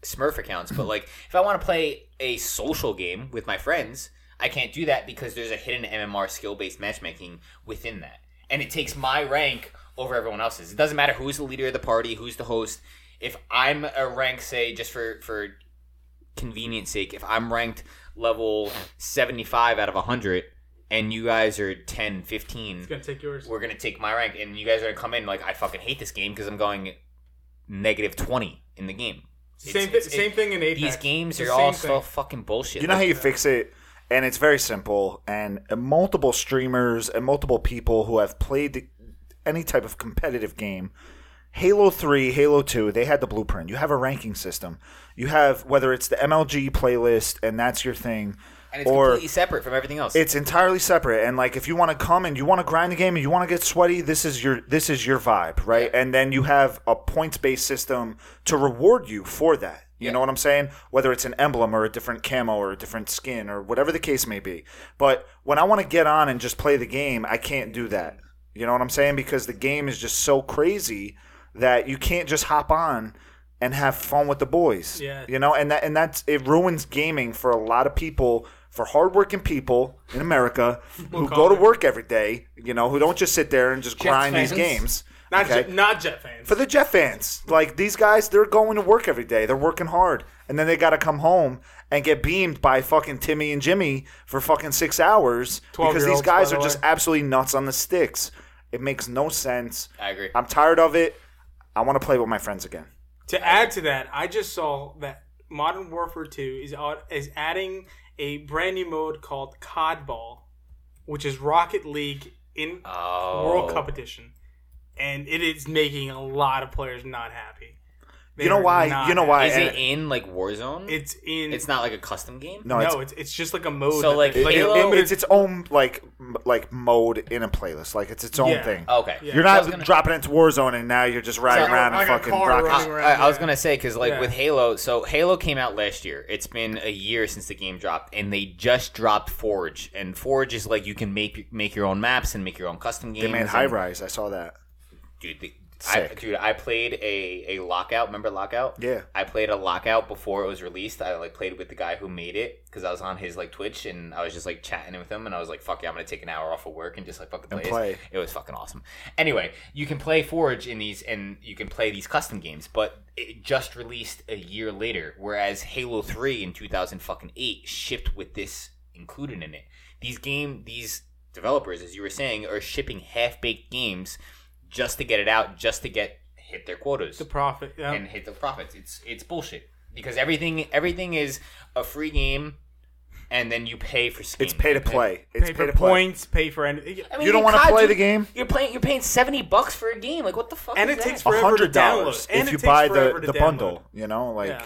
Speaker 2: Smurf accounts. But like, if I want to play a social game with my friends, I can't do that because there's a hidden MMR skill based matchmaking within that, and it takes my rank over everyone else's. It doesn't matter who's the leader of the party, who's the host. If I'm a rank, say just for for convenience sake, if I'm ranked level 75 out of 100 and you guys are 10, 15,
Speaker 3: It's gonna take yours.
Speaker 2: we're gonna take my rank, and you guys are gonna come in like I fucking hate this game because I'm going negative twenty in the game. It's-
Speaker 3: Same, thi-
Speaker 2: it's-
Speaker 3: same
Speaker 2: it-
Speaker 3: thing in Apex.
Speaker 2: These games
Speaker 3: The
Speaker 2: are all
Speaker 3: same
Speaker 2: so
Speaker 3: thing.
Speaker 2: fucking bullshit.
Speaker 5: You know how
Speaker 2: Like,
Speaker 5: you fix it, and it's very simple. And uh, multiple streamers and multiple people who have played any type of competitive game, Halo Three, Halo Two, they had the blueprint. You have a ranking system. You have whether it's the MLG playlist, and that's your thing,
Speaker 2: and it's completely separate from everything else.
Speaker 5: it's entirely separate. And like, if you want to come and you want to grind the game and you want to get sweaty, this is your this is your vibe, right? And then you have a points based system to reward you for that. You know what I'm saying? Whether it's an emblem or a different camo or a different skin or whatever the case may be. But when I want to get on and just play the game, I can't do that. You know what I'm saying? Because the game is just so crazy that you can't just hop on and have fun with the boys.
Speaker 3: Yeah.
Speaker 5: You know, and that and that's it ruins gaming for a lot of people, for hardworking people in America who go to work every day, you know, who don't just sit there and just grind these
Speaker 1: fans.
Speaker 5: games.
Speaker 3: Not,
Speaker 5: okay?
Speaker 3: Jet, not Jet fans.
Speaker 5: for the Jet fans, like these guys, they're going to work every day. They're working hard. And then they got to come home and get beamed by fucking Timmy and Jimmy for fucking six hours because
Speaker 3: 12-year-olds,
Speaker 5: these guys
Speaker 3: by
Speaker 5: are
Speaker 3: the
Speaker 5: just
Speaker 3: way.
Speaker 5: absolutely nuts on the sticks. It makes no sense.
Speaker 2: I agree.
Speaker 5: I'm tired of it. I want to play with my friends again.
Speaker 3: To add to that, I just saw that Modern Warfare 2 is out, is adding a brand new mode called Codball, which is Rocket League in
Speaker 2: oh,
Speaker 3: World Cup edition, and it is making a lot of players not happy. They
Speaker 5: You know
Speaker 3: are
Speaker 5: why?
Speaker 3: not
Speaker 5: You know why?
Speaker 2: Is
Speaker 5: And-
Speaker 2: it in like Warzone?
Speaker 3: happy. It's in.
Speaker 2: it's not like a custom game.
Speaker 5: no, it's,
Speaker 3: no, it's, it's just like a mode.
Speaker 2: So,
Speaker 3: that
Speaker 2: like,
Speaker 3: they-
Speaker 5: it-
Speaker 2: Halo-
Speaker 5: it- it's its own like m- like mode in a playlist. Like it's its own
Speaker 3: Yeah. Oh,
Speaker 5: thing.
Speaker 2: Okay.
Speaker 3: Yeah.
Speaker 5: You're
Speaker 2: So I
Speaker 5: not
Speaker 2: was gonna-
Speaker 5: dropping into Warzone and now you're just riding
Speaker 2: So-
Speaker 5: around
Speaker 3: oh, I
Speaker 5: and
Speaker 3: got
Speaker 5: fucking
Speaker 3: car
Speaker 5: rock-
Speaker 3: running around,
Speaker 2: I, I was
Speaker 3: yeah.
Speaker 2: gonna say because like
Speaker 3: Yeah.
Speaker 2: with Halo, so Halo came out last year. It's been a year since the game dropped, and they just dropped Forge. And Forge is like you can make make your own maps and make your own custom games.
Speaker 5: They made
Speaker 2: and-
Speaker 5: high rise. I saw that.
Speaker 2: dude. The, I,
Speaker 5: Sick.
Speaker 2: dude, I played a, a lockout. Remember lockout?
Speaker 5: Yeah.
Speaker 2: I played a lockout before it was released. I like played with the guy who made it because I was on his like Twitch and I was just like chatting with him and I was like, "Fuck yeah, I'm gonna take an hour off of work and just like fucking play." this."
Speaker 5: play.
Speaker 2: It was fucking awesome. Anyway, you can play Forge in these and you can play these custom games, but it just released a year later. Whereas Halo Three in 2008 shipped with this included in it. These game these developers, as you were saying, are shipping half baked games just to get it out, just to get hit their quotas
Speaker 3: The profit. Yeah.
Speaker 2: and hit the profits. It's it's bullshit because everything everything is a free game, and then you pay for skin.
Speaker 7: It's pay to play. It's pay,
Speaker 3: pay for
Speaker 7: to play.
Speaker 3: points, pay for anything.
Speaker 2: I mean,
Speaker 7: You don't
Speaker 2: in
Speaker 7: wanna
Speaker 2: COD,
Speaker 7: play
Speaker 2: you-
Speaker 7: the game?
Speaker 2: You're playing. You're paying seventy bucks for a game. Like what the fuck?
Speaker 3: And
Speaker 2: is
Speaker 3: it
Speaker 2: that?
Speaker 3: takes
Speaker 7: A
Speaker 3: Forever to
Speaker 7: hundred dollars
Speaker 3: download, and
Speaker 7: if
Speaker 3: it
Speaker 7: you
Speaker 3: takes
Speaker 7: buy the
Speaker 3: forever to
Speaker 7: the bundle. You know, like
Speaker 3: Yeah.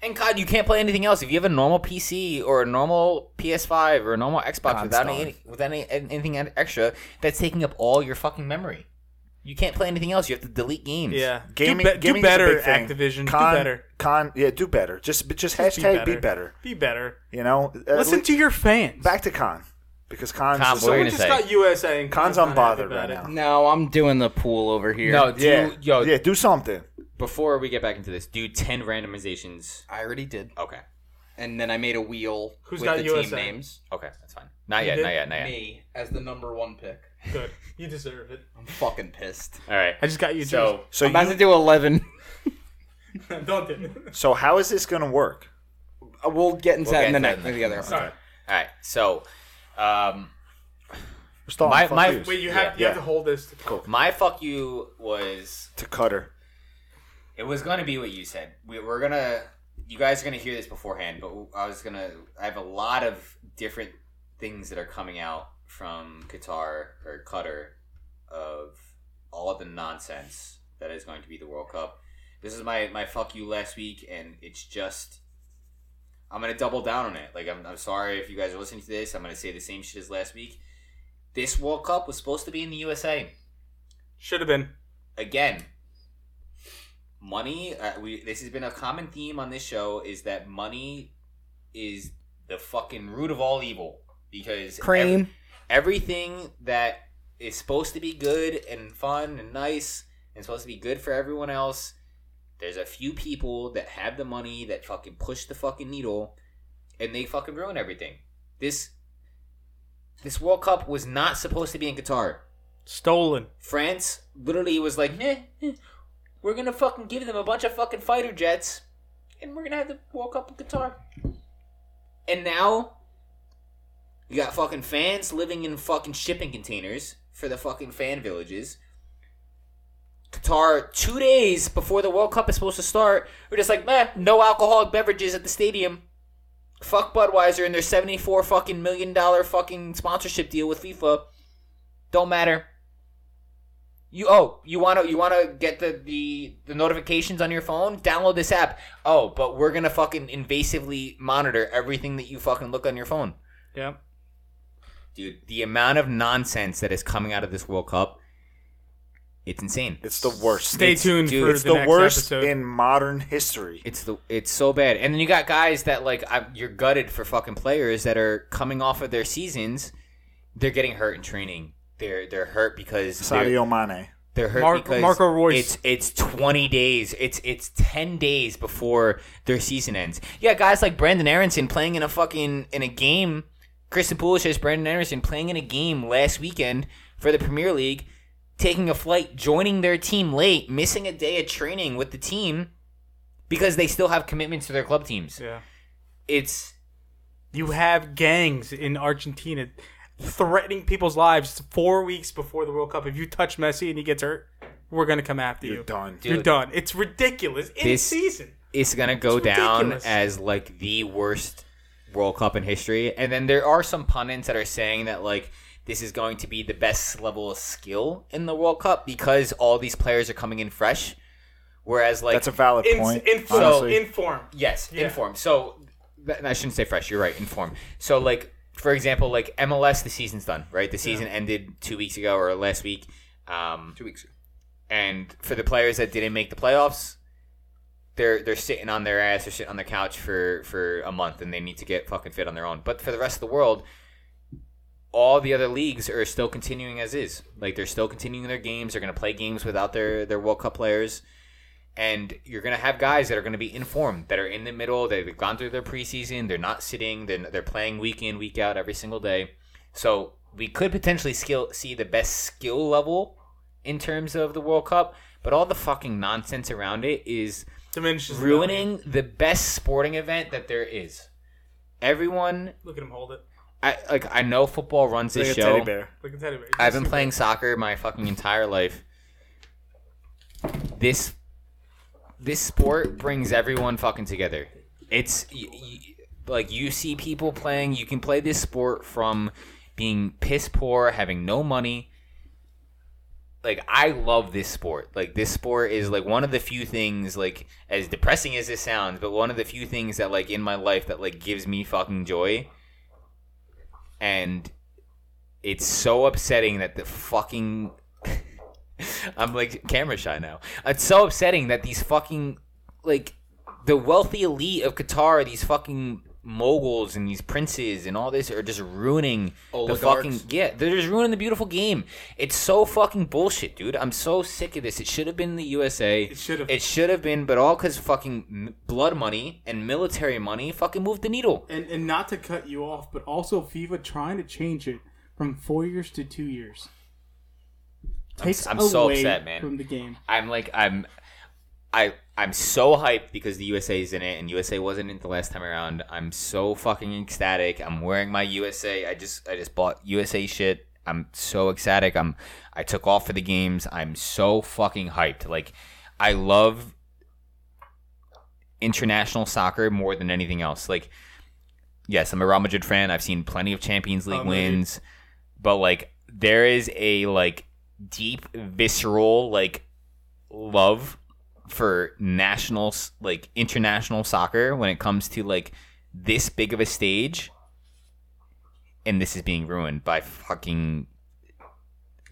Speaker 2: And COD, you can't play anything else. If you have a normal PC or a normal PS5 or a normal Xbox without any, without any, anything extra, that's taking up all your fucking memory. You can't play anything else. You have to delete games.
Speaker 3: Yeah.
Speaker 7: gaming.
Speaker 3: do, be- do
Speaker 7: gaming is a
Speaker 3: better,
Speaker 7: big thing.
Speaker 3: Activision.
Speaker 7: Con,
Speaker 3: do better.
Speaker 7: Con, yeah, do better. Just, but just
Speaker 3: Just
Speaker 7: hashtag be better.
Speaker 3: Be better.
Speaker 7: You know, Uh,
Speaker 3: Listen
Speaker 7: li-
Speaker 3: to your fans.
Speaker 7: back to Con because Con's
Speaker 2: Con,
Speaker 7: is
Speaker 2: what were you
Speaker 3: Someone
Speaker 2: gonna
Speaker 3: just
Speaker 2: say?
Speaker 3: got USA and
Speaker 7: Con's
Speaker 3: Con's not happy
Speaker 7: unbothered
Speaker 3: about
Speaker 7: right
Speaker 3: it.
Speaker 7: now.
Speaker 1: No, I'm doing the pool over here.
Speaker 6: No, do,
Speaker 7: Yeah,
Speaker 6: yo,
Speaker 7: yeah, do something.
Speaker 6: before we get back into this, do 10 randomizations.
Speaker 1: I already did,
Speaker 6: Okay.
Speaker 1: and then I made a wheel
Speaker 3: Who's
Speaker 1: with
Speaker 3: got
Speaker 1: the team
Speaker 3: USA?
Speaker 1: names.
Speaker 6: Okay, that's fine. Not
Speaker 3: You
Speaker 6: yet,
Speaker 3: did?
Speaker 6: not yet, not yet.
Speaker 1: Me as the number one pick.
Speaker 3: Good. You deserve it.
Speaker 1: I'm fucking pissed.
Speaker 6: All right.
Speaker 3: I just got you.
Speaker 6: So,
Speaker 7: So,
Speaker 1: I'm about
Speaker 7: you,
Speaker 1: to do eleven.
Speaker 3: James. (laughs) don't do it.
Speaker 7: so how is this going to work?
Speaker 1: Uh, We'll get into that
Speaker 2: We'll get
Speaker 1: in the
Speaker 2: into
Speaker 1: next,
Speaker 2: that
Speaker 1: the other.
Speaker 3: Sorry.
Speaker 2: all right. So, um,
Speaker 7: We're still on
Speaker 2: My-
Speaker 7: fuck
Speaker 2: my-
Speaker 7: yous.
Speaker 3: Wait, you have you
Speaker 7: Yeah.
Speaker 3: have to hold this. Cool.
Speaker 2: my fuck you was
Speaker 7: to Cutter.
Speaker 2: It was gonna be what you said. We, we're gonna, you guys are gonna hear this beforehand, but I was gonna. I have a lot of different things that are coming out from Qatar or Qatar of all the nonsense that is going to be the World Cup. This is my my fuck you last week, and it's just. I'm gonna double down on it. Like I'm, I'm sorry if you guys are listening to this. I'm gonna say the same shit as last week. This World Cup was supposed to be in the USA
Speaker 3: Should have been.
Speaker 2: again money uh, we this has been a common theme on this show is that money is the fucking root of all evil because ev-
Speaker 1: Cream.
Speaker 2: everything that is supposed to be good and fun and nice and supposed to be good for everyone else there's a few people that have the money that fucking push the fucking needle and they fucking ruin everything this this world cup was not supposed to be in qatar
Speaker 3: Stolen.
Speaker 2: France literally was like, eh, eh, we're gonna fucking give them a bunch of fucking fighter jets, and we're gonna have the World Cup in Qatar. And now, you got fucking fans living in fucking shipping containers for the fucking fan villages. Qatar, two days before the World Cup is supposed to start, we're just like, meh, no alcoholic beverages at the stadium. Fuck Budweiser and their 74 fucking million dollar fucking sponsorship deal with FIFA. Don't matter. You oh, you want to you want to get the, the the notifications on your phone? Download this app. Oh, but we're going to fucking invasively monitor everything that you fucking look on your phone.
Speaker 3: Yeah.
Speaker 2: Dude, the amount of nonsense that is coming out of this World Cup, it's insane.
Speaker 7: It's the worst.
Speaker 3: Stay
Speaker 7: It's-
Speaker 3: tuned
Speaker 2: dude,
Speaker 3: for
Speaker 7: It's
Speaker 3: the,
Speaker 7: the,
Speaker 3: next
Speaker 7: worst
Speaker 3: episode.
Speaker 7: in modern history.
Speaker 2: It's the it's so bad. And then you got guys that like I, you're gutted for fucking players that are coming off of their seasons. They're getting hurt in training. They're they're hurt because they're,
Speaker 7: Sadio Mane.
Speaker 2: they're hurt
Speaker 3: Mark-
Speaker 2: because
Speaker 3: Marco Royce.
Speaker 2: It's it's twenty days. It's it's ten days before their season ends. Yeah, guys like Brandon Aronson playing in a fucking in a game. Kristen Pulisic, Brandon Aronson playing in a game last weekend for the Premier League, taking a flight, joining their team late, missing a day of training with the team because they still have commitments to their club teams.
Speaker 3: yeah.
Speaker 2: It's
Speaker 3: You have gangs in Argentina threatening people's lives four weeks before the World Cup. If you touch Messi and he gets hurt, we're gonna come after you.
Speaker 7: You're done.
Speaker 3: You're
Speaker 2: Dude.
Speaker 3: done. It's ridiculous. In
Speaker 2: This-
Speaker 3: season.
Speaker 2: it's gonna go
Speaker 3: It's
Speaker 2: down
Speaker 3: ridiculous.
Speaker 2: as like the worst World Cup in history. And then there are some pundits that are saying that like this is going to be the best level of skill in the World Cup because all these players are coming in fresh. Whereas like
Speaker 7: That's a valid
Speaker 3: In,
Speaker 7: point.
Speaker 3: in form.
Speaker 7: honestly.
Speaker 3: in form.
Speaker 2: yes,
Speaker 3: Yeah.
Speaker 2: inform. So th- I shouldn't say fresh. You're right, inform. So like for example, like MLS, the season's done. Right, the season ended two weeks ago or last week. Um,
Speaker 1: Two weeks. ago.
Speaker 2: and for the players that didn't make the playoffs, they're they're sitting on their ass or sitting on the couch for for a month, and they need to get fucking fit on their own. But for the rest of the world, all the other leagues are still continuing as is. Like they're still continuing their games. They're gonna play games without their their World Cup players. And you're gonna have guys that are gonna be informed, that are in the middle. They've gone through their preseason. They're not sitting. They're, they're playing week in, week out, every single day. So we could potentially skill see the best skill level in terms of the World Cup, but all the fucking nonsense around it is
Speaker 3: Diminishes the value.
Speaker 2: ruining the best sporting event that there is. Everyone,
Speaker 3: Look at him hold it.
Speaker 2: I like. I know football runs this
Speaker 7: Like a
Speaker 2: show.
Speaker 7: teddy bear.
Speaker 3: Look at Teddy Bear.
Speaker 2: I've been playing soccer my fucking entire life. this this sport brings everyone fucking together. It's y- y- like you see people playing. You can play this sport from being piss poor, having no money. Like I love this sport. Like this sport is like one of the few things like as depressing as this sounds, but one of the few things that like in my life that like gives me fucking joy. And it's so upsetting that the fucking (laughs) I'm like camera shy now. It's so upsetting that these fucking like the wealthy elite of Qatar, these fucking moguls and these princes and all this are just ruining
Speaker 6: Oligarchs.
Speaker 2: the fucking yeah, they're just ruining the beautiful game. It's so fucking bullshit, dude. I'm so sick of this. It should have been the USA. It
Speaker 3: should have.
Speaker 2: It should have been, but all cuz fucking m- blood money and military money fucking moved the needle.
Speaker 3: and and not to cut you off, but also FIFA trying to change it from four years to two years takes
Speaker 2: I'm
Speaker 3: away
Speaker 2: so upset, man.
Speaker 3: from the game.
Speaker 2: I'm like I'm I I'm so hyped because the USA is in it and USA wasn't in it the last time around. I'm so fucking ecstatic. I'm wearing my USA. I just I just bought USA shit. I'm so ecstatic. I'm I took off for the games. I'm so fucking hyped. Like I love international soccer more than anything else. Like yes, I'm a Real Madrid fan. I've seen plenty of Champions League wins. But like there is a like deep visceral like love for national s- like international soccer when it comes to like this big of a stage and this is being ruined by fucking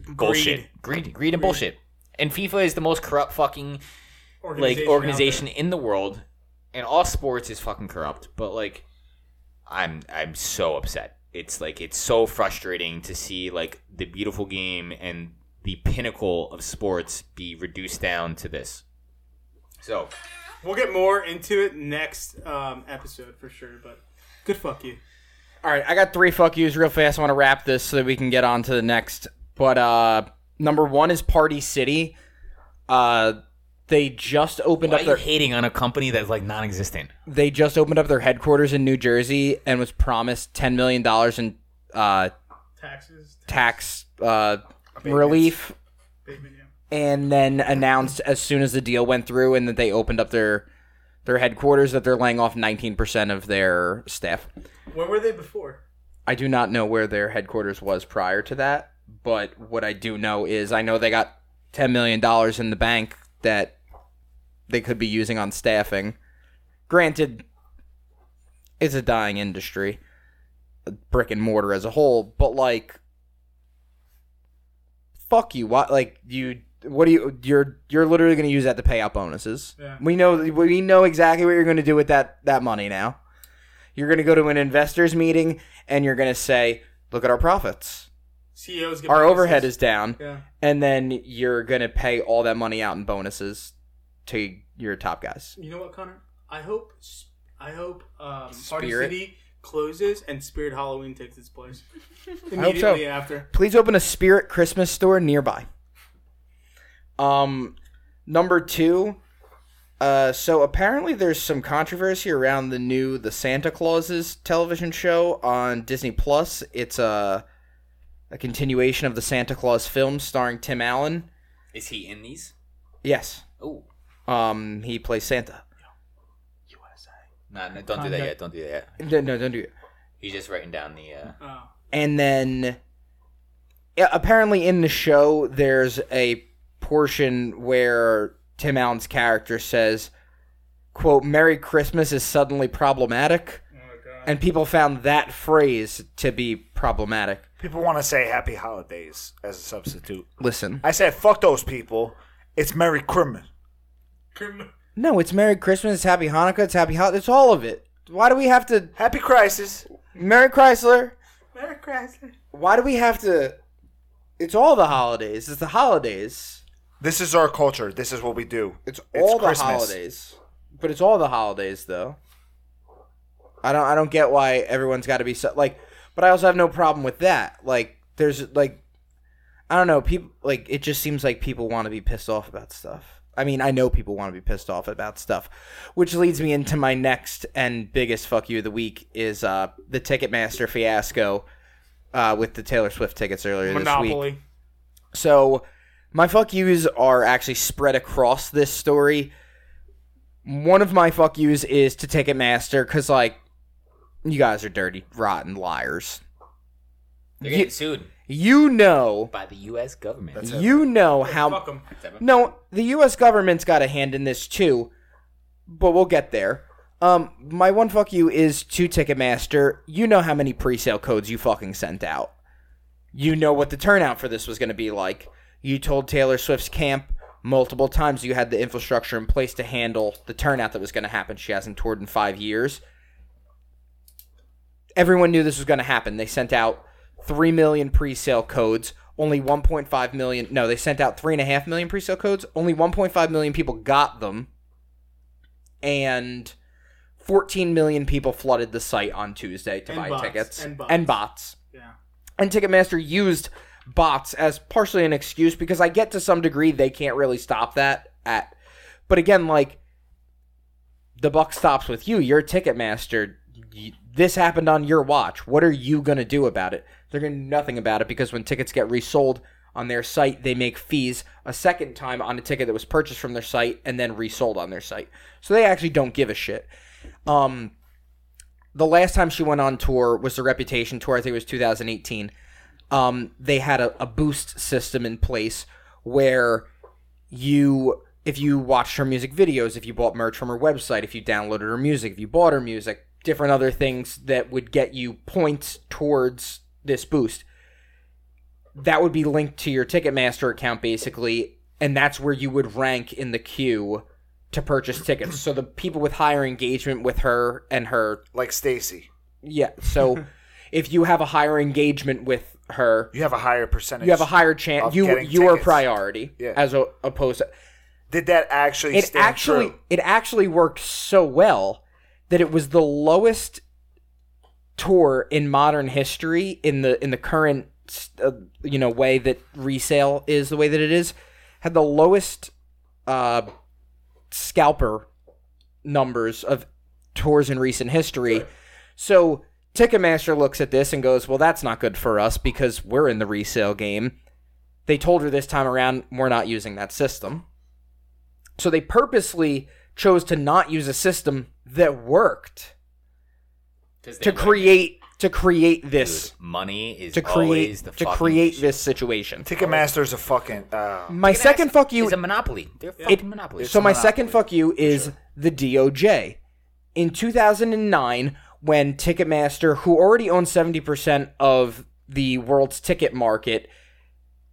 Speaker 2: bullshit greed greed, and bullshit and fifa is the most corrupt fucking like
Speaker 3: out
Speaker 2: organization in the world and all sports is fucking corrupt but like i'm i'm so upset it's like it's so frustrating to see like the beautiful game and the pinnacle of sports be reduced down to this so
Speaker 3: there. We'll get more into it next um, episode for sure. But good fuck you.
Speaker 1: All right, I got three fuck yous real fast. I want to wrap this so that we can get on to the next. But uh, number one is Party City. Uh, they just opened
Speaker 2: why
Speaker 1: up
Speaker 2: are you
Speaker 1: their
Speaker 2: hating on a company that's like non-existent
Speaker 1: they just opened up their headquarters in New Jersey and was promised ten million dollars in uh,
Speaker 3: Taxes,
Speaker 1: tax uh, relief,
Speaker 3: payment, yeah.
Speaker 1: and then announced as soon as the deal went through and that they opened up their their headquarters that they're laying off nineteen percent of their staff.
Speaker 3: Where were they before?
Speaker 1: I do not know where their headquarters was prior to that, but what I do know is I know they got ten million dollars in the bank that they could be using on staffing. Granted, it's a dying industry, brick and mortar as a whole, but like, fuck you. What like you? What do you? You're you're literally going to use that to pay out bonuses.
Speaker 3: Yeah.
Speaker 1: We know we know exactly what you're going to do with that that money now. You're going to go to an investors meeting and you're going to say, "Look at our profits.
Speaker 3: CEOs. E Get
Speaker 1: Our
Speaker 3: bonuses.
Speaker 1: overhead is down."
Speaker 3: Yeah.
Speaker 1: and then you're gonna pay all that money out in bonuses to your top guys.
Speaker 3: You know what, Connor? I hope. I hope um, Party
Speaker 1: Spirit.
Speaker 3: City closes and Spirit Halloween takes
Speaker 2: (laughs)
Speaker 3: its place immediately after.
Speaker 1: Please open a Spirit Christmas store nearby. Um, number two. Uh, so apparently there's some controversy around the new The Santa Clauses television show on Disney Plus. It's a a continuation of the Santa Claus film starring Tim Allen.
Speaker 2: is he in these
Speaker 1: Yes.
Speaker 2: oh
Speaker 1: Um, he plays Santa.
Speaker 2: no, no don't do that yet don't do that yet
Speaker 1: No, no don't do it.
Speaker 2: he's just writing down the uh
Speaker 3: Oh.
Speaker 1: and then yeah, apparently in the show there's a portion where tim allen's character says quote merry christmas is suddenly problematic
Speaker 3: oh
Speaker 1: and people found that phrase to be problematic
Speaker 7: People want to say happy holidays as a substitute.
Speaker 1: listen
Speaker 7: I said, fuck those people. It's Merry Christmas.
Speaker 1: no it's merry christmas it's happy hanukkah it's happy holiday it's all of it why do we have to
Speaker 7: Happy crisis.
Speaker 1: merry chrysler
Speaker 3: Merry Chrysler.
Speaker 1: why do we have to it's all the holidays it's the holidays
Speaker 7: This is our culture. This is what we do.
Speaker 1: It's all the holidays. But it's all the holidays though. I don't I don't get why everyone's got to be so like but I also have no problem with that. Like there's like I don't know, people like it just seems like people want to be pissed off about stuff. I mean, I know people want to be pissed off about stuff, which leads me into my next and biggest fuck you of the week is uh the Ticketmaster fiasco uh with the Taylor Swift tickets earlier this week.
Speaker 3: Monopoly.
Speaker 1: So My fuck yous are actually spread across this story. One of my fuck yous is to Ticketmaster because, like, you guys are dirty, rotten liars.
Speaker 2: They're getting sued
Speaker 1: You know,
Speaker 2: by the U.S. government.
Speaker 1: you know how.
Speaker 3: Fuck 'em.
Speaker 1: No, the U.S. government's got a hand in this too, but we'll get there. Um, my one fuck you is to Ticketmaster. You know how many pre-sale codes you fucking sent out. You know what the turnout for this was going to be like. You told Taylor Swift's camp multiple times you had the infrastructure in place to handle the turnout that was going to happen. She hasn't toured in five years. Everyone knew this was going to happen. They sent out 3 million pre-sale codes only 1.5 million no they sent out 3.5 million pre-sale codes only 1.5 million people got them and 14 million people flooded the site on tuesday to
Speaker 3: And
Speaker 1: buy
Speaker 3: bots,
Speaker 1: tickets
Speaker 3: and bots.
Speaker 1: and bots
Speaker 3: Yeah.
Speaker 1: and ticketmaster used bots as partially an excuse because i get to some degree they can't really stop that at but again like the buck stops with you you're a ticketmaster Y- this happened on your watch. What are you going to do about it? They're going to do nothing about it because when tickets get resold on their site, they make fees a second time on a ticket that was purchased from their site and then resold on their site. So they actually don't give a shit. Um, the last time she went on tour was the Reputation tour. I think it was 2018. Um, they had a, a boost system in place where you if you watched her music videos, if you bought merch from her website, if you downloaded her music, if you bought her music, different other things that would get you points towards this boost. That would be linked to your Ticketmaster account basically, and that's where you would rank in the queue to purchase tickets. So the people with higher engagement with her and her
Speaker 7: Like Stacy,
Speaker 1: yeah,
Speaker 7: (laughs)
Speaker 1: so if you have a higher engagement with her,
Speaker 7: you have a higher percentage.
Speaker 1: you have a higher chance.
Speaker 7: of
Speaker 1: You
Speaker 7: getting
Speaker 1: you are
Speaker 7: tickets.
Speaker 1: priority
Speaker 7: Yeah.
Speaker 1: as a, opposed. To,
Speaker 7: Did that actually?
Speaker 1: it
Speaker 7: stand
Speaker 1: actually
Speaker 7: true?
Speaker 1: it actually worked so well that it was the lowest tour in modern history in the in the current uh, you know way that resale is the way that it is had the lowest uh, scalper numbers of tours in recent history. So Ticketmaster looks at this and goes, "Well, that's not good for us because we're in the resale game." They told her this time around, "We're not using that system." So they purposely chose to not use a system that worked
Speaker 2: 'Cause they
Speaker 1: to
Speaker 2: like it.
Speaker 1: create to create this
Speaker 2: Dude, money is
Speaker 1: to create
Speaker 2: always the
Speaker 1: to
Speaker 2: fucking
Speaker 1: create
Speaker 2: issue.
Speaker 1: this situation.
Speaker 7: Ticketmaster's a fucking. Uh,
Speaker 1: My second fuck you
Speaker 2: It's a monopoly. They're fucking monopolies.
Speaker 1: So my
Speaker 7: monopoly,
Speaker 1: second fuck you is the DOJ. In 2009, when Ticketmaster, who already owned 70% of the world's ticket market,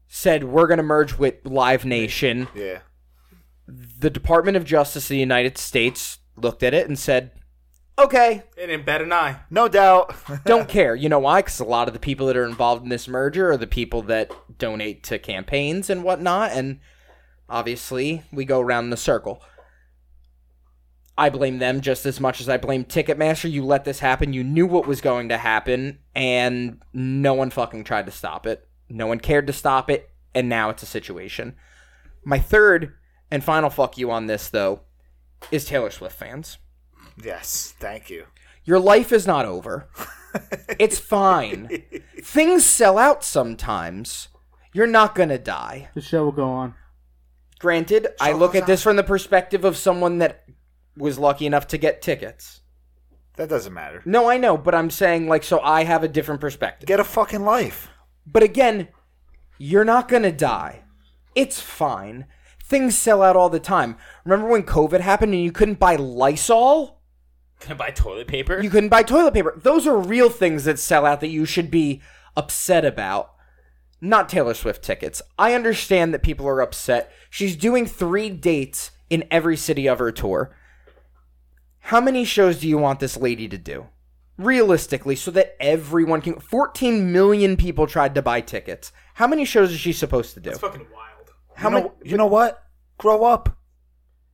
Speaker 1: said we're going to merge with Live Nation,
Speaker 7: yeah.
Speaker 1: the Department of Justice of the United States looked at it and said, "Okay,
Speaker 3: It ain't better than I.
Speaker 7: No doubt. (laughs)
Speaker 1: don't care. You know why? Because a lot of the people that are involved in this merger are the people that donate to campaigns and whatnot, and obviously we go around in a circle. I blame them just as much as I blame Ticketmaster. You let this happen. You knew what was going to happen, and no one fucking tried to stop it. No one cared to stop it, and now it's a situation. My third and final fuck you on this, though, is Taylor Swift fans
Speaker 7: yes. Thank you.
Speaker 1: your life is not over. it's fine. Things sell out sometimes. You're not going to die.
Speaker 3: The show will go on.
Speaker 1: Granted, I look at this from the perspective of someone that was lucky enough to get tickets.
Speaker 7: That doesn't matter.
Speaker 1: No, I know, but I'm saying, like, so I have a different perspective.
Speaker 7: Get a fucking life.
Speaker 1: But again, you're not going to die. It's fine. Things sell out all the time. Remember when COVID happened and you couldn't buy Lysol?
Speaker 2: Can I buy toilet paper?
Speaker 1: You couldn't buy toilet paper. Those are real things that sell out that you should be upset about. Not Taylor Swift tickets. I understand that people are upset. She's doing three dates in every city of her tour. How many shows do you want this lady to do? Realistically, so that everyone can. 14 million people tried to buy tickets. How many shows is she supposed to do?
Speaker 3: It's fucking wild.
Speaker 1: How
Speaker 7: you know,
Speaker 1: many?
Speaker 7: You know what? Grow up.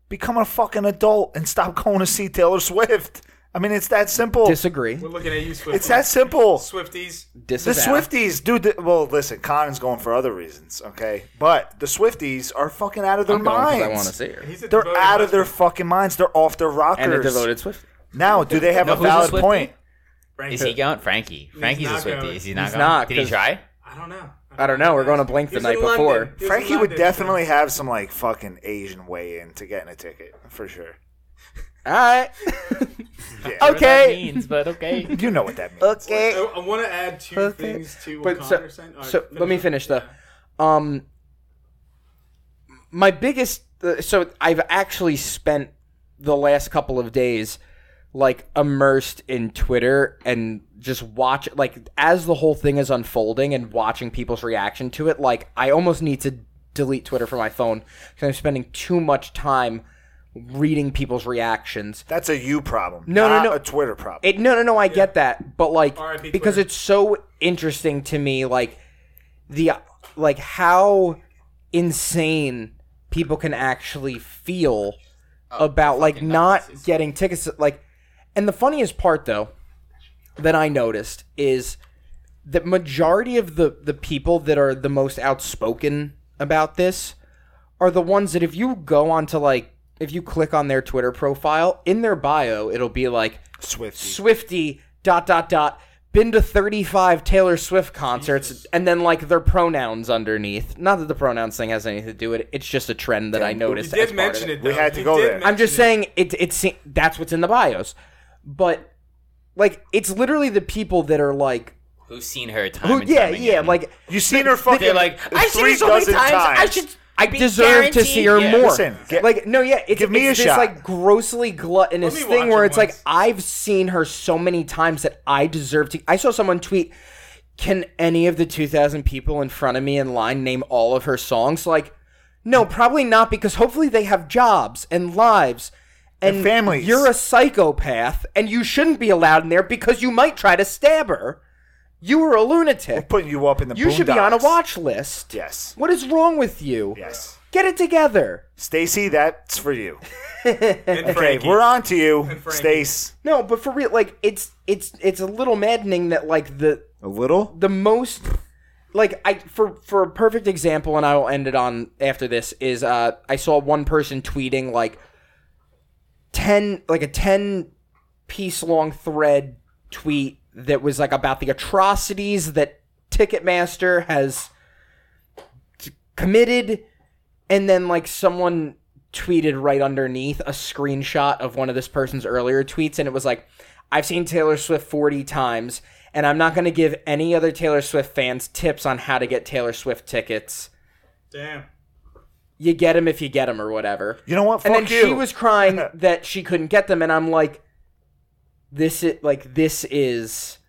Speaker 7: Become a fucking adult and stop (laughs) going to see Taylor Swift. I mean, it's that simple.
Speaker 1: Disagree.
Speaker 3: We're looking at you, Swifties.
Speaker 7: it's that simple.
Speaker 3: Swifties.
Speaker 7: The
Speaker 1: Disavow.
Speaker 7: Swifties, dude. The, well, listen, Conan's going for other reasons, okay? But the Swifties are fucking out of their
Speaker 1: I'm going 'cause
Speaker 7: minds.
Speaker 1: I want to see her.
Speaker 3: He's a
Speaker 7: They're
Speaker 3: devoted
Speaker 7: out of their
Speaker 3: husband.
Speaker 7: fucking minds. They're off their rockers.
Speaker 1: And a devoted Swift.
Speaker 7: Now, do they have
Speaker 2: Know
Speaker 7: a
Speaker 2: who's a
Speaker 7: valid
Speaker 2: Swiftie?
Speaker 7: point?
Speaker 3: Frank
Speaker 2: Is he going? Frankie. Frankie's a
Speaker 3: not going.
Speaker 2: Swifty. Is he not
Speaker 1: He's
Speaker 2: going?
Speaker 1: not,
Speaker 2: Did he
Speaker 1: 'cause-
Speaker 2: try?
Speaker 3: I don't know. I
Speaker 1: I don't know. We're going to blink the
Speaker 3: He's
Speaker 1: night
Speaker 3: in London.
Speaker 1: before.
Speaker 3: He's in
Speaker 7: Frankie would
Speaker 3: London.
Speaker 7: definitely have some like fucking Asian way in to getting a ticket for sure.
Speaker 1: All right.
Speaker 7: Yeah.
Speaker 1: okay. (laughs)
Speaker 2: but okay.
Speaker 7: you know what that means.
Speaker 1: Okay.
Speaker 3: uh, I, want to add two
Speaker 1: Okay.
Speaker 3: things to what
Speaker 1: But so,
Speaker 3: Connor said. All right,
Speaker 1: so let me
Speaker 3: up.
Speaker 1: finish the. Um, my biggest. Uh, so I've actually spent the last couple of days like immersed in Twitter and just watch like as the whole thing is unfolding and watching people's reaction to it. Like I almost need to delete Twitter from my phone because I'm spending too much time reading people's reactions
Speaker 7: That's a you problem.
Speaker 1: No, no,
Speaker 7: not
Speaker 1: no.
Speaker 7: A Twitter problem.
Speaker 1: it, no, no, no. I get that, but like
Speaker 3: R.I.P.
Speaker 1: because
Speaker 3: Twitter.
Speaker 1: it's so interesting to me, like the like how insane people can actually feel about like not getting tickets. Like, and the funniest part though that I noticed is the majority of the the people that are the most outspoken about this are the ones that if you go onto like if you click on their Twitter profile in their bio it'll be like
Speaker 7: Swifty.
Speaker 1: Swifty dot dot dot been to 35 Taylor Swift concerts and then like their pronouns underneath. Not that the pronouns thing has anything to do with it. It's just a trend that I
Speaker 3: You
Speaker 1: noticed. as
Speaker 3: did
Speaker 1: part of
Speaker 3: mention
Speaker 1: it.
Speaker 3: it. Though.
Speaker 7: We had to
Speaker 3: You
Speaker 7: go
Speaker 3: did
Speaker 7: there. I'm
Speaker 1: I'm just
Speaker 3: mention
Speaker 1: saying it it's that's what's in the bios. But like it's literally the people that are like
Speaker 2: Who's seen her time?
Speaker 1: who,
Speaker 2: and
Speaker 1: yeah,
Speaker 2: time again?
Speaker 1: yeah, like
Speaker 7: You seen her fucking?
Speaker 2: They're like,
Speaker 7: I've seen her so many times, I should
Speaker 1: I deserve to see her
Speaker 2: yeah.
Speaker 1: more.
Speaker 7: Listen, get-
Speaker 1: like no, yeah, it's,
Speaker 7: give me
Speaker 1: it's
Speaker 7: a
Speaker 1: this
Speaker 7: shot.
Speaker 1: like grossly gluttonous
Speaker 3: Let me
Speaker 1: thing
Speaker 3: watch
Speaker 1: where
Speaker 3: it
Speaker 1: it's like
Speaker 3: once.
Speaker 1: I've seen her so many times that I deserve to. I saw someone tweet, "Can any of the two thousand people in front of me in line name all of her songs?" Like, no, probably not because hopefully they have jobs and lives. And,
Speaker 7: families.
Speaker 1: You're a psychopath, and you shouldn't be allowed in there because you might try to stab her. You were a lunatic.
Speaker 7: putting you up in the.
Speaker 1: You should be on a
Speaker 7: boondocks.
Speaker 1: watch list.
Speaker 7: Yes.
Speaker 1: What is wrong with you?
Speaker 7: Yes.
Speaker 1: Get it together.
Speaker 7: Stacy, that's for you.
Speaker 3: it. And
Speaker 7: Okay,
Speaker 3: Frankie.
Speaker 7: we're on to you,
Speaker 3: Frankie.
Speaker 7: Stace.
Speaker 1: No, but for real, like it's it's it's a little maddening that like the
Speaker 7: A little.
Speaker 1: the most like I for for a perfect example, and I will end it on after this is uh I saw one person tweeting like ten like a ten piece long thread tweet that was like about the atrocities that Ticketmaster has t- committed, and then like someone tweeted right underneath a screenshot of one of this person's earlier tweets, and it was like, "I've seen Taylor Swift forty times, and I'm not going to give any other Taylor Swift fans tips on how to get Taylor Swift tickets.
Speaker 3: Damn.
Speaker 1: You get them if you get them, or whatever."
Speaker 7: You know what? Fuck
Speaker 1: and then
Speaker 7: you.
Speaker 1: she
Speaker 7: (laughs)
Speaker 1: was crying that she couldn't get them and i'm like this is like this is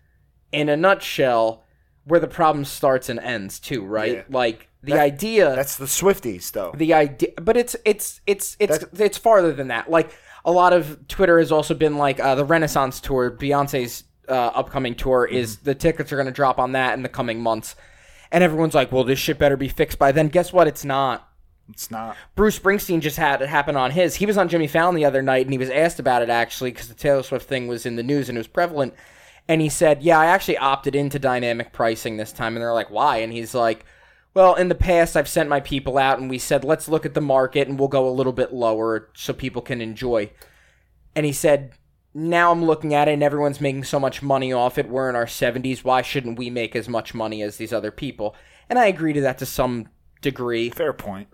Speaker 1: in a nutshell where the problem starts and ends too right
Speaker 7: Yeah.
Speaker 1: like the idea
Speaker 7: That's the Swifties, though.
Speaker 1: the idea but it's it's it's it's it's farther than that like a lot of twitter has also been like uh, the renaissance tour beyonce's uh, upcoming tour is the tickets are going to drop on that in the coming months and everyone's like well this shit better be fixed by then guess what it's not
Speaker 7: It's not.
Speaker 1: Bruce Springsteen just had it happen on his. He was on Jimmy Fallon the other night, and he was asked about it actually because the Taylor Swift thing was in the news and it was prevalent. And he said, "Yeah, I actually opted into dynamic pricing this time." And they're like, "Why?" And he's like, "Well, in the past, I've sent my people out, and we said let's look at the market and we'll go a little bit lower so people can enjoy." And he said, "Now I'm looking at it, and everyone's making so much money off it. We're in our 70s. Why shouldn't we make as much money as these other people?" And I agree to that to some degree.
Speaker 7: Fair point.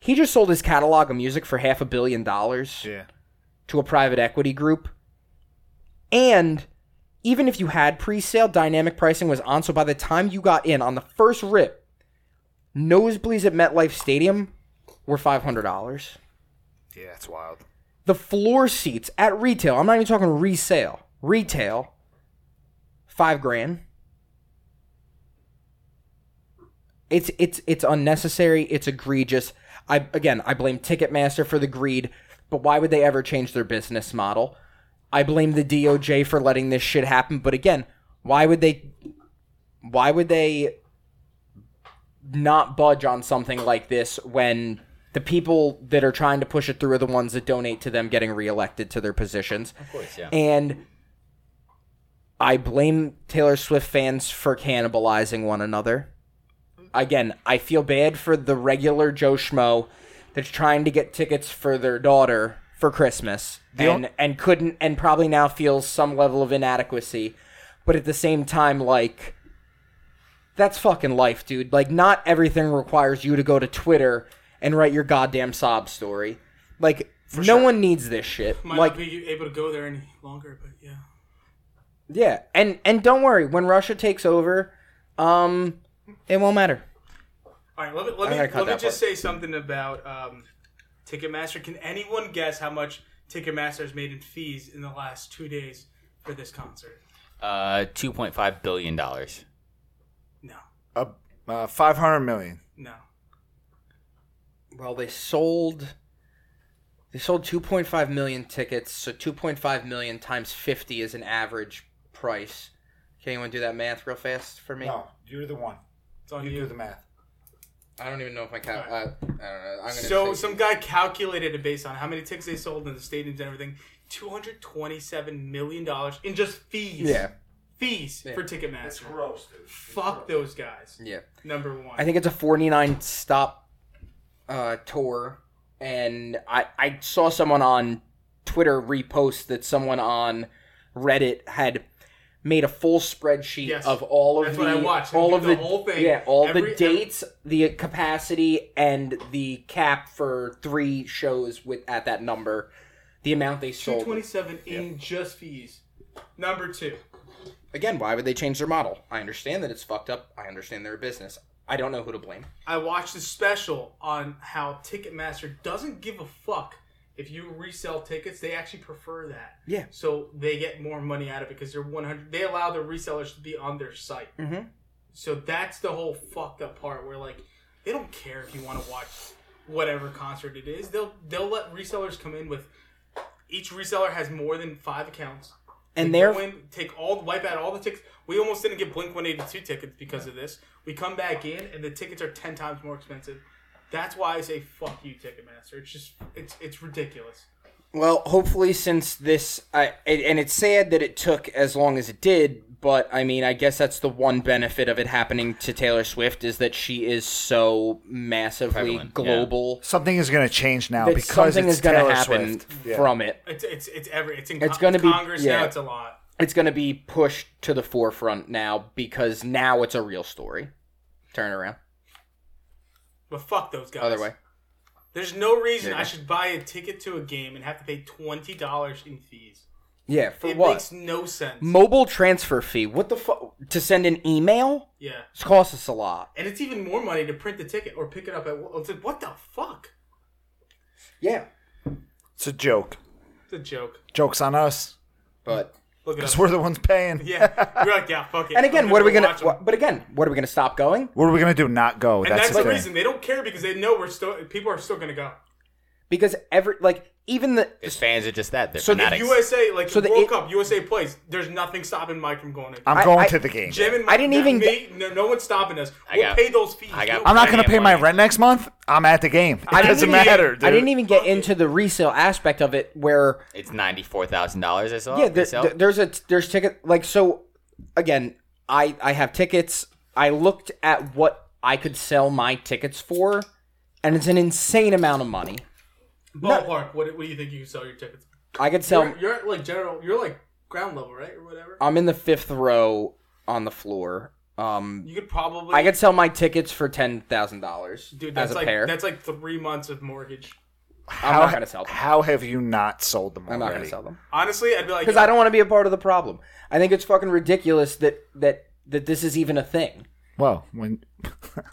Speaker 1: He just sold his catalog of music for half a billion dollars
Speaker 7: Yeah.
Speaker 1: to a private equity group. And even if you had pre sale, dynamic pricing was on. So by the time you got in on the first rip, nosebleeds at MetLife Stadium were $500.
Speaker 7: Yeah, that's wild.
Speaker 1: The floor seats at retail, I'm not even talking resale, retail, five grand. It's it's it's unnecessary. It's egregious. I again, I blame Ticketmaster for the greed, but why would they ever change their business model? I blame the DOJ for letting this shit happen, but again, why would they why would they not budge on something like this when the people that are trying to push it through are the ones that donate to them getting reelected to their positions?
Speaker 2: Of course, yeah.
Speaker 1: And I blame Taylor Swift fans for cannibalizing one another. Again, I feel bad for the regular Joe Schmo that's trying to get tickets for their daughter for Christmas and, and couldn't and probably now feels some level of inadequacy. But at the same time, like that's fucking life, dude. Like, not everything requires you to go to Twitter and write your goddamn sob story. Like, no one needs this shit.
Speaker 3: Might
Speaker 1: like,
Speaker 3: not be able to go there any longer, but yeah.
Speaker 1: yeah, and and don't worry, when Russia takes over, um, it won't matter.
Speaker 3: All right, let me let
Speaker 1: I
Speaker 3: me,
Speaker 1: gotta cut
Speaker 3: let me
Speaker 1: that
Speaker 3: just say something about um, Ticketmaster. Can anyone guess how much Ticketmaster has made in fees in the last two days for this concert?
Speaker 2: Uh, two point five billion dollars.
Speaker 3: No,
Speaker 7: Uh, uh, 500 million.
Speaker 3: no.
Speaker 1: Well, they sold they sold 2.5 million tickets, so 2.5 million times 50 is an average price. Can anyone do that math real fast for me?
Speaker 7: No, you're the one.
Speaker 3: It's on
Speaker 7: You
Speaker 3: you.
Speaker 7: do the math.
Speaker 1: I don't even know if my cal- uh, I, I don't know. I'm gonna
Speaker 3: So
Speaker 1: say-
Speaker 3: some guy calculated it based on how many tickets they sold in the stadiums and everything. Two hundred twenty-seven million dollars in just fees.
Speaker 1: yeah,
Speaker 3: fees
Speaker 1: Yeah.
Speaker 3: for
Speaker 5: That's
Speaker 3: Ticketmaster.
Speaker 5: gross, dude.
Speaker 3: Fuck those guys.
Speaker 1: yeah.
Speaker 3: Number one.
Speaker 1: I think it's a 49 stop uh, tour, and I I saw someone on Twitter repost that someone on Reddit had made a full spreadsheet
Speaker 3: Yes.
Speaker 1: of all of
Speaker 3: That's
Speaker 1: the
Speaker 3: what I watched. They
Speaker 1: all
Speaker 3: did
Speaker 1: of
Speaker 3: the
Speaker 1: the,
Speaker 3: whole thing.
Speaker 1: yeah all
Speaker 3: Every-
Speaker 1: the dates, the capacity, and the cap for three shows with at that number, the amount they
Speaker 3: Two
Speaker 1: sold.
Speaker 3: twenty-seven in just fees. Number two.
Speaker 1: Again, why would they change their model? I understand that it's fucked up. I understand they're a business. I don't know who to blame.
Speaker 3: I watched a special on how Ticketmaster doesn't give a fuck if you resell tickets. They actually prefer that.
Speaker 1: Yeah.
Speaker 3: So they get more money out of it because they're 100. They allow the resellers to be on their site.
Speaker 1: Mhm.
Speaker 3: So that's the whole fucked up part where like they don't care if you want to watch whatever concert it is. They'll they'll let resellers come in with each reseller has more than five accounts.
Speaker 1: And
Speaker 3: They
Speaker 1: they're
Speaker 3: go in, take all wipe out all the tickets. We almost didn't get Blink One Eighty Two tickets because of this. We come back in and the tickets are ten times more expensive. That's why I say fuck you, Ticketmaster. It's just it's it's ridiculous.
Speaker 1: Well, hopefully, since this, I, and and it's sad that it took as long as it did, but I mean, I guess that's the one benefit of it happening to Taylor Swift is that she is so massively
Speaker 2: Prevalent, yeah.
Speaker 1: global
Speaker 7: Something is going to change now
Speaker 1: that
Speaker 7: because
Speaker 1: something
Speaker 7: it's
Speaker 1: is going
Speaker 7: Taylor
Speaker 1: to happen
Speaker 7: Swift. Yeah.
Speaker 1: from it.
Speaker 3: It's it's it's every it's in
Speaker 1: It's
Speaker 3: Con-
Speaker 1: gonna be-
Speaker 3: Congress
Speaker 1: yeah.
Speaker 3: now. It's a lot.
Speaker 1: It's going to be pushed to the forefront now because now it's a real story. Turn around,
Speaker 3: But fuck those guys.
Speaker 1: other way.
Speaker 3: There's no reason
Speaker 1: Yeah.
Speaker 3: I should buy a ticket to a game and have to pay twenty dollars in fees.
Speaker 1: Yeah, for
Speaker 3: it
Speaker 1: what?
Speaker 3: makes no sense.
Speaker 1: Mobile transfer fee. What the fuck? To send an email?
Speaker 3: yeah,
Speaker 1: It costs us a lot.
Speaker 3: and it's even more money to print the ticket or pick it up at. It's like what the fuck?
Speaker 1: Yeah,
Speaker 7: It's a joke.
Speaker 3: It's a joke.
Speaker 7: Joke's on us
Speaker 1: but
Speaker 3: Look at
Speaker 7: because
Speaker 3: us.
Speaker 7: we're the ones paying.
Speaker 3: (laughs) Yeah, you're like yeah, fuck it.
Speaker 1: and
Speaker 3: I'm
Speaker 1: again, what are we
Speaker 3: go
Speaker 1: gonna?
Speaker 3: watch 'em.
Speaker 1: What, but again, what are we gonna stop going?
Speaker 7: What are we going to do? Not go.
Speaker 3: and that's,
Speaker 7: the
Speaker 3: the
Speaker 7: thing.
Speaker 3: reason they don't care because they know we're still people are still gonna go.
Speaker 1: because every like even the
Speaker 2: His fans are just that. They're
Speaker 1: So the
Speaker 2: fanatics.
Speaker 3: USA like
Speaker 1: So the-
Speaker 3: World
Speaker 1: it-
Speaker 3: Cup, USA plays. There's nothing stopping Mike from going. In.
Speaker 7: I'm
Speaker 1: I-
Speaker 7: going
Speaker 1: I-
Speaker 7: to the game.
Speaker 3: Jim and
Speaker 1: I didn't
Speaker 3: not
Speaker 1: even
Speaker 3: me,
Speaker 1: get-
Speaker 3: no, no one's stopping us.
Speaker 2: I
Speaker 3: We'll
Speaker 2: got-
Speaker 3: pay those fees.
Speaker 2: I got-
Speaker 3: No
Speaker 7: I'm not
Speaker 2: I
Speaker 7: going to
Speaker 2: am
Speaker 7: pay my
Speaker 2: money.
Speaker 7: rent next month. I'm at the game. It
Speaker 1: didn't
Speaker 7: doesn't
Speaker 1: even-
Speaker 7: matter, dude.
Speaker 1: I didn't even get into the resale aspect of it where
Speaker 2: It's ninety four thousand dollars. I saw.
Speaker 1: yeah
Speaker 2: they
Speaker 1: there,
Speaker 2: sell.
Speaker 1: there- there's a there's ticket like so again I I have tickets I looked at what I could sell my tickets for and it's an insane amount of money
Speaker 3: ballpark. What, what do you think you can sell your tickets?
Speaker 1: I could sell
Speaker 3: You're, you're at, like general. You're like ground level, right, or whatever.
Speaker 1: I'm in the fifth row on the floor um
Speaker 3: you could probably.
Speaker 1: I could sell my tickets for ten thousand dollars
Speaker 3: dude. That's
Speaker 1: as a
Speaker 3: like
Speaker 1: pair
Speaker 3: that's like three months of mortgage.
Speaker 1: I'm
Speaker 7: how,
Speaker 1: not gonna sell them
Speaker 7: How have you not sold them
Speaker 1: I'm
Speaker 7: already?
Speaker 1: not gonna sell them.
Speaker 3: Honestly, I'd be like,
Speaker 1: because I don't want to be a part of the problem. I think it's fucking ridiculous that that that this is even a thing.
Speaker 7: Well, when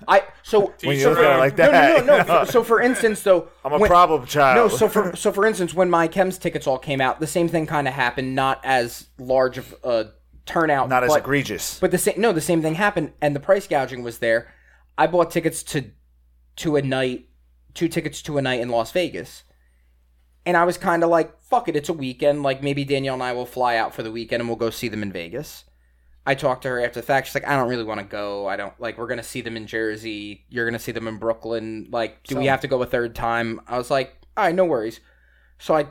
Speaker 1: I
Speaker 7: (laughs)
Speaker 1: so
Speaker 7: when you
Speaker 3: so
Speaker 7: look at it like
Speaker 1: no, no
Speaker 7: that,
Speaker 1: no no. For- So for instance, though,
Speaker 7: (laughs) I'm a
Speaker 1: when-
Speaker 7: problem child.
Speaker 1: No, so for so for instance, when my chems tickets all came out, the same thing kind of happened. Not as large of a turnout,
Speaker 7: not as
Speaker 1: but,
Speaker 7: egregious.
Speaker 1: But the same no, the same thing happened, and the price gouging was there. I bought tickets to to a night, two tickets to a night in Las Vegas, and I was kind of like, "Fuck it, it's a weekend. Like maybe Danielle and I will fly out for the weekend and we'll go see them in Vegas." I talked to her after the fact. She's like, "I don't really want to go. I don't like. We're gonna see them in Jersey. You're gonna see them in Brooklyn. Like, do we have to go a third time?" I was like, "All right, no worries." So I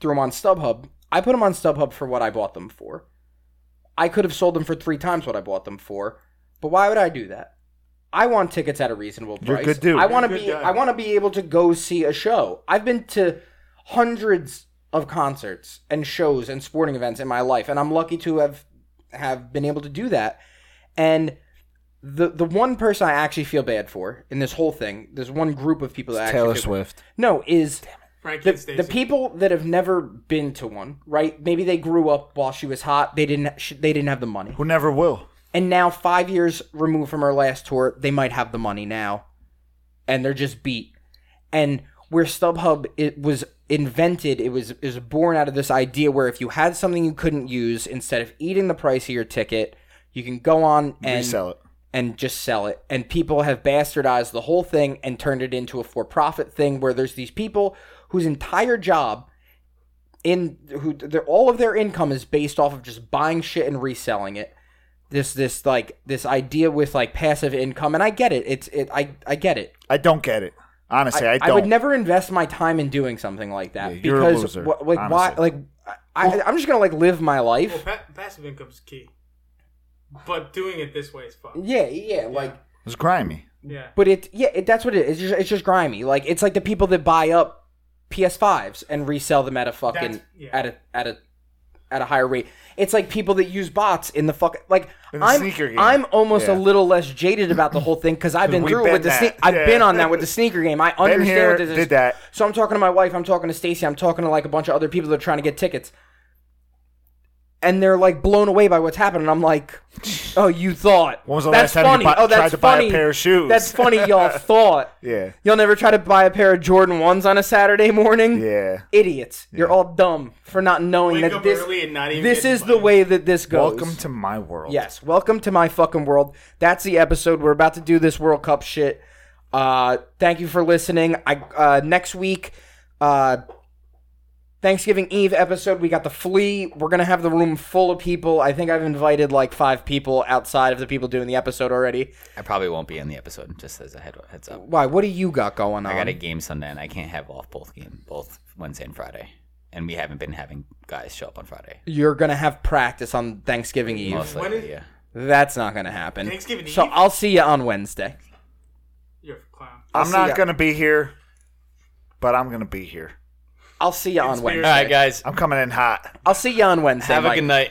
Speaker 1: threw them on StubHub. I put them on StubHub for what I bought them for. I could have sold them for three times what I bought them for, but why would I do that? I want tickets at a reasonable price.
Speaker 7: You're a good dude.
Speaker 1: I want to
Speaker 3: You're a good
Speaker 1: be.
Speaker 3: guy.
Speaker 1: I want to be able to go see a show. I've been to hundreds of concerts and shows and sporting events in my life, and I'm lucky to have have been able to do that. And the the one person I actually feel bad for in this whole thing, there's one group of people that I actually
Speaker 6: Taylor
Speaker 1: feel-
Speaker 6: Swift.
Speaker 1: No, is
Speaker 3: Frankie
Speaker 1: the,
Speaker 3: and Stacey.
Speaker 1: the people that have never been to one, right? Maybe they grew up while she was hot. They didn't. sh- They didn't have the money,
Speaker 7: Who never will.
Speaker 1: and now five years removed from her last tour, they might have the money now, and they're just beat. And where StubHub it was invented, it was it was born out of this idea where if you had something you couldn't use, instead of eating the price of your ticket, you can go on and
Speaker 7: Resell it.
Speaker 1: and just sell it. And people have bastardized the whole thing and turned it into a for profit thing where there's these people whose entire job in who their all of their income is based off of just buying shit and reselling it. This this like this idea with like passive income and I get it. It's it I I get it.
Speaker 7: I don't get it. Honestly, I,
Speaker 1: I,
Speaker 7: don't.
Speaker 1: would never invest my time in doing something like that
Speaker 7: Yeah, you're a
Speaker 1: because
Speaker 7: loser,
Speaker 1: wh- like why
Speaker 7: honestly.
Speaker 1: like I, I'm just gonna like live my life.
Speaker 3: Well, pa- passive income's key, but doing it this way is fucked.
Speaker 1: Yeah, yeah, like
Speaker 7: It's grimy.
Speaker 3: Yeah.
Speaker 1: But it, yeah, it, that's what it is. It's just, it's just grimy. Like it's like the people that buy up PS5s and resell them at a fucking
Speaker 3: That's- yeah.
Speaker 1: at a at a at a higher rate. It's like people that use bots in the fuck. Like
Speaker 7: In the
Speaker 1: I'm
Speaker 7: sneaker game.
Speaker 1: I'm almost
Speaker 7: Yeah.
Speaker 1: a little less jaded about the whole thing because I've been
Speaker 7: We've
Speaker 1: through it
Speaker 7: been
Speaker 1: with the
Speaker 7: that.
Speaker 1: sne- I've
Speaker 7: Yeah.
Speaker 1: been on that with the sneaker game. I understand
Speaker 7: here,
Speaker 1: what this is.
Speaker 7: did
Speaker 1: (laughs)
Speaker 7: that.
Speaker 1: So I'm talking to my wife. I'm talking to Stacy. I'm talking to like a bunch of other people that are trying to get tickets. And they're like blown away by what's happening.
Speaker 7: (laughs)
Speaker 1: I'm like, oh, you thought.
Speaker 7: When was the
Speaker 1: that's
Speaker 7: last time you
Speaker 1: funny.
Speaker 7: bu-
Speaker 1: oh, that's
Speaker 7: tried to buy a
Speaker 1: funny.
Speaker 7: pair of shoes? (laughs)
Speaker 1: That's funny, y'all thought.
Speaker 7: Yeah.
Speaker 1: You'll never try to buy a pair of Jordan 1s on a Saturday morning?
Speaker 7: Yeah.
Speaker 1: Idiots. You're all dumb for not knowing
Speaker 3: Wake
Speaker 1: that
Speaker 3: up
Speaker 1: this,
Speaker 3: early and not even.
Speaker 1: this
Speaker 3: get
Speaker 1: is the
Speaker 3: invited.
Speaker 1: way that this goes.
Speaker 7: Welcome to my world.
Speaker 1: Yes, welcome to my fucking world. That's the episode. We're about to do this World Cup shit. Uh, thank you for listening. I uh, next week, uh, Thanksgiving Eve episode. We got the flea. We're gonna have the room full of people. I think I've invited like five people outside of the people doing the episode already.
Speaker 2: I probably won't be in the episode. Just as a head, heads up,
Speaker 1: Why? What do you got going on?
Speaker 2: I got a game Sunday, and I can't have off both game both Wednesday and Friday. And we haven't been having guys show up on Friday.
Speaker 1: You're gonna have practice on Thanksgiving Eve.
Speaker 2: Most
Speaker 3: When
Speaker 2: likely,
Speaker 3: is-
Speaker 2: yeah.
Speaker 1: That's not gonna happen.
Speaker 3: Thanksgiving
Speaker 1: So
Speaker 3: Eve?
Speaker 1: I'll see you on Wednesday.
Speaker 3: You're a clown.
Speaker 7: I'm
Speaker 1: see
Speaker 7: not
Speaker 1: ya.
Speaker 7: going to be here, but I'm going to be here.
Speaker 1: I'll see you on
Speaker 3: Conspiracy.
Speaker 1: Wednesday.
Speaker 2: All right, guys.
Speaker 7: I'm coming in hot.
Speaker 1: I'll see you on Wednesday.
Speaker 2: Have a
Speaker 1: Mike.
Speaker 2: good night.